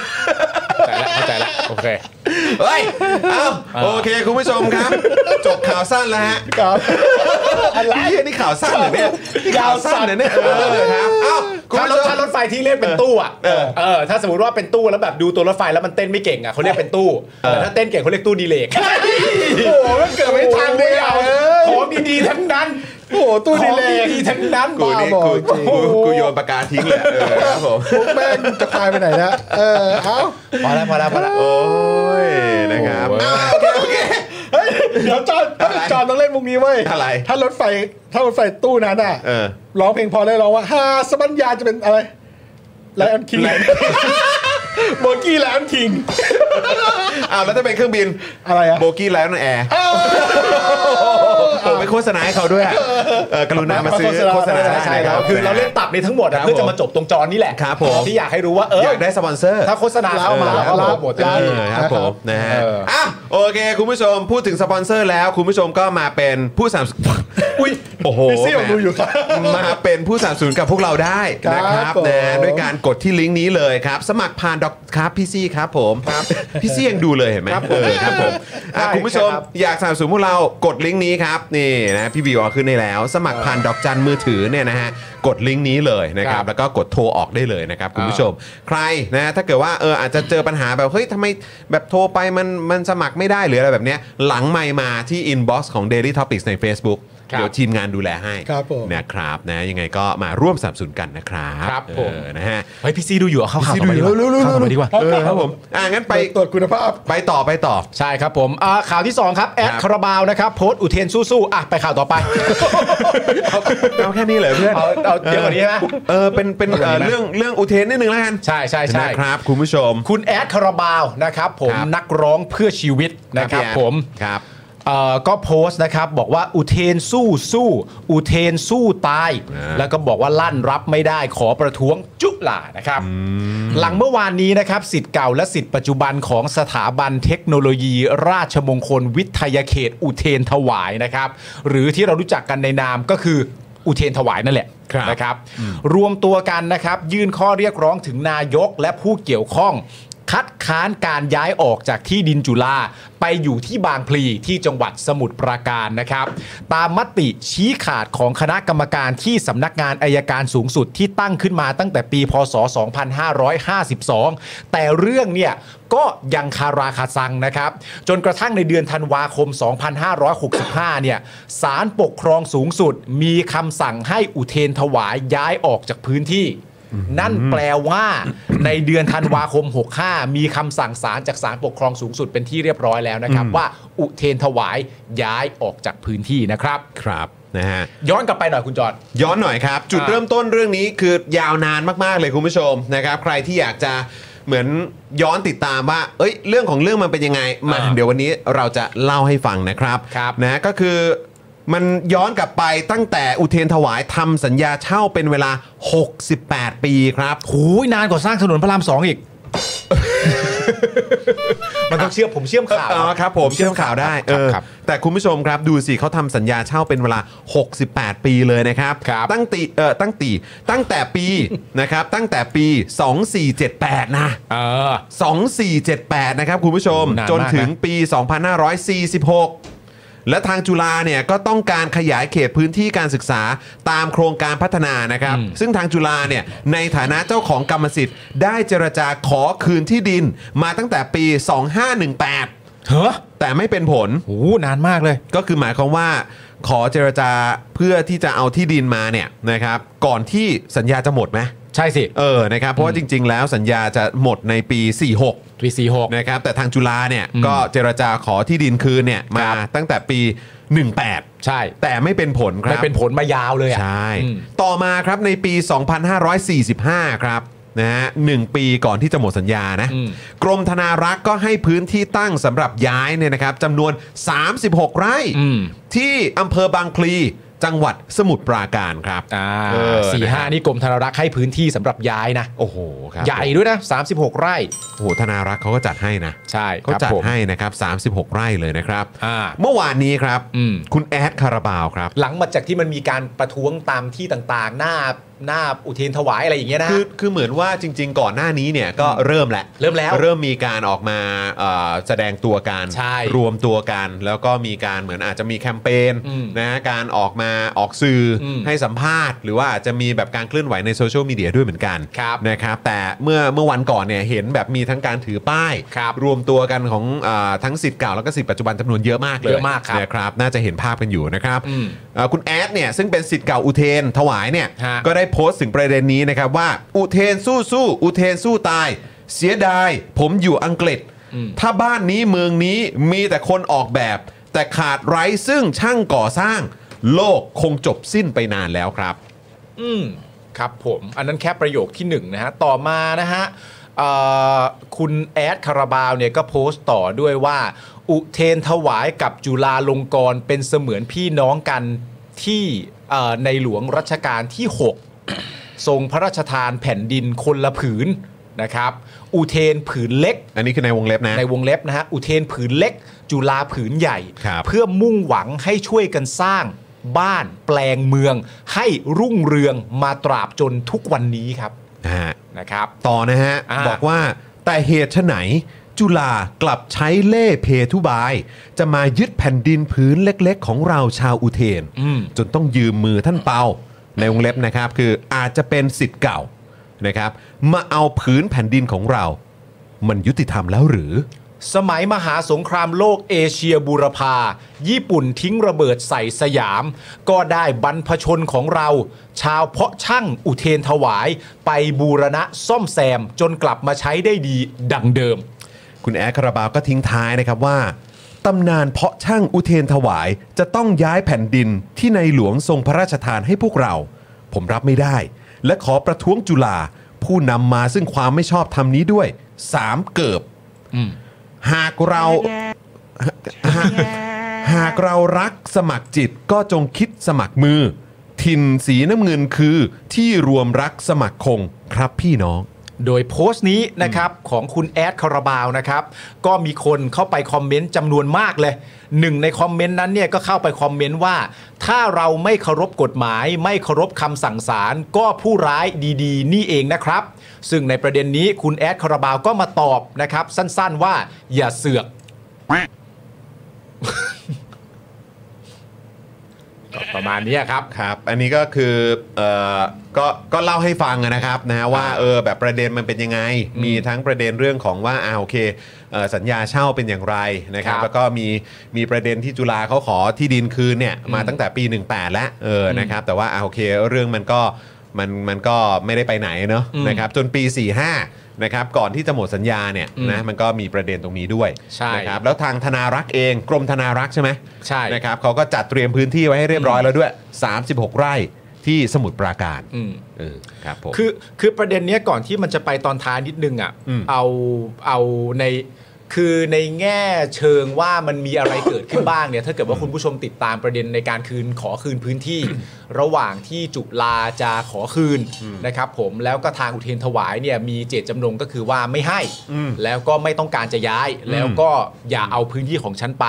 เข้าใจแล้วโอเค เฮ้ยเอาโอเค คุณผู้ชมครับ จบข่าวสั้นแล้วฮะ ครับ อะไรนี่ข่าวสั้นเหรอเนี่ยนี่ข่าวสั้นเหรอเนี่ยเออครับเอ้าคุณ ถ้าร ผู้ ถ ชม ถ้ารถไฟที่เรียกเป็นตู้อ่ะ เออ เออถ้าสมมติว่าเป็นตู้แล้วแบบดูตัวรถไฟแล้วมันเต้นไม่เก่งอ่ะเขาเรียกเป็นตู้แต่ถ้าเต้นเก่งเขาเรียกตู้ดีเลก โอ้โหมันเกิดไม่ทันเลยอ่ะเอ้ย ของดีๆทั้งนั้น โอ้โหตู้ดีเล ของ ย์ ดีๆทั้งนั้น กูนี่ บ้าบอ กู จริง กูกูโยนปากกาทิ้งเลยเออครับผม พวกแม่งจะตายไปไหนนะเออเอ้า พอแล้วพอแล้วพอแล้ว โอ้ยนะครับอ้าว เฮ้ยเดี๋ยวจอน อะไร จอนต้องเล่นมุกนี้เว้ย อะไร ถ้ารถไฟถ้ารถไฟตู้นั้นอ่ะ เออ ร้องเพลงพอได้ร้องว่าฮาสมัญญาจะเป็นอะไรไลออนคิงโบกี้ไลออนคิง อ้าวแล้วถ้าเป็นเครื่องบิน อะไรอ่ะ โบกี้แล้วนั่นแอร์ เอ้า ผมไป โฆษณาให้เขาด้วยอะเออกรุณามาซื้อโฆษณาได้ ใช่ นะ ค ค รั รั บบ คือเราเล่นตับในทั้งหมด ครั อะ บ เพื่อจะมาจบตรงจอนี่แหละ ครับผม ที่อยากให้รู้ว่าเอออยอากได้สปอนเซอร์ ถ้าโฆษณาเข้ามา ค แล้ รั ว บ เรา ผ บ ม ทจะ เออครับผมนะฮะ เอออ่ อ่ะโอเค คุณผู้ชมพูดถึงสปอนเซอร์แล้ว คุณผู้ชมก็มาเป็นผู้สนับส นุน อุ้ย โอ้โห พี่ซี่ผมดูอยู่ครับ มาเป็นผู้สนับสนุนกับพวกเราได้นะค ครั รับบ ผม นะด้วยการกดที่ลิงก์นี้เลยครับ สมัครผ่านดอกครับพี่ซี่ครับผมครับ พี่ซี่ยังดูเลยเห็นไหมเออครับผมอ่ะ ได้ คุณผู้ชม ครับ อยากสนับสนุนพวกเรากดลิงก์นี้ครับนี่นะพี่บีวอขึ้นให้แล้ว สมัครผ่านดอกจันมือถือเนี่ยนะฮะกดลิงก์นี้เลยนะครับแล้วก็กดโทรออกได้เลยนะครับคุณผู้ชม ใครนะถ้าเกิดว่าเอออาจจะเจอปัญหาแบบเฮ้ยทำไมแบบโทรไปมันมันสมัครไม่ได้หรืออะไรแบบเนี้ยหลังไมค์มาที่ inbox ของ Daily Topics ใน Facebook ครับ เดี๋ยว ทีมงานดูแลให้ ครับผม นะครับนะยังไงก็มาร่วมสนับสนุนกันนะครับ ครับผม เออนะฮะ เฮ้ยพี่ซีดูอยู่อะเข้าข่าว พี่ ต่อไปดีกว่า เร็วๆ เข้าข่าวต่อไปดีกว่า เออครับผมอ่ะงั้นไป ไปตรวจคุณภาพ ไปต่อไปต่อ ใช่ครับผมอ่าข่าวที่ 2 ครับ แอด ครับ คาราบาวนะครับ โพสต์อุเทนสู้ๆอ่ะไปข่าวต่อไป เอาเอาแค่นี้เลยเพื่อน เอาเอาเยอะกว่านี้ใช่ไหม เออเป็นเป็นเอ่อเรื่องเรื่องอุเทนนิดนึงแล้วกัน ใช่ใช่ใช่ นะครับคุณผู้ชม คุณแอดคาราบาวนะครับผม ครับ นักร้องเพื่อชีวิตนะครับ พี่แอด ผม ครับ เอ่อก็โพสต์นะครับ บอกว่าอุเทนสู้สู้อุเทนสู้ตาย อ่า แล้วก็บอกว่าลั่นรับไม่ได้ขอประท้วงจุลานะครับ หลังเมื่อวานนี้นะครับสิทธิ์เก่าและสิทธิ์ปัจจุบันของสถาบันเทคโนโลยี ราชมงคลวิทยาเขตอุเทนถวายนะครับ หรือที่เรารู้จักกันในนามก็คืออุเทนถวายนั่นแหละ ครับ นะครับ รวมตัวกันนะครับ ยื่นข้อเรียกร้องถึงนายกและผู้เกี่ยวข้อง คัดค้านการย้ายออกจากที่ดินจุฬาไปอยู่ที่บางพลีที่จังหวัดสมุทรปราการนะครับ ตามมติชี้ขาดของคณะกรรมการที่สำนักงานอายการสูงสุดที่ตั้งขึ้นมาตั้งแต่ปีพศ 2552 แต่เรื่องเนี่ยก็ยังคาราคาซังนะครับ จนกระทั่งในเดือนธันวาคม 2565 เนี่ยศาลปกครองสูงสุดมีคำสั่งให้อุเทนถวายย้ายออกจากพื้นที่ นั่นแปลว่า ในเดือนธันวาคม 65 มีคำสั่งศาลจากศาลปกครองสูงสุดเป็นที่เรียบร้อยแล้วนะครับ ว่าอุเทนถวายย้ายออกจากพื้นที่นะครับ ครับนะฮะ ย้อนกลับไปหน่อยคุณจอร์ด ย้อนหน่อยครับ จุด อ่า เริ่มต้นเรื่องนี้คือยาวนานมาก ๆ เลยคุณผู้ชมนะครับใครที่อยากจะเหมือนย้อนติดตามว่า เอ้ย เรื่องของเรื่องมันเป็นยังไงมา อ่า เดี๋ยววันนี้เราจะเล่าให้ฟังนะครับ ครับ นะก็คือมันย้อนกลับไปตั้งแต่อุเทนถวายทำสัญญาเช่าเป็นเวลา 68 ปีครับ ูยนานกว่าสร้างถนนพระรามสองอีก มันต้องเชื่อมผมเชื่อมข่าว อ๋อครับผมเชื่อมข่าวได้เออ ครับ แต่คุณผู้ชมครับดูสิเขาทำสัญญาเช่าเป็นเวลา 68 ปีเลยนะครับ ครับ ตั้งตีเออตั้งตีตั้งแต่ปี นะครับตั้งแต่ปี 2478 นะ 2478 นะครับคุณผู้ชม นานมากนะ จนถึงปี 2546 และทางจุฬาเนี่ยก็ต้องการขยายเขตพื้นที่การศึกษาตามโครงการพัฒนานะครับ ซึ่งทางจุฬาเนี่ยในฐานะเจ้าของกรรมสิทธิ์ ได้เจรจาขอคืนที่ดินมาตั้งแต่ปี 2518 เฮ้อ แต่ไม่เป็นผล โอ้นานมากเลย ก็คือหมายความว่า ขอเจรจาเพื่อที่จะเอาที่ดินมาเนี่ยนะครับก่อนที่สัญญาจะหมดไหม ใช่สิ เออนะครับเพราะว่าจริง ๆ แล้วสัญญาจะหมดในปี 46 ปีสี่หก นะครับแต่ทางจุฬาเนี่ยก็เจรจาขอที่ดินคืนเนี่ยมาตั้งแต่ปี 18 ใช่ แต่ไม่เป็นผลครับ ไม่เป็นผลมายาวเลยอ่ะ ใช่ อืม ต่อมาครับในปี 2545 ครับนะฮะหนึ่งปีก่อนที่จะหมดสัญญานะ อืม กรมธนารักษ์ก็ให้พื้นที่ตั้งสำหรับย้ายเนี่ยนะครับจำนวน 36 ไร่ อืม ที่อำเภอบางพลีจังหวัดสมุทรปราการครับ อ่า เออ สี่ห้า ะครับ นี่กรมธนารักษ์ให้พื้นที่สำหรับย้ายนะ โอ้โหครับ ใหญ่ด้วยนะ 36 ไร่ โอ้โหธนารักษ์เขาก็จัดให้นะ ใช่ เขาคจัดรับผม ให้นะครับ 36 ไร่เลยนะครับ อ่า เมื่อวานนี้ครับ อืม คุณแอดคาราบาวครับ หลังมาจากที่มันมีการประท้วงตามที่ต่างๆ หน้าหน้าอุเทนถวายอะไรอย่างเงี้ยนะ คือคือเหมือนว่าจริง ๆ ก่อนหน้านี้เนี่ยก็เริ่มแหละ เริ่มแล้ว เริ่มมีการออกมาเอ่อแสดงตัวกัน ใช่ รวมตัวกัน แล้วก็มีการเหมือนอาจจะมีแคมเปญ อืม นะการออกมาออกสื่ออ ม ให้สัมภาษณ์ หรือว่าอาจจะมีแบบการเคลื่อนไหวในโซเชียลมีเดียด้วยเหมือนกัน ครับ นะครับ แต่เมื่อเมื่อวันก่อนเนี่ยเห็นแบบมีทั้งการถือป้าย ครับ รวมตัวกันของเออทั้งสิทธิ์เก่าแล้วก็สิทธิ์ปัจจุบันจำนวนเยอะมากเลย เยอะมากครับ นะครับ น่าจะเห็นภาพกันอยู่นะครับ อืม เอ่อคุณแอดเนี่ยซึ่งเป็นสิทธิ์เก่าอุเทนถวายเนี่ย ฮะ ก็ ก็ได้โพสต์ถึงประเด็นนี้นะครับว่า อุเทนสู้สู้อุเทนสู้ตาย เสียดาย ผมอยู่อังกฤษ ถ้าบ้านนี้เมืองนี้มีแต่คนออกแบบ แต่ขาดไร้ซึ่งช่างก่อสร้าง โลกคงจบสิ้นไปนานแล้วครับ อืมครับผม อันนั้นแค่ประโยคที่หนึ่งนะฮะ ต่อมานะฮะ เอ่อคุณแอดคาราบาวเนี่ยก็โพสต์ต่อด้วยว่า อุเทนถวายกับจุฬาลงกรณ์เป็นเสมือนพี่น้องกันที่เอ่อในหลวงรัชกาลที่ 6 ทรงพระราชทานแผ่นดินคนละผืนนะครับ อุเทนผืนเล็ก อันนี้คือในวงเล็บนะ ในวงเล็บนะฮะ อุเทนผืนเล็ก จุฬาผืนใหญ่ ครับ เพื่อมุ่งหวังให้ช่วยกันสร้างบ้านแปลงเมือง ให้รุ่งเรืองมาตราบจนทุกวันนี้ครับ นะฮะ นะครับ ต่อนะฮะ อ่า บอกว่าแต่เหตุไฉนจุฬากลับใช้เล่ห์เพทุบาย จะมายึดแผ่นดินพื้นเล็กๆ ของเราชาวอุเทน อืม จนต้องยืมมือท่านเปาในวงเล็บนะครับ คืออาจจะเป็นสิทธิ์เก่านะครับ มาเอาผืนแผ่นดินของเรา มันยุติธรรมแล้วหรือ สมัยมหาสงครามโลกเอเชียบูรพา ญี่ปุ่นทิ้งระเบิดใส่สยาม ก็ได้บรรพชนของเรา ชาวเพาะช่างอุเทนถวาย ไปบูรณะซ่อมแซมจนกลับมาใช้ได้ดีดังเดิม คุณแอดคาราบาวก็ทิ้งท้ายนะครับว่าตำนานเพาะช่างอุเทนถวายจะต้องย้ายแผ่นดินที่ในหลวงทรงพระราชทานให้พวกเรา ผมรับไม่ได้ และขอประท้วงจุฬาผู้นำมาซึ่งความไม่ชอบธรรมนี้ด้วยสามเกิบหากเราหากหากเรารักสมัครจิตก็จงคิดสมัครมือ ทินสีน้ำเงินคือที่รวมรักสมัครคงครับพี่น้อง โดยโพสต์นี้นะครับของคุณแอดคาราบาวนะครับ ก็มีคนเข้าไปคอมเมนต์จำนวนมากเลยหนึ่งในคอมเมนต์นั้นเนี่ยก็เข้าไปคอมเมนต์ว่า ถ้าเราไม่เคารพกฎหมาย ไม่เคารพคำสั่งศาลก็ผู้ร้ายดีๆ นี่เองนะครับ ซึ่งในประเด็นนี้คุณแอดคาราบาวก็มาตอบนะครับ สั้นๆว่าอย่าเสือก ก็ประมาณเนี้ยครับ ครับ อันนี้ก็คือเอ่อก็ก็เล่าให้ฟังนะครับนะฮะว่าเออแบบประเด็นมันเป็นยังไง มีทั้งประเด็นเรื่องของว่าอ่าโอเคเอ่อสัญญาเช่าเป็นอย่างไรนะครัคบรับ แล้วก็มีมีประเด็นที่จุฬาเขาขอที่ดินคืนเนี่ยมาตั้งแต่ปี 18 แล้วเอออนะครับ แต่ว่าอ่าโอเคเรื่องมันก็มันมันก็ไม่ได้ไปไหนเนอะ อืม นะครับจนปี 45นะครับก่อนที่จะหมดสัญญาเนี่ย อืม นะมันก็มีประเด็นตรงนี้ด้วย ใช่ นะครับแล้วทางธนารักษ์เองกรมธนารักษ์ใช่ไหม ใช่ นะครับเขาก็จัดเตรียมพื้นที่ไว้ให้เรียบร้อยแล้วด้วย 36 ไร่ที่สมุทรปราการ อืม เออครับผม คือคือประเด็นเนี้ยก่อนที่มันจะไปตอนท้ายนิดนึงอ่ะ อืม เอาเอาในคือในแง่เชิงว่ามันมีอะไรเกิดขึ้นบ้างเนี่ยถ้าเกิดว่าคุณผู้ชมติดตามประเด็นในการคืนขอคืนพื้นที่ ระหว่างที่จุฬาจะขอคืนนะครับผมแล้วก็ทางอุเทรนถวายเนี่ยมีเจตจำนงก็คือว่าไม่ให้ แล้วก็ไม่ต้องการจะย้าย แล้วก็อย่าเอาพื้นที่ของฉันไป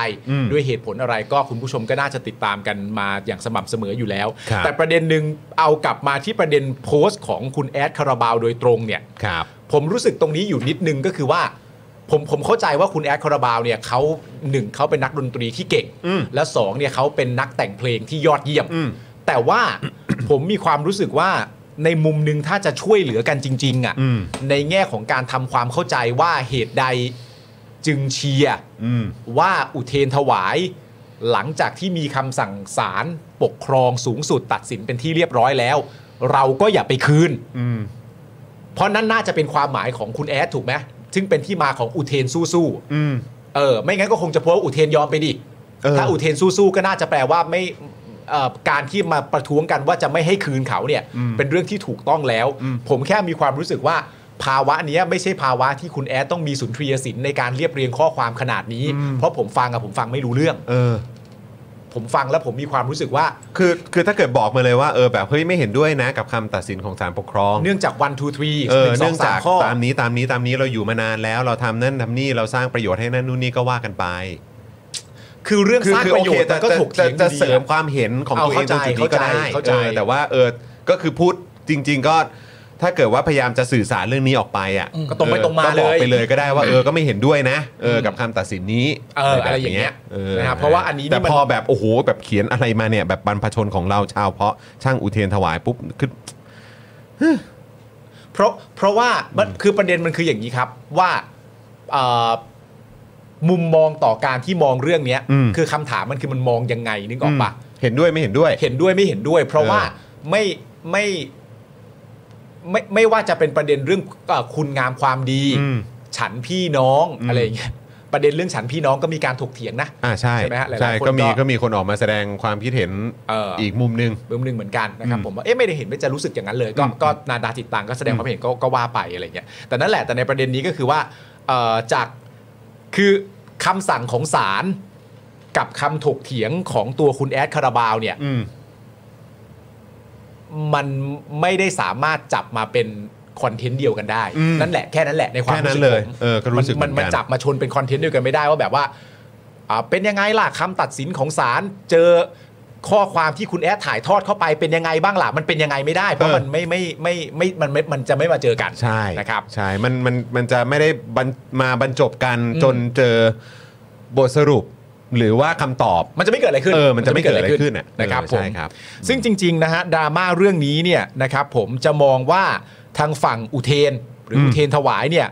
ด้วยเหตุผลอะไรก็คุณผู้ชมก็น่าจะติดตามกันมาอย่างสม่ำเสมออยู่แล้ว ครับ แต่ประเด็นหนึ่งเอากลับมาที่ประเด็นโพสต์ของคุณแอดคาราบาวโดยตรงเนี่ย ครับ ผมรู้สึกตรงนี้อยู่นิดนึงก็คือว่า ผมผมเข้าใจว่าคุณแอดคาราบาวเนี่ยเขาหนึ่งเขาเป็นนักดนตรีที่เก่ง อืม และสองเนี่ยเขาเป็นนักแต่งเพลงที่ยอดเยี่ยม อืม แต่ว่า ผมมีความรู้สึกว่าในมุมหนึ่งถ้าจะช่วยเหลือกันจริง ๆ อ่ะ อืม ในแง่ของการทำความเข้าใจว่าเหตุใดจึงเชียร์ อืม ว่าอุเทรนถวาย หลังจากที่มีคำสั่งศาลปกครองสูงสุดตัดสินเป็นที่เรียบร้อยแล้ว เราก็อย่าไปคืน อืม เพราะนั่นน่าจะเป็นความหมายของคุณแอดถูกไหมซึ่งเป็นที่มาของอุเทนสู้ อืม ๆเออ ไม่งั้นก็คงจะโพสต์อุเทนยอมไปดิ เออ ถ้าอุเทนสู้ๆก็น่าจะแปลว่าไม่เอ่อการที่มาประท้วงกันว่าจะไม่ให้คืนเขาเนี่ย เป็นเรื่องที่ถูกต้องแล้ว ผมแค่มีความรู้สึกว่า ภาวะเนี้ยไม่ใช่ภาวะที่คุณแอดต้องมีสุนทรียศิลป์ในการเรียบเรียงข้อความขนาดนี้ เพราะผมฟังอะผมฟังไม่รู้เรื่อง เออ ผมฟังแล้วผมมีความรู้สึกว่า คือคือถ้าเกิดบอกมาเลยว่าเออแบบเฮ้ยไม่เห็นด้วยนะกับคำตัดสินของศาลปกครอง เนื่องจาก one two three เอ ห อ นึ่งส เนื่ อ อง ง สา จาม ก ข้อ ตามนี้ตามนี้ตามนี้เราอยู่มานานแล้ว เราทำนั่นทำนี่เราสร้างประโยชน์ให้นั่นนู่นนี่ก็ว่ากันไป คือเรื่องสร้างประโยชน์ แต่ มันก็ถกเถียงอ จะ ยู่ดี เสริม อะ ความเห็นของ เอา ตัวเองตรงจุดนี้ เข้า ก็ ใจ ได้ เข้าใจ เออแต่ว่าเออก็คือพูดจริง ๆ ก็ถ้าเกิดว่าพยายามจะสื่อสารเรื่องนี้ออกไปอ่ะ ก็ตรงไปตรงมา ก็ เล บอก ย ไปเลยก็ได้ว่าเออก็ไม่เห็นด้วยนะเออกับคำตัดสินนี้ เอออะไรอย่างเงี้ย ออ นะครับเพราะว่าอันนี้นี่ แต่ มัน พอแบบโอ้โหแบบเขียนอะไรมาเนี่ยแบบบรรพชนของเราชาวเพาะช่างอุเทรนถวายปุ๊บขึ้น เพราะเพราะว่ามันคือประเด็นมันคืออย่างนี้ครับว่าเอ่อมุมมองต่อการที่มองเรื่องเนี้ย อืม คือคำถามมันคือมันมองยังไงนึกออกปะ เห็นด้วยไม่เห็นด้วย เห็นด้วยไม่เห็นด้วย เพราะ เออ ว่าไม่ไม่ไม่ไม่ว่าจะเป็นประเด็นเรื่องเอ่อคุณงามความดี อืม ฉันพี่น้อง อืม อะไรอย่างเงี้ย ประเด็นเรื่องฉันพี่น้องก็มีการถกเถียงนะ อ่าใช่ ใช่ไหมฮะหลายๆ ใช่ คน ก็มี ก็ ก็มีคนออกมาแสดงความคิดเห็น เอออี อีกมุมหนึง เบื้องหนึ่งเหมือนกันนะครับ อืม ผมว่าเอ๊ะไม่ได้เห็นไม่จะรู้สึกอย่างนั้นเลย ก็ อืม ก็นาดาจิตตังก็แสดงความเห็นก็ก็ว่าไปอะไรเงี้ยแต่นั่นแหละแต่ในประเด็นนี้ก็คือว่าเอ่อจากคือคำสั่งของศาลกับคำถกเถียงของตัวคุณแอดคาราบาวเนี่ย อืม มันไม่ได้สามารถจับมาเป็นคอนเทนต์เดียวกันได้ นั่นแหละแค่นั้นแหละในความ แค่ รู้ นั้ สึ น ก เล ผ ย ม เออก็รู้สึกเห มั มื น อน มัน กัน จับมาชนเป็นคอนเทนต์เดียวกันไม่ได้ว่าแบบว่าอ่า เป็นยังไงล่ะคำตัดสินของศาลเจอข้อความที่คุณแอดถ่ายทอดเข้าไปเป็นยังไงบ้างล่ะ มันเป็นยังไงไม่ได้ เพราะ เออ มันไม่ไม่ไม่ไม่มันไม่มันจะไม่มาเจอกัน ใช่ นะครับ ใช่ มันมันมันจะไม่ได้บรรมาบรรจบกัน อืม จนเจอบทสรุป หรือว่าคำตอบ มันจะไม่เกิดอะไรขึ้น เออมันจะไม่เกิดอะไรขึ้นน่ะ นะครับ เออ ผ ใช่ ม ครับ ซึ่งจริงๆนะฮะดราม่าเรื่องนี้เนี่ยนะครับผมจะมองว่าทางฝั่งอุเทน หรืออุเทนถวายเนี่ย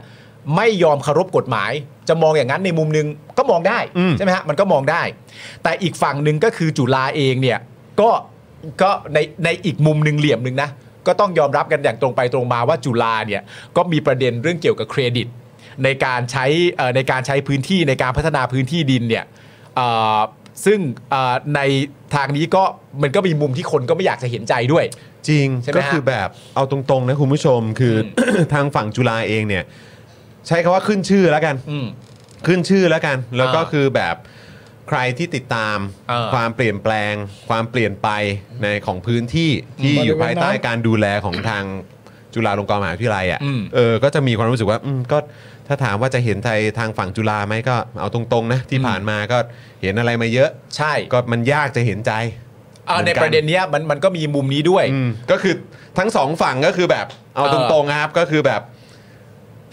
ไม่ยอมเคารพกฎหมาย จะมองอย่างนั้นในมุมหนึงก็มองได้ใช่ไหมฮะมันก็มองได้ แต่อีกฝั่งหนึ่งก็คือจุฬาเองเนี่ยก็ก็ในในอีกมุมหนึ่งเหลี่ยมหนึ่งนะก็ต้องยอมรับกันอย่างตรงไปตรงมาว่าจุฬาเนี่ยก็มีประเด็นเรื่องเกี่ยวกับเครดิต ในการใช้เอ่อในการใช้พื้นที่ในการพัฒนาพื้นที่ดินเนี่ยเอ่อซึ่งเอ่อในทางนี้ก็มันก็มีมุมที่คนก็ไม่อยากจะเห็นใจด้วย จริง ใช่ไหม ก็คือแบบเอาตรงๆนะคุณผู้ชมคืออ ทางฝั่งจุฬาเองเนี่ย ใช้คำว่าขึ้นชื่อแล้วกัน อืม ขึ้นชื่อแล้วกัน แล้วก็ อ่า คือแบบใครที่ติดตาม อ่า ความเปลี่ยนแปลง ความเปลี่ยนไปในของพื้นที่ที่ บริเวณ อยู่ภายใต้ นั้น การดูแลของทางจุฬาลงกรณ์มหาวิทยาลัยอ่ะ อืม เออก็จะมีความรู้สึกว่าอืมก็ถ้าถามว่าจะเห็นไทยทางฝั่งจุฬาไหมก็เอาตรงๆนะที่ผ่านมาก็เห็นอะไรมาเยอะ ใช่ ก็มันยากจะเห็นใจ เอ่อ เหมื ใน อนกัน ประเด็นเนี้ยมันมันก็มีมุมนี้ด้วย อืมก็คือทั้งสองฝั่งก็คือแบบเอา เอ ต อ รงๆนะครับก็คือแบบ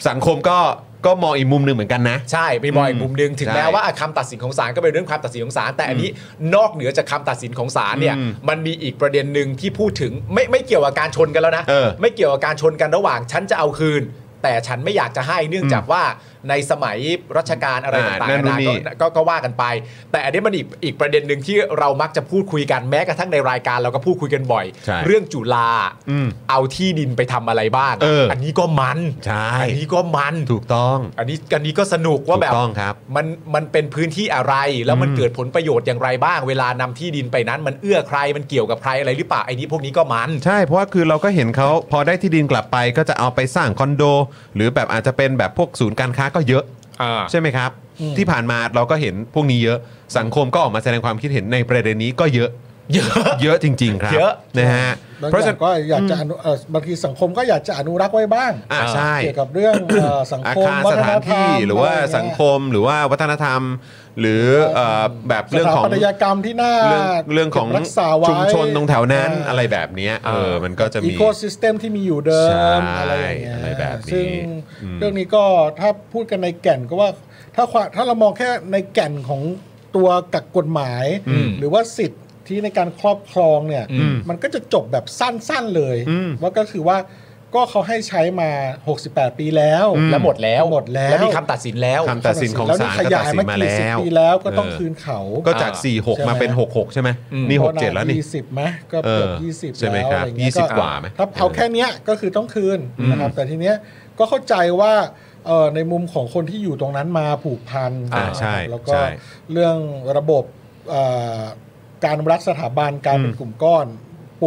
สังคมก็ก็มองอีกมุมหนึ่งเหมือนกันนะ ใช่มีมองอีกมุมหนึงถึง ใช่ แม้ว่าอ่ะคำตัดสินของศาลก็เป็นเรื่องคำตัดสินของศาลแต่อันนี้นอกเหนือจากคำตัดสินของศาลเนี่ย อืม มันมีอีกประเด็นหนึ่งที่พูดถึงไม่ไม่เกี่ยวกับการชนกันแล้วนะ เออ ไม่เกี่ยวกับการชนกันระหว่างฉันจะเอาคืน แต่ฉันไม่อยากจะให้เนื่องจากว่าในสมัยรัชกาลอะไร อ่า ต่าง นั่ ๆ นนู่น นา นี่ นาก็ก็ก็ว่ากันไป แต่อันนี้มันอีกอีกประเด็นหนึ่งที่เรามักจะพูดคุยกันแม้กระทั่งในรายการเราก็พูดคุยกันบ่อย ใช่ เรื่องจุฬา อืม เอาที่ดินไปทำอะไรบ้าง เอออั นนี้ก็มัน ใช่ อันี้ก็มัน ถูกต้อง อันนี้อันนี้ก็สนุกว่าแบบ ถูกต้องครับ มันมันเป็นพื้นที่อะไรแล้วมัน อืม เกิดผลประโยชน์อย่างไรบ้าง เวลานำที่ดินไปนั้น มันเอื้อใครมันเกี่ยวกับใครอะไรหรือเปล่าไอ้นี้พวกนี้ก็มัน ใช่เพราะว่าคือเราก็เห็นเขาพอได้ที่ดินกลับไปก็จะเอาไปสร้างคอนโด หรือแบบอาจจะเป็นแบบพวกศูนย์การค้าก็เยอะใช่ไหมครับ ที่ผ่านมาเราก็เห็นพวกนี้เยอะ สังคมก็ออกมาแสดงความคิดเห็นในประเด็นนี้ก็เยอะ เยอะ เยอะจริง ๆ ครับ เยอะ นะฮะ บาง เพราะ อ ฉะ ย่างนั้น ก็อยากจะอนุเอ่อบางทีสังคมก็อยากจะอนุรักษ์ไว้บ้าง อ่าใช่ เกี่ยวกับเรื่องเอ่อสัง อา คม คาร วั ส ฒน ถาน ธรรมที่หรือว่าสังคมหรือว่าวัฒนธรรม หรือเอ่อแบบ เรื่ เรื่ อ อง ง ข ข อ อง ง ปัตยกรรมที่น่า เรื่องเรื่องของ ก็บรักษาไว้ ชุมชนตรงแถวนั้นอะไรแบบเนี้ยเออ อ่ามั มันก็จะ อี มี โคซิสเต็มที่มีอยู่เดิ ใช่ มอะไรอย่างเงี้ย อะไรแบบนี้ ซึ่ง อืม เรื่องนี้ก็ถ้าพูดกันในแก่นก็ว่าถ้าความถ้าเรามองแค่ในแก่นของตัวกักกฎหมาย อืม หรือว่าสิทธิ์ที่ในการครอบครองเนี่ย อืม มันก็จะจบแบบสั้นๆเลย ว่าก็คือว่าก็เขาให้ใช้มา 68 ปีแล้ว แล้วหมดแล้ว หมดแล้ว แล้วมีคำตัดสินแล้ว คำตัดสินของแวศาลนี่ข ก็ ยา ตัด ย สิน มา มา กี่ แล้ สิบ ว ปีแล้วก็ต้อง เ คืนเขา ก็จาก 4 ใช่ไห 6 ม มาเป็น 6 6 ใช่ไหม อืม นี่ พอ 6 7 แล้วนี่ ยี่สิบไหมก็เกือบ เออ ยี่สิบ ใช่ไหม แล้ว ครับ อะรเงี้ ยี่สิบกว่าไหม ถ้า เออ เอาแค่เนี้ยก็คือต้องคืนนะครับแต่ทีเนี้ยก็เข้าใจว่าเอ่อในมุมของคนที่อยู่ตรงนั้นมาผูกพัน อ่าใช่ แล้วก็ ใช่ เรื่องระบบเอ่อการรักสถาบันการเป็น อืม กลุ่มก้อน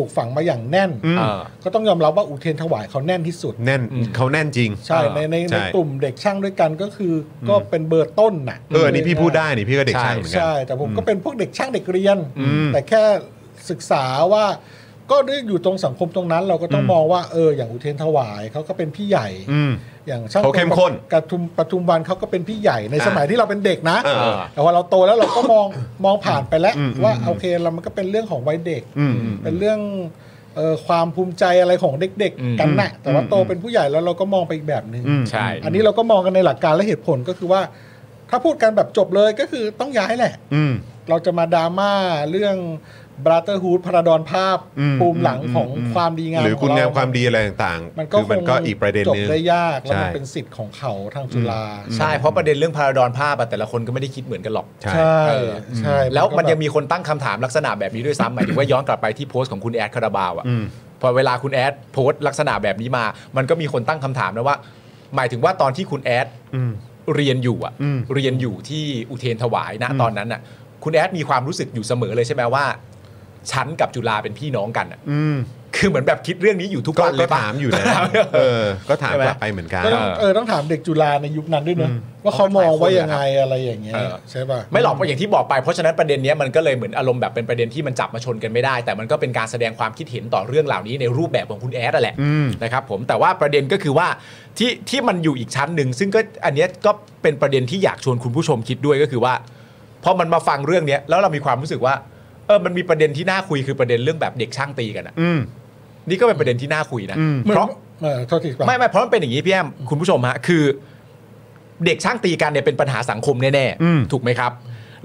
ปลูกฝังมาอย่างแน่น อืม เออ ก็ต้องยอมรับว่าอุเทรนถวายเขาแน่นที่สุด แน่น อืม เขาแน่นจริง ใช่ เออ ในใน ใช่ ในกลุ่มเด็กช่างด้วยกันก็คืออก็เป็นเบอร์ต้นน่ะ เออนี่พี่พูดได้นี่พี่ก็เด็กช่างเหมือนกัน ใช่แต่ผมก็เป็นพวกเด็กช่างเด็กเรียน อืม แต่แค่ศึกษาว่า ก็ด้วยอยู่ตรงสังคมตรงนั้น เราก็ต้อง อืม มองว่าเอออย่างอุเทรนถวายเขาก็เป็นพี่ใหญ่ อืม อย่างช่าง เขาเข้มข้น กระทุมปทุมวันเขาก็เป็นพี่ใหญ่ใน อ่า สมัยที่เราเป็นเด็กนะ เออ แต่ว่าเราโตแล้วเราก็มอง มองผ่านไปแล้ว อืม ว่า อืม โอเคเรามันก็เป็นเรื่องของวัยเด็ก อืมอืม เป็นเรื่องเอ่อความภูมิใจอะไรของเด็ก อืม ๆกันนะแต่ว่า อืม โตเป็นผู้ใหญ่แล้วเราก็มองไปอีกแบบหนึ่ง อืม ใช่ อันนี้เราก็มองกันในหลักการและเหตุผลก็คือว่า ถ้าพูดกันแบบจบเลยก็คือต้องย้ายแหละ อืม เราจะมาดราม่าเรื่องบราเตอร์ฮูดพราดอนภาพ อืม ภูมิหลังของ อืม ความดีงาม หรือ ข คุณ เ งามความดีอะไรต่างๆ มันก็ คือมัน คง ก็อีกประเด็น จบ หนึง ได้ยากแล้วมัน ใช่ เป็นสิทธิ์ของเขาทางจุฬา ใช่เพราะประเด็นเรื่องพาราดอนภาพอะแต่ละคนก็ไม่ได้คิดเหมือนกันหรอก ใช่ ใช่ เออ ใช่ แล้วมัน ก็ ยังมีคนตั้งคำถามลักษณะแบบนี้ด้วยซ้ำหมายถึงว่าย้อนกลับไปที่โพสต์ของคุณแอดคาราบาวอ่ะ อืม พอเวลาคุณแอดโพสต์ลักษณะแบบนี้มา มันก็มีคนตั้งคำถามนะว่า หมายถึงว่าตอนที่คุณแอด อืม เรียนอยู่อะเรียนอยู่ที่อุเทรนถวายนะตอนนั้นอะคุณแอดมีความรู้สึกอยู่เสมอเลยใช่ไหมว่า ฉันกับจุฬาเป็นพี่น้องกันอะ อืม คือเหมือนแบบคิดเรื่องนี้อยู่ทุก ก็ วันเล ก็ ยปะ ถามอยู่นะ เออ ก็ถามกลับไปเหมือนกัน ก็ต้องเออต้องถามเด็กจุฬาในยุคนั้นด้วยเนอะว่าเขามองว่ายังไงอะไรอย่างเงี้ย เออ ใช่ป่ะ ไม่หรอกเพราะอย่างที่บอกไปเพราะฉะนั้นประเด็นเนี้ยมันก็เลยเหมือนอารมณ์แบบเป็นประเด็นที่มันจับมาชนกันไม่ได้ แต่มันก็เป็นการแสดงความคิดเห็นต่อเรื่องเหล่านี้ในรูปแบบของคุณแอดอะแหละ อืม นะครับผมแต่ว่าประเด็นก็คือว่าที่ที่มันอยู่อีกชั้นหนึ่งซึ่งก็อันเนี้ยก็เป็นประเด็นที่อยากชวนคุณผู้ชมคิดด้วยก็คือว่าพอมันมาฟังเรื่องเนี้ยแล้วเรามีความรู้สึกว่าเออมันมีประเด็นที่น่าคุยคือประเด็นเรื่องแบบเด็กช่างตีกันอะ อืม นี่ก็เป็นประเด็นที่น่าคุยนะ อืม เพราะ เออโทษทีครับ ไม่ไม่เพราะมันเป็นอย่างนี้พี่แอมคุณผู้ชมฮะคือ เด็กช่างตีกันเนี่ยเป็นปัญหาสังคมแน่ อืม ๆถูกไหมครับ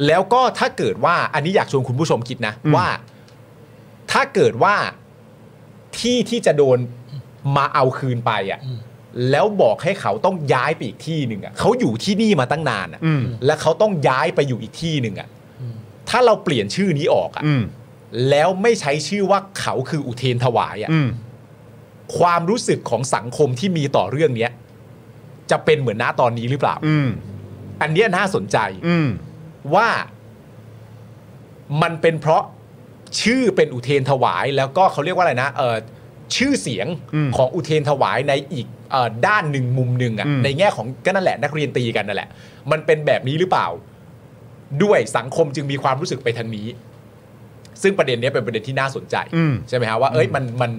แล้วก็ถ้าเกิดว่าอันนี้อยากชวนคุณผู้ชมคิดนะว่า ถ้าเกิดว่าที่ที่จะโดนมาเอาคืนไปอะ่ะแล้วบอกให้เขาต้องย้ายไปอีกที่หนึ่งอะ่ะเขาอยู่ที่นี่มาตั้งนาน อื อะ่ะ ม และเขาต้องย้ายไปอยู่อีกที่หนึ่งอะ่ะถ้าเราเปลี่ยนชื่อนี้ออก อื อะ่ะ ม แล้วไม่ใช้ชื่อว่าเขาคืออุเทนถวายอ่ะ อืม ความรู้สึกของสังคมที่มีต่อเรื่องเนี้ยจะเป็นเหมือนหน้าตอนนี้หรือเปล่า อืม อันเนี้ยน่าสนใจ อืม ว่ามันเป็นเพราะชื่อเป็นอุเทนถวาย แล้วก็เขาเรียกว่าอะไรนะเออชื่อเสียงของอุเทนถวายในอีกเออด้านหนึ่งมุมหนึ่งอะในแง่ของก็นั่นแหละนักเรียนตีกันนั่นแหละ มันเป็นแบบนี้หรือเปล่า ด้วยสังคมจึงมีความรู้สึกไปทางนี้ ซึ่งประเด็นเนี้ยเป็นประเด็นที่น่าสนใจ อืม ใช่ไหมฮะว่าเอ้ยมันมัน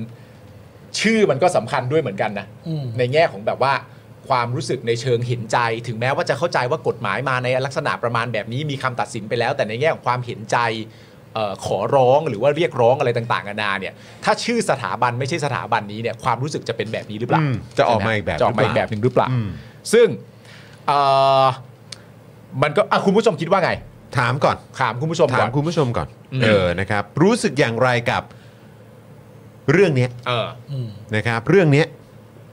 ชื่อมันก็สำคัญด้วยเหมือนกันนะในแง่ของแบบว่าความรู้สึกในเชิงเห็นใจ ถึงแม้ว่าจะเข้าใจว่ากฎหมายมาในลักษณะประมาณแบบนี้มีคำตัดสินไปแล้ว แต่ในแง่ของความเห็นใจเออขอร้องหรือว่าเรียกร้องอะไรต่างๆนานาเนี่ย ถ้าชื่อสถาบันไม่ใช่สถาบันนี้เนี่ยความรู้สึกจะเป็นแบบนี้หรือเปล่า อืมจะออกมาอีกแบบ จะออกมาอีกแบบหนึ่งหรือเปล่า อืม ซึ่งเอ่อมันก็อ่ะคุณผู้ชมคิดว่าไง ถามก่อน ถามคุณผู้ชม ถา ก่อ ม น คุณผู้ชมก่อน อืม เออ นะครับ รู้สึกอย่างไรกับเรื่องเนี้ย เออ นะครับ เรื่องเนี้ย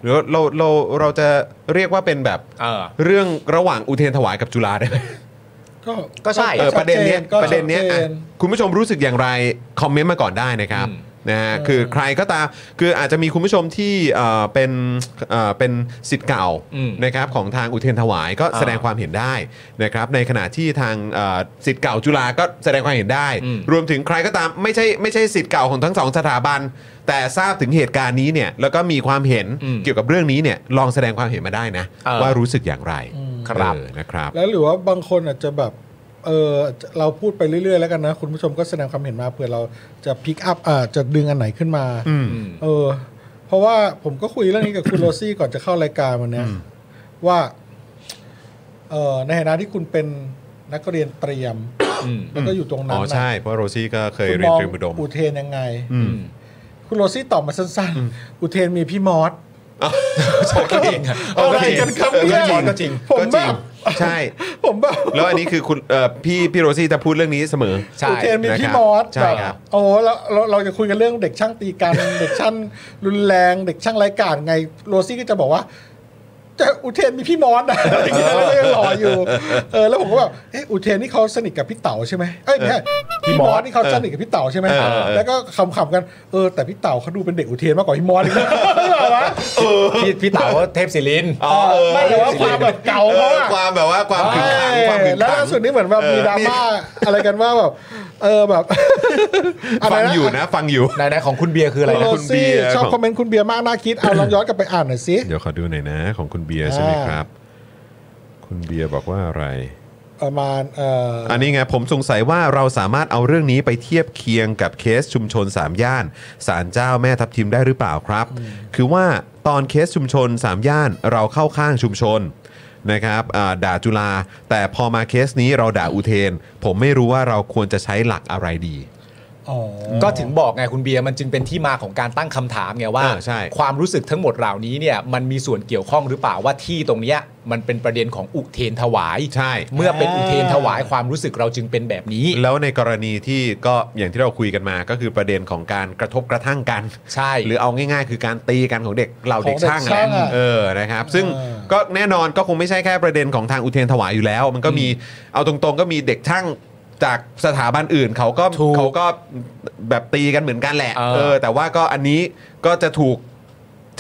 หรือเราเราเราจะเรียกว่าเป็นแบบ เออ เรื่องระหว่างอุเทรนถวายกับจุฬาได้ไหม ก็ ก็ใช่ เออ ชั ประเด็นเนี้ย ก็ ประเด็นเนี้ย ชั อ่ะ จ คุณผู้ชมรู้สึกอย่างไร คอมเมนต์มาก่อนได้นะครับ อืม นะฮะคือใครก็ตามคืออาจจะมีคุณผู้ชมที่เอ่อเป็นเอ่อเป็นสิทธิ์เก่า อืม นะครับของทางอุเทรนถวายก็ อ่า แสดงความเห็นได้นะครับในขณะที่ทางเอ่อสิทธิ์เก่าจุฬาก็แสดงความเห็นได้ อืม รวมถึงใครก็ตามไม่ใช่ไม่ใช่สิทธิ์เก่าของทั้งสองสถาบัน แต่ทราบถึงเหตุการณ์นี้เนี่ยแล้วก็มีความเห็น อืม เกี่ยวกับเรื่องนี้เนี่ยลองแสดงความเห็นมาได้นะ เออ ว่ารู้สึกอย่างไร ครับ เออนะครับ แล้วหรือว่าบางคนอาจจะแบบเออเราพูดไปเรื่อยๆแล้วกันนะคุณผู้ชมก็แสดงความเห็นมาเผื่อเราจะพิกอัพอ่าจะดึงอันไหนขึ้นมา อืม เออ เพราะว่าผมก็คุยเรื่องนี้กับคุณ โรซี่ก่อนจะเข้ารายการวันเนี้ยว่าเออในฐานะที่คุณเป็นนักเรียนเตรียม อืม แล้วก็อยู่ตรงนั้ อ๋ น อ นะ ใช่เพราะโรซี่ก็เคย คุณ เรีย มอนง เตรียมอุดม อุเทนยังไง อืม คุณโรซี่ตอบมาสั้นๆ อุเทนมีพี่มอส ก็จริง อะไรกันครับเนี่ย ก็จริง ผม ก็จ แบ ริง บ ใช่ ผมแบบ แล้วอันนี้คือคุณเอ่อพี่พี่โรซี่จะพูดเรื่องนี้เสมอ ใช่ อุเทนมีพี่มอส ใช่ แบบ ครับ โอ้เราเราเราจะคุยกันเรื่องเด็กช่างตีกัน เด็กช่างรุนแรง เด็กช่างไร้กาดไง โรซี่ก็จะบอกว่าจะอุเทนมีพี่มอสนะ อะไรอย่างเงี้ยแล้วก็ยังรออยู่ เออแล้วผมก็แบบเอออุเทนนี่เขาสนิทกับพี่เต๋าใช่ไหมเอ้ยไม่ใช่พี่มอสนี่เขาสนิทกับพี่เต๋าใช่ไหม เออเออ แล้วก็ขำๆกันเออแต่พี่เต๋าเขาดูเป็นเด็กอุเทนมากกว่าพี่มอสอีกนะเหรอวะ พี่พี่เต๋าเทพศิรินทร์ อ๋อเออ ไม่แต่ว่าความแบบเก่า เอ เขา อ อะ ความแบบว่าความขึงขังความขึงขัง แล้วล่าสุดนี้เหมือนแบบมีดราม่าอะไรกันว่าแบบเออแบบ อะไร ฟัง นะ อยู่นะฟังอยู่ นายนายของคุณเบียร์คืออะไร โร นะ คุณเบี ซี่ ยร์ ชอบ ของ คอมเมนต์คุณเบียร์มากน่าคิดเอาลองย้อนกลับไปอ่านหน่อยสิ เดี๋ยวขอดูหน่อยนะ ของคุณเบียร์ใช่ไหม อ่า ครับ คุณเบียร์บอกว่าอะไร ประมาณเอออ อันนี้ไงผมสงสัยว่าเราสามารถเอาเรื่องนี้ไปเทียบเคียงกับเคสชุมชน 3 ย่านศาลเจ้าแม่ทับทิมได้หรือเปล่าครับ คือว่าตอนเคสชุมชน 3 ย่านเราเข้าข้างชุมชนนะครับอ่าด่าจุฬาแต่พอมาเคสนี้เราด่าอุเทน ผมไม่รู้ว่าเราควรจะใช้หลักอะไรดี อ๋อ ก็ถึงบอกไงคุณเบียร์มันจึงเป็นที่มาของการตั้งคำถามไงว่า เออใช่ ความรู้สึกทั้งหมดเหล่านี้เนี่ยมันมีส่วนเกี่ยวข้องหรือเปล่าว่าที่ตรงเนี้ยมันเป็นประเด็นของอุเทนถวาย ใช่ เมื่อเป็นอุเทนถวายความรู้สึกเราจึงเป็นแบบนี้ แล้วในกรณีที่ก็อย่างที่เราคุยกันมาก็คือประเด็นของการกระทบกระทั่งกัน ใช่ หรือเอาง่ายๆ คือการตีกันของเด็กเราเด็กช่างแหละ ะ เออนะครับ ซึ่งก็แน่นอนก็คงไม่ใช่แค่ประเด็นของทางอุเทรนถวายอยู่แล้ว มันก็มีเอาตรงๆ ก็มีเด็กช่างจากสถาบันอื่น เขาก็ ถูก เขาก็แบบตีกันเหมือนกันแหละ เออ แต่ว่าก็อันนี้ก็จะถูก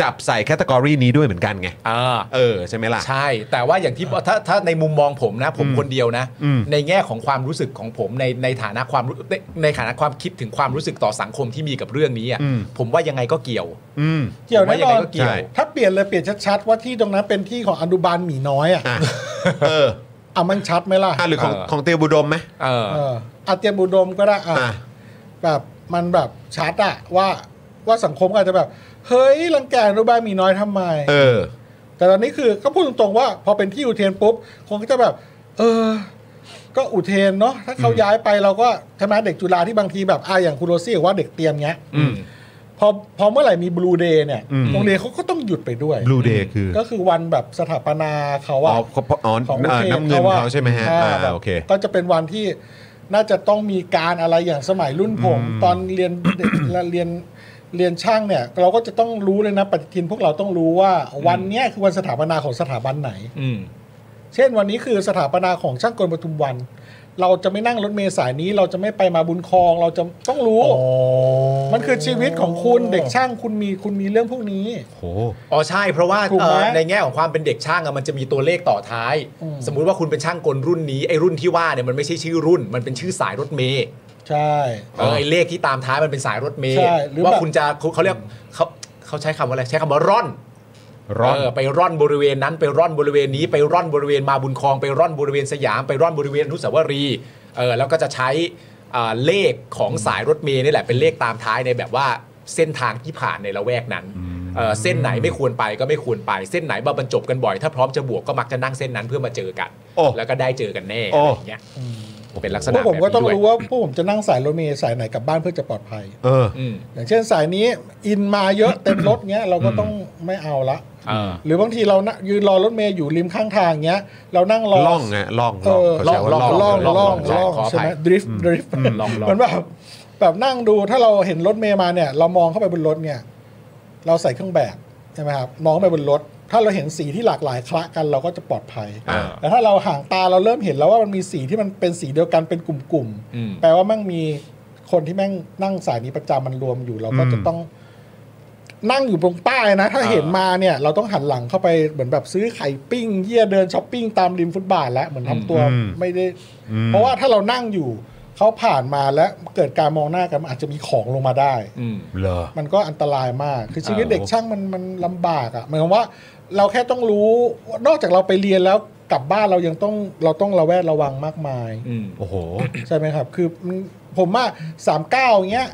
จับใส่แคตตากรีนี้ด้วยเหมือนกันไง อ่า เออ ใช่ไหมล่ะ ใช่ แต่ว่าอย่างที่ถ้าถ้าในมุมมองผมนะ ผมคนเดียวนะ อืม ในแง่ของความรู้สึกของผมในในฐานะความรู้ในในฐานะความคิดถึงความรู้สึกต่อสังคมที่มีกับเรื่องนี้อ่ะ อืม ผมว่ายังไงก็เกี่ยว อืม เกี่ยวแน่นอน ผมว่ายังไงก็เกี่ยว ใช่ ถ้าเปลี่ยนเลยเปลี่ยนชัดๆว่าที่ตรงนั้นเป็นที่ของอนุบาลหมีน้อยอ่ะ อ่ะ เออ อ่ะมันชัดไหมล่ะ อ่ะหรือของ เออ ของเตียวบุดมไหม เออ เอออาเตรียมบุดมก็ได้อ่ะ อ่ะ แบบมันแบบชัดอ่ะว่าว่าสังคมอาจจะแบบ เฮ้ยรังแกอนุบาลหมีน้อยทำไม เออ แต่ตอนนี้คือก็พูดตรงๆว่า พอเป็นที่อุเทนปุ๊บคงก็จะแบบ เออ ก็อุเทนเนาะถ้าเขาย้ายไปเราก็ใช่ไหมเด็กจุฬาที่บางทีแบบอ่าอย่างคุณโรซี่บอกว่าเด็กเตรียมเงี้ย อืม พอพอเมื่อไหร่มีบลูเดย์เนี่ย อืม โรงเรียนเขาก็ต้องหยุดไปด้วย บลูเดย์คือ ก็คือวันแบบสถาปนาเขา อ๋ อะ อเขาอ๋อ ของอุ เอ่อ เทน น้ำเงิน อะ เขาใช่ไหมฮะ อ่า อ่า แบบ โอเค ก็จะเป็นวันที่น่าจะต้องมีการอะไรอย่างสมัยรุ่นผม ตอนเรียน เด็กเรียนเรียนช่างเนี่ย เราก็จะต้องรู้เลยนะปฏิทินพวกเราต้องรู้ว่าวันเนี้ยคือวันสถาปนาของสถาบันไหน อืม เช่นวันนี้คือสถาปนาของช่างกลปทุมวัน เราจะไม่นั่งรถเมล์สายนี้ เราจะไม่ไปมาบุญคลอง เราจะต้องรู้ มันคือชีวิตของคุณเด็กช่างคุณมีคุณมีเรื่องพวกนี้ โห อ๋อใช่เพราะว่า ถูกไหม เอ่อในแง่ของความเป็นเด็กช่างอะมันจะมีตัวเลขต่อท้าย อืม สมมุติว่าคุณเป็นช่างกลรุ่นนี้ไอ้รุ่นที่ว่าเนี่ยมันไม่ใช่ชื่อรุ่น มันเป็นชื่อสายรถเมย์ ใช่ เออไอ้เลขที่ตามท้ายมันเป็นสายรถเมย์ ใช่หรือ ว่า แบบ คุณจะเขาเขาเรียกเขาเขาใช้คำว่าอะไรใช้คำว่าร่อน ร้อน เไปร่อนบริเวณนั้นไปร่อนบริเวณนี้ไปร่อนบริเวณมาบุญคลอง ไปร่อนบริเวณสยามไปร่อนบริเวณอนุสาวรีย์เออแล้วก็จะใช้อ่าเลขของสายรถเมล์นี่แหละเป็นเลขตามท้ายในแบบว่าเส้นทางที่ผ่านในละแวกนั้นเออเส้นไหนไม่ควรไปก็ไม่ควรไป เส้นไหนมาบรรจบกันบ่อย ถ้าพร้อมจะบวกก็มักจะนั่งเส้นนั้นเพื่อมาเจอกัน โอ้ แล้วก็ได้เจอกันแน่ โอ้ อะไรอย่างเงี้ยเป็นลักษ พ ณะ วกผมก็ต้องรู้ แบบนี้ด้วย ว่าพวกผมจะนั่งสายรถเมล์สายไหนกลับบ้านเพื่อจะปลอดภัย เออ อืม อย่างเช่นสายนี้อินมาเยอะ เต็มรถเงี้ยเราก็ต้องไม่เอาละ เออ หรือบางทีเรานะยืนรอรถเมล์อยู่ริมข้างทางเงี้ย เรานั่งรอ ล่องไงล่อง เออ ล่องเขา ล่องใช้ว่า ล่อง ล่อง ล่อง ล่ ล่ อ อง งใช่ไหมดริฟต์ดริฟต์ ล่องล่อง มันแบบแบบนั่งดูถ้าเราเห็นรถเมล์มาเนี่ย เรามองเข้าไปบนรถเนี่ย เราใส่เครื่องแบบใช่ไหมครับมองเข้าไปบนรถ ถ้าเราเห็นสีที่หลากหลายคละกันเราก็จะปลอดภัย อ่า แต่ถ้าเราห่างตาเราเริ่มเห็นแล้วว่ามันมีสีที่มันเป็นสีเดียวกันเป็นกลุ่ม อืม แปลว่าแมั่งมีคนที่แม่งนั่งสายนี้ประจำมันรวมอยู่เราก็จะต้อง นั่งอยู่ตรงป้ายนะ ถ้าเห็นมาเนี่ย เราต้องหันหลังเข้าไปเหมือนแบบซื้อไข่ปิ้งเยี่ยเดินช้อปปิ้งตามริมฟุตบาทแล้วเหมือนทำตัว อืม ไม่ได้ อืม เพราะว่าถ้าเรานั่งอยู่เขาผ่านมาแล้วเกิดการมองหน้ากันมันอาจจะมีของลงมาได้ อืม เหรอ มันก็อันตรายมาก คือชีวิต เออ เด็กช่างมันมันลำบากอะ่ะหมายความว่าเราแค่ต้องรู้ นอกจากเราไปเรียนแล้วกลับบ้านเรายังต้องเราต้องระแวดระวังมากมาย อืม โอ้โห ใช่ไหมครับ คือมันผมว่าสามเก้าอย่างเงี้ย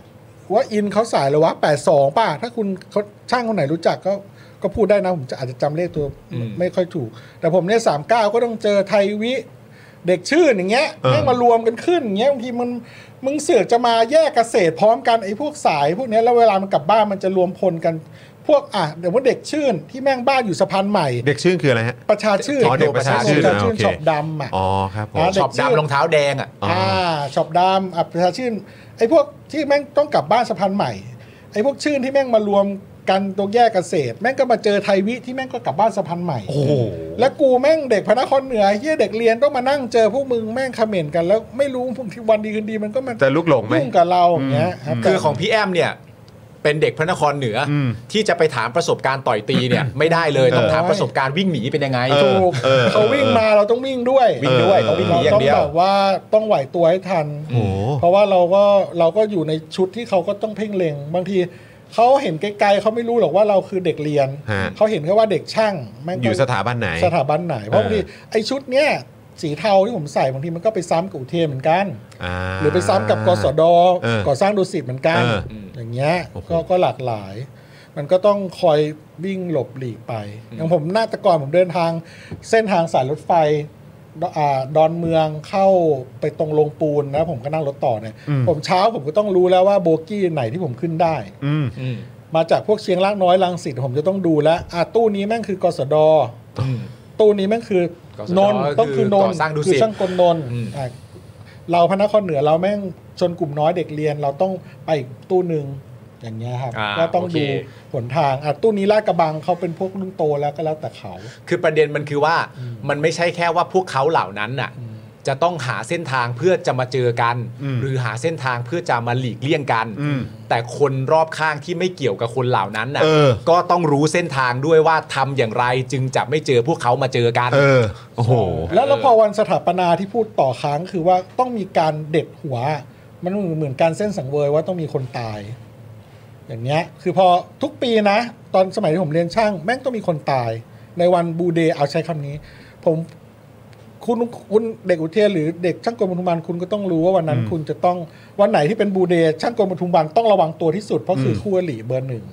ว่าอินเขาสายเลยวะแปดสองป่ะ ถ้าคุณเขาช่างคนไหนรู้จักก็ก็พูดได้นะ ผมจะอาจจะจำเลขตัว อืม ไม่ค่อยถูก แต่ผมเนี่ยสามเก้าก็ต้องเจอไทยวิ เด็กชื่ออย่างเงี้ย เออ แม่งมารวมกันขึ้นอย่างเงี้ยบางทีมันมึงเสือกจะมาแยกเกษตรพร้อมกันไอ้พวกสาย พวกเนี้ยแล้วเวลามันกลับบ้านมันจะรวมพลกันพวกอ่ะเดี๋ยวว่าเด็กชื่นที่แม่งบ้านอยู่สะพานใหม่ เด็กชื่นคืออะไรฮะ ประชาชื่น อ๋อเด็กประชาชื่น ประชาชื่น อ่ะโอเค ชอบดำอ่ะ อ๋อครับผม อ่า ชอบดำรองเท้าแดงอ่ะ อ๋ออ่ อ่าช็อปดามอ่ะประชาชื่นไอ้พวกที่แม่งต้องกลับบ้านสะพานใหม่ไอ้พวกชื่นที่แม่งมารวมกันตรงแยกเกษตร แม่งก็มาเจอไทยวิที่แม่งก็กลับบ้านสะพานใหม่ โอ้โห และกูแม่งเด็กพระนครเหนือเฮียเด็กเรียนต้องมานั่งเจอพวกมึงแม่งคอมเขมนต์กันแล้วไม่รู้พวกที่วันดีคืนดีมันก็มา จะลุกหลงไหม ยุ่งกับเราอย่างเงี้ยรับ คือของพี่แอมเนี่ยเป็นเด็กพระนครเหนืออ ม ที่จะไปถามประสบการณ์ต่อยตีเนี่ย ไม่ได้เลยต้องถามประสบการณ์วิ่งหนีเป็นยังไง เออ ถูก เออ เขาวิ่งมาเราต้องวิ่งด้วย วิ่งด้วยต้องวิ่งหนีอย่างเดียว รต้แบบว่าต้องไหวตัวให้ทัน โอ้โห เพราะว่าเราก็เราก็อยู่ในชุดที่เขาก็ต้องเพ่งเล็ง บางทีเขาเห็นไกลๆเขาไม่รู้หรอกว่าเราคือเด็กเรียน ฮะ เขาเห็นแค่ว่าเด็กช่างแม่งก็ อยู่สถาบันไหน สถาบันไหน เพราะบางทีไอ้ชุดเนี้ยสีเทาที่ผมใส่บางทีมันก็ไปซ้ำกับอุเทนเหมือนกัน อ่า หรือไปซ้ำกับกสด เออ ก่อสร้างดุสิตเหมือนกัน เอออื มอย่างเงี้ย โอ้โห ก็ก็หลากหลาย มันก็ต้องคอยวิ่งหลบหลีกไป อย่างผมหน้าแตะก่อนผมเดินทาง เส้นทางสายรถไฟดอ่าดอนเมืองเข้าไปตรงลงปูนนะผมก็นั่งรถต่อเนี่ยผมเช้าผมก็ต้องรู้แล้วว่าโบกี้ไหนที่ผมขึ้นได้ อืม อืม มาจากพวกเชียงรากน้อยลังสิตผมจะต้องดูแล้วอ่ะตู้นี้แม่งคือกสดตู้นี้แม่งคือก สด นนท์ ก็คือ ต้องคือนน ก่อสร้างดุสิต คืช่างกลนนท์ อืม อ่ะเราพระนครเหนือเราแม่งชนกลุ่มน้อยเด็กเรียน เราต้องไปอีกตู้หนึ่งอย่างเงี้ยครับ อ่า ก็ต้อง โอเค ดูหนทางอ่ะตู้นี้ลาดกระบังเขาเป็นพวกรุ่นโตแล้วก็แล้วแต่เขา คือประเด็นมันคือว่ามันไม่ใช่แค่ว่าพวกเขาเหล่านั้นน่ะ จะต้องหาเส้นทางเพื่อจะมาเจอกัน หรือหาเส้นทางเพื่อจะมาหลีกเลี่ยงกัน แต่คนรอบข้างที่ไม่เกี่ยวกับคนเหล่านั้นน่ะ เออ ก็ต้องรู้เส้นทางด้วยว่าทำอย่างไรจึงจะไม่เจอพวกเขามาเจอกัน เออ โอ้โห แล้วแล้วพอวันสถาปนาที่พูดต่อค้างคือว่าต้องมีการเด็ดหัว มันเหมือนการเส้นสังเวยว่าต้องมีคนตาย อย่างเงี้ย คือพอทุกปีนะ ตอนสมัยที่ผมเรียนช่าง แม่งต้องมีคนตาย ในวันบูเดย์เอาใช้คำนี้ ผมคุณคุณเด็กอุเทนหรือเด็กช่างกลปทุมวันคุณก็ต้องรู้ว่าวันนั้นคุณจะต้องวันไหนที่เป็นบูเดย์ช่างกลปทุมวันต้องระวังตัวที่สุดเพราะคือคู่อริเบอร์หนึ่ง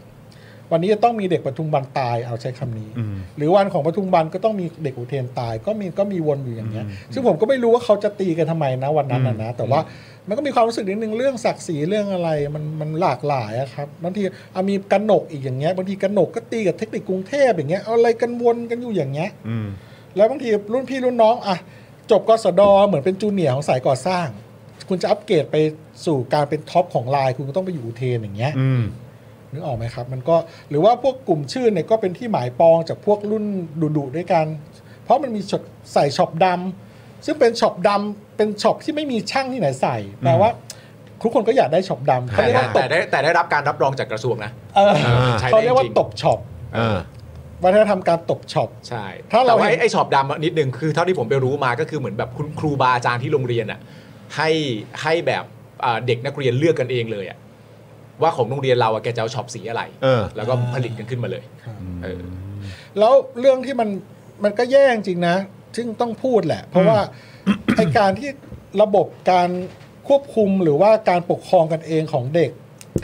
วันนี้จะต้องมีเด็กปทุมบันตายเอาใช้คำนี้ หรือวันของปทุมบันก็ต้องมีเด็กอุเทนตาย ก็มีก็มีวนอยู่อย่างเงี้ย ซึ่งผมก็ไม่รู้ว่าเขาจะตีกันทำไมนะวันนั้นนะนะแต่ว่ามันก็มีความรู้สึกนิดนึงเรื่องศักดิ์ศรีเรื่องอะไรมันมันหลากหลายอะครับบางทีเอามีกันหนกอีกอย่างเงี้ยบางทีกันหนกก็ตีกับเทคนิคกรุงเทพอย่างเงี้ยเอาอะไรกันวนกันอยู่อย่างเงี้ยแล้วบางทีรุ่นพี่รุ่นน้องอะจบกสดเหมือนเป็นจูเนียร์ของสายก่อสร้าง คุณจะอัปเกรดไปสู่การเป็นท็อปของไลน์คุณก็ต้องไปอยู่อุเทนอย่างเงี้ย นึกออกไหมครับ มันก็หรือว่าพวกกลุ่มชื่อเนี่ยก็เป็นที่หมายปองจากพวกรุ่นดุดุๆด้วยกัน เพราะมันมีช็อปใส่ช็อปดำซึ่งเป็นช็อปดำเป็นช็อปที่ไม่มีช่างที่ไหนใส่แปลว่า ทุกคนก็อยากได้ช็อปดำเขา แต่ เรียก ได้ ว่าต แต่ บ ได้แต่ได้รับการรับรองจากกระทรวงนะ เออ ใช้ได้จริง เขาเรียกว่าตบช็อป เออ วัฒนธรรมการตบช็อป ใช่ ถ้าเรา แต่ว่า เห็น ไอ้ไอ้ช็อปดำอะนิดนึงคือเท่าที่ผมไปรู้มาก็คือเหมือนแบบคุณครูบาอาจารย์ที่โรงเรียนอ่ะให้ให้แบบอ่าเด็กนักเรียนเลือกกันเองเลยอ่ะว่าของโรงเรียนเราอ่ะแกจะเอาช็อปสีอะไร เออ แล้วก็ผลิตกันขึ้นมาเลยเออ แล้วเรื่องที่มันมันก็แย่จริงๆนะ ซึ่งต้องพูดแหละ เพราะว่า ไอการที่ระบบการควบคุมหรือว่าการปกครองกันเองของเด็ก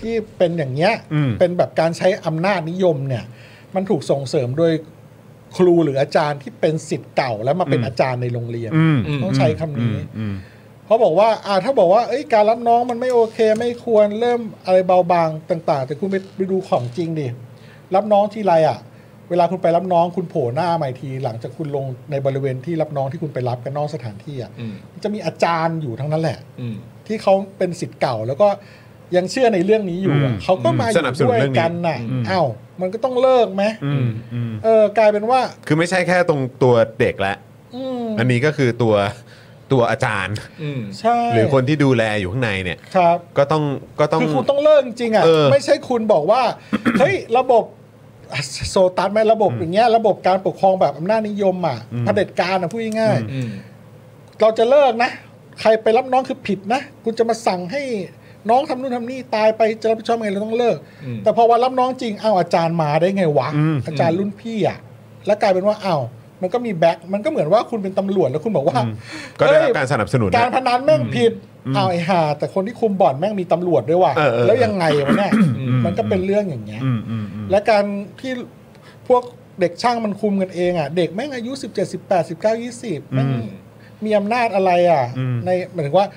ที่เป็นอย่างเงี้ยเป็นแบบการใช้อำนาจนิยมเนี่ย มันถูกส่งเสริมโดยครูหรืออาจารย์ที่เป็นสิทธิ์เก่าแล้วมาเป็นอาจารย์ในโรงเรียน ต้องใช้คำนี้ เขาบอกว่าอ่าถ้าบอกว่า เอ้ย การรับน้องมันไม่โอเค ไม่ควรเริ่มอะไรเบาบางต่าง ๆ แต่คุณไปไปดูของจริงดิ รับน้องทีไรอ่ะ เวลาคุณไปรับน้องคุณโผล่หน้าใหม่ที หลังจากคุณลงในบริเวณที่รับน้องที่คุณไปรับกันนอกสถานที่อ่ะ อืม จะมีอาจารย์อยู่ทั้งนั้นแหละ อืม ที่เขาเป็นสิทธิ์เก่าแล้วก็ยังเชื่อในเรื่องนี้อยู่อะ อืม เขาก็มาอ สนับสนุ ยู่ด้นวย เรื่องนี้ กันน่ะอ้าวมันก็ต้องเลิกไหม อืมอืม เออกลายเป็นว่า คือไม่ใช่แค่ตรงตัวเด็กละ อืม อันนี้ก็คือตัวตัวอาจารย์ อืม ใช่ หรือคนที่ดูแลอยู่ข้างในเนี่ย ครับ ก็ต้องก็ต้อง คือคุณต้องเลิกจริงๆอ่ะ เออ ไม่ใช่คุณบอกว่า เฮ้ยระบบโซตัสไหมระบบอย่างเงี้ยระบบการปกครองแบบอำนาจนิยมอ่ะ อืม เผด็จการอ่ะพูดง่ายๆ อืม เราจะเลิกนะ ใครไปรับน้องคือผิดนะ คุณจะมาสั่งให้น้องทำนู่นทำนี่ตายไปจะรับผิดชอบยังไงเราต้องเลิก อืม แต่พอวันรับน้องจริงอ้าวอาจารย์มาได้ไงวะอาจารย์รุ่นพี่อ่ะแล้วกลายเป็นว่าอ้าวมันก็มีแบ็คมันก็เหมือนว่าคุณเป็นตำรวจแล้วคุณบอกว่า ก็ได้รับ เฮ้ย การสนับสนุน กา นะ รพนันแม่งผิดเอาไอ้ห่าแต่คนที่คุมบ่อนแม่งมีตำรวจด้วยว่ะ เออเออ แล้วยังไงวะเนี่ย อืม มันก็เป็นเรื่องอย่างเงี้ย อืมอืมอืม และการที่พวกเด็กช่างมันคุมกันเองอ่ะเด็กแม่งอายุ 17 18 19 20แม่งมีอำนาจอะไรอ่ะ อืม ในหมายถึงว่า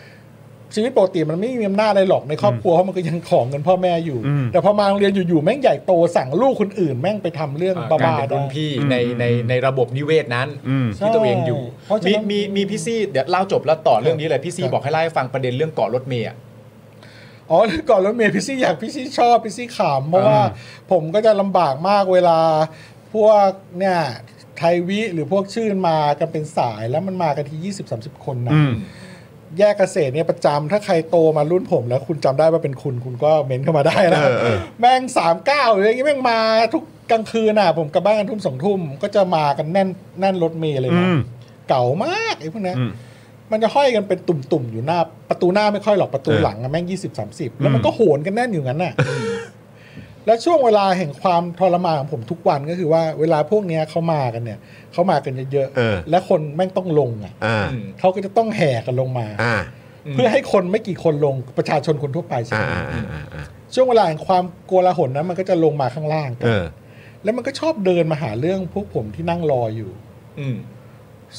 ชีวิตปกติมันไม่มีอำนาจอะไรหรอกในครอบครัวเพราะมันก็ยังของเงินพ่อแม่อยู่ แต่พอมาโรงเรียนอยู่ๆแม่งใหญ่โตสั่งลูกคนอื่น แม่งไปทำเรื่อง อ่าการ บ้า เป็ๆนได้ รุ่นพี่ในในในระบบนิเวศนั้น อืม ที่ตัวเองอยู่ ใช่เพราะฉะ มี นั้น มีมีพี่ซี่เดี๋ยวเล่าจบแล้วต่อเรื่องนี้เลยพี่ ค ซี่ รับ บอกให้เล่าให้ฟังประเด็นเรื่องเก่อรถเมย์อะ อ๋อก่อนรถเมย์พี่ซี่อยากพี่ซี่ชอบพี่ซี่ขำเพราะว่าผมก็จะลำบากมากเวลาพวกเนี่ยไทยวิหรือพวกชื่นมากันเป็นสายแล้วมันมากันที 20 30 คนนะ อืม แยกเกษตรเนี่ยประจำถ้าใครโตมารุ่นผมแล้วคุณจำได้ว่าเป็นคุณคุณก็เม้นเข้ามาได้นะ เออเออ แม่งสามเก้าหรืออย่างงี้แม่งมาทุกกลางคืนน่ะ ผมกลับบ้านกันทุ่มสองทุ่มก็จะมากันแน่นแน่นรถเมย์เลย อื นะ ม เก่ามากไอ้พวกเนี้ย อืม มันจะห้อยกันเป็นตุ่มๆ อยู่หน้า ประตูหน้าไม่ค่อยหรอกประตู เออ หลังอะแม่งยี่สิบสามสิบแล้วมันก็โหนกันแน่นอยู่งั้นน่ะแล้วช่วงเวลาแห่งความทรมานของผมทุกวันก็คือว่าเวลาพวกเนี้ยเขามากันเนี่ยเขามากันเยอะ เออ และคนแม่งต้องลงอ่ะ อ่า เขาก็จะต้องแห่กันลงมา อ่า เพื่อให้คนไม่กี่คนลงประชาชนคนทั่วไปใช่ อ่า ไหม อ่าอ่าอ่า ช่วงเวลาแห่งความโกลาหลนั้นมันก็จะลงมาข้างล่างกั เอน อ แล้วมันก็ชอบเดินมาหาเรื่องพวกผมที่นั่งรออยู่ อืม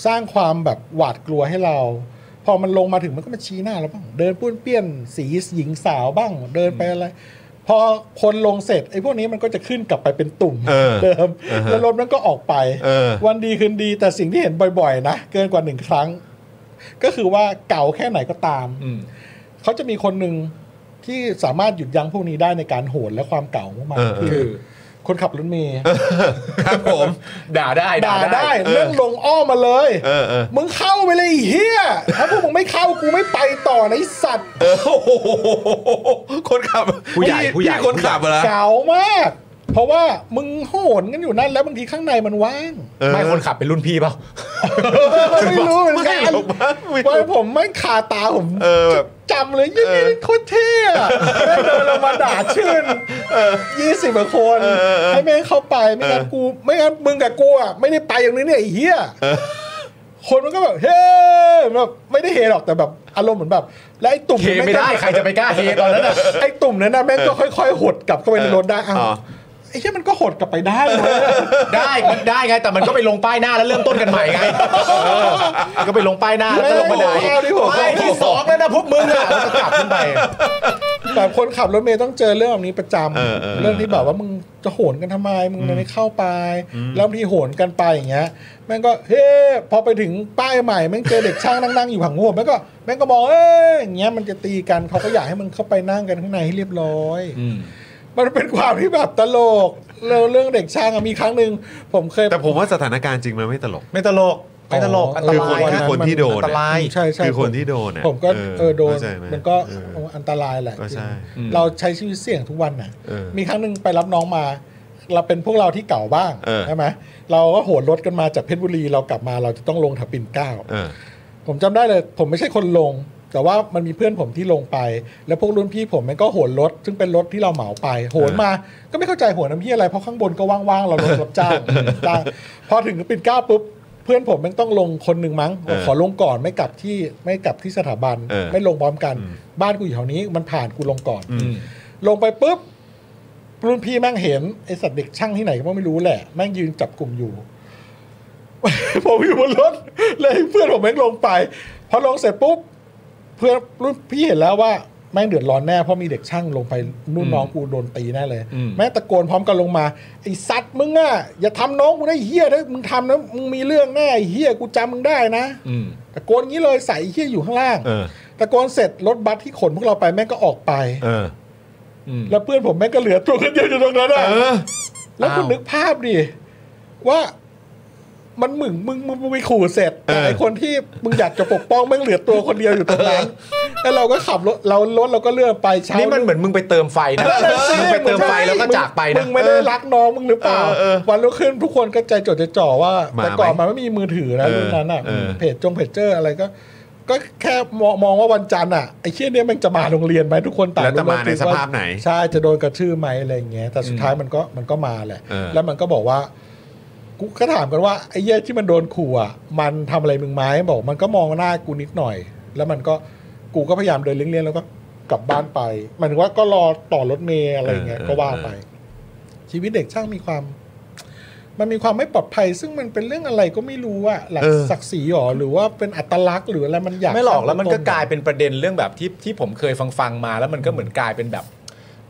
สร้างความแบบหวาดกลัวให้เรา พอมันลงมาถึงมันก็มาชี้หน้าเราบ้าง เดินป้วนเปี้ยนสีหญิงสาวบ้าง เดินไปอะไร พอคนลงเสร็จไอ้พวกนี้มันก็จะขึ้นกลับไปเป็นตุ่ม เออ เดิม เออฮะ แล้วรถมันก็ออกไป เออ วันดีคืนดีแต่สิ่งที่เห็นบ่อยๆ นะ เกินกว่าหนึ่งครั้ง ก็คือว่าเก่าแค่ไหนก็ตาม อืม เขาจะมีคนหนึ่งที่สามารถหยุดยั้งพวกนี้ได้ในการโหนและความเก่าของมัน เออเออ คือ คนขับรถเมย์ ครับผม ด่าได้ ด่าได้ เออ เรื่องลงอ้อมมาเลย เออเออ มึงเข้าไปเลยไอ้เฮียถ้าพวกมึงไม่เข้ากูไม่ไปต่อนะไอ้สัตว์ เออโอ้โหคนขับ ผู้ใหญ่ พี่ ผู้ใหญ่ พี่คนขับเหรอ เก๋ามาก เพราะว่ามึงโหนกันอยู่นั่นแล้วบางทีข้างในมันว่าง เออ ไม่คนขับเป็นรุ่นพี่เปล่า ไม่รู้เหมือน ไม่ กัน หรอกมั้งไม่ ว่า รู้ ผมไม่คาตาผม เออแบบ จำเลยยี่นี่โคตรเท่อะได้เดินลงมาด่าชื่นยี่สิบกว่าคนให้แม่งเข้าไปไม่งั้นกู ไม่งั้นมึงกับกูอะไม่ได้ไปอย่างนี้เนี่ยไอ้เหี้ยคนมันก็แบบเฮ้แบบไม่ได้เฮหรอกแต่แบบอารมณ์เหมือนแบบ และไอ้ตุ่ม เท เนี่ย ไม่ แงก็ ได้ใครจะไปกล้าเทตอนนั้น น่ะ ไอ้ตุ่มนั้นนะแม่ง ก็ค่อยๆหดกลับเข้าไปในรถได้อ้าว อ๋อ ไอ้เหี้ยมันก็หดกลับไป ได้นะ ได้มันได้ไงแต่มันก็ไปลงป้ายหน้าแล้วเริ่มต้นกันใหม่ไงเออก็ไปลงป้ายหน้าแล้วก็ลงบันได ไม่เอาดิผม ป้ายที่สองแล้วนะพวกมึงอ่ะแล้วก็กลับขึ้นไป แต่คนขับรถเมย์ต้องเจอเรื่องแบบนี้ประจำ เออเออ เรื่องที่แบบว่ามึงจะโหนกันทำไม มึงทำไมไม่เข้าไป แล้วบางทีโหนกันไปอย่างเงี้ยแม่งก็เฮ้พอไปถึงป้ายใหม่แม่งเจอเด็กช่างนั่งๆอยู่ห่างหัวแม่งก็แม่งก็มองเอ้ยอย่างเงี้ยมันจะตีกันเขาก็อยากให้มันเข้าไปนั่งกันข้างในให้เรียบร้อย มันเป็นความที่แบบตลกแล้วเรื่องเด็กช่างอะมีครั้งหนึ่งผมเคย แต่ผมว่าสถานการณ์จริงมันไม่ตลก ไม่ตลกไม่ตลก อ๋ออั อันตราย คือคน นะ คนที่โดน อันตราย ใช่ใช่ คือคนที่โดนอะ ผมก็ เออ เออโดน เข้าใจไหม มันก็ เออ โอ้อันตรายแหละ ก็ใช่ อืม เราใช้ชีวิตเสี่ยงทุกวันน่ะ เออ มีครั้งหนึ่งไปรับน้องมา เราเป็นพวกเราที่เก่าบ้าง เออ ใช่ไหมเราก็โหนรถกันมาจากเพชรบุรีเรากลับมาเราจะต้องลงแถวปิ่นเกล้า เออ ผมจำได้เลย ผมไม่ใช่คนลง แต่ว่ามันมีเพื่อนผมที่ลงไป แล้วพวกรุ่นพี่ผมมันก็โหนรถ ซึ่งเป็นรถที่เราเหมาไป โหนมา ก็ไม่เข้าใจโหนน้ำพี่อะไร เพราะข้างบนก็ว่างๆ เรารถรับจ้าง จ้างพอถึงปิดเกล้าปุ๊บ เพื่อนผมมันต้องลงคนหนึ่งมั้ง เออ ขอลงก่อนไม่กลับที่ไม่กลับที่สถาบัน เออ ไม่ลงพร้อมกัน บ้านกูอยู่แถวนี้มันผ่านกูลงก่อน อืม ลงไปปุ๊บ รุ่นพี่แม่งเห็นไอสัตว์เด็กช่างที่ไหนก็ไม่รู้แหละ แม่งยืนจับกลุ่มอยู่ ผมอยู่บนรถเลยเพื่อนผมแม่งลงไป พอลงเสร็จปุ๊บ เพื่อนรุ่นพี่เห็นแล้วว่า แม่งเดือดร้อนแน่เพราะมีเด็กช่างลงไปนุ่นน้องกูโดนตีแน่เลย แม่งตะโกนพร้อมกันลงมา ไอสัตว์มึงอ่ะอย่าทำน้องกูนะไอ้เฮียถ้ามึงทำนะมึงมีเรื่องแน่ไอ้เฮียกูจำมึงได้นะตะโกนอย่างนี้เลยใส่ไอ้เฮียอยู่ข้างล่าง เออ ตะโกนเสร็จรถบัสที่ขนพวกเราไปแม่งก็ออกไป เออ แล้วเพื่อนผมแม่งก็เหลือตัวคนเดียวอยู่ตรงนั้นอะ เออ แล้วคุณ อ้าว นึกภาพดิ ว่ามันมึงมึงมึงมึงไปขู่เสร็จแต่ เออ ไอคนที่มึงอยากจะปกป้องแม่งเหลือตัวคนเดียวอยู่ตรงนั้นแล้วเราก็ขับรถเรารถเราก็เลื่อนไปเช้า นี่มันเหมือนมึงไปเติมไฟนะมึงไปเติมไฟแล้วก็จากไป มึ นะ งไม่ได้รักน้องมึงหรือเปล่า เออเออ วันรุ่งขึ้นทุกคนก็ใจจดใจจ่อว่า มา แต่ก่อน ไหม มันไม่มีมือถือนะ เออ รุ่นนั้นอ่ะ เออ เพจจงเพจเจอร์อะไรก็ ก็แค่มองมองว่าวันจันทร์อ่ะไอ้เชี่ยเนี่ยมันจะมาโรงเรียนไหมทุกคนต่าง แล้วจะมาใน รู้ ส ว่ ภาพไหน ใช่จะโดนกระชื่อไหมอะไรอย่างเงี้ยแต่สุดท้ายมันก็มันก็มาแหละ เออ แล้วมันก็บอกว่ากูก็ถามกันว่าไอ้เหี้ยที่มันโดนขู่อ่ะมันทำอะไรมึงไหมบอก มันก็มองหน้ากูนิดหน่อย แล้วมันก็กูก็พยายามเดินเลี่ยงๆแล้วก็กลับบ้านไปหมายถึงว่าก็รอต่อรถเมย์อะไรอย่างเงี้ยก็ว่าไป ชีวิตเด็กช่างมีความ มันมีความไม่ปลอดภัย ซึ่งมันเป็นเรื่องอะไรก็ไม่รู้อะหลัก เออ ศักดิ์ศรีหรอหรือว่าเป็นอัตลักษณ์หรืออะไรมันอยาก ไม่หรอก สร้าง แล้วมันก็ ตัต กลายเป็นประเด็นเรื่องแบบที่ที่ผมเคยฟังฟังๆมา แล้วมันก็เหมือนกลายเป็นแบบ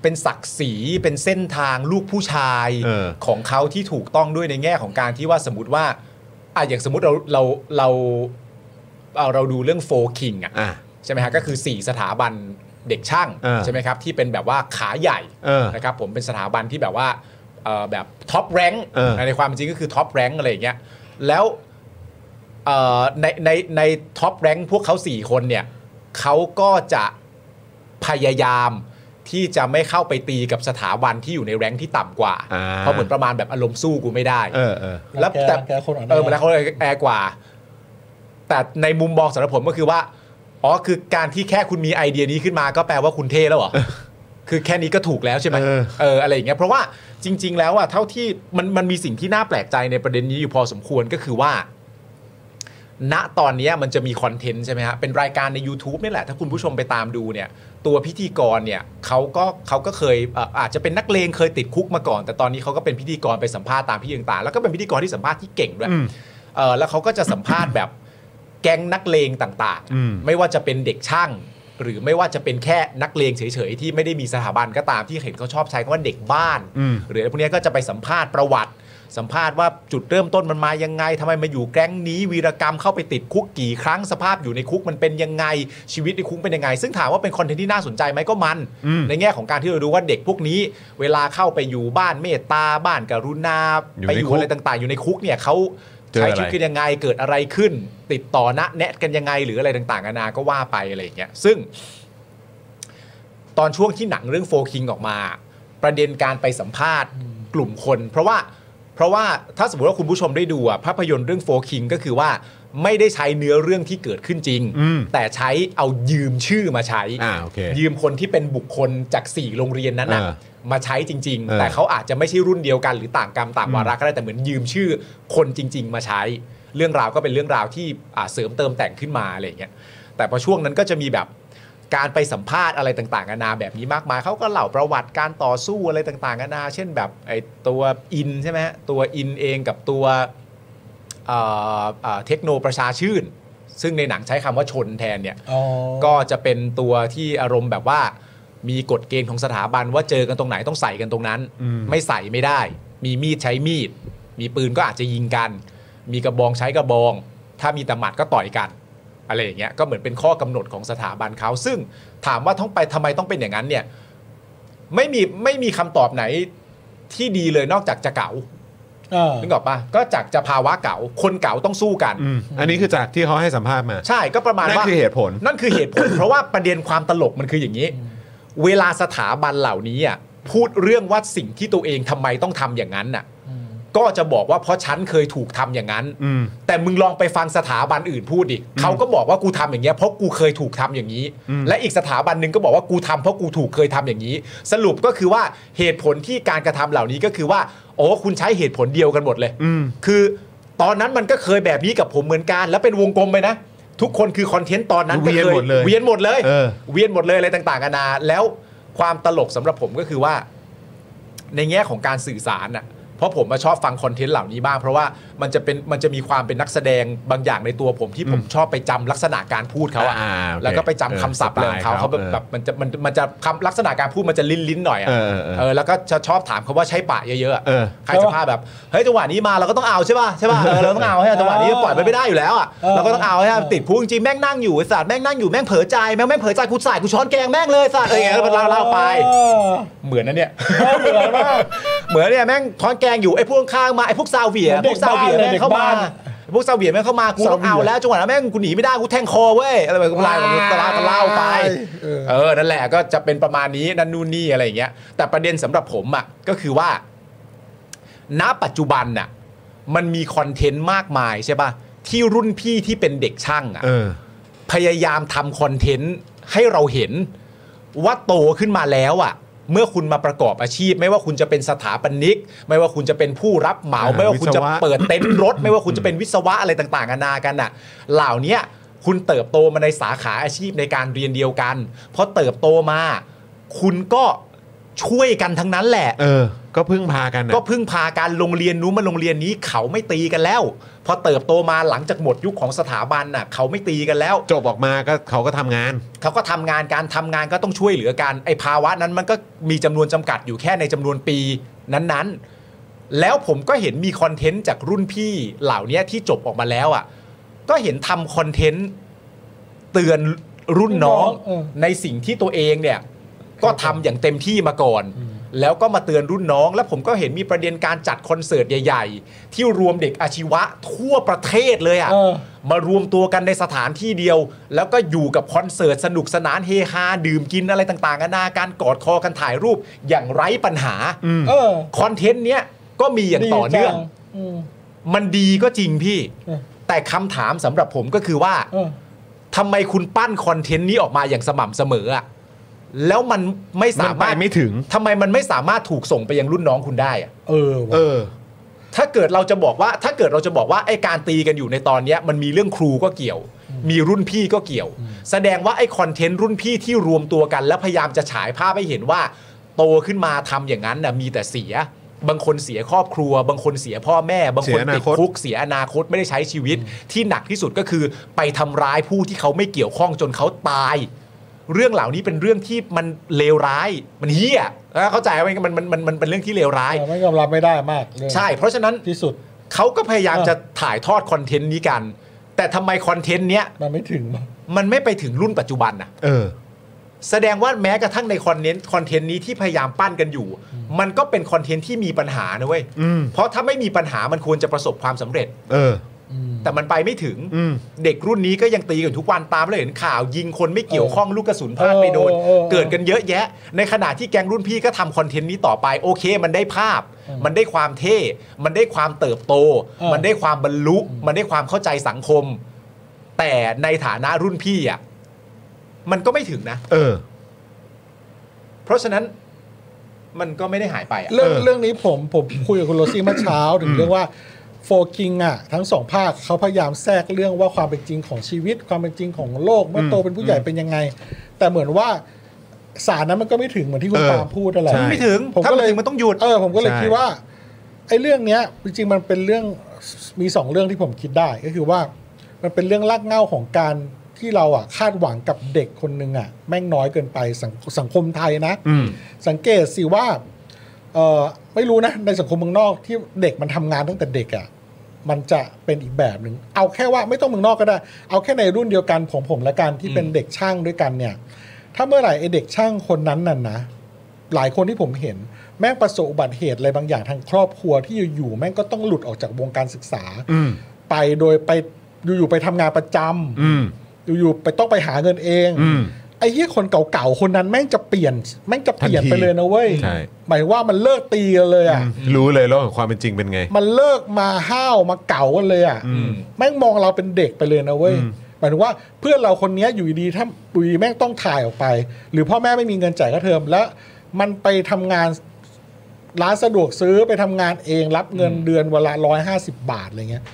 เป็นศักดิ์ศรีเป็นเส้นทางลูกผู้ชาย เออ ของเขาที่ถูกต้องด้วยในแง่ของการที่ว่าสมมติว่าอ่ะอย่างสมมติเราเราเราเอาเราดูเรื่องโฟคิงอ่ะ อ่ะ ใช่ไหมฮะก็คือ 4 สถาบันเด็กช่าง เออ ใช่ไหมครับที่เป็นแบบว่าขาใหญ่ เออ นะครับผมเป็นสถาบันที่แบบว่าเอ่อแบบท็อปแรง เออ ในความเป็นจริงก็คือท็อปแรงอะไรอย่างเงี้ยแล้ว เอ่อในในในท็อปแรงพวกเขา 4 คนเนี่ยเขาก็จะพยายามที่จะไม่เข้าไปตีกับสถาบันที่อยู่ในแรงที่ต่ำกว่า อ่า เพราะเหมือนประมาณแบบอารมณ์สู้กูไม่ได้ เออเออ แล้ว รังแกรังแต่แกคนอ่อนแอ เออเหมันแล้วเขาเลยแอกว่า แต่ในมุมมองสำหรับผมก็คือว่าอ๋อคือการที่แค่คุณมีไอเดียนี้ขึ้นมาก็แปลว่าคุณเท่แล้วเหรอ คือแค่นี้ก็ถูกแล้วใช่ไหม เออ เอออะไรอย่างเงี้ยเพราะว่าจริง ๆ แล้วอะเท่าที่มันมันมีสิ่งที่น่าแปลกใจในประเด็นนี้อยู่พอสมควรก็คือว่า ณตอนเนี้ยมันจะมีคอนเทนต์ใช่ไหมฮะเป็นรายการใน YouTube นี่แหละ ถ้าคุณผู้ชมไปตามดูเนี่ย ตัวพิธีกรเนี่ยเขาก็เขาก็เคยเอ่ออาจจะเป็นนักเลงเคยติดคุกมาก่อน แต่ตอนนี้เขาก็เป็นพิธีกรไปสัมภาษณ์ตามพี่ต่างๆแล้วก็เป็นพิธีกรที่สัมภาษณ์ที่เก่งด้วยเออแล้วเขาก็จะสัมภาษณ์แบบแก๊งนักเลงต่าง อืม ๆ ไม่ว่าจะเป็นเด็กช่าง หรือไม่ว่าจะเป็นแค่นักเลงเฉยๆที่ไม่ได้มีสถาบันก็ตามที่เห็นเขาชอบใช้คำว่าเด็กบ้าน อืม หรืออะไรพวกเนี้ยก็จะไปสัมภาษณ์ประวัติ สัมภาษณ์ว่าจุดเริ่มต้นมันมายังไงทำไมมาอยู่แก๊งนี้ วีรกรรมเข้าไปติดคุกกี่ครั้งสภาพอยู่ในคุกมันเป็นยังไงชีวิตในคุกเป็นยังไง ซึ่งถามว่าเป็นคอนเทนต์ที่น่าสนใจไหมก็มัน ในแง่ของการที่เราดูว่าเด็กพวกนี้ เวลาเข้าไปอยู่บ้านเมตตาบ้านกรุณา อยู่ ไป ใน อ คุ ยู่ ก อะไรต่างๆ อยู่ในคุกเนี่ยเขา เจอ ใช้ อะไร ชีวิตกันยังไงเกิดอะไรขึ้น ติดต่อนะแนะกันยังไงหรืออะไรต่างๆนานาก็ว่าไปอะไรอย่างเงี้ยซึ่ง ตอนช่วงที่หนังเรื่องโฟคิงออกมา ประเด็นการไปสัมภาษณ์กลุ่มคน เพราะว่าเพราะว่าถ้าสมมติว่าคุณผู้ชมได้ดูอะภาพยนตร์เรื่องโฟคิงก็คือว่าไม่ได้ใช้เนื้อเรื่องที่เกิดขึ้นจริง อืม แต่ใช้เอายืมชื่อมาใช้ อ่าโอเค ยืมคนที่เป็นบุคคลจากสี่โรงเรียนนั้นนะ เออ มาใช้จริง เออ ๆ แต่เขาอาจจะไม่ใช่รุ่นเดียวกันหรือต่างกรรมต่างวาระก็ได้แต่เหมือนยืมชื่อคนจริง ๆ มาใช้ เรื่องราวก็เป็นเรื่องราวที่อ่าเสริมเติมแต่งขึ้นมาอะไรอย่างเงี้ยแต่พอช่วงนั้นก็จะมีแบบ การไปสัมภาษณ์อะไรต่างๆนานาแบบนี้มากมายเขาก็เล่าประวัติการต่อสู้อะไรต่างๆนานาเช่นแบบไอตัวอินใช่ไหมฮะตัวอินเองกับตัวเอ่อเอ่อเทคโนประชาชื่น ซึ่งในหนังใช้คำว่าชนแทนเนี่ย อ๋อ ก็จะเป็นตัวที่อารมณ์แบบว่า มีกฎเกณฑ์ของสถาบันว่าเจอกันตรงไหนต้องใส่กันตรงนั้น ไม่ใส่ไม่ได้ มีมีดใช้มีด มีปืนก็อาจจะยิงกัน มีกระบองใช้กระบอง ถ้ามีแตะหมัดก็ต่อยกันอะไรอย่างเงี้ยก็เหมือนเป็นข้อกำหนดของสถาบันเขาซึ่งถามว่าท้องไปทำไมต้องเป็นอย่างนั้นเนี่ยไม่มีไม่มีคำตอบไหนที่ดีเลยนอกจากจะเก๋า เออ นึกออกปะก็จากจะภาวะเก๋าคนเก๋าต้องสู้กัน อืมอันนี้คือจากที่เขาให้สัมภาษณ์มา ใช่ก็ประมาณ นั่น ว่า คือเหตุผล นั่นคือเหตุผล เพราะว่าประเด็นความตลกมันคืออย่างนี้ เวลาสถาบันเหล่านี้อ่ะพูดเรื่องว่าสิ่งที่ตัวเองทำไมต้องทำอย่างนั้นน่ะก็จะบอกว่าเพราะฉันเคยถูกทำอย่างนั้น อืม แต่มึงลองไปฟังสถาบันอื่นพูดดิเขาก็บอกว่ากูทำอย่างเงี้ยเพราะกูเคยถูกทำอย่างนี้ และอีกสถาบันหนึ่งก็บอกว่ากูทำเพราะกูถูกเคยทำอย่างนี้ สรุปก็คือว่าเหตุผลที่การกระทำเหล่านี้ก็คือว่าโอ้คุณใช้เหตุผลเดียวกันหมดเลยคือตอนนั้นมันก็เคยแบบนี้กับผมเหมือนกัน แล้วเป็นวงกลมไปนะ ทุกคนคือคอนเทนต์ตอนนั้นก็ เวียน ค หมดเลย เวียนหมดเลย เออ เวียนหมดเลยอะไรต่างๆนานาแล้วความตลกสำหรับผมก็คือว่า ในแง่ของการสื่อสารน่ะ เพราะผมมาชอบฟังคอนเทนต์เหล่านี้บ้าง เพราะว่ามันจะเป็นมันจะมีความเป็นนักแสดงบางอย่างในตัวผมที่ผมชอบไปจำลักษณะการพูดเขาอะ อ่าโอเค แล้วก็ไปจำคำศัพท์ เออ เรื่องเขา สไตล์ เขาแบบ เขา แบบมันจะมันมันจะคำลักษณะการพูดมันจะลิ้นลิ้นๆหน่อยอะ เออเออเออ เออแล้วก็จะชอบถามเขาว่าใช้ปะเยอะๆอะ เออ ใครจะพาแบบเฮ้ยจังหวะนี้มาเราก็ต้องเอาใช่ป่ะใช่ป่ะเออเราต้องเอาให้จังหวะนี้ปล่อยมันไม่ได้อยู่แล้วอะ เออ เราก็ต้องเอาให้ติดพูดจริงๆแม่งนั่งอยู่ไอ้สัตว์แม่งนั่งอยู่แม่งเผลอใจแม่งแม่งเผลอใจกูใส่กูช้อนแกงแม่งเลยสัตว์เอออย่างเงี้ยแล้วก็เล่าเล่าไป เออ เหมือนนะเนี่ยเหมือนมากเหมือนเนี่ยแม่งทอนแกงอยู่ไอ้พวกข้างมาไอ้พวกซาเวีย เหมือนเด็พว ก กซาเวีย บ้านเลย แม่งเข้า เด็ก มา บ้าน ไอ้พวกซาเวียแม่งเข้ามากูต้ซาองเวีย เอาแล้วจังหวะนั้นแม่งกูหนีไม่ได้กูแทงคอเว้ยอะไรแบบนี้ก็เล่าก็เล่าก็เล่าไป เออ เออนั่นแหละก็จะเป็นประมาณนี้นั่นนู่นนี่อะไรอย่างเงี้ยแต่ประเด็นสำหรับผมอ่ะก็คือว่า ณปัจจุบันน่ะมันมีคอนเทนต์มากมายใช่ป่ะที่รุ่นพี่ที่เป็นเด็กช่างอ่ะ เออ พยายามทำคอนเทนต์ให้เราเห็นว่าโตขึ้นมาแล้วอะ่ะ เมื่อคุณมาประกอบอาชีพ ไม่ว่าคุณจะเป็นสถาปนิก ไม่ว่าคุณจะเป็นผู้รับเหมา อ่า ไม่ว่าคุณจะ วิศวะ เปิดเต็นท์รถ ไม่ว่าคุณจะเป็นวิศวะอะไรต่างๆนานากันน่ะ เหล่าเนี้ยคุณเติบโตมาในสาขาอาชีพในการเรียนเดียวกันพอเติบโตมา คุณก็ช่วยกันทั้งนั้นแหละ เออ ก็พึ่งพากันนะ ก็พึ่งพาการโรงเรียนนู้นมาโรงเรียนนี้เขาไม่ตีกันแล้ว พอเติบโตมาหลังจากหมดยุคของสถาบันน่ะ เขาไม่ตีกันแล้ว จบออกมาก็เขาก็ทำงาน เขาก็ทำงานการทำงานก็ต้องช่วยเหลือกันไอ้ภาวะนั้นมันก็มีจำนวนจำกัดอยู่แค่ในจำนวนปีนั้นๆ แล้วผมก็เห็นมีคอนเทนต์จากรุ่นพี่เหล่านี้ที่จบออกมาแล้วอะ่ะ ก็เห็นทำคอนเทนต์เตือนรุ่นน้อง เออ ในสิ่งที่ตัวเองเนี่ย ก็ทำอย่างเต็มที่มาก่อน แล้วก็มาเตือนรุ่นน้อง แล้วผมก็เห็นมีประเด็นการจัดคอนเสิร์ตใหญ่ ๆ ที่รวมเด็กอาชีวะทั่วประเทศเลยอ่ะ เออ มารวมตัวกันในสถานที่เดียว แล้วก็อยู่กับคอนเสิร์ตสนุกสนานเฮฮาดื่มกินอะไรต่างๆนานาการกอดคอกันถ่ายรูปอย่างไร้ปัญหา เออ คอนเทนต์เนี้ยก็มีอย่างต่อเนื่อง ดีจัอืม มันดีก็จริงพี่ เออ แต่คำถามสำหรับผมก็คือว่า เออ ทำไมคุณปั้นคอนเทนต์นี้ออกมาอย่างสม่ำเสมออะแล้วมันไม่สามารถ มันไปไม่ถึง ทำไมมันไม่สามารถถูกส่งไปยังรุ่นน้องคุณได้อะ เออ เอ ว่ะ อ ถ้าเกิดเราจะบอกว่าถ้าเกิดเราจะบอกว่าไอ้การตีกันอยู่ในตอนเนี้ยมันมีเรื่องครูก็เกี่ยว มีรุ่นพี่ก็เกี่ยว แสดงว่าไอ้คอนเทนต์รุ่นพี่ที่รวมตัวกัน แล้วพยายามจะฉายภาพให้เห็นว่า โตขึ้นมาทำอย่างนั้นน่ะมีแต่เสีย บางคนเสียครอบครัว บางคนเสียพ่อแม่ บางคน เสียอนา ติด คต คุกเสียอนาคตไม่ได้ใช้ชีวิต ที่หนักที่สุดก็คือ ไปทำร้ายผู้ที่เขาไม่เกี่ยวข้องจนเขาตาย เรื่องเหล่านี้เป็นเรื่องที่มันเลวร้าย มันเฮี้ยเออเข้าใจไหมมันมันมันมันเป็นเรื่องที่เลวร้าย เราไม่ยอมรับไม่ได้มากเลย ใช่ เพราะฉะนั้น ที่สุด เขาก็พยายาม เออ จะถ่ายทอดคอนเทนต์นี้กัน แต่ทำไมคอนเทนต์เนี้ย มันไม่ถึง มันไม่ไปถึงรุ่นปัจจุบันน่ะ เออ แสดงว่าแม้กระทั่งในคอนเทนต์คอนเทนต์นี้ที่พยายามปั้นกันอยู่ มันก็เป็นคอนเทนต์ที่มีปัญหานะเว้ย อืม เพราะถ้าไม่มีปัญหามันควรจะประสบความสำเร็จ เออ แต่มันไปไม่ถึง อืม เด็กรุ่นนี้ก็ยังตีกันทุกวันตามเลยเห็นข่าว ยิงคนไม่เกี่ยวข้องลูกกระสุนพลาดไปโดน เออเออเออ เกิดกันเยอะแยะ ในขณะที่แกงรุ่นพี่ก็ทำคอนเทนต์นี้ต่อไปโอเค มันได้ภาพ มันได้ความเท่ มันได้ความเติบโต มันได้ความบรรลุ มันได้ความเข้าใจสังคม แต่ในฐานะรุ่นพี่อ่ะมันก็ไม่ถึงนะ เออ เพราะฉะนั้นมันก็ไม่ได้หายไปอะ เรื่อง เออ เรื่องนี้ผมผมคุยกับคุณโรซี่เมื่อเช้า ถึงเรื่องว่าโฟกิงอ่ะทั้งสองภาคเขาพยายามแทรกเรื่องว่าความเป็นจริงของชีวิต ความเป็นจริงของโลกเมื่อโตเป็นผู้ใหญ่เป็นยังไง แต่เหมือนว่าสารนั้นมันก็ไม่ถึงเหมือนที่คุณ เออ ปาล์มพูดอะไร ใช่ ไม่ถึง ผม ถ้า ก็ มัน เลย ถึงมันต้องหยุด เออผมก็เลย ใช่ คิดว่าไอ้เรื่องเนี้ยจริงๆมันเป็นเรื่องมีสองเรื่องที่ผมคิดได้ ก็คือว่ามันเป็นเรื่องรากเหง้าของการที่เราอ่ะคาดหวังกับเด็กคนนึงอ่ะแม่งน้อยเกินไปสังสังคมไทยนะ อืม สังเกตสิว่าเออไม่รู้นะ ในสังคมเมืองนอกที่เด็กมันทำงานตั้งแต่เด็กอะ่ะมันจะเป็นอีกแบบหนึ่งเอาแค่ว่าไม่ต้องเมืองนอกก็ได้ เอาแค่ในรุ่นเดียวกันของผมและกันที่เป็นเด็กช่างด้วยกันเนี่ย ถ้าเมื่อไหร่ไอเด็กช่างคนนั้นน่ะนะ หลายคนที่ผมเห็น แม่งประสบอุบัติเหตุอะไรบางอย่างทางครอบครัวที่อยู่ๆแม่งก็ต้องหลุดออกจากวงการศึกษา อืม ไปโดยไปอยู่ๆไปทำงานประจำ อืม อยู่ๆไปต้องไปหาเงินเอง อืม ไอ้เหี้ยคนเก่าๆคนนั้นแม่งจะเปลี่ยนแม่งจะเปลี่ยน ทันที ไปเลยนะเว้ย ใช่ หมายว่ามันเลิกตีกันเลยอ่ะ รู้เลยโลกของความเป็นจริงเป็นไง มันเลิกมาห้าวมาเก่ากันเลยอ่ะแม่งมองเราเป็นเด็กไปเลยนะเว้ยหมายถึงว่าเพื่อนเราคนเนี้ยอยู่ดีๆถ้าอยู่ดีแม่งต้องถ่ายออกไป หรือพ่อแม่ไม่มีเงินจ่ายค่าเทอมแล้วมันไปทำงานร้านสะดวกซื้อไปทำงานเองรับเงินเดือนเวลาร้อยห้าสิบบาทอะไรเงี้ย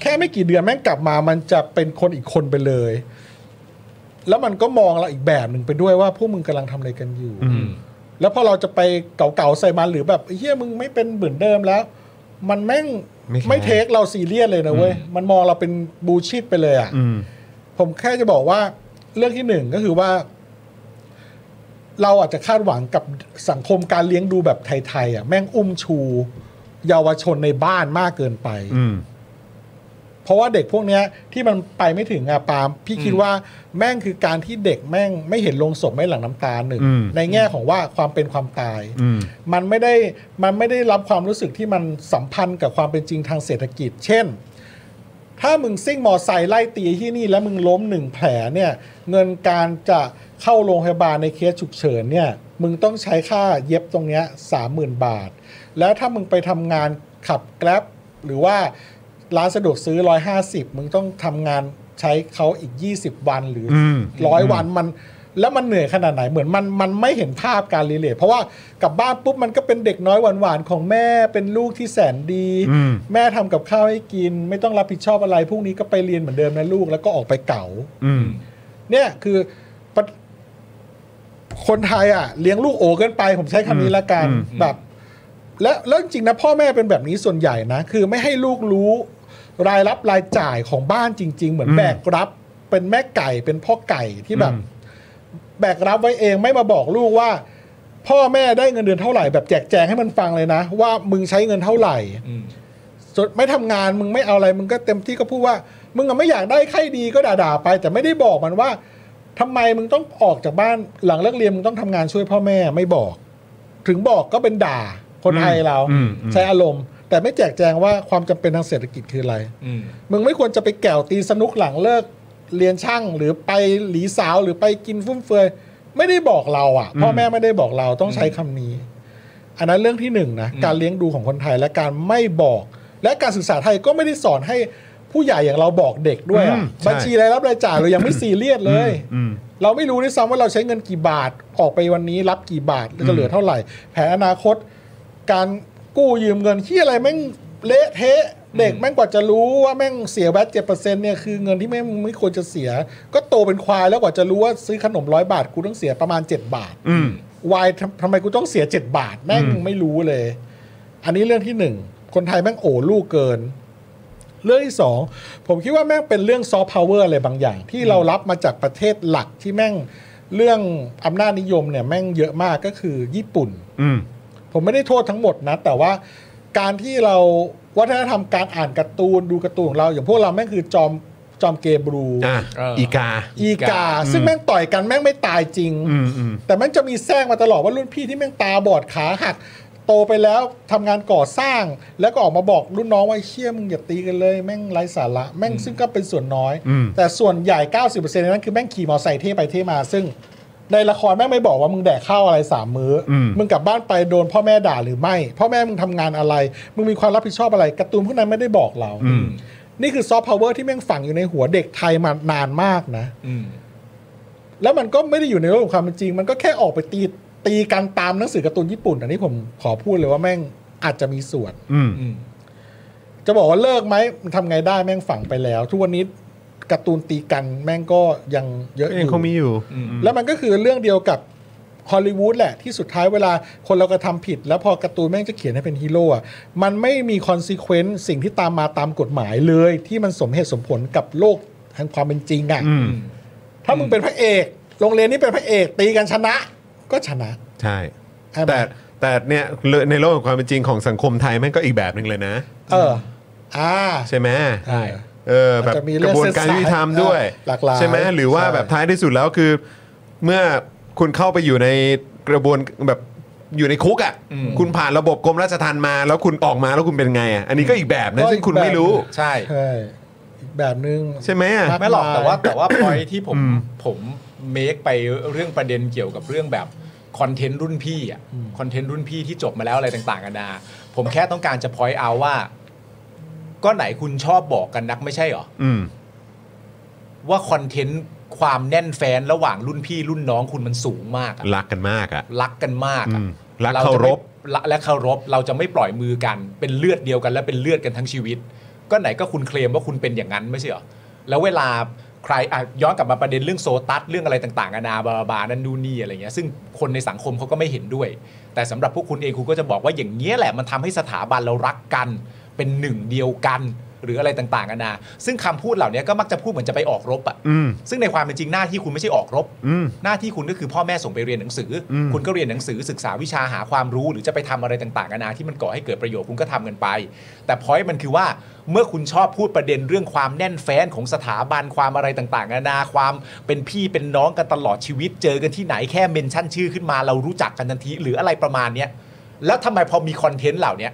แค่ไม่กี่เดือนแม่งกลับมามันจะเป็นคนอีกคนไปเลย แล้วมันก็มองเราอีกแบบหนึ่งไปด้วยว่าพวกมึงกำลังทำอะไรกันอยู่ แล้วพอเราจะไปเก่าๆใส่มันหรือแบบเฮียมึงไม่เป็นเหมือนเดิมแล้ว มันแม่ง ไม่ไม่แคร์เทคเราซีเรียสเลยนะเว้ย มันมองเราเป็นบูชิดไปเลยอะ่ะ อืม ผมแค่จะบอกว่าเรื่องที่หนึ่งก็คือว่า เราอาจจะคาดหวังกับสังคมการเลี้ยงดูแบบไทยๆอ่ะแม่งอุ้มชู เยาวชนในบ้านมากเกินไป อืม เพราะว่าเด็กพวกเนี้ยที่มันไปไม่ถึงอะปาล์มพี่คิดว่าแม่งคือการที่เด็กแม่งไม่เห็นโลงศพไม่หลั่งน้ำตาหนึ่ง อืม ในแง่ของว่าความเป็นความตาย อืม มันไม่ได้มันไม่ได้รับความรู้สึกที่มันสัมพันธ์กับความเป็นจริงทางเศรษฐกิจ เช่น ถ้ามึงซิ่งมอไซค์ไล่ตีที่นี่แล้วมึงล้มหนึ่งแผลเนี่ย เงินการจะเข้าโรงพยาบาลในเคสฉุกเฉินเนี่ย มึงต้องใช้ค่าเย็บตรงเนี้ยสามหมื่นบาท แล้วถ้ามึงไปทำงานขับแกร็บหรือว่าร้านสะดวกซื้อร้อยห้าสิบมึงต้องทำงานใช้เขาอีกยี่สิบวันหรือ อืม ร้อยวันมันแล้วมันเหนื่อยขนาดไหนเหมือนมันมันไม่เห็นภาพการรีเลทเพราะว่ากลับบ้านปุ๊บมันก็เป็นเด็กน้อยหวานๆของแม่เป็นลูกที่แสนดี อืม แม่ทำกับข้าวให้กิน ไม่ต้องรับผิดชอบอะไรพรุ่งนี้ก็ไปเรียนเหมือนเดิมนะลูกแล้วก็ออกไปเก่า อืม เนี่ยคือปะคนไทยอ่ะ เลี้ยงลูกโอเกินไป ผมใช้คำนี้ละกันแบบ แล้วแล้วจริงๆนะพ่อแม่เป็นแบบนี้ส่วนใหญ่นะ คือไม่ให้ลูกรู้รายรับรายจ่ายของบ้านจริง ๆ เหมือน อืม แบกรับ เป็นแม่ไก่เป็นพ่อไก่ที่แบบ อืม แบกรับไว้เองไม่มาบอกลูกว่า พ่อแม่ได้เงินเดือนเท่าไหร่แบบแจกแจงให้มันฟังเลยนะ ว่ามึงใช้เงินเท่าไหร่ อืม จนไม่ทำงานมึงไม่เอาอะไรมึงก็เต็มที่ก็พูดว่า มึงอะไม่อยากได้ใครดีก็ด่าๆไป แต่ไม่ได้บอกมันว่าทำไมมึงต้องออกจากบ้านหลังเลิกเรียนมึงต้องทำงานช่วยพ่อแม่ไม่บอก ถึงบอกก็เป็นด่าคนไทยเรา อืมอืม ใช้อารมณ์ แต่ไม่แจกแจงว่าความจำเป็นทางเศรษฐกิจคืออะไร อืม มึงไม่ควรจะไปแก่วตีสนุกหลังเลิกเรียนช่างหรือไปหลีสาวหรือไปกินฟุ่มเฟือยไม่ได้บอกเราอ่ะพ่อแม่ไม่ได้บอกเราต้องใช้คำนี้ อันนั้นเรื่องที่หนึ่งนะการเลี้ยงดูของคนไทยและการไม่บอก และการศึกษาไทยก็ไม่ได้สอนให้ผู้ใหญ่อย่างเราบอกเด็กด้วยอะ อืมใช่ บัญชีรายรับรายจ่ายเรายังไม่ซีเรียสเลย อืม เราไม่รู้ด้วยซ้ำว่าเราใช้เงินกี่บาทออกไปวันนี้รับกี่บาทแล้วจะเหลือเท่าไหร่ แผนอนาคต การกู้ยืมเงินที่อะไรแม่งเละเทะเด็กแม่งกว่าจะรู้ว่าแม่งเสียแวตเจ็ดเปอร์เซ็นต์เนี่ยคือเงินที่แม่งไม่ควรจะเสีย ก็โตเป็นควายแล้วกว่าจะรู้ว่าซื้อขนมร้อยบาทกูต้องเสียประมาณเจ็ดบาท อืม วายทำทำไมกูต้องเสียเจ็ดบาทแม่งไม่รู้เลย อันนี้เรื่องที่หนึ่งคนไทยแม่งโอ้ลูกเกิน เรื่องที่สองผมคิดว่าแม่งเป็นเรื่องซอฟต์พาวเวอร์อะไรบางอย่าง ที่เรารับมาจากประเทศหลักที่แม่ง เรื่องอำนาจนิยมเนี่ยแม่งเยอะมากก็คือญี่ปุ่น อืม ผมไม่ได้โทษทั้งหมดนะ แต่ว่าการที่เราวัฒนธรรมการอ่านการ์ตูนดูการ์ตูนของเรา อย่างพวกเราแม่งคือจอมจอมเกย์บรู อ่ะ เอออี อีกา อีกา ซึ่งแม่งต่อยกันแม่งไม่ตายจริง อืมอืม แต่แม่งจะมีแซงมาตลอดว่ารุ่นพี่ที่แม่งตาบอดขาหัก โตไปแล้วทำงานก่อสร้าง แล้วก็ออกมาบอกรุ่นน้องว่าเชี่ยมึงอย่าตีกันเลยแม่งไร้สาระแม่งซึ่งก็เป็นส่วนน้อย อืม แต่ส่วนใหญ่ 90%ในนั้นคือแม่งขี่มอไซค์เท่ไปเท่มา ซึ่งในละครแม่งไม่บอกว่ามึงแดกข้าวอะไรสามมื้ออ ม มึงกลับบ้านไปโดนพ่อแม่ด่าหรือไม่ พ่อแม่มึงทำงานอะไร มึงมีความรับผิดชอบอะไรการ์ตูนพวกนั้นไม่ได้บอกเรา นี่คือซอฟต์พาวเวอร์ที่แม่งฝังอยู่ในหัวเด็กไทยมานานมากนะ อืม แล้วมันก็ไม่ได้อยู่ในโลกของความเป็นจริง มันก็แค่ออกไปตีตีกันตามหนังสือการ์ตูนญี่ปุ่น อันนี้ผมขอพูดเลยว่าแม่งอาจจะมีส่วน อืม อืม จะบอกว่าเลิกไหมมันทำไงได้แม่งฝังไปแล้ว ทุกวันนี้การ์ตูนตีกันแม่งก็ยังเยอะอ ยัง ยู่ คงมีอยู่ แล้วมันก็คือเรื่องเดียวกับฮอลลีวูดแหละที่สุดท้ายเวลาคนเรากระทำผิด แล้วพอการ์ตูนแม่งจะเขียนให้เป็นฮีโร่อะมันไม่มีคอนซีเควนต์สิ่งที่ตามมาตามกฎหมายเลย ที่มันสมเหตุสมผลกับโลกแห่งความเป็นจริงอะ อืม ถ้ามึงเป็นพระเอกโรงเรียนนี้เป็นพระเอกตีกันชนะ ก็ชนะ ใช่ ใช่ไหม แต่แต่เนี่ยในโลกของความเป็นจริงของสังคมไทยแม่งก็อีกแบบหนึ่งเลยนะ เอออ่า ใช่ไหม ใช่ เออแบบ มันจะมีเรื่ ก อง ระบวนการยุติธรรมด้วย เส้นสายหลากหลาย ใช่ไหมหรือว่า ใช่ แบบท้ายที่สุดแล้วคือ เมื่อคุณเข้าไปอยู่ในกระบวนแบบอยู่ในคุกอ่ะคุณผ่านระบบกรมราชทัณฑ์มา แล้วคุณออกมาแล้วคุณเป็นไงอ่ะอันนี้ก็อีกแบบนะซึ่งคุณไม่รู้ ใช่ ใช่อีกแบบนึง ใช่ไหมอ่ะ ไม่หรอก มาก แต่ว่าแต่ว่า พอยที่ผม อืม ผมเมคไปเรื่องประเด็นเกี่ยวกับเรื่องแบบคอนเทนต์รุ่นพี่อ่ะคอนเทนต์รุ่นพี่ที่จบมาแล้วอะไรต่างๆกันานาผมแค่ต้องการจะพอยเอาว่า ก็ไหนคุณชอบบอกกันนักไม่ใช่เหรอ ืม ว่าคอนเทนต์ความแน่นแฟนระหว่างรุ่นพี่รุ่นน้องคุณมันสูงมากอะ รักกันมากอ่ะ รักกันมากอะ อืมรัก จะไม่ เคารพ ละและเคารพเราจะไม่ปล่อยมือกัน เป็นเลือดเดียวกันและเป็นเลือดกันทั้งชีวิต ก็ไหนก็คุณเคลมว่าคุณเป็นอย่างนั้นไม่ใช่เหรอแล้วเวลาใครอ่ะย้อนกลับมาประเด็นเรื่องโซตัสเรื่องอะไรต่างๆนานาบาบานั่นดูนนี่อะไรเงี้ยซึ่งคนในสังคมเขาก็ไม่เห็นด้วย แต่สำหรับพวกคุณเองคุณก็จะบอกว่าอย่างเงี้ยแหละมันทำให้สถาบันเรารักกัน เป็นหนึ่งเดียวกันหรืออะไรต่างๆนานาซึ่งคำพูดเหล่านี้ก็มักจะพูดเหมือนจะไปออกรบอ่ะ อืม ซึ่งในความเป็นจริงหน้าที่คุณไม่ใช่ออกรบ อืม หน้าที่คุณก็คือพ่อแม่ส่งไปเรียนหนังสืออ ม คุณก็เรียนหนังสือศึกษาวิชาหาความรู้ หรือจะไปทำอะไรต่างๆนานาที่มันก่อให้เกิดประโยชน์คุณก็ทำกันไป แต่พอยต์มันคือว่าเมื่อคุณชอบพูดประเด็นเรื่องความแน่นแฟ้นของสถาบันความอะไรต่างๆนานาความเป็นพี่เป็นน้องกันตลอดชีวิต เจอกันที่ไหนแค่เมนชั่นชื่อขึ้นมาเรารู้จักกันทันทีหรืออะไรประมาณเนี้ยแล้วทำไมพอมีคอนเทนต์เหล่าเนี้ย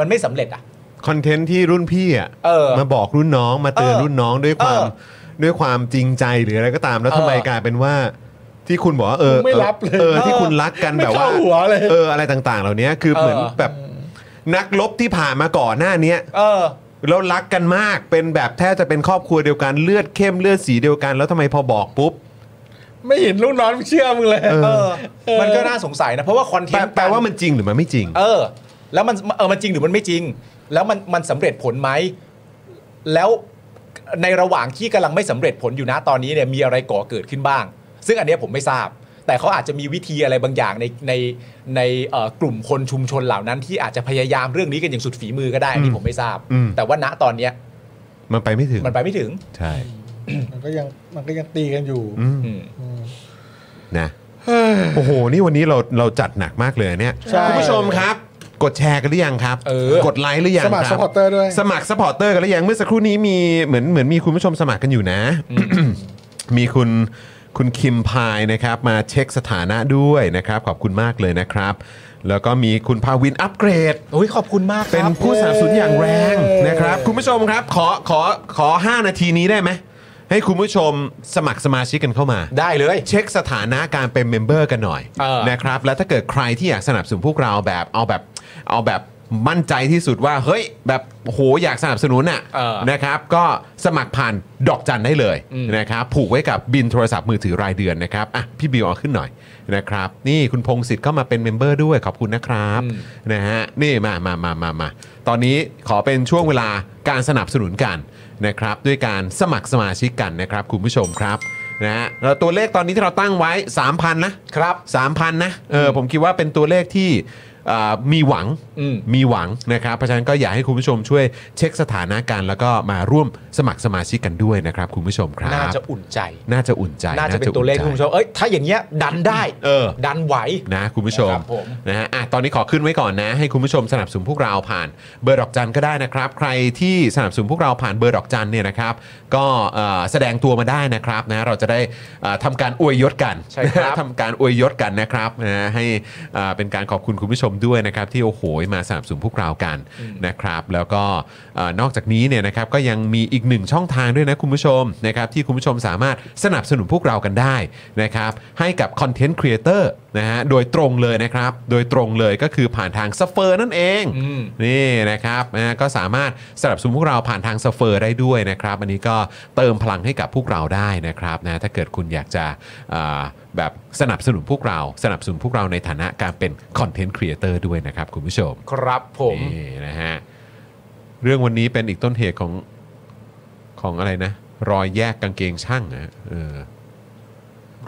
มันไม่สำเร็จอ่ะ คอนเทนต์ที่รุ่นพี่อ่ะ เออ มาบอกรุ่นน้องมาเตือน เออ รุ่นน้องด้วยความ เออ ด้วยความจริงใจหรืออะไรก็ตามแล้ว เออ ทำไมกลายเป็นว่า ที่คุณบอกว่าเออ มึงไม่รับเลย เออที่คุณรักกัน ไม่ แบบว่า เข้าหัวเลย เอออะไรต่างๆ เหล่านี้คือเหมือนแบบนักรบที่ผ่านมาก่อนหน้าเนี้ย เออ แล้วรักกันมากเป็นแบบแทบจะเป็นครอบครัวเดียวกันเลือดเข้มเลือดสีเดียวกัน แล้วทำไมพอบอกปุ๊บ ไม่เห็นลูกน้องเชื่อมึงเลย เออ มันก็น่าสงสัยนะเพราะว่าคอนเท แปล นต์ แปลว่ามันจริงหรือมันไม่จริง เออ แล้วมันเออมันจริงหรือมันไม่จริง แล้วมันมันสำเร็จผลไหม แล้วในระหว่างที่กำลังไม่สำเร็จผลอยู่นะตอนนี้เนี่ยมีอะไรก่อเกิดขึ้นบ้าง ซึ่งอันเนี้ยผมไม่ทราบ แต่เขาอาจจะมีวิธีอะไรบางอย่างในในในเอ่อกลุ่มคนชุมชนเหล่านั้น ที่อาจจะพยายามเรื่องนี้กันอย่างสุดฝีมือก็ได้อันนี้ผมไม่ทราบ อืม แต่ว่าณตอนเนี้ย มันไปไม่ถึง มันไปไม่ถึง ใช่ มันก็ยังมันก็ยังตีกันอยู่ อืม อืม นะโอ้โหนี่วันนี้เราเราจัดหนักมากเลยเนี่ย ใช่ คุณผู้ชมครับ กดแชร์กันหรือยังครับ เออ กดไลค์หรือยัง สมัคร ค supporter ด้วย สมัครซัพพอร์เตอร์กันหรือยังเมื่อสักครู่นี้มีเหมือนเหมือนมีคุณผู้ชมสมัครกันอยู่นะ มีคุณคุณคิมพายนะครับมาเช็คสถานะด้วยนะครับ ขอบคุณมากเลยนะครับ แล้วก็มีคุณภาวินอัปเกรด โอ้ยขอบคุณมากค เป็น รับ ผู้สนับสนุนอย่างแรงนะครับคุณผู้ชมครับขอขอขอ 5 นาทีนี้ได้ไหมให้คุณผู้ชมสมัครสมาชิกกันเข้ามา ได้เลย เช็คสถานะการเป็นเมมเบอร์กันหน่อย เออ นะครับและถ้าเกิดใครที่อยากสนับสนุนพวกเราแบบเอาแบบเอาแบบมั่นใจที่สุดว่าเฮ้ยแบบโหอยากสนับสนุนอ่ะ เออ นะครับก็สมัครผ่านดอกจันได้เลย อืม นะครับผูกไว้กับบินโทรศัพท์มือถือรายเดือนนะครับอ่ะพี่บิวเอาขึ้นหน่อยนะครับนี่คุณพงศิษฐ์เข้ามาเป็นเมมเบอร์ด้วยขอบคุณนะครับนะฮะนี่มามามามามาตอนนี้ขอเป็นช่วงเวลาการสนับสนุนกันนะครับด้วยการสมัครสมาชิกกันนะครับคุณผู้ชมครับ นะฮะแล้วตัวเลขตอนนี้ที่เราตั้งไว้ 3,000 นะครับ 3,000 นะเออผมคิดว่าเป็นตัวเลขที่เอ่อมีหวัง อืม มีหวังนะครับเพราะฉะนั้นก็อยากให้คุณผู้ชมช่วยเช็คสถานะการแล้วก็มาร่วมสมัครสมาชิกกันด้วยนะครับคุณผู้ชมครับ น่าจะอุ่นใจ น่าจะอุ่นใจ น่าจะเป็นตัวเลขที่คุณผู้ช น มเอ้ยถ้าอย่างเงี้ยดันได้ เออ ดันไหว นะคุณผู้ชม ครับผม นะฮะอ่ะตอนนี้ขอขึ้นไว้ก่อนนะ ให้คุณผู้ชมสนับสนุนพวกเราผ่านเบอร์ดอกจันก็ได้นะครับ ใครที่สนับสนุนพวกเราผ่านเบอร์ดอกจันเนี่ยนะครับ ก็เอ่อแสดงตัวมาได้นะครับนะเราจะได้เอ่อทำการอวยยศกัน ใช่ครับ ทำการอวยยศกันนะครับนะฮะให้เอ่อเป็นการขอบคุณคุณผู้ชมด้วยนะครับ ที่โอ้โหมาสนับสนุนพวกเรากันนะครับ แล้วก็เอ่อนอกจากนี้เนี่ยนะครับก็ยังมีอีกหนึ่งช่องทางด้วยนะคุณผู้ชมนะครับที่คุณผู้ชมสามารถสนับสนุนพวกเรากันได้นะครับ ให้กับคอนเทนต์ครีเอเตอร์นะฮะโดยตรงเลยนะครับ โดยตรงเลยก็คือผ่านทางซัฟเฟอร์นั่นเอง อืม นี่นะครับนะก็สามารถสนับสนุนพวกเราผ่านทางสเฟอร์ได้ด้วยนะครับ อันนี้ก็เติมพลังให้กับพวกเราได้นะครับนะถ้าเกิดคุณอยากจะอ่าแบบสนับสนุนพวกเรา สนับสนุนพวกเราในฐานะการเป็นคอนเทนต์ครีเอเตอร์ด้วยนะครับคุณผู้ชม ครับผม นี่นะฮะเรื่องวันนี้เป็นอีกต้นเหตุของของอะไรนะ รอยแยกกางเกงช่างนะฮะเออ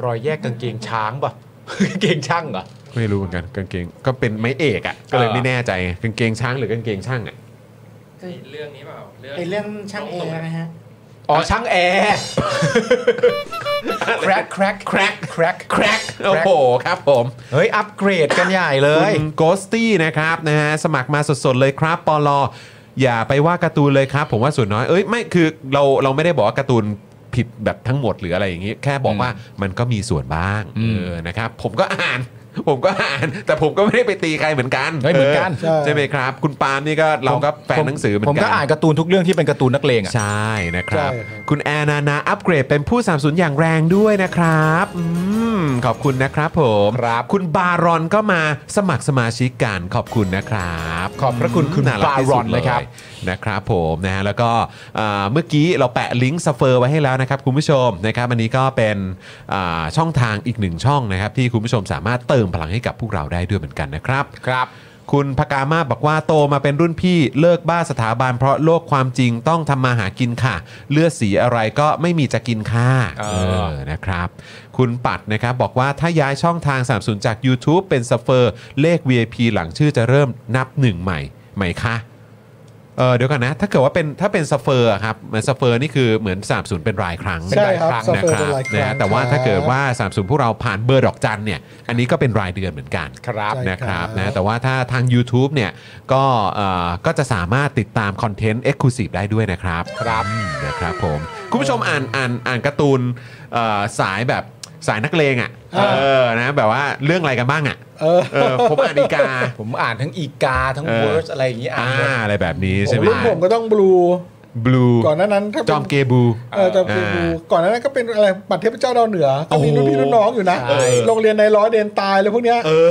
รอยแยกกางเกงช้างป่ะ กางเกงช่างเหรอ ไม่รู้เหมือนกันกางเกงก็เป็นไม้เอกอะ่ะก็เลย เออ ไม่แน่ใจไงกางเกงช้างหรือกางเกงช่างอ่ะ เรื่องนี้เปล่าเรื่อง เป็นเรื่องช่างเอนะฮะ อ๋อช่างแอร์ crack crack crack crack crack โอ้โหครับผม เฮ้ย อัปเกรดกันใหญ่เล คุ ย ณโกสตี้นะครับนะฮะสมัครมาสดๆเลยครับปอลออย่าไปว่าการ์ตูนเลยครับ ผมว่าส่วนน้อยเอ้ยไม่คือเราเราไม่ได้บอกว่าการ์ตูนผิดแบบทั้งหมดหรืออะไรอย่างงี้ แค่บอกว่ามันก็มีส่วนบ้าง อืม เออนะครับ ผมก็อ่าน ผมก็อ่าน แต่ผมก็ไม่ได้ไปตีใครเหมือนกัน เฮ้ยเหมือนกัน ใช่ไหมครับ คุณปาล์มนี่ก็เราก็แฟนหนังสือเหมือน ผ กัน มก็อ่านการ์ตูนทุกเรื่องที่เป็นการ์ตูนนักเลงอ่ะ ใช่นะครับ ใช่ครับ คุณแอนนานาอัปเกรดเป็นผู้สามสูนอย่างแรงด้วยนะครับอมขอบคุณนะครับผมครับคุณบารอนก็มาสมัครสมาชิกกันขอบคุณนะครับ ขอบพระคุณคุณ กที่สุด บารอนนะครับ เลยนะครับผมนะฮะแล้วก็เอ่อเมื่อกี้เราแปะลิงก์สเฟอร์ไว้ให้แล้วนะครับคุณผู้ชมนะครับอันนี้ก็เป็นอ่าช่องทางอีกหนึ่งช่องนะครับ ที่คุณผู้ชมสามารถเติมพลังให้กับพวกเราได้ด้วยเหมือนกันนะครับ ครับ คุณพกามาบอกว่าโตมาเป็นรุ่นพี่เลิกบ้าสถาบันเพราะโลกความจริงต้องทำมาหากินค่ะ เลือดสีอะไรก็ไม่มีจะกินค่ะ เออ นะครับ คุณปัดนะครับบอกว่าถ้าย้ายช่องทางสามสูนจาก YouTube เป็นสเฟอร์เลข VIP หลังชื่อจะเริ่มนับหนึ่งใหม่ไหมคะเออเดี๋ยวก่อนนะ ถ้าเกิดว่าเป็นถ้าเป็นสเฟอร์อะครับเหมือนสเฟอร์นี่คือเหมือนสามสูนเป็นรายครั้ง ใช่ครับ เป็นรายครั้งนะครับนะฮะแต่ว่าถ้าเกิดว่าสามสูนพวกเราผ่านเบอร์ดอกจันเนี่ย อันนี้ก็เป็นรายเดือนเหมือนกัน ครับ ใช่ นะครับนะแต่ว่าถ้าทาง u t u b e เนี่ยก็เอ่อก็จะสามารถติดตามคอนเทนต์ Exclusive ได้ด้วยนะครับครับนะครับผมคุณผู้ชมอ่านอ่านอ่านการ์ตูนเอ่อสายแบบสายนักเลงอ่ะ อ่า เออนะแบบว่าเรื่องอะไรกันบ้างอ่ะ เออ เออผมอ่านอีกา ผมอ่านทั้งอีกา ทั้ง เออ เวิร์สอะไรอย่างงี้อ่า อ่าหมดนอะไรแบบนี้ใช่ไหม รุ่นผมก็ต้องบลู บลู ก่อนหน้านั้นถ้าเป็น จอมเกบู เออจอมเกบลู อ่า ก่อนหน้านั้นก็เป็นอะไรบัตรเทพเจ้าดาวเหนือ ก็มี โอ้โห รุ่นพี่รุ่นน้องอยู่นะ ใช่ โรงเรียนในายร้อยเดนตายเลยพวกเนี้ย เออ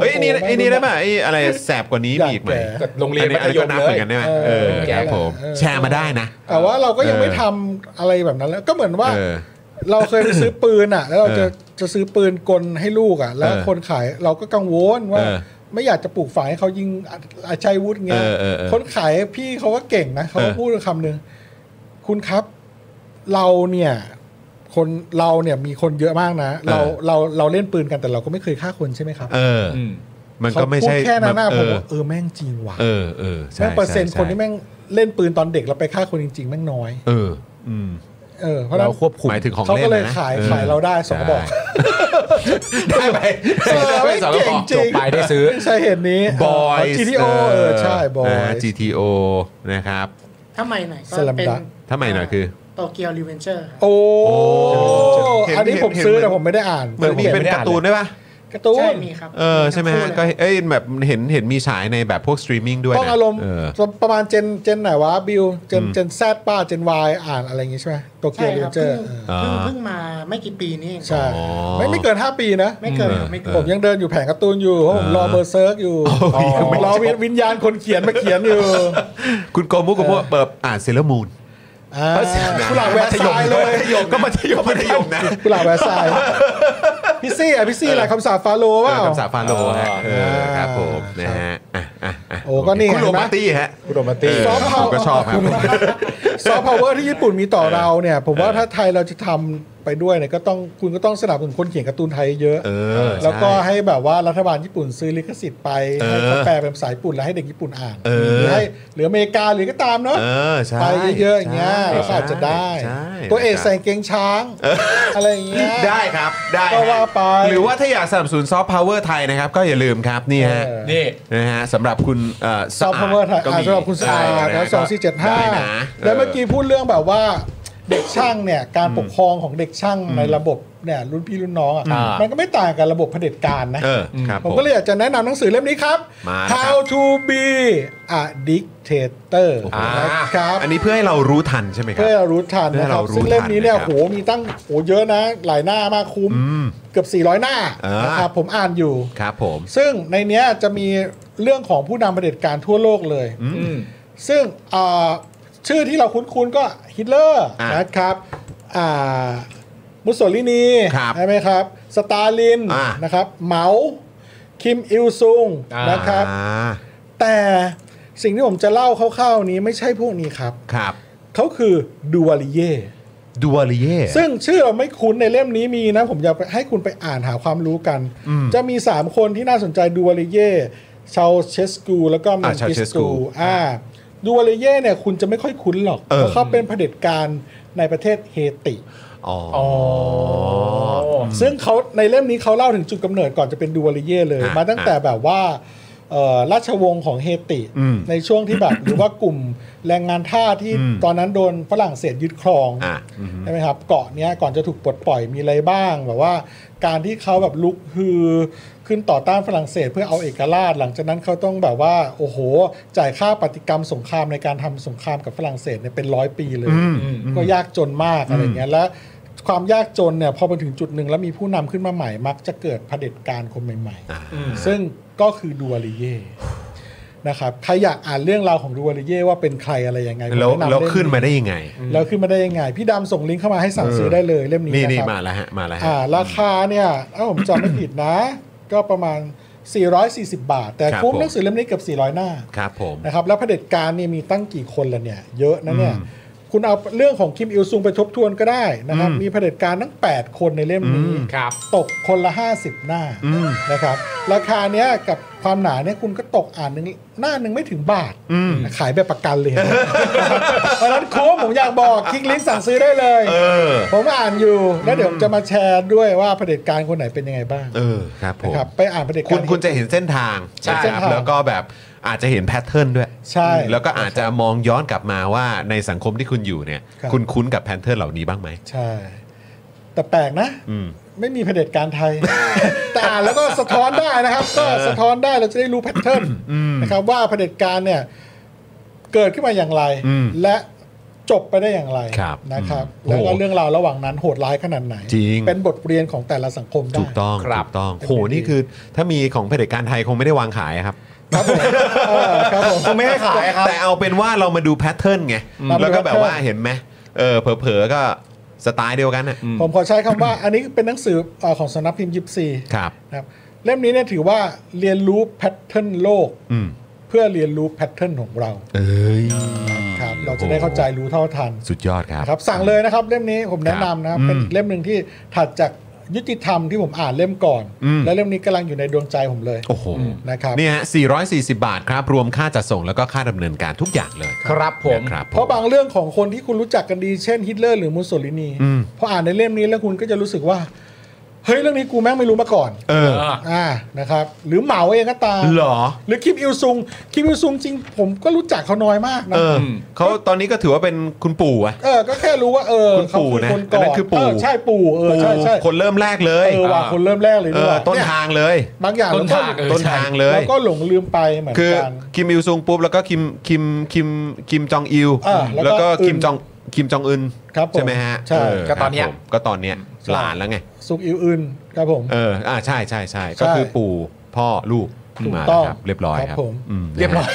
เฮ้ยไอ้นี่ไอ้นี่ได้ป่ะไอ้อะไรแสบกว่านี้มีอีกไหม อยากแก่ โรงเรียน อั มัธยม ก็นับ เล เหมื ย อนกันได้ไหม เออ เออ แกะ ครับผม เออ แชร์มาได้นะ แต่ว่าเราก็ยังไม่ เออ ทำอะไรแบบนั้นแล้วก็เหมือนว่า เออ เราเคยไปซื้อปืนอ่ะ แล้วเราจะ เออ จะซื้อปืนกลให้ลูกอ่ะ แล้ว เออ คนขายเราก็กังวลว่า เออ ไม่อยากจะปลูกฝังให้เขายิงอาอาชัยวุธเงี้ย เออเออเออ คนขายพี่เขาก็เก่งนะเขาก็ เออ พูดคำหนึ่งคุณครับเราเนี่ย คนเราเนี่ยมีคนเยอะมากนะเราเราเราเล่นปืนกันแต่เราก็ไม่เคยฆ่าคนใช่ไหมครับ เออ มันก็ไม่เขาใช่พูดแค่นั้นนะ เอ ผม อ ว่าเออแม่งจริงว่ะ เออเออใช่ แม่งเปอร์เซ็นต์ ใช่ คนที่แม่งเล่นปืนตอนเด็กแล้วไปฆ่าคนจริงๆแม่งน้อย เอออืม เออเพราะฉะนั้น เราควบคุม หมายถึงของ เขา เล่น ก็เลย นะนะ ขาย ออ ขายเราได้สองกระบอก ได้ไป ได้ไปสองกระบอก เก่งจริง ไปได้ซื้อ ใช่เหตุนี้ บอย GTO เออใช่บอย GTO นะครับ ถ้าใหม่หน่อยก็ สลัม เป็น ดัก ถ้าใหม่หน่อยคือ โตเกียวรีเวนเจอร์ครับ โอ้ เห็น อันนี้ เห็น ผม เห็น ซื้อ เหมือน แต่ผมไม่ได้อ่าน เหมือน แต่ผ มีเป็นการ์ตูนด้วยป่ะ การ์ตู ใช่ น มีครับ เออใช่ไหมฮะ ทั้งคู่เลย ก็เอ้ยแบบเห็นเห็นมีฉายในแบบพวกสตรีมมิ่งด้วยนะ ต้องอารมณ์ เ ประมาณเจนเจนไหนวะบิลเจนเจนแซดป้าเจนวายอ่านอะไรอย่างงี้ใช่ไหมโตเกี ใช่ ยวเร ครั น บ เจอร์เพิ่งอ่า เพิ่งเพิ่งมาไม่กี่ปีนี่เอง ใช่ อ๋อ ไม่ไม่เกิน 5 ปีนะ ไม่เกินครับไม่เกิ ผ น มยังเดินอยู่แผงการ์ตูนอยู่เพราะผมรอเบอร์เซิร์กอยู่ ยังไม่จบ รอวิญวิญญาณคนเขียนมาเขียนอยู่ คุณโกมุกโกโมะเปิดอ่านเซเลมูน อ่ากุหลาบแวร์ไซน์เลย มัธยมก็มัธยมมัธยมนะ กุหลาบแวร์ไซน์พี่ซี่อ่ะพี่ซี่อะไรคำสาปฟาโรห์เปเออ ล่า คำสาปฟาโรห์ฮะเออครับผม ครับ นะฮะอ่ะอ่ะอ่ะ โอ้ก็นี่ คุณโร เห็นไหม มาตี้ฮะ คุณโรมาตี้ ซอฟต์พาว ผมก็ชอบครับ ซอฟต์พาวเวอร์ที่ญี่ปุ่นมีต่อเราเนี่ย ผมว่าถ้าไทยเราจะทำ ไปด้วยเนี่ยก็ต้องคุณก็ต้องสนับสนุนคนเขียนการ์ตูนไทยเยอะ เออใช่ แล้วก็ให้แบบว่ารัฐบาลญี่ปุ่นซื้อลิขสิทธิ์ไป เออ ให้เขาแปลเป็นภาษาญี่ปุ่นแล้วให้เด็กญี่ปุ่นอ่าน เออ หรือให้หรืออเมริกาหรือก็ตามเนาะ เออใช่ ไปเยอะๆอย่างเงี้ย ใช่ เราก็อาจจะได้ ใช่ ตัวเอก นะครับ ใส่กางเกงช้างอะไรอย่างเงี้ย ได้ครับได้ ก็ว่าไป หรือว่าถ้าอยากสนับสนุนซอฟต์พาวเวอร์ไทยนะครับ ก็อย่าลืมครับนี่ฮะ นี่ นะฮะสำหรับคุณเอ่อ ซอฟต์พาวเวอร์ไทย ก็ อ่า มี สำหรับคุณสะอาด เนะ แล้วสองสี่เจ็ดห้า ไนะ แล้วเมื่อกี้พูดเรื่องแบบว่าเด็กช่างเนี่ยการปกครองของเด็กช่างในระบบเนี่ยรุ่นพี่รุ่นน้องอ่ะ อ่ามั มันก็ไม่ต่างกับระบบเผด็จการนะ เออครับผ ผม ม ก็เลยอยากจะแนะนำหนังสือเล่มนี้ครับ มาแล้วครับ How to be a dictator อ่า นะครับ อันนี้เพื่อให้เรารู้ทันใช่ไหมครั เพื่อบ ให้รู้ทันนะค เพื่อให้ รั เรา บ รู้ ซึ่งเล่มนี้เนี่ย ทันนะครับ โหมีตั้งโหเยอะนะ หลายหน้ามากคุ้มเกือบ 400 หน้า เออ นะครับผมอ่านอยู่ ครับผม ซึ่งในเนี้ยจะมีเรื่องของผู้นำเผด็จการทั่วโลกเลย อืม ซึ่งอ่าชื่อที่เราคุ้นๆก็ฮิตเลอร์ อ่ะ นะครับอ่ามุสโสลินี ครับ ใช่ไหมครับ สตาลิน อ่ะ นะครับเหมาคิมอิลซุง อ่าน นะครับ อ่า แต่สิ่งที่ผมจะเล่าคร่าวๆนี้ไม่ใช่พวกนี้ครับ ครับ เขาคือดูวาลิเย่ ดูอาลีเย่ ซึ่งชื่อเราไม่คุ้นในเล่มนี้มีนะ ผมอยากให้คุณไปอ่านหาความรู้กัน จะมี 3 คนที่น่าสนใจดูวาลิเย่ชาวเชสกู แล้วก็เมนกิสกูอ่าดูวาลิเย่เนี่ยคุณจะไม่ค่อยคุ้นหรอก เพราะเขาเป็นเผด็จการในประเทศเฮติ อ๋อ ซึ่งเขาในเล่มนี้เขาเล่าถึงจุดกำเนิดก่อนจะเป็นดูวาลิเย่เลย ฮะ มาตั้งแต่แบบว่าเอ่อราชวงศ์ของเฮติ อืม ในช่วงที่แบบ หรือว่ากลุ่มแรงงานท่าสที่ อืม ตอนนั้นโดนฝรั่งเศสยึดครอง อ่ะอืม ใช่ไหมครับเกาะเนี้ยก่อนจะถูกปลดปล่อยมีอะไรบ้าง แบบว่าการที่เขาแบบลุกฮือขึ้นต่อต้านฝรั่งเศสเพื่อเอาเอกราช หลังจากนั้นเขาต้องแบบว่าโอ้โห จ่ายค่าปฏิกรรมสงครามในการทำสงครามกับฝรั่งเศสเนี่ยเป็นร้อยปีเลย อืม ก็ยากจนมากอะไรเงี้ยแล้วความยากจนเนี่ยพอมาถึงจุดหนึ่งแล้วมีผู้นำขึ้นมาใหม่ มักจะเกิดเผด็จการคนใหม่ๆ ซึ่งก็คือดูอาริเย่นะครับใครอยากอ่านเรื่องราวของดูอาริเย่ว่าเป็นใครอะไรยังไง แล้ว ผมนะนำ แล้ว เล่ ขึ้นมาได้ยังไง แล้วขึ้นมาได้ยังไง พี่ดำส่งลิงก์เข้ามาให้สั่งซื้อได้เลยเล่มนี้ นี่ นะ นี่ ครับ มาแล้วฮะมาแล้วฮะ อ่าราคาเนี่ยถ้าผมจำไม่ผิดนะ ก็ประมาณ 440 บาท แต่ ครับ คุ้ม ผม หนังสือเล่มนี้เกือบ400 หน้า ครับผม นะครับแล้วเผด็จการเนี่ยมีตั้งกี่คนละเนี่ยเยอะนะเนี่ยคุณเอาเรื่องของคิมอิลซุงไปทบทวนก็ได้นะครับมีเผด็จการทั้ง 8 คนในเล่มนี้ ครับ ตกคนละ 50 หน้านะครับราคาเนี้ยกับความหนาเนี่ยคุณก็ตกอ่านหนึ่งหน้าหนึ่งไม่ถึงบาท ขายแบบประกันเลย นะครับเพราะฉะนั้นคุ้มผมอยากบอกคลิกลิงก์สั่งซื้อได้เลย เออ ผมอ่านอยู่แล้วเดี๋ยวผมจะมาแชร์ด้วยว่าเผด็จการคนไหนเป็นยังไงบ้าง เออครับผ นะ ม ครับไปอ่านเผด็จ คุ การ ณคุณจะเห็นเส้นทาง ใช่ นะครับ เส้นทาง แล้วก็แบบอาจจะเห็นแพทเทิร์นด้วย ใช่ แล้วก็อาจจะมองย้อนกลับมาว่าในสังคมที่คุณอยู่เนี่ย ครับ คุณคุ้นกับแพทเทิร์นเหล่านี้บ้างไหม ใช่ แต่แปลกนะ อืม ไม่มีเผด็จการไทย แต่อ่านแล้วก็สะท้อนได้นะครับ ก็สะท้อนได้เราจะได้รู้แพทเทิร์นนะครับว่าเผด็จการเนี่ย เกิดขึ้นมาอย่างไร และจบไปได้อย่างไร ครับ นะครับ อืม แล้วก็ โอ้ เรื่องราวระหว่างนั้นโหดร้ายขนาดไหน จริง เป็นบทเรียนของแต่ละสังคมได้ ถูกต้อง ครับ ถูกต้อง เป็น โห ไปได้ นี่คือถ้ามีของเผด็จการไทยคงไม่ได้วางขายครับ ครับผมเออครับผม ไม่ให้ขายครับ แต่เอาเป็นว่าเรามาดูแพทเทิร์นไง ครับ แล้วก็แบบว่าเห็นไหมเออเผลอๆก็สไตล์เดียวกันน่ะ ผมขอใช้คำว่า อันนี้เป็นหนังสือเอ่อของสำนักพิมพ์ยิปซี ครับ นะครับเล่มนี้เนี่ยถือว่าเรียนรู้แพทเทิร์นโลก อืม เพื่อเรียนรู้แพทเทิร์นของเรา เอ้ย ครับเราจะได้เข้าใจรู้เท่าทัน สุดยอดครับ นะครับสั่งเลยนะครับเล่มนี้ผมแนะนำนะครับเป็นเล่มหนึ่งที่ถัดจากยุติธรรมที่ผมอ่านเล่มก่อน อืม และเล่มนี้กำลังอยู่ในดวงใจผมเลย โอ้โห นะครับ เนี่ยฮะ440 บาทครับ รวมค่าจัดส่งแล้วก็ค่าดำเนินการทุกอย่างเลย ครับผม นะครับ เพราะบางเรื่องของคนที่คุณรู้จักกันดีเช่นฮิตเลอร์หรือมุสโสลินีพออ่านในเล่มนี้แล้วคุณก็จะรู้สึกว่า เฮ้ยเรื่องนี้กูแม่งไม่รู้มาก่อน เออ อ่านะครับหรือเหมาเองก็ตาม เหรอ หรือคิมอิลซุงคิมอิลซุงจริงผมก็รู้จักเขาน้อยมากนะ เออเขาตอนนี้ก็ถือว่าเป็นคุณปู่อะ เออ ก็แค่รู้ว่าเออ คุณปู่นะ เขาคือคนก่ อัน อ นั้น นคือปู่ เออใช่ปู่เออ ปู่ ใช่ใช่ คนเริ่มแรกเลย เออว่าคนเริ่มแรกเลย เอ ด้ อ วย ต้น เย ทางเลย บางอย่าง ต้นทาง เรก็ เออ ต้นทางเลย เราก็หลงลืมไปเหมือน คือ กัน คิมอิลซุงปุ๊บแล้วก็คิมคิมคิมคิมจองอิล อ่าแล้วก็ แล้วก็ อึน คิมจองคิมจองอึน ครับผม ใช่ไหมฮะ ใช่ เ ก็ตอนเนี้ย ครับผมก็ตอนเนี้ยหลานแล้วไง สุกอิวอื่นครับผม เอออ่าใช่ใช่ใช่ก็คือปู่พ่อลูก ถูก มา ต้องแล้วครับเรียบร้อย ครับ ครับ ผม ม เรียบร้อย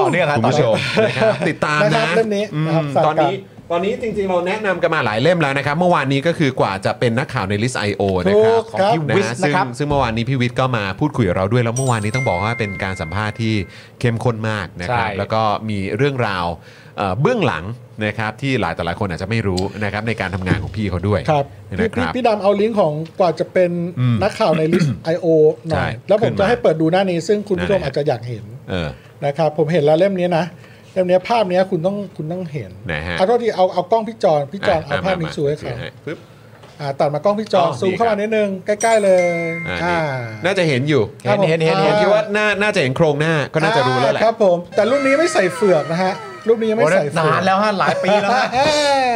ต่อเนื่องครับ คุณ ต่อ ผู้ช เนื่อง มนะครับติดตาม นะครั นะ บเล่มนี้นะครับ อืม สั่ง ตอนนี้ กลับ ตอนนี้จริงๆ เราแนะนำกันมาหลายเล่มแล้วนะครับ เมื่อวานนี้ก็คือกว่าจะเป็นนักข่าวในลิสต์ IO นะครับ ถูก ของ ครับ พี่วิทย์นะ นะ ค ครั รับบ ซึ่งเมื่อวานนี้พี่วิทย์ก็มาพูดคุยกับเราด้วยแล้วเมื่อวานนี้ต้องบอกว่าเป็นการสัมภาษณ์ที่เข้มข้นมากนะครับ ใช่ แล้วก็มีเรื่องราวเอ่อเบื้องหลังนะครับที่หลายแต่หลายคนอาจจะไม่รู้นะครับในการทำงานของพี่เขาด้วย ครับพี่ นะค พี่ รับ พี่ดำเอาลิงก์ของกว่าจะเป็น อืม นักข่าวในลิสต์ I.O. หน่อ ใช่ ย แล้วผม ขึ้น จะ มา ให้เปิดดูหน้านี้ ซึ่งคุณผู้ช นั่น ม แหละ อาจจะอยากเห็น เออ นะครับผมเห็นแล้วเล่มนี้นะเล่มนี้ภาพนี้คุณต้องคุณต้องเห็น ไหนฮะ เอาโทษทีเอาเอากล้องพี่จอนพี่จอนเอา อ่ะ ภาพ ม นี้ ม ชูให้เขา ถือปึ๊บ อ่าตัดมากล้องพี่จอน อ๋อ ซูม ดี เข้า ครั มา บ นิดนึงใกล้ๆเลย อ่ะ อ่า นี่น่าจะเห็นอยู่ ครับผมเห็นเห็นเห็น อ่า ผ เห็ ม น คิดว่าน่าน่าจะเห็นโครงหน้าก็น่าจะรู้แล้วแหละ อ่าครับผมแต่รุ่นนี้ไม่ใส่เฟือกนะฮะรุ่นนี้ยังไม่ใส่เฟื นา อก นแล้วฮะหลายปีแล้วฮะ เอ้ย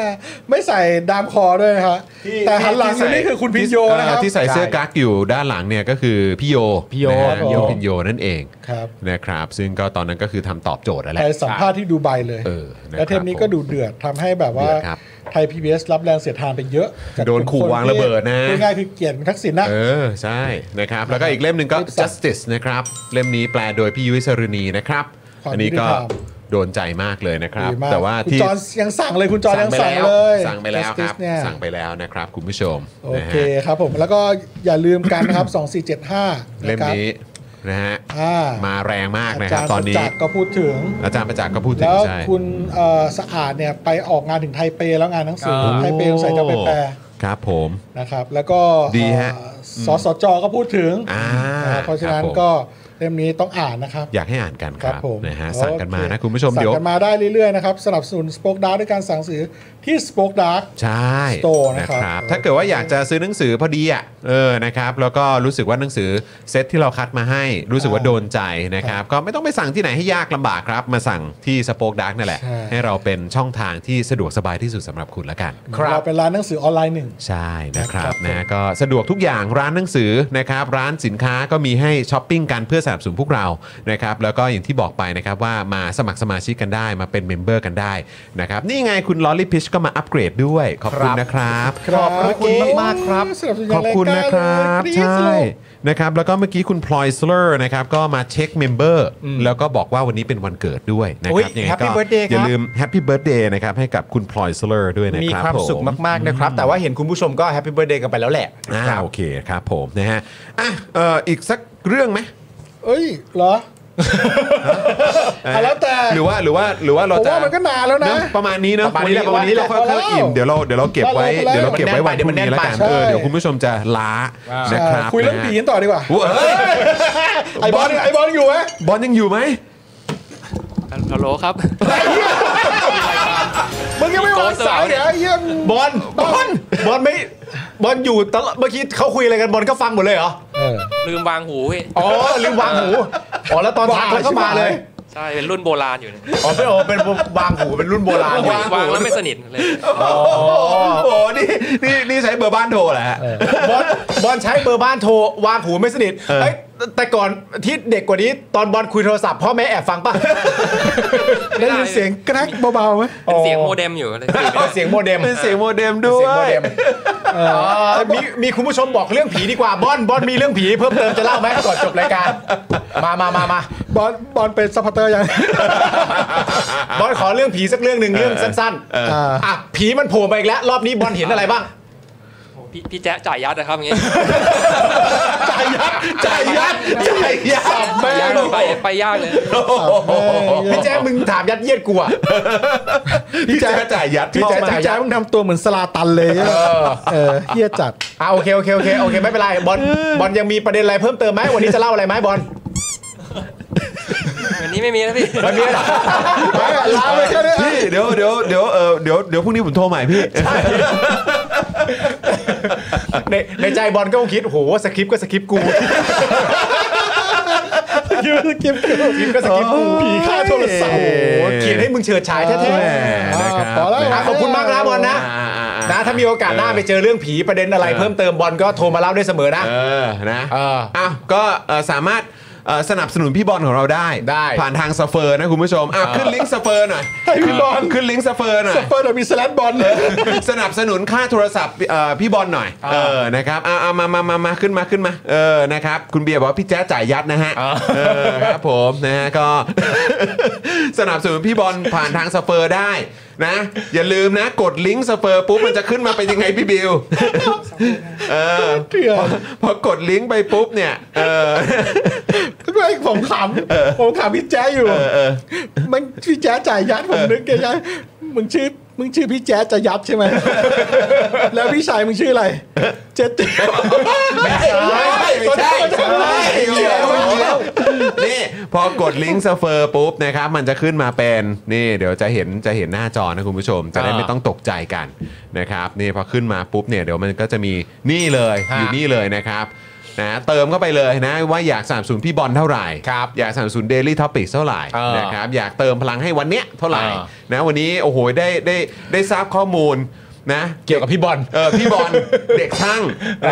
ไม่ใส่ดามคอด้วยนะฮะแต่หันหลัง ที่ อยู่ ใส่ นี่คือคุณพินโยนะครั เอ่ บ อที่ใส่เสื้อกั๊กอยู่ด้านหลังเนี่ยก็คือพี่โย พี่โย นะฮะ ครับผม โยพินโยนั่นเอง ครับ นะครับ ซึ่งก็ตอนนั้นก็คือทำตอบโจทย์แล้วแหละ ไปสัมภาษณ์ที่ดูไบเลย เออนะครับ แล้วเทปนี้ก็ดูเดือดทำให้แบบว่า เดือดครับ ไทย PBS รับแรงเสียดทานไปเยอะจก โดนขู่วางระเบิดนะ พูง่ายๆคือเกลียดทักษิณนะ เออ ใช่นะครับ แล้วก็อีกเล่มหนึ่งก็ ครับ justice นะครับ เล่มนี้แปลโดยพี่ยุ้ยสรุณีนะครับ ความ อันนี้ก็ ยุติธรรม โดนใจมากเลยนะครับ ดีมก แต่ว่า คุณ ที่ จอนยังสั่งเลยคุณจอนยัง ไป สั่ง แล้ว เลย สั่งไปแล้วครับ Justice เนี่ย สั่งไปแล้วนะครับคุณผู้ชม โอ นะ เค ฮะ ครับผมแล้วก็อย่าลืมกันนะครับ เล่ม2475ะครับ นี้นะฮะ อ่า มาแรงมาก อา นะครับ จารย์ ตอนนี้ ประจักษ์ก็พูดถึง อาจารย์ประจักษ์ก็พูดถึง แล้ว ใช่ คุณเอ่อสะอาดเนี่ยไปออกงานถึงไทเปแล้วงานหนังสือ อ่า ไทเปใส่จะไปแปล ครับผม นะครับ แล้วก็ ดีฮะ เอ่อสสจก็พูดถึง อ่า นะครับเพราะฉะนั้น ครับผม ก็เล่มนี้ต้องอ่านนะครับ อยากให้อ่านกันครับ ผม นะฮะ โอเค สั่งกันมานะคุณผู้ชม สั่ เดี๋ยว งกันมาได้เรื่อยๆนะครับสนับสนุน Spoke Dark ด้วยการสั่งซื้อที่ Spoke Dark ใช่ โตนะครับ ถ้าเกิดว่าอยากจะซื้อหนังสือพอดีอ่ะเออนะครับแล้วก็รู้สึกว่าหนังสือเซตที่เราคัดมาให้รู้สึกว่าโดนใจนะครับก็ไม่ต้องไปสั่งที่ไหนให้ยากลำบากครับ มาสั่งที่สปอคดักนั่นแหละ ใช่ ให้เราเป็นช่องทางที่สะดวกสบายที่สุดสำหรับคุณละกัน เราเป็นร้านหนังสือออนไลน์หนึ่ง ใช่นะครั ครับ บผม นะก็สะดวกทุกอย่างร้านหนังสือนะครับร้านสินค้าก็มีให้ช้อปปิ้งกันเพื่อสนับสนุนพวกเรานะครับแล้วก็อย่างที่บอกไปนะครับว่ามาสมัครสมาชิกกันได้มาเป็นเมมเบอร์กันได้นะครับนี่ไงคุณลอลลี่พิชก็มาอัปเกรดด้วย ขอบคุณนะครับ ขอบพระคุณมากๆครับ สนับสนุน ข ย่า องบ แง คุณ กล้า นะครับ เลย ใช่ รี๊ดสนุก นะครับแล้วก็เมื่อกี้คุณพลอยสเลอร์นะครับก็มาเช็คเมมเบอร์แล้วก็บอกว่าวันนี้เป็นวันเกิดด้วยนะ อุ๊ ค ย รับยังไง Happy ก็ Birthday ครับ อย่าลืมแฮปปี้เบิร์ดเดย์นะครับให้กับคุณพลอยสเลอร์ด้วยนะ มี ครับ ความสุข ผ มากๆนะครับ แต่ว่าเห็นคุณผู้ชมก็แฮปปี้เบิร์ดเดย์กันไปแล้วแหละ อ่า ครับ โอเคครับผมนะฮะอ่ะเอ่ออีกสักเรื่องไหม เอ้ยเหรออ่ะแล้วแต่ หรือว่าหรือว่าหรือว่าเรา ผม จะ ว่ามันก็นานแล้วนะ เอะประมาณนี้เนอะ ประมาณนี้แหละประวันนี้มาณนี้แห เรา ละ ค่อย พอแล้ ๆ ว อิ่มเดี๋ยวเราเดี๋ยวเราเก็บไว้ พอแล้ว เดี๋ยวเราเก็บไว้ มันแน่นไป วันพรุ่งนี้แล้วกันเออเดี๋ยวคุณผู้ชมจะล้านะ ใช่ ครับ คุยเรื่องผีกันต่อดีกว่า เว้ย ไอบอลไอบอลอยู่ไหม บอลยังอยู่ไหม ฮัลโหลครับ มึงยังไม่วางสายเดี๋ยวไอ้เยี่ยม บอลบอลบอลไม่บอลอยู่ตลอดเมื่อกี้เขาคุยอะไรกันบอลก็ฟังหมดเลยเหรอ ลืมวางหูพี่ อ๋อลืมวางหูอ๋อแล้วตอนทักแล้วก็มาเลย ใช่ เป็นรุ่นโบราณอยู่เนี่ย อ๋อเป็นโอเป็นวางหูเป็นรุ่นโบราณอยู่ วางแล้วไม่สนิทเลย โอ้โหนี่นี่นี่ใช้เบอร์บ้านโทรแหละฮะ บอลบอลใช้เบอร์บ้านโทรวางหูไม่สนิท เออ เอ้ยแต่ก่อนที่เด็กกว่านี้ตอนบอลคุยโทรศัพท์พ่อแม่แอบฟังป่ะ ได้ยินเสียงกระแกเบาๆไหม เป็นเสียงโมเด็มอยู่เลย อ๋อเสียงโมเด็ม เป็นเสียงโมเด็มด้ว เสียงโม ย เด็มอ๋อมีมีคุณผู้ชมบอกเรื่องผีดีกว่าบอลบอลมีเรื่องผีเพิ่มเติมจะเล่าไหมก่อนจบรายการมามามามา บอลบอลเป็นซัพพอร์เตอร์ยัง บอลขอเรื่องผีสักเรื่องหนึ่งเรื่องสั้น เออ ๆอ่ะผีมันโผล่มาอีกแล้ว รอบนี้บอลเห็นอะไรบ้าง พี่พี่แจ๊ะจ่ายยัดนะครับอย่างเงี้ย จ่ายยัดจ่ายยัดจ่ายยัด ไปไปยากเลย พี่แจ๊คมึงถามยัดเยียดกูอ่ะ พี่แจ๊คจ่ายยัด พี่ มอง แจ๊ค มา พี่แจ๊คมึงทำตัวเหมือนสลาตันเลยอะเออเฮียจัด อ่ะโอเคโอเคโอเคโอเคไม่เป็นไรบอลบอลยังมีประเด็นอะไรเพิ่มเติมไหมวันนี้จะเล่าอะไรไหมบอล วันนี้ไม่มีแล้วพี่ ไม่มีแล้ว ลาไปแค่นี้ พี่เดี๋ยวเดี๋ยวเดี๋ยวเออเดี๋ยวเดี๋ยวพรุ่งนี้ผมโทรใหม่พี่ ในในใจบอลก็คงคิดโหสคริปต์ก็สคริปต์กู ยืนกิม สคริปต์ก็สคริปต์กู ผีฆ่าโทรศัพท์ โอ้โหเขียนให้มึงเฉิดฉายแท้ แหม่ ๆ นะครับ พอแล้ว อ่ะขอบคุณมากนะบอลนะ อ่าอ่าอ่า นะถ้ามีโอกาสหน้าไปเจอเรื่องผีประเด็นอะไรเพิ่มเติมบอลก็โทรมาเล่าได้เสมอนะ เออนะ เออ อ้าวก็เอ่อสามารถเอ่อสนับสนุนพี่บอลของเราได้ ได้ ผ่านทางสเฟอร์นะคุณผู้ชมอ่ะขึ้นลิงก์สเฟอร์หน่อย ให้พี่บอล ขึ้นลิงก์สเฟอร์หน่อย เปิดมีสแลนบอล สนับสนุนค่าโทรศัพท์เอ่อพี่บอลหน่อยเออนะครับเอาเอามามามามาขึ้นมาขึ้นมาเออนะครับคุณเบียร์บอกว่าพี่แจ๊ดจ่ายยัดนะฮะเออครับผมนะฮะก็ สนับสนุนพี่บอลผ่านทางสเฟอร์ได้ นะ อย่าลืมนะ กดลิงก์สเปอร์ปุ๊บมันจะขึ้นมาเป็นยังไงพี่บิว เออพอ พอกดลิงก์ไปปุ๊บเนี่ย เออ ก็ไอ้ผมขำผมขำพี่แจ๊อยู่ เออ มันพี่แจ๊จ่ายยัดผมนึกแกยัดมึงชื่อมึงชื่อพี่แจ๊จะยัดใช่ไหม แล้วพี่ชายมึงชื่ออะไร เจ๊ติ๊ก ไม่ใช่ไม่ใช่ไม่ใช่นี่พอกดลิงก์สเฟอร์ปุ๊บนะครับมันจะขึ้นมาเป็นนี่เดี๋ยวจะเห็นจะเห็นหน้าจอนะคุณผู้ชม จะได้ไม่ต้องตกใจกันนะครับนี่พอขึ้นมาปุ๊บเนี่ยเดี๋ยวมันก็จะมีนี่เลยอยู่นี่เลยนะครับนะเติมเข้าไปเลยนะว่าอยากสามสูนพี่บอลเท่าไหร่ อยากสามสูนเดลี่ท็อปิกเท่าไหร่นะครับอยากเติมพลังให้วันเนี้ยเท่าไหร่นะวันนี้โอ้โหได้ได้ได้ทราบข้อมูลนะ เกี่ยวกับพี่บอล เออพี่บอล เด็กช่าง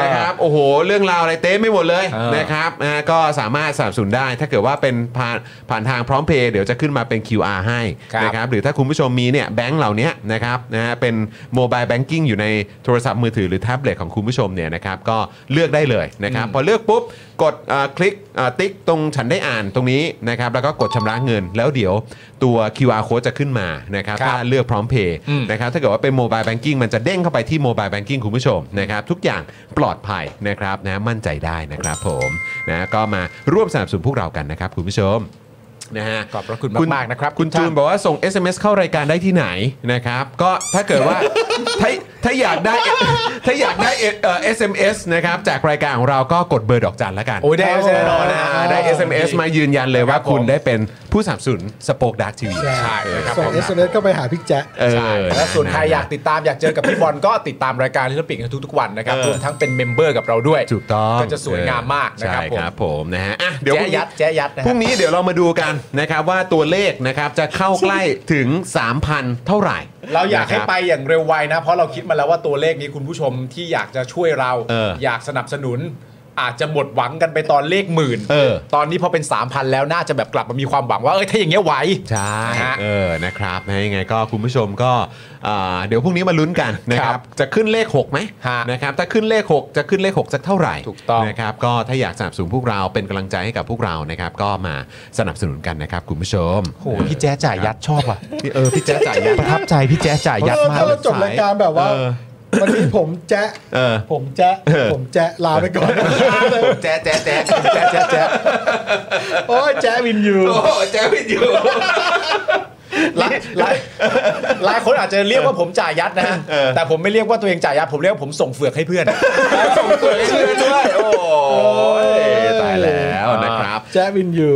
นะครับโอ้โห เรื่องราวอะไรเต็มไม่หมดเลย เออ นะครับนะฮะก็สามารถสนับสนุนได้ ถ้าเกิดว่าเป็นผ่านผ่านทางพร้อมเพย์เดี๋ยวจะขึ้นมาเป็น QR ให้นะครับหรือถ้าคุณผู้ชมมีเนี่ยแบงค์เหล่านี้นะครับนะฮะเป็นโมบายแบงกิ้งอยู่ในโทรศัพท์มือถือหรือแท็บเล็ตของคุณผู้ชมเนี่ยนะครับก็เลือกได้เลยนะครับพอเลือกปุ๊บกดเอ่อคลิกเอ่อติ๊กตรงฉันได้อ่านตรงนี้นะครับแล้วก็กดชำระเงิน แล้วเดี๋ยวตัว QR code จะขึ้นมานะครับถ้าเลือกพร้อมเพย์นะครับถ้าเกิดว่าเป็นโมบายแบงกิ้งมันจะเด้งเข้าไปที่โมบายแบงกิ้งคุณผู้ชมนะครับทุกอย่างปลอดภัยนะครับนะมั่นใจได้นะครับผมนะก็มาร่วมสนับสนุนพวกเรากันนะครับคุณผู้ชมนะฮะ ขอบพระคุณ คุณ มากๆนะครับ คุณ ท่า จูนบอกว่าส่ง SMS เข้ารายการได้ที่ไหนนะครับ ก็ถ้าเกิดว่า ถ้าถ้าอยากได้ ถ้าอยากได้เอ่อ SMS นะครับจากรายการของเราก็กดเบอร์ดอกจันแล้วกัน โอ้ยได้แน่นอนนะ อ่าได้ SMS มายืนยันเลยว่าคุณได้เป็นผู้สนับสนุนสปอคดักทีวี ใช่นะครับ ส่ง ผม เอสเอ็มเอสเข้าไปหาพี่แจ๊ เออ ใช่และส่วนใครอยากติดตามอยากเจอกับพี่บอลก็ติดตามรายการที่เราปิดกันทุกๆวันนะครับ เออ รวมทั้งเป็นเมมเบอร์กับเราด้วย ถูกต้อง ก็จะสวยงามมากนะครับ ใช่ ผ ค ม รับผมนะฮะอ่ะเดี๋ยว แจ๊ พรุ่งนี้ ยัดแจ๊ยัดนะ พ ฮะ รุ่งนี้เดี๋ยวเรามาดูกันนะครับว่าตัวเลขนะครับจะเข้าใกล้ถึง 3,000 เท่าไหร่ เราอยากให้ไปอย่างเร็วไวนะ เพราะเราคิดมาแล้วว่าตัวเลขนี้คุณผู้ชมที่อยากจะช่วยเรา เอออย ากสนับสนุน อาจจะหมดหวังกันไปตอนเลขหมื่น เออ ตอนนี้พอเป็น 3,000 แล้วน่าจะแบบกลับมามีความหวังว่าเอ้ยถ้าอย่างเงี้ยไหว ใช่ ฮะ เออนะครับนะยังไงก็คุณผู้ชมก็อ่าเดี๋ยวพรุ่งนี้มาลุ้นกันนะคครั รับบ จะขึ้นเลข6ไหม ฮะ นะครับถ้าขึ้นเลข 6 จะขึ้นเลข 6 สักเท่าไหร่ ถูกต้อง นะครับก็ถ้าอยากสนับสนุนพวกเราเป็นกำลังใจให้กับพวกเรานะครับก็มาสนับสนุนกันนะครับคุณผู้ชม โอ้โหพี่แจ๊จ่ายยัดชอบว่ะ พี่เออพี่แจ๊ะจ่ายยัด ประทับใจพี่แจ๊จ่ายยัดมาก ถ้าเราจบรายการแบบว่า เออ วันนี้ผมแจ๊ะ เออ ผมแจ๊ะผมแจ๊ะลาไปก่อน แจ๊ะแจ๊ะแจ๊ะแจ๊ะแจ๊ะแจ๊ะ โอ้ยแจ๊ะวินยู โอ้โหแจ๊ะพี่อยู่ หลายหลายหลายคนอาจจะเรียกว่าผมจ่ายยัดนะฮะแต่ผมไม่เรียกว่าตัวเองจ่ายยัด ผมเรียกว่าผมส่งเฟือกให้เพื่อน ส่งเสวยเพื่อนด้วยโอ้ยตายแล้วนะครับ แจ๊ะวินยู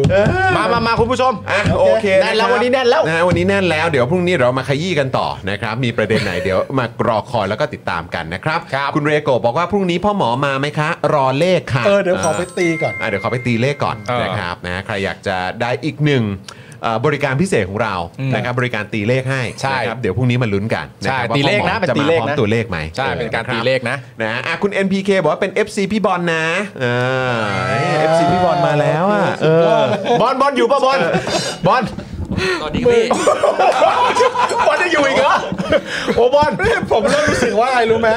มามามาคุณผู้ชม อ่ะโอเค แน่นแล้ว ะครับ วันนี้แน่นแล้ว นะฮะวันนี้แน่นแล้วเดี๋ยวพรุ่งนี้เรามาขยี้กันต่อนะครับมีประเด็นไหน เดี๋ยวมารอคอยแล้วก็ติดตามกันนะครับคุณเรโกะบอกว่าพรุ่งนี้พ่อหมอมาไหมคะ รอเลขค่ะ เออเดี๋ยวขอไปตีก่อน อ่ะเดี๋ยวขอไปตีเลขก่อนนะครับนะใครอยากจะได้อีกหนึ่งเอ่อบริการพิเศษของเรานะครับบริการตีเลขให้ ใช่ นะครับเดี๋ยวพรุ่งนี้มาลุ้นกันนะ ใช่ ครับว่า ตีเลขนะ พ่อหมอจะ เป็นตี มา เลข พร้อม นะ ตัวเลขไหม ใช่เป็นการ ออคบ ตีเลขนะ นะอ่ะคุณ NPK บอกว่าเป็น FC พี่บอลนะเออ FC พี่บอลมาแล้วอ่ะเออ บอลบอลอยู่ป่ะบอลบอล สวัสดีครับพี่ บอลจะอยู่อีกเหรอโอ้บอล ผมเริ่มรู้สึกว่าอะไรรู้ไหม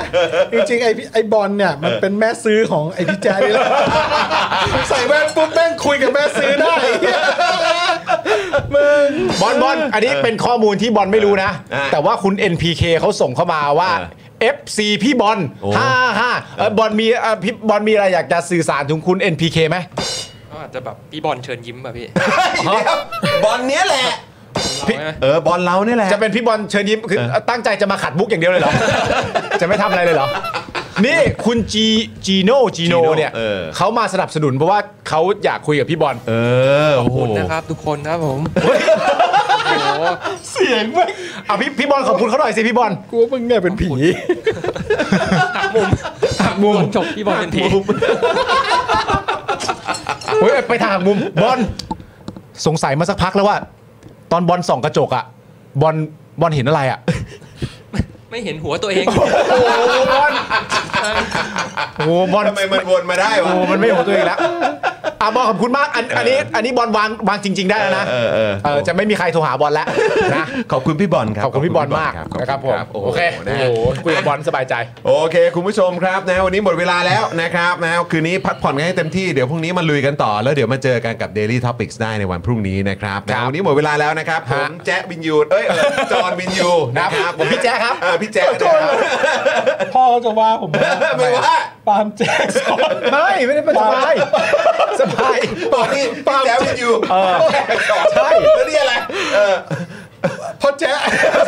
จริงๆไอ้พี่ไอ้บอลเนี่ยมันเป็นแม่ซื้อของไอ้พี่แจ๊ะนี่แหละ ใส่แว่นปุ๊บแม่งคุยกับแม่ซื้อ ได้ บอลบอลอันนี้เป็นข้อมูลที่บอลไม่รู้นะ อ่ะ แต่ว่าคุณ NPK เขาส่งเข้ามาว่า เออ FC พี่บอล โอ้ ห้าห้าเอ่อบอลมีเอ่อพี่บอลมีอะไรอยากจะสื่อสารถึงคุณ NPK ไหม ก็อาจจะแบบพี่บอลเชิญยิ้มแบบพี่ บอลเนี้ยแหละ เราใช่ไหม เออบอลเราเนี่ยแหละ จะเป็นพี่บอลเชิญยิ้มคือตั้งใจจะมาขัดมุกอย่างเดียวเลยเหรอ จะไม่ทำอะไรเลยเหรอ นี่คุณจีจีโน่จีโน Gino เนี่ย เออ เขามาสนับสนุนเพราะว่าเขาอยากคุยกับพี่บอล เออโอ้โห ขอบคุณนะครับทุกคนครับผมโอ้โห เสียงไหมอ่ะพี่พี่บอลขอบคุณเขาหน่อยสิพี่บอล กูว่ามึงเนี่ยเป็นผี หักมุมหักมุมจบพี่บอลเป็นที เฮ้ยไปทางมุมบอลสงสัยมาสักพักแล้วว่า ตอนบอลส่องกระจกอะบอลบอลเห็นอะไรอะ ไม่เห็นหัวตัวเอง โอ้บอล ทำไมมันวนมาได้วะ โอ้มันไม่เห็นหัวตัวเองแล้ว อ่ะบอลขอบคุณมากอันอันนี้อันนี้บอลวางวางจริง ๆ ได้แล้วนะ เออเออ เออจะไม่มีใครโทรหาบอลแล้วนะ ขอบคุณพี่บอลครับ ขอบคุณพี่บอลมาก ขอบ นะครับผม โอ้ โอ โห เค นะ โอ้โหคุยกับบอลสบายใจ โอเค คุณผู้ชมครับนะวันนี้หมดเวลาแล้วนะครับนะคืนนี้พักผ่อนกันให้เต็มที่เดี๋ยวพรุ่งนี้มาลุยกันต่อ แล้วเดี๋ยวมาเจอกันกับ Daily Topics ได้ในวันพรุ่งนี้นะครับ ครั นะ บ วันนี้หมดเวลาแล้วนะครับผ ฮะ มแจ๊ะวินยูเอ้ยเออจอห์นวินยูนะครับ ผมพี่แจ๊ะครับ เออพี่แจ๊ะนะครับ พ่อเขาจะว่าผมไหม ไม่ว่า ปาล์มแจ็คสอน ไม่ไม่ได้สบายสบาย ตอนนี้พี่แจ๊ะวินยู ใช่ แล้วนี่อะไรเออ พ่อแจ๊ะ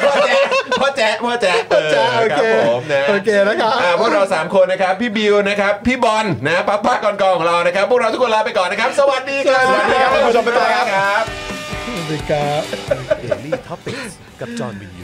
พ่อแจ๊ะพ่อแจ๊ะพ่อแจ๊ะ พ่อแจ๊ะโอเค ครับผมนะ โอเคนะครับ อ่าพวกเราสามคนนะครับ พี่บิวนะครับ พี่บอลนะป้าป้ากอนๆของเรานะครับ พวกเราทุกคนลาไปก่อนนะครับ สวัสดีครับ สวัสดีครับคุณผู้ชมไปต่อครับ สวัสดีครับ Daily Topics กับจอห์นวินยู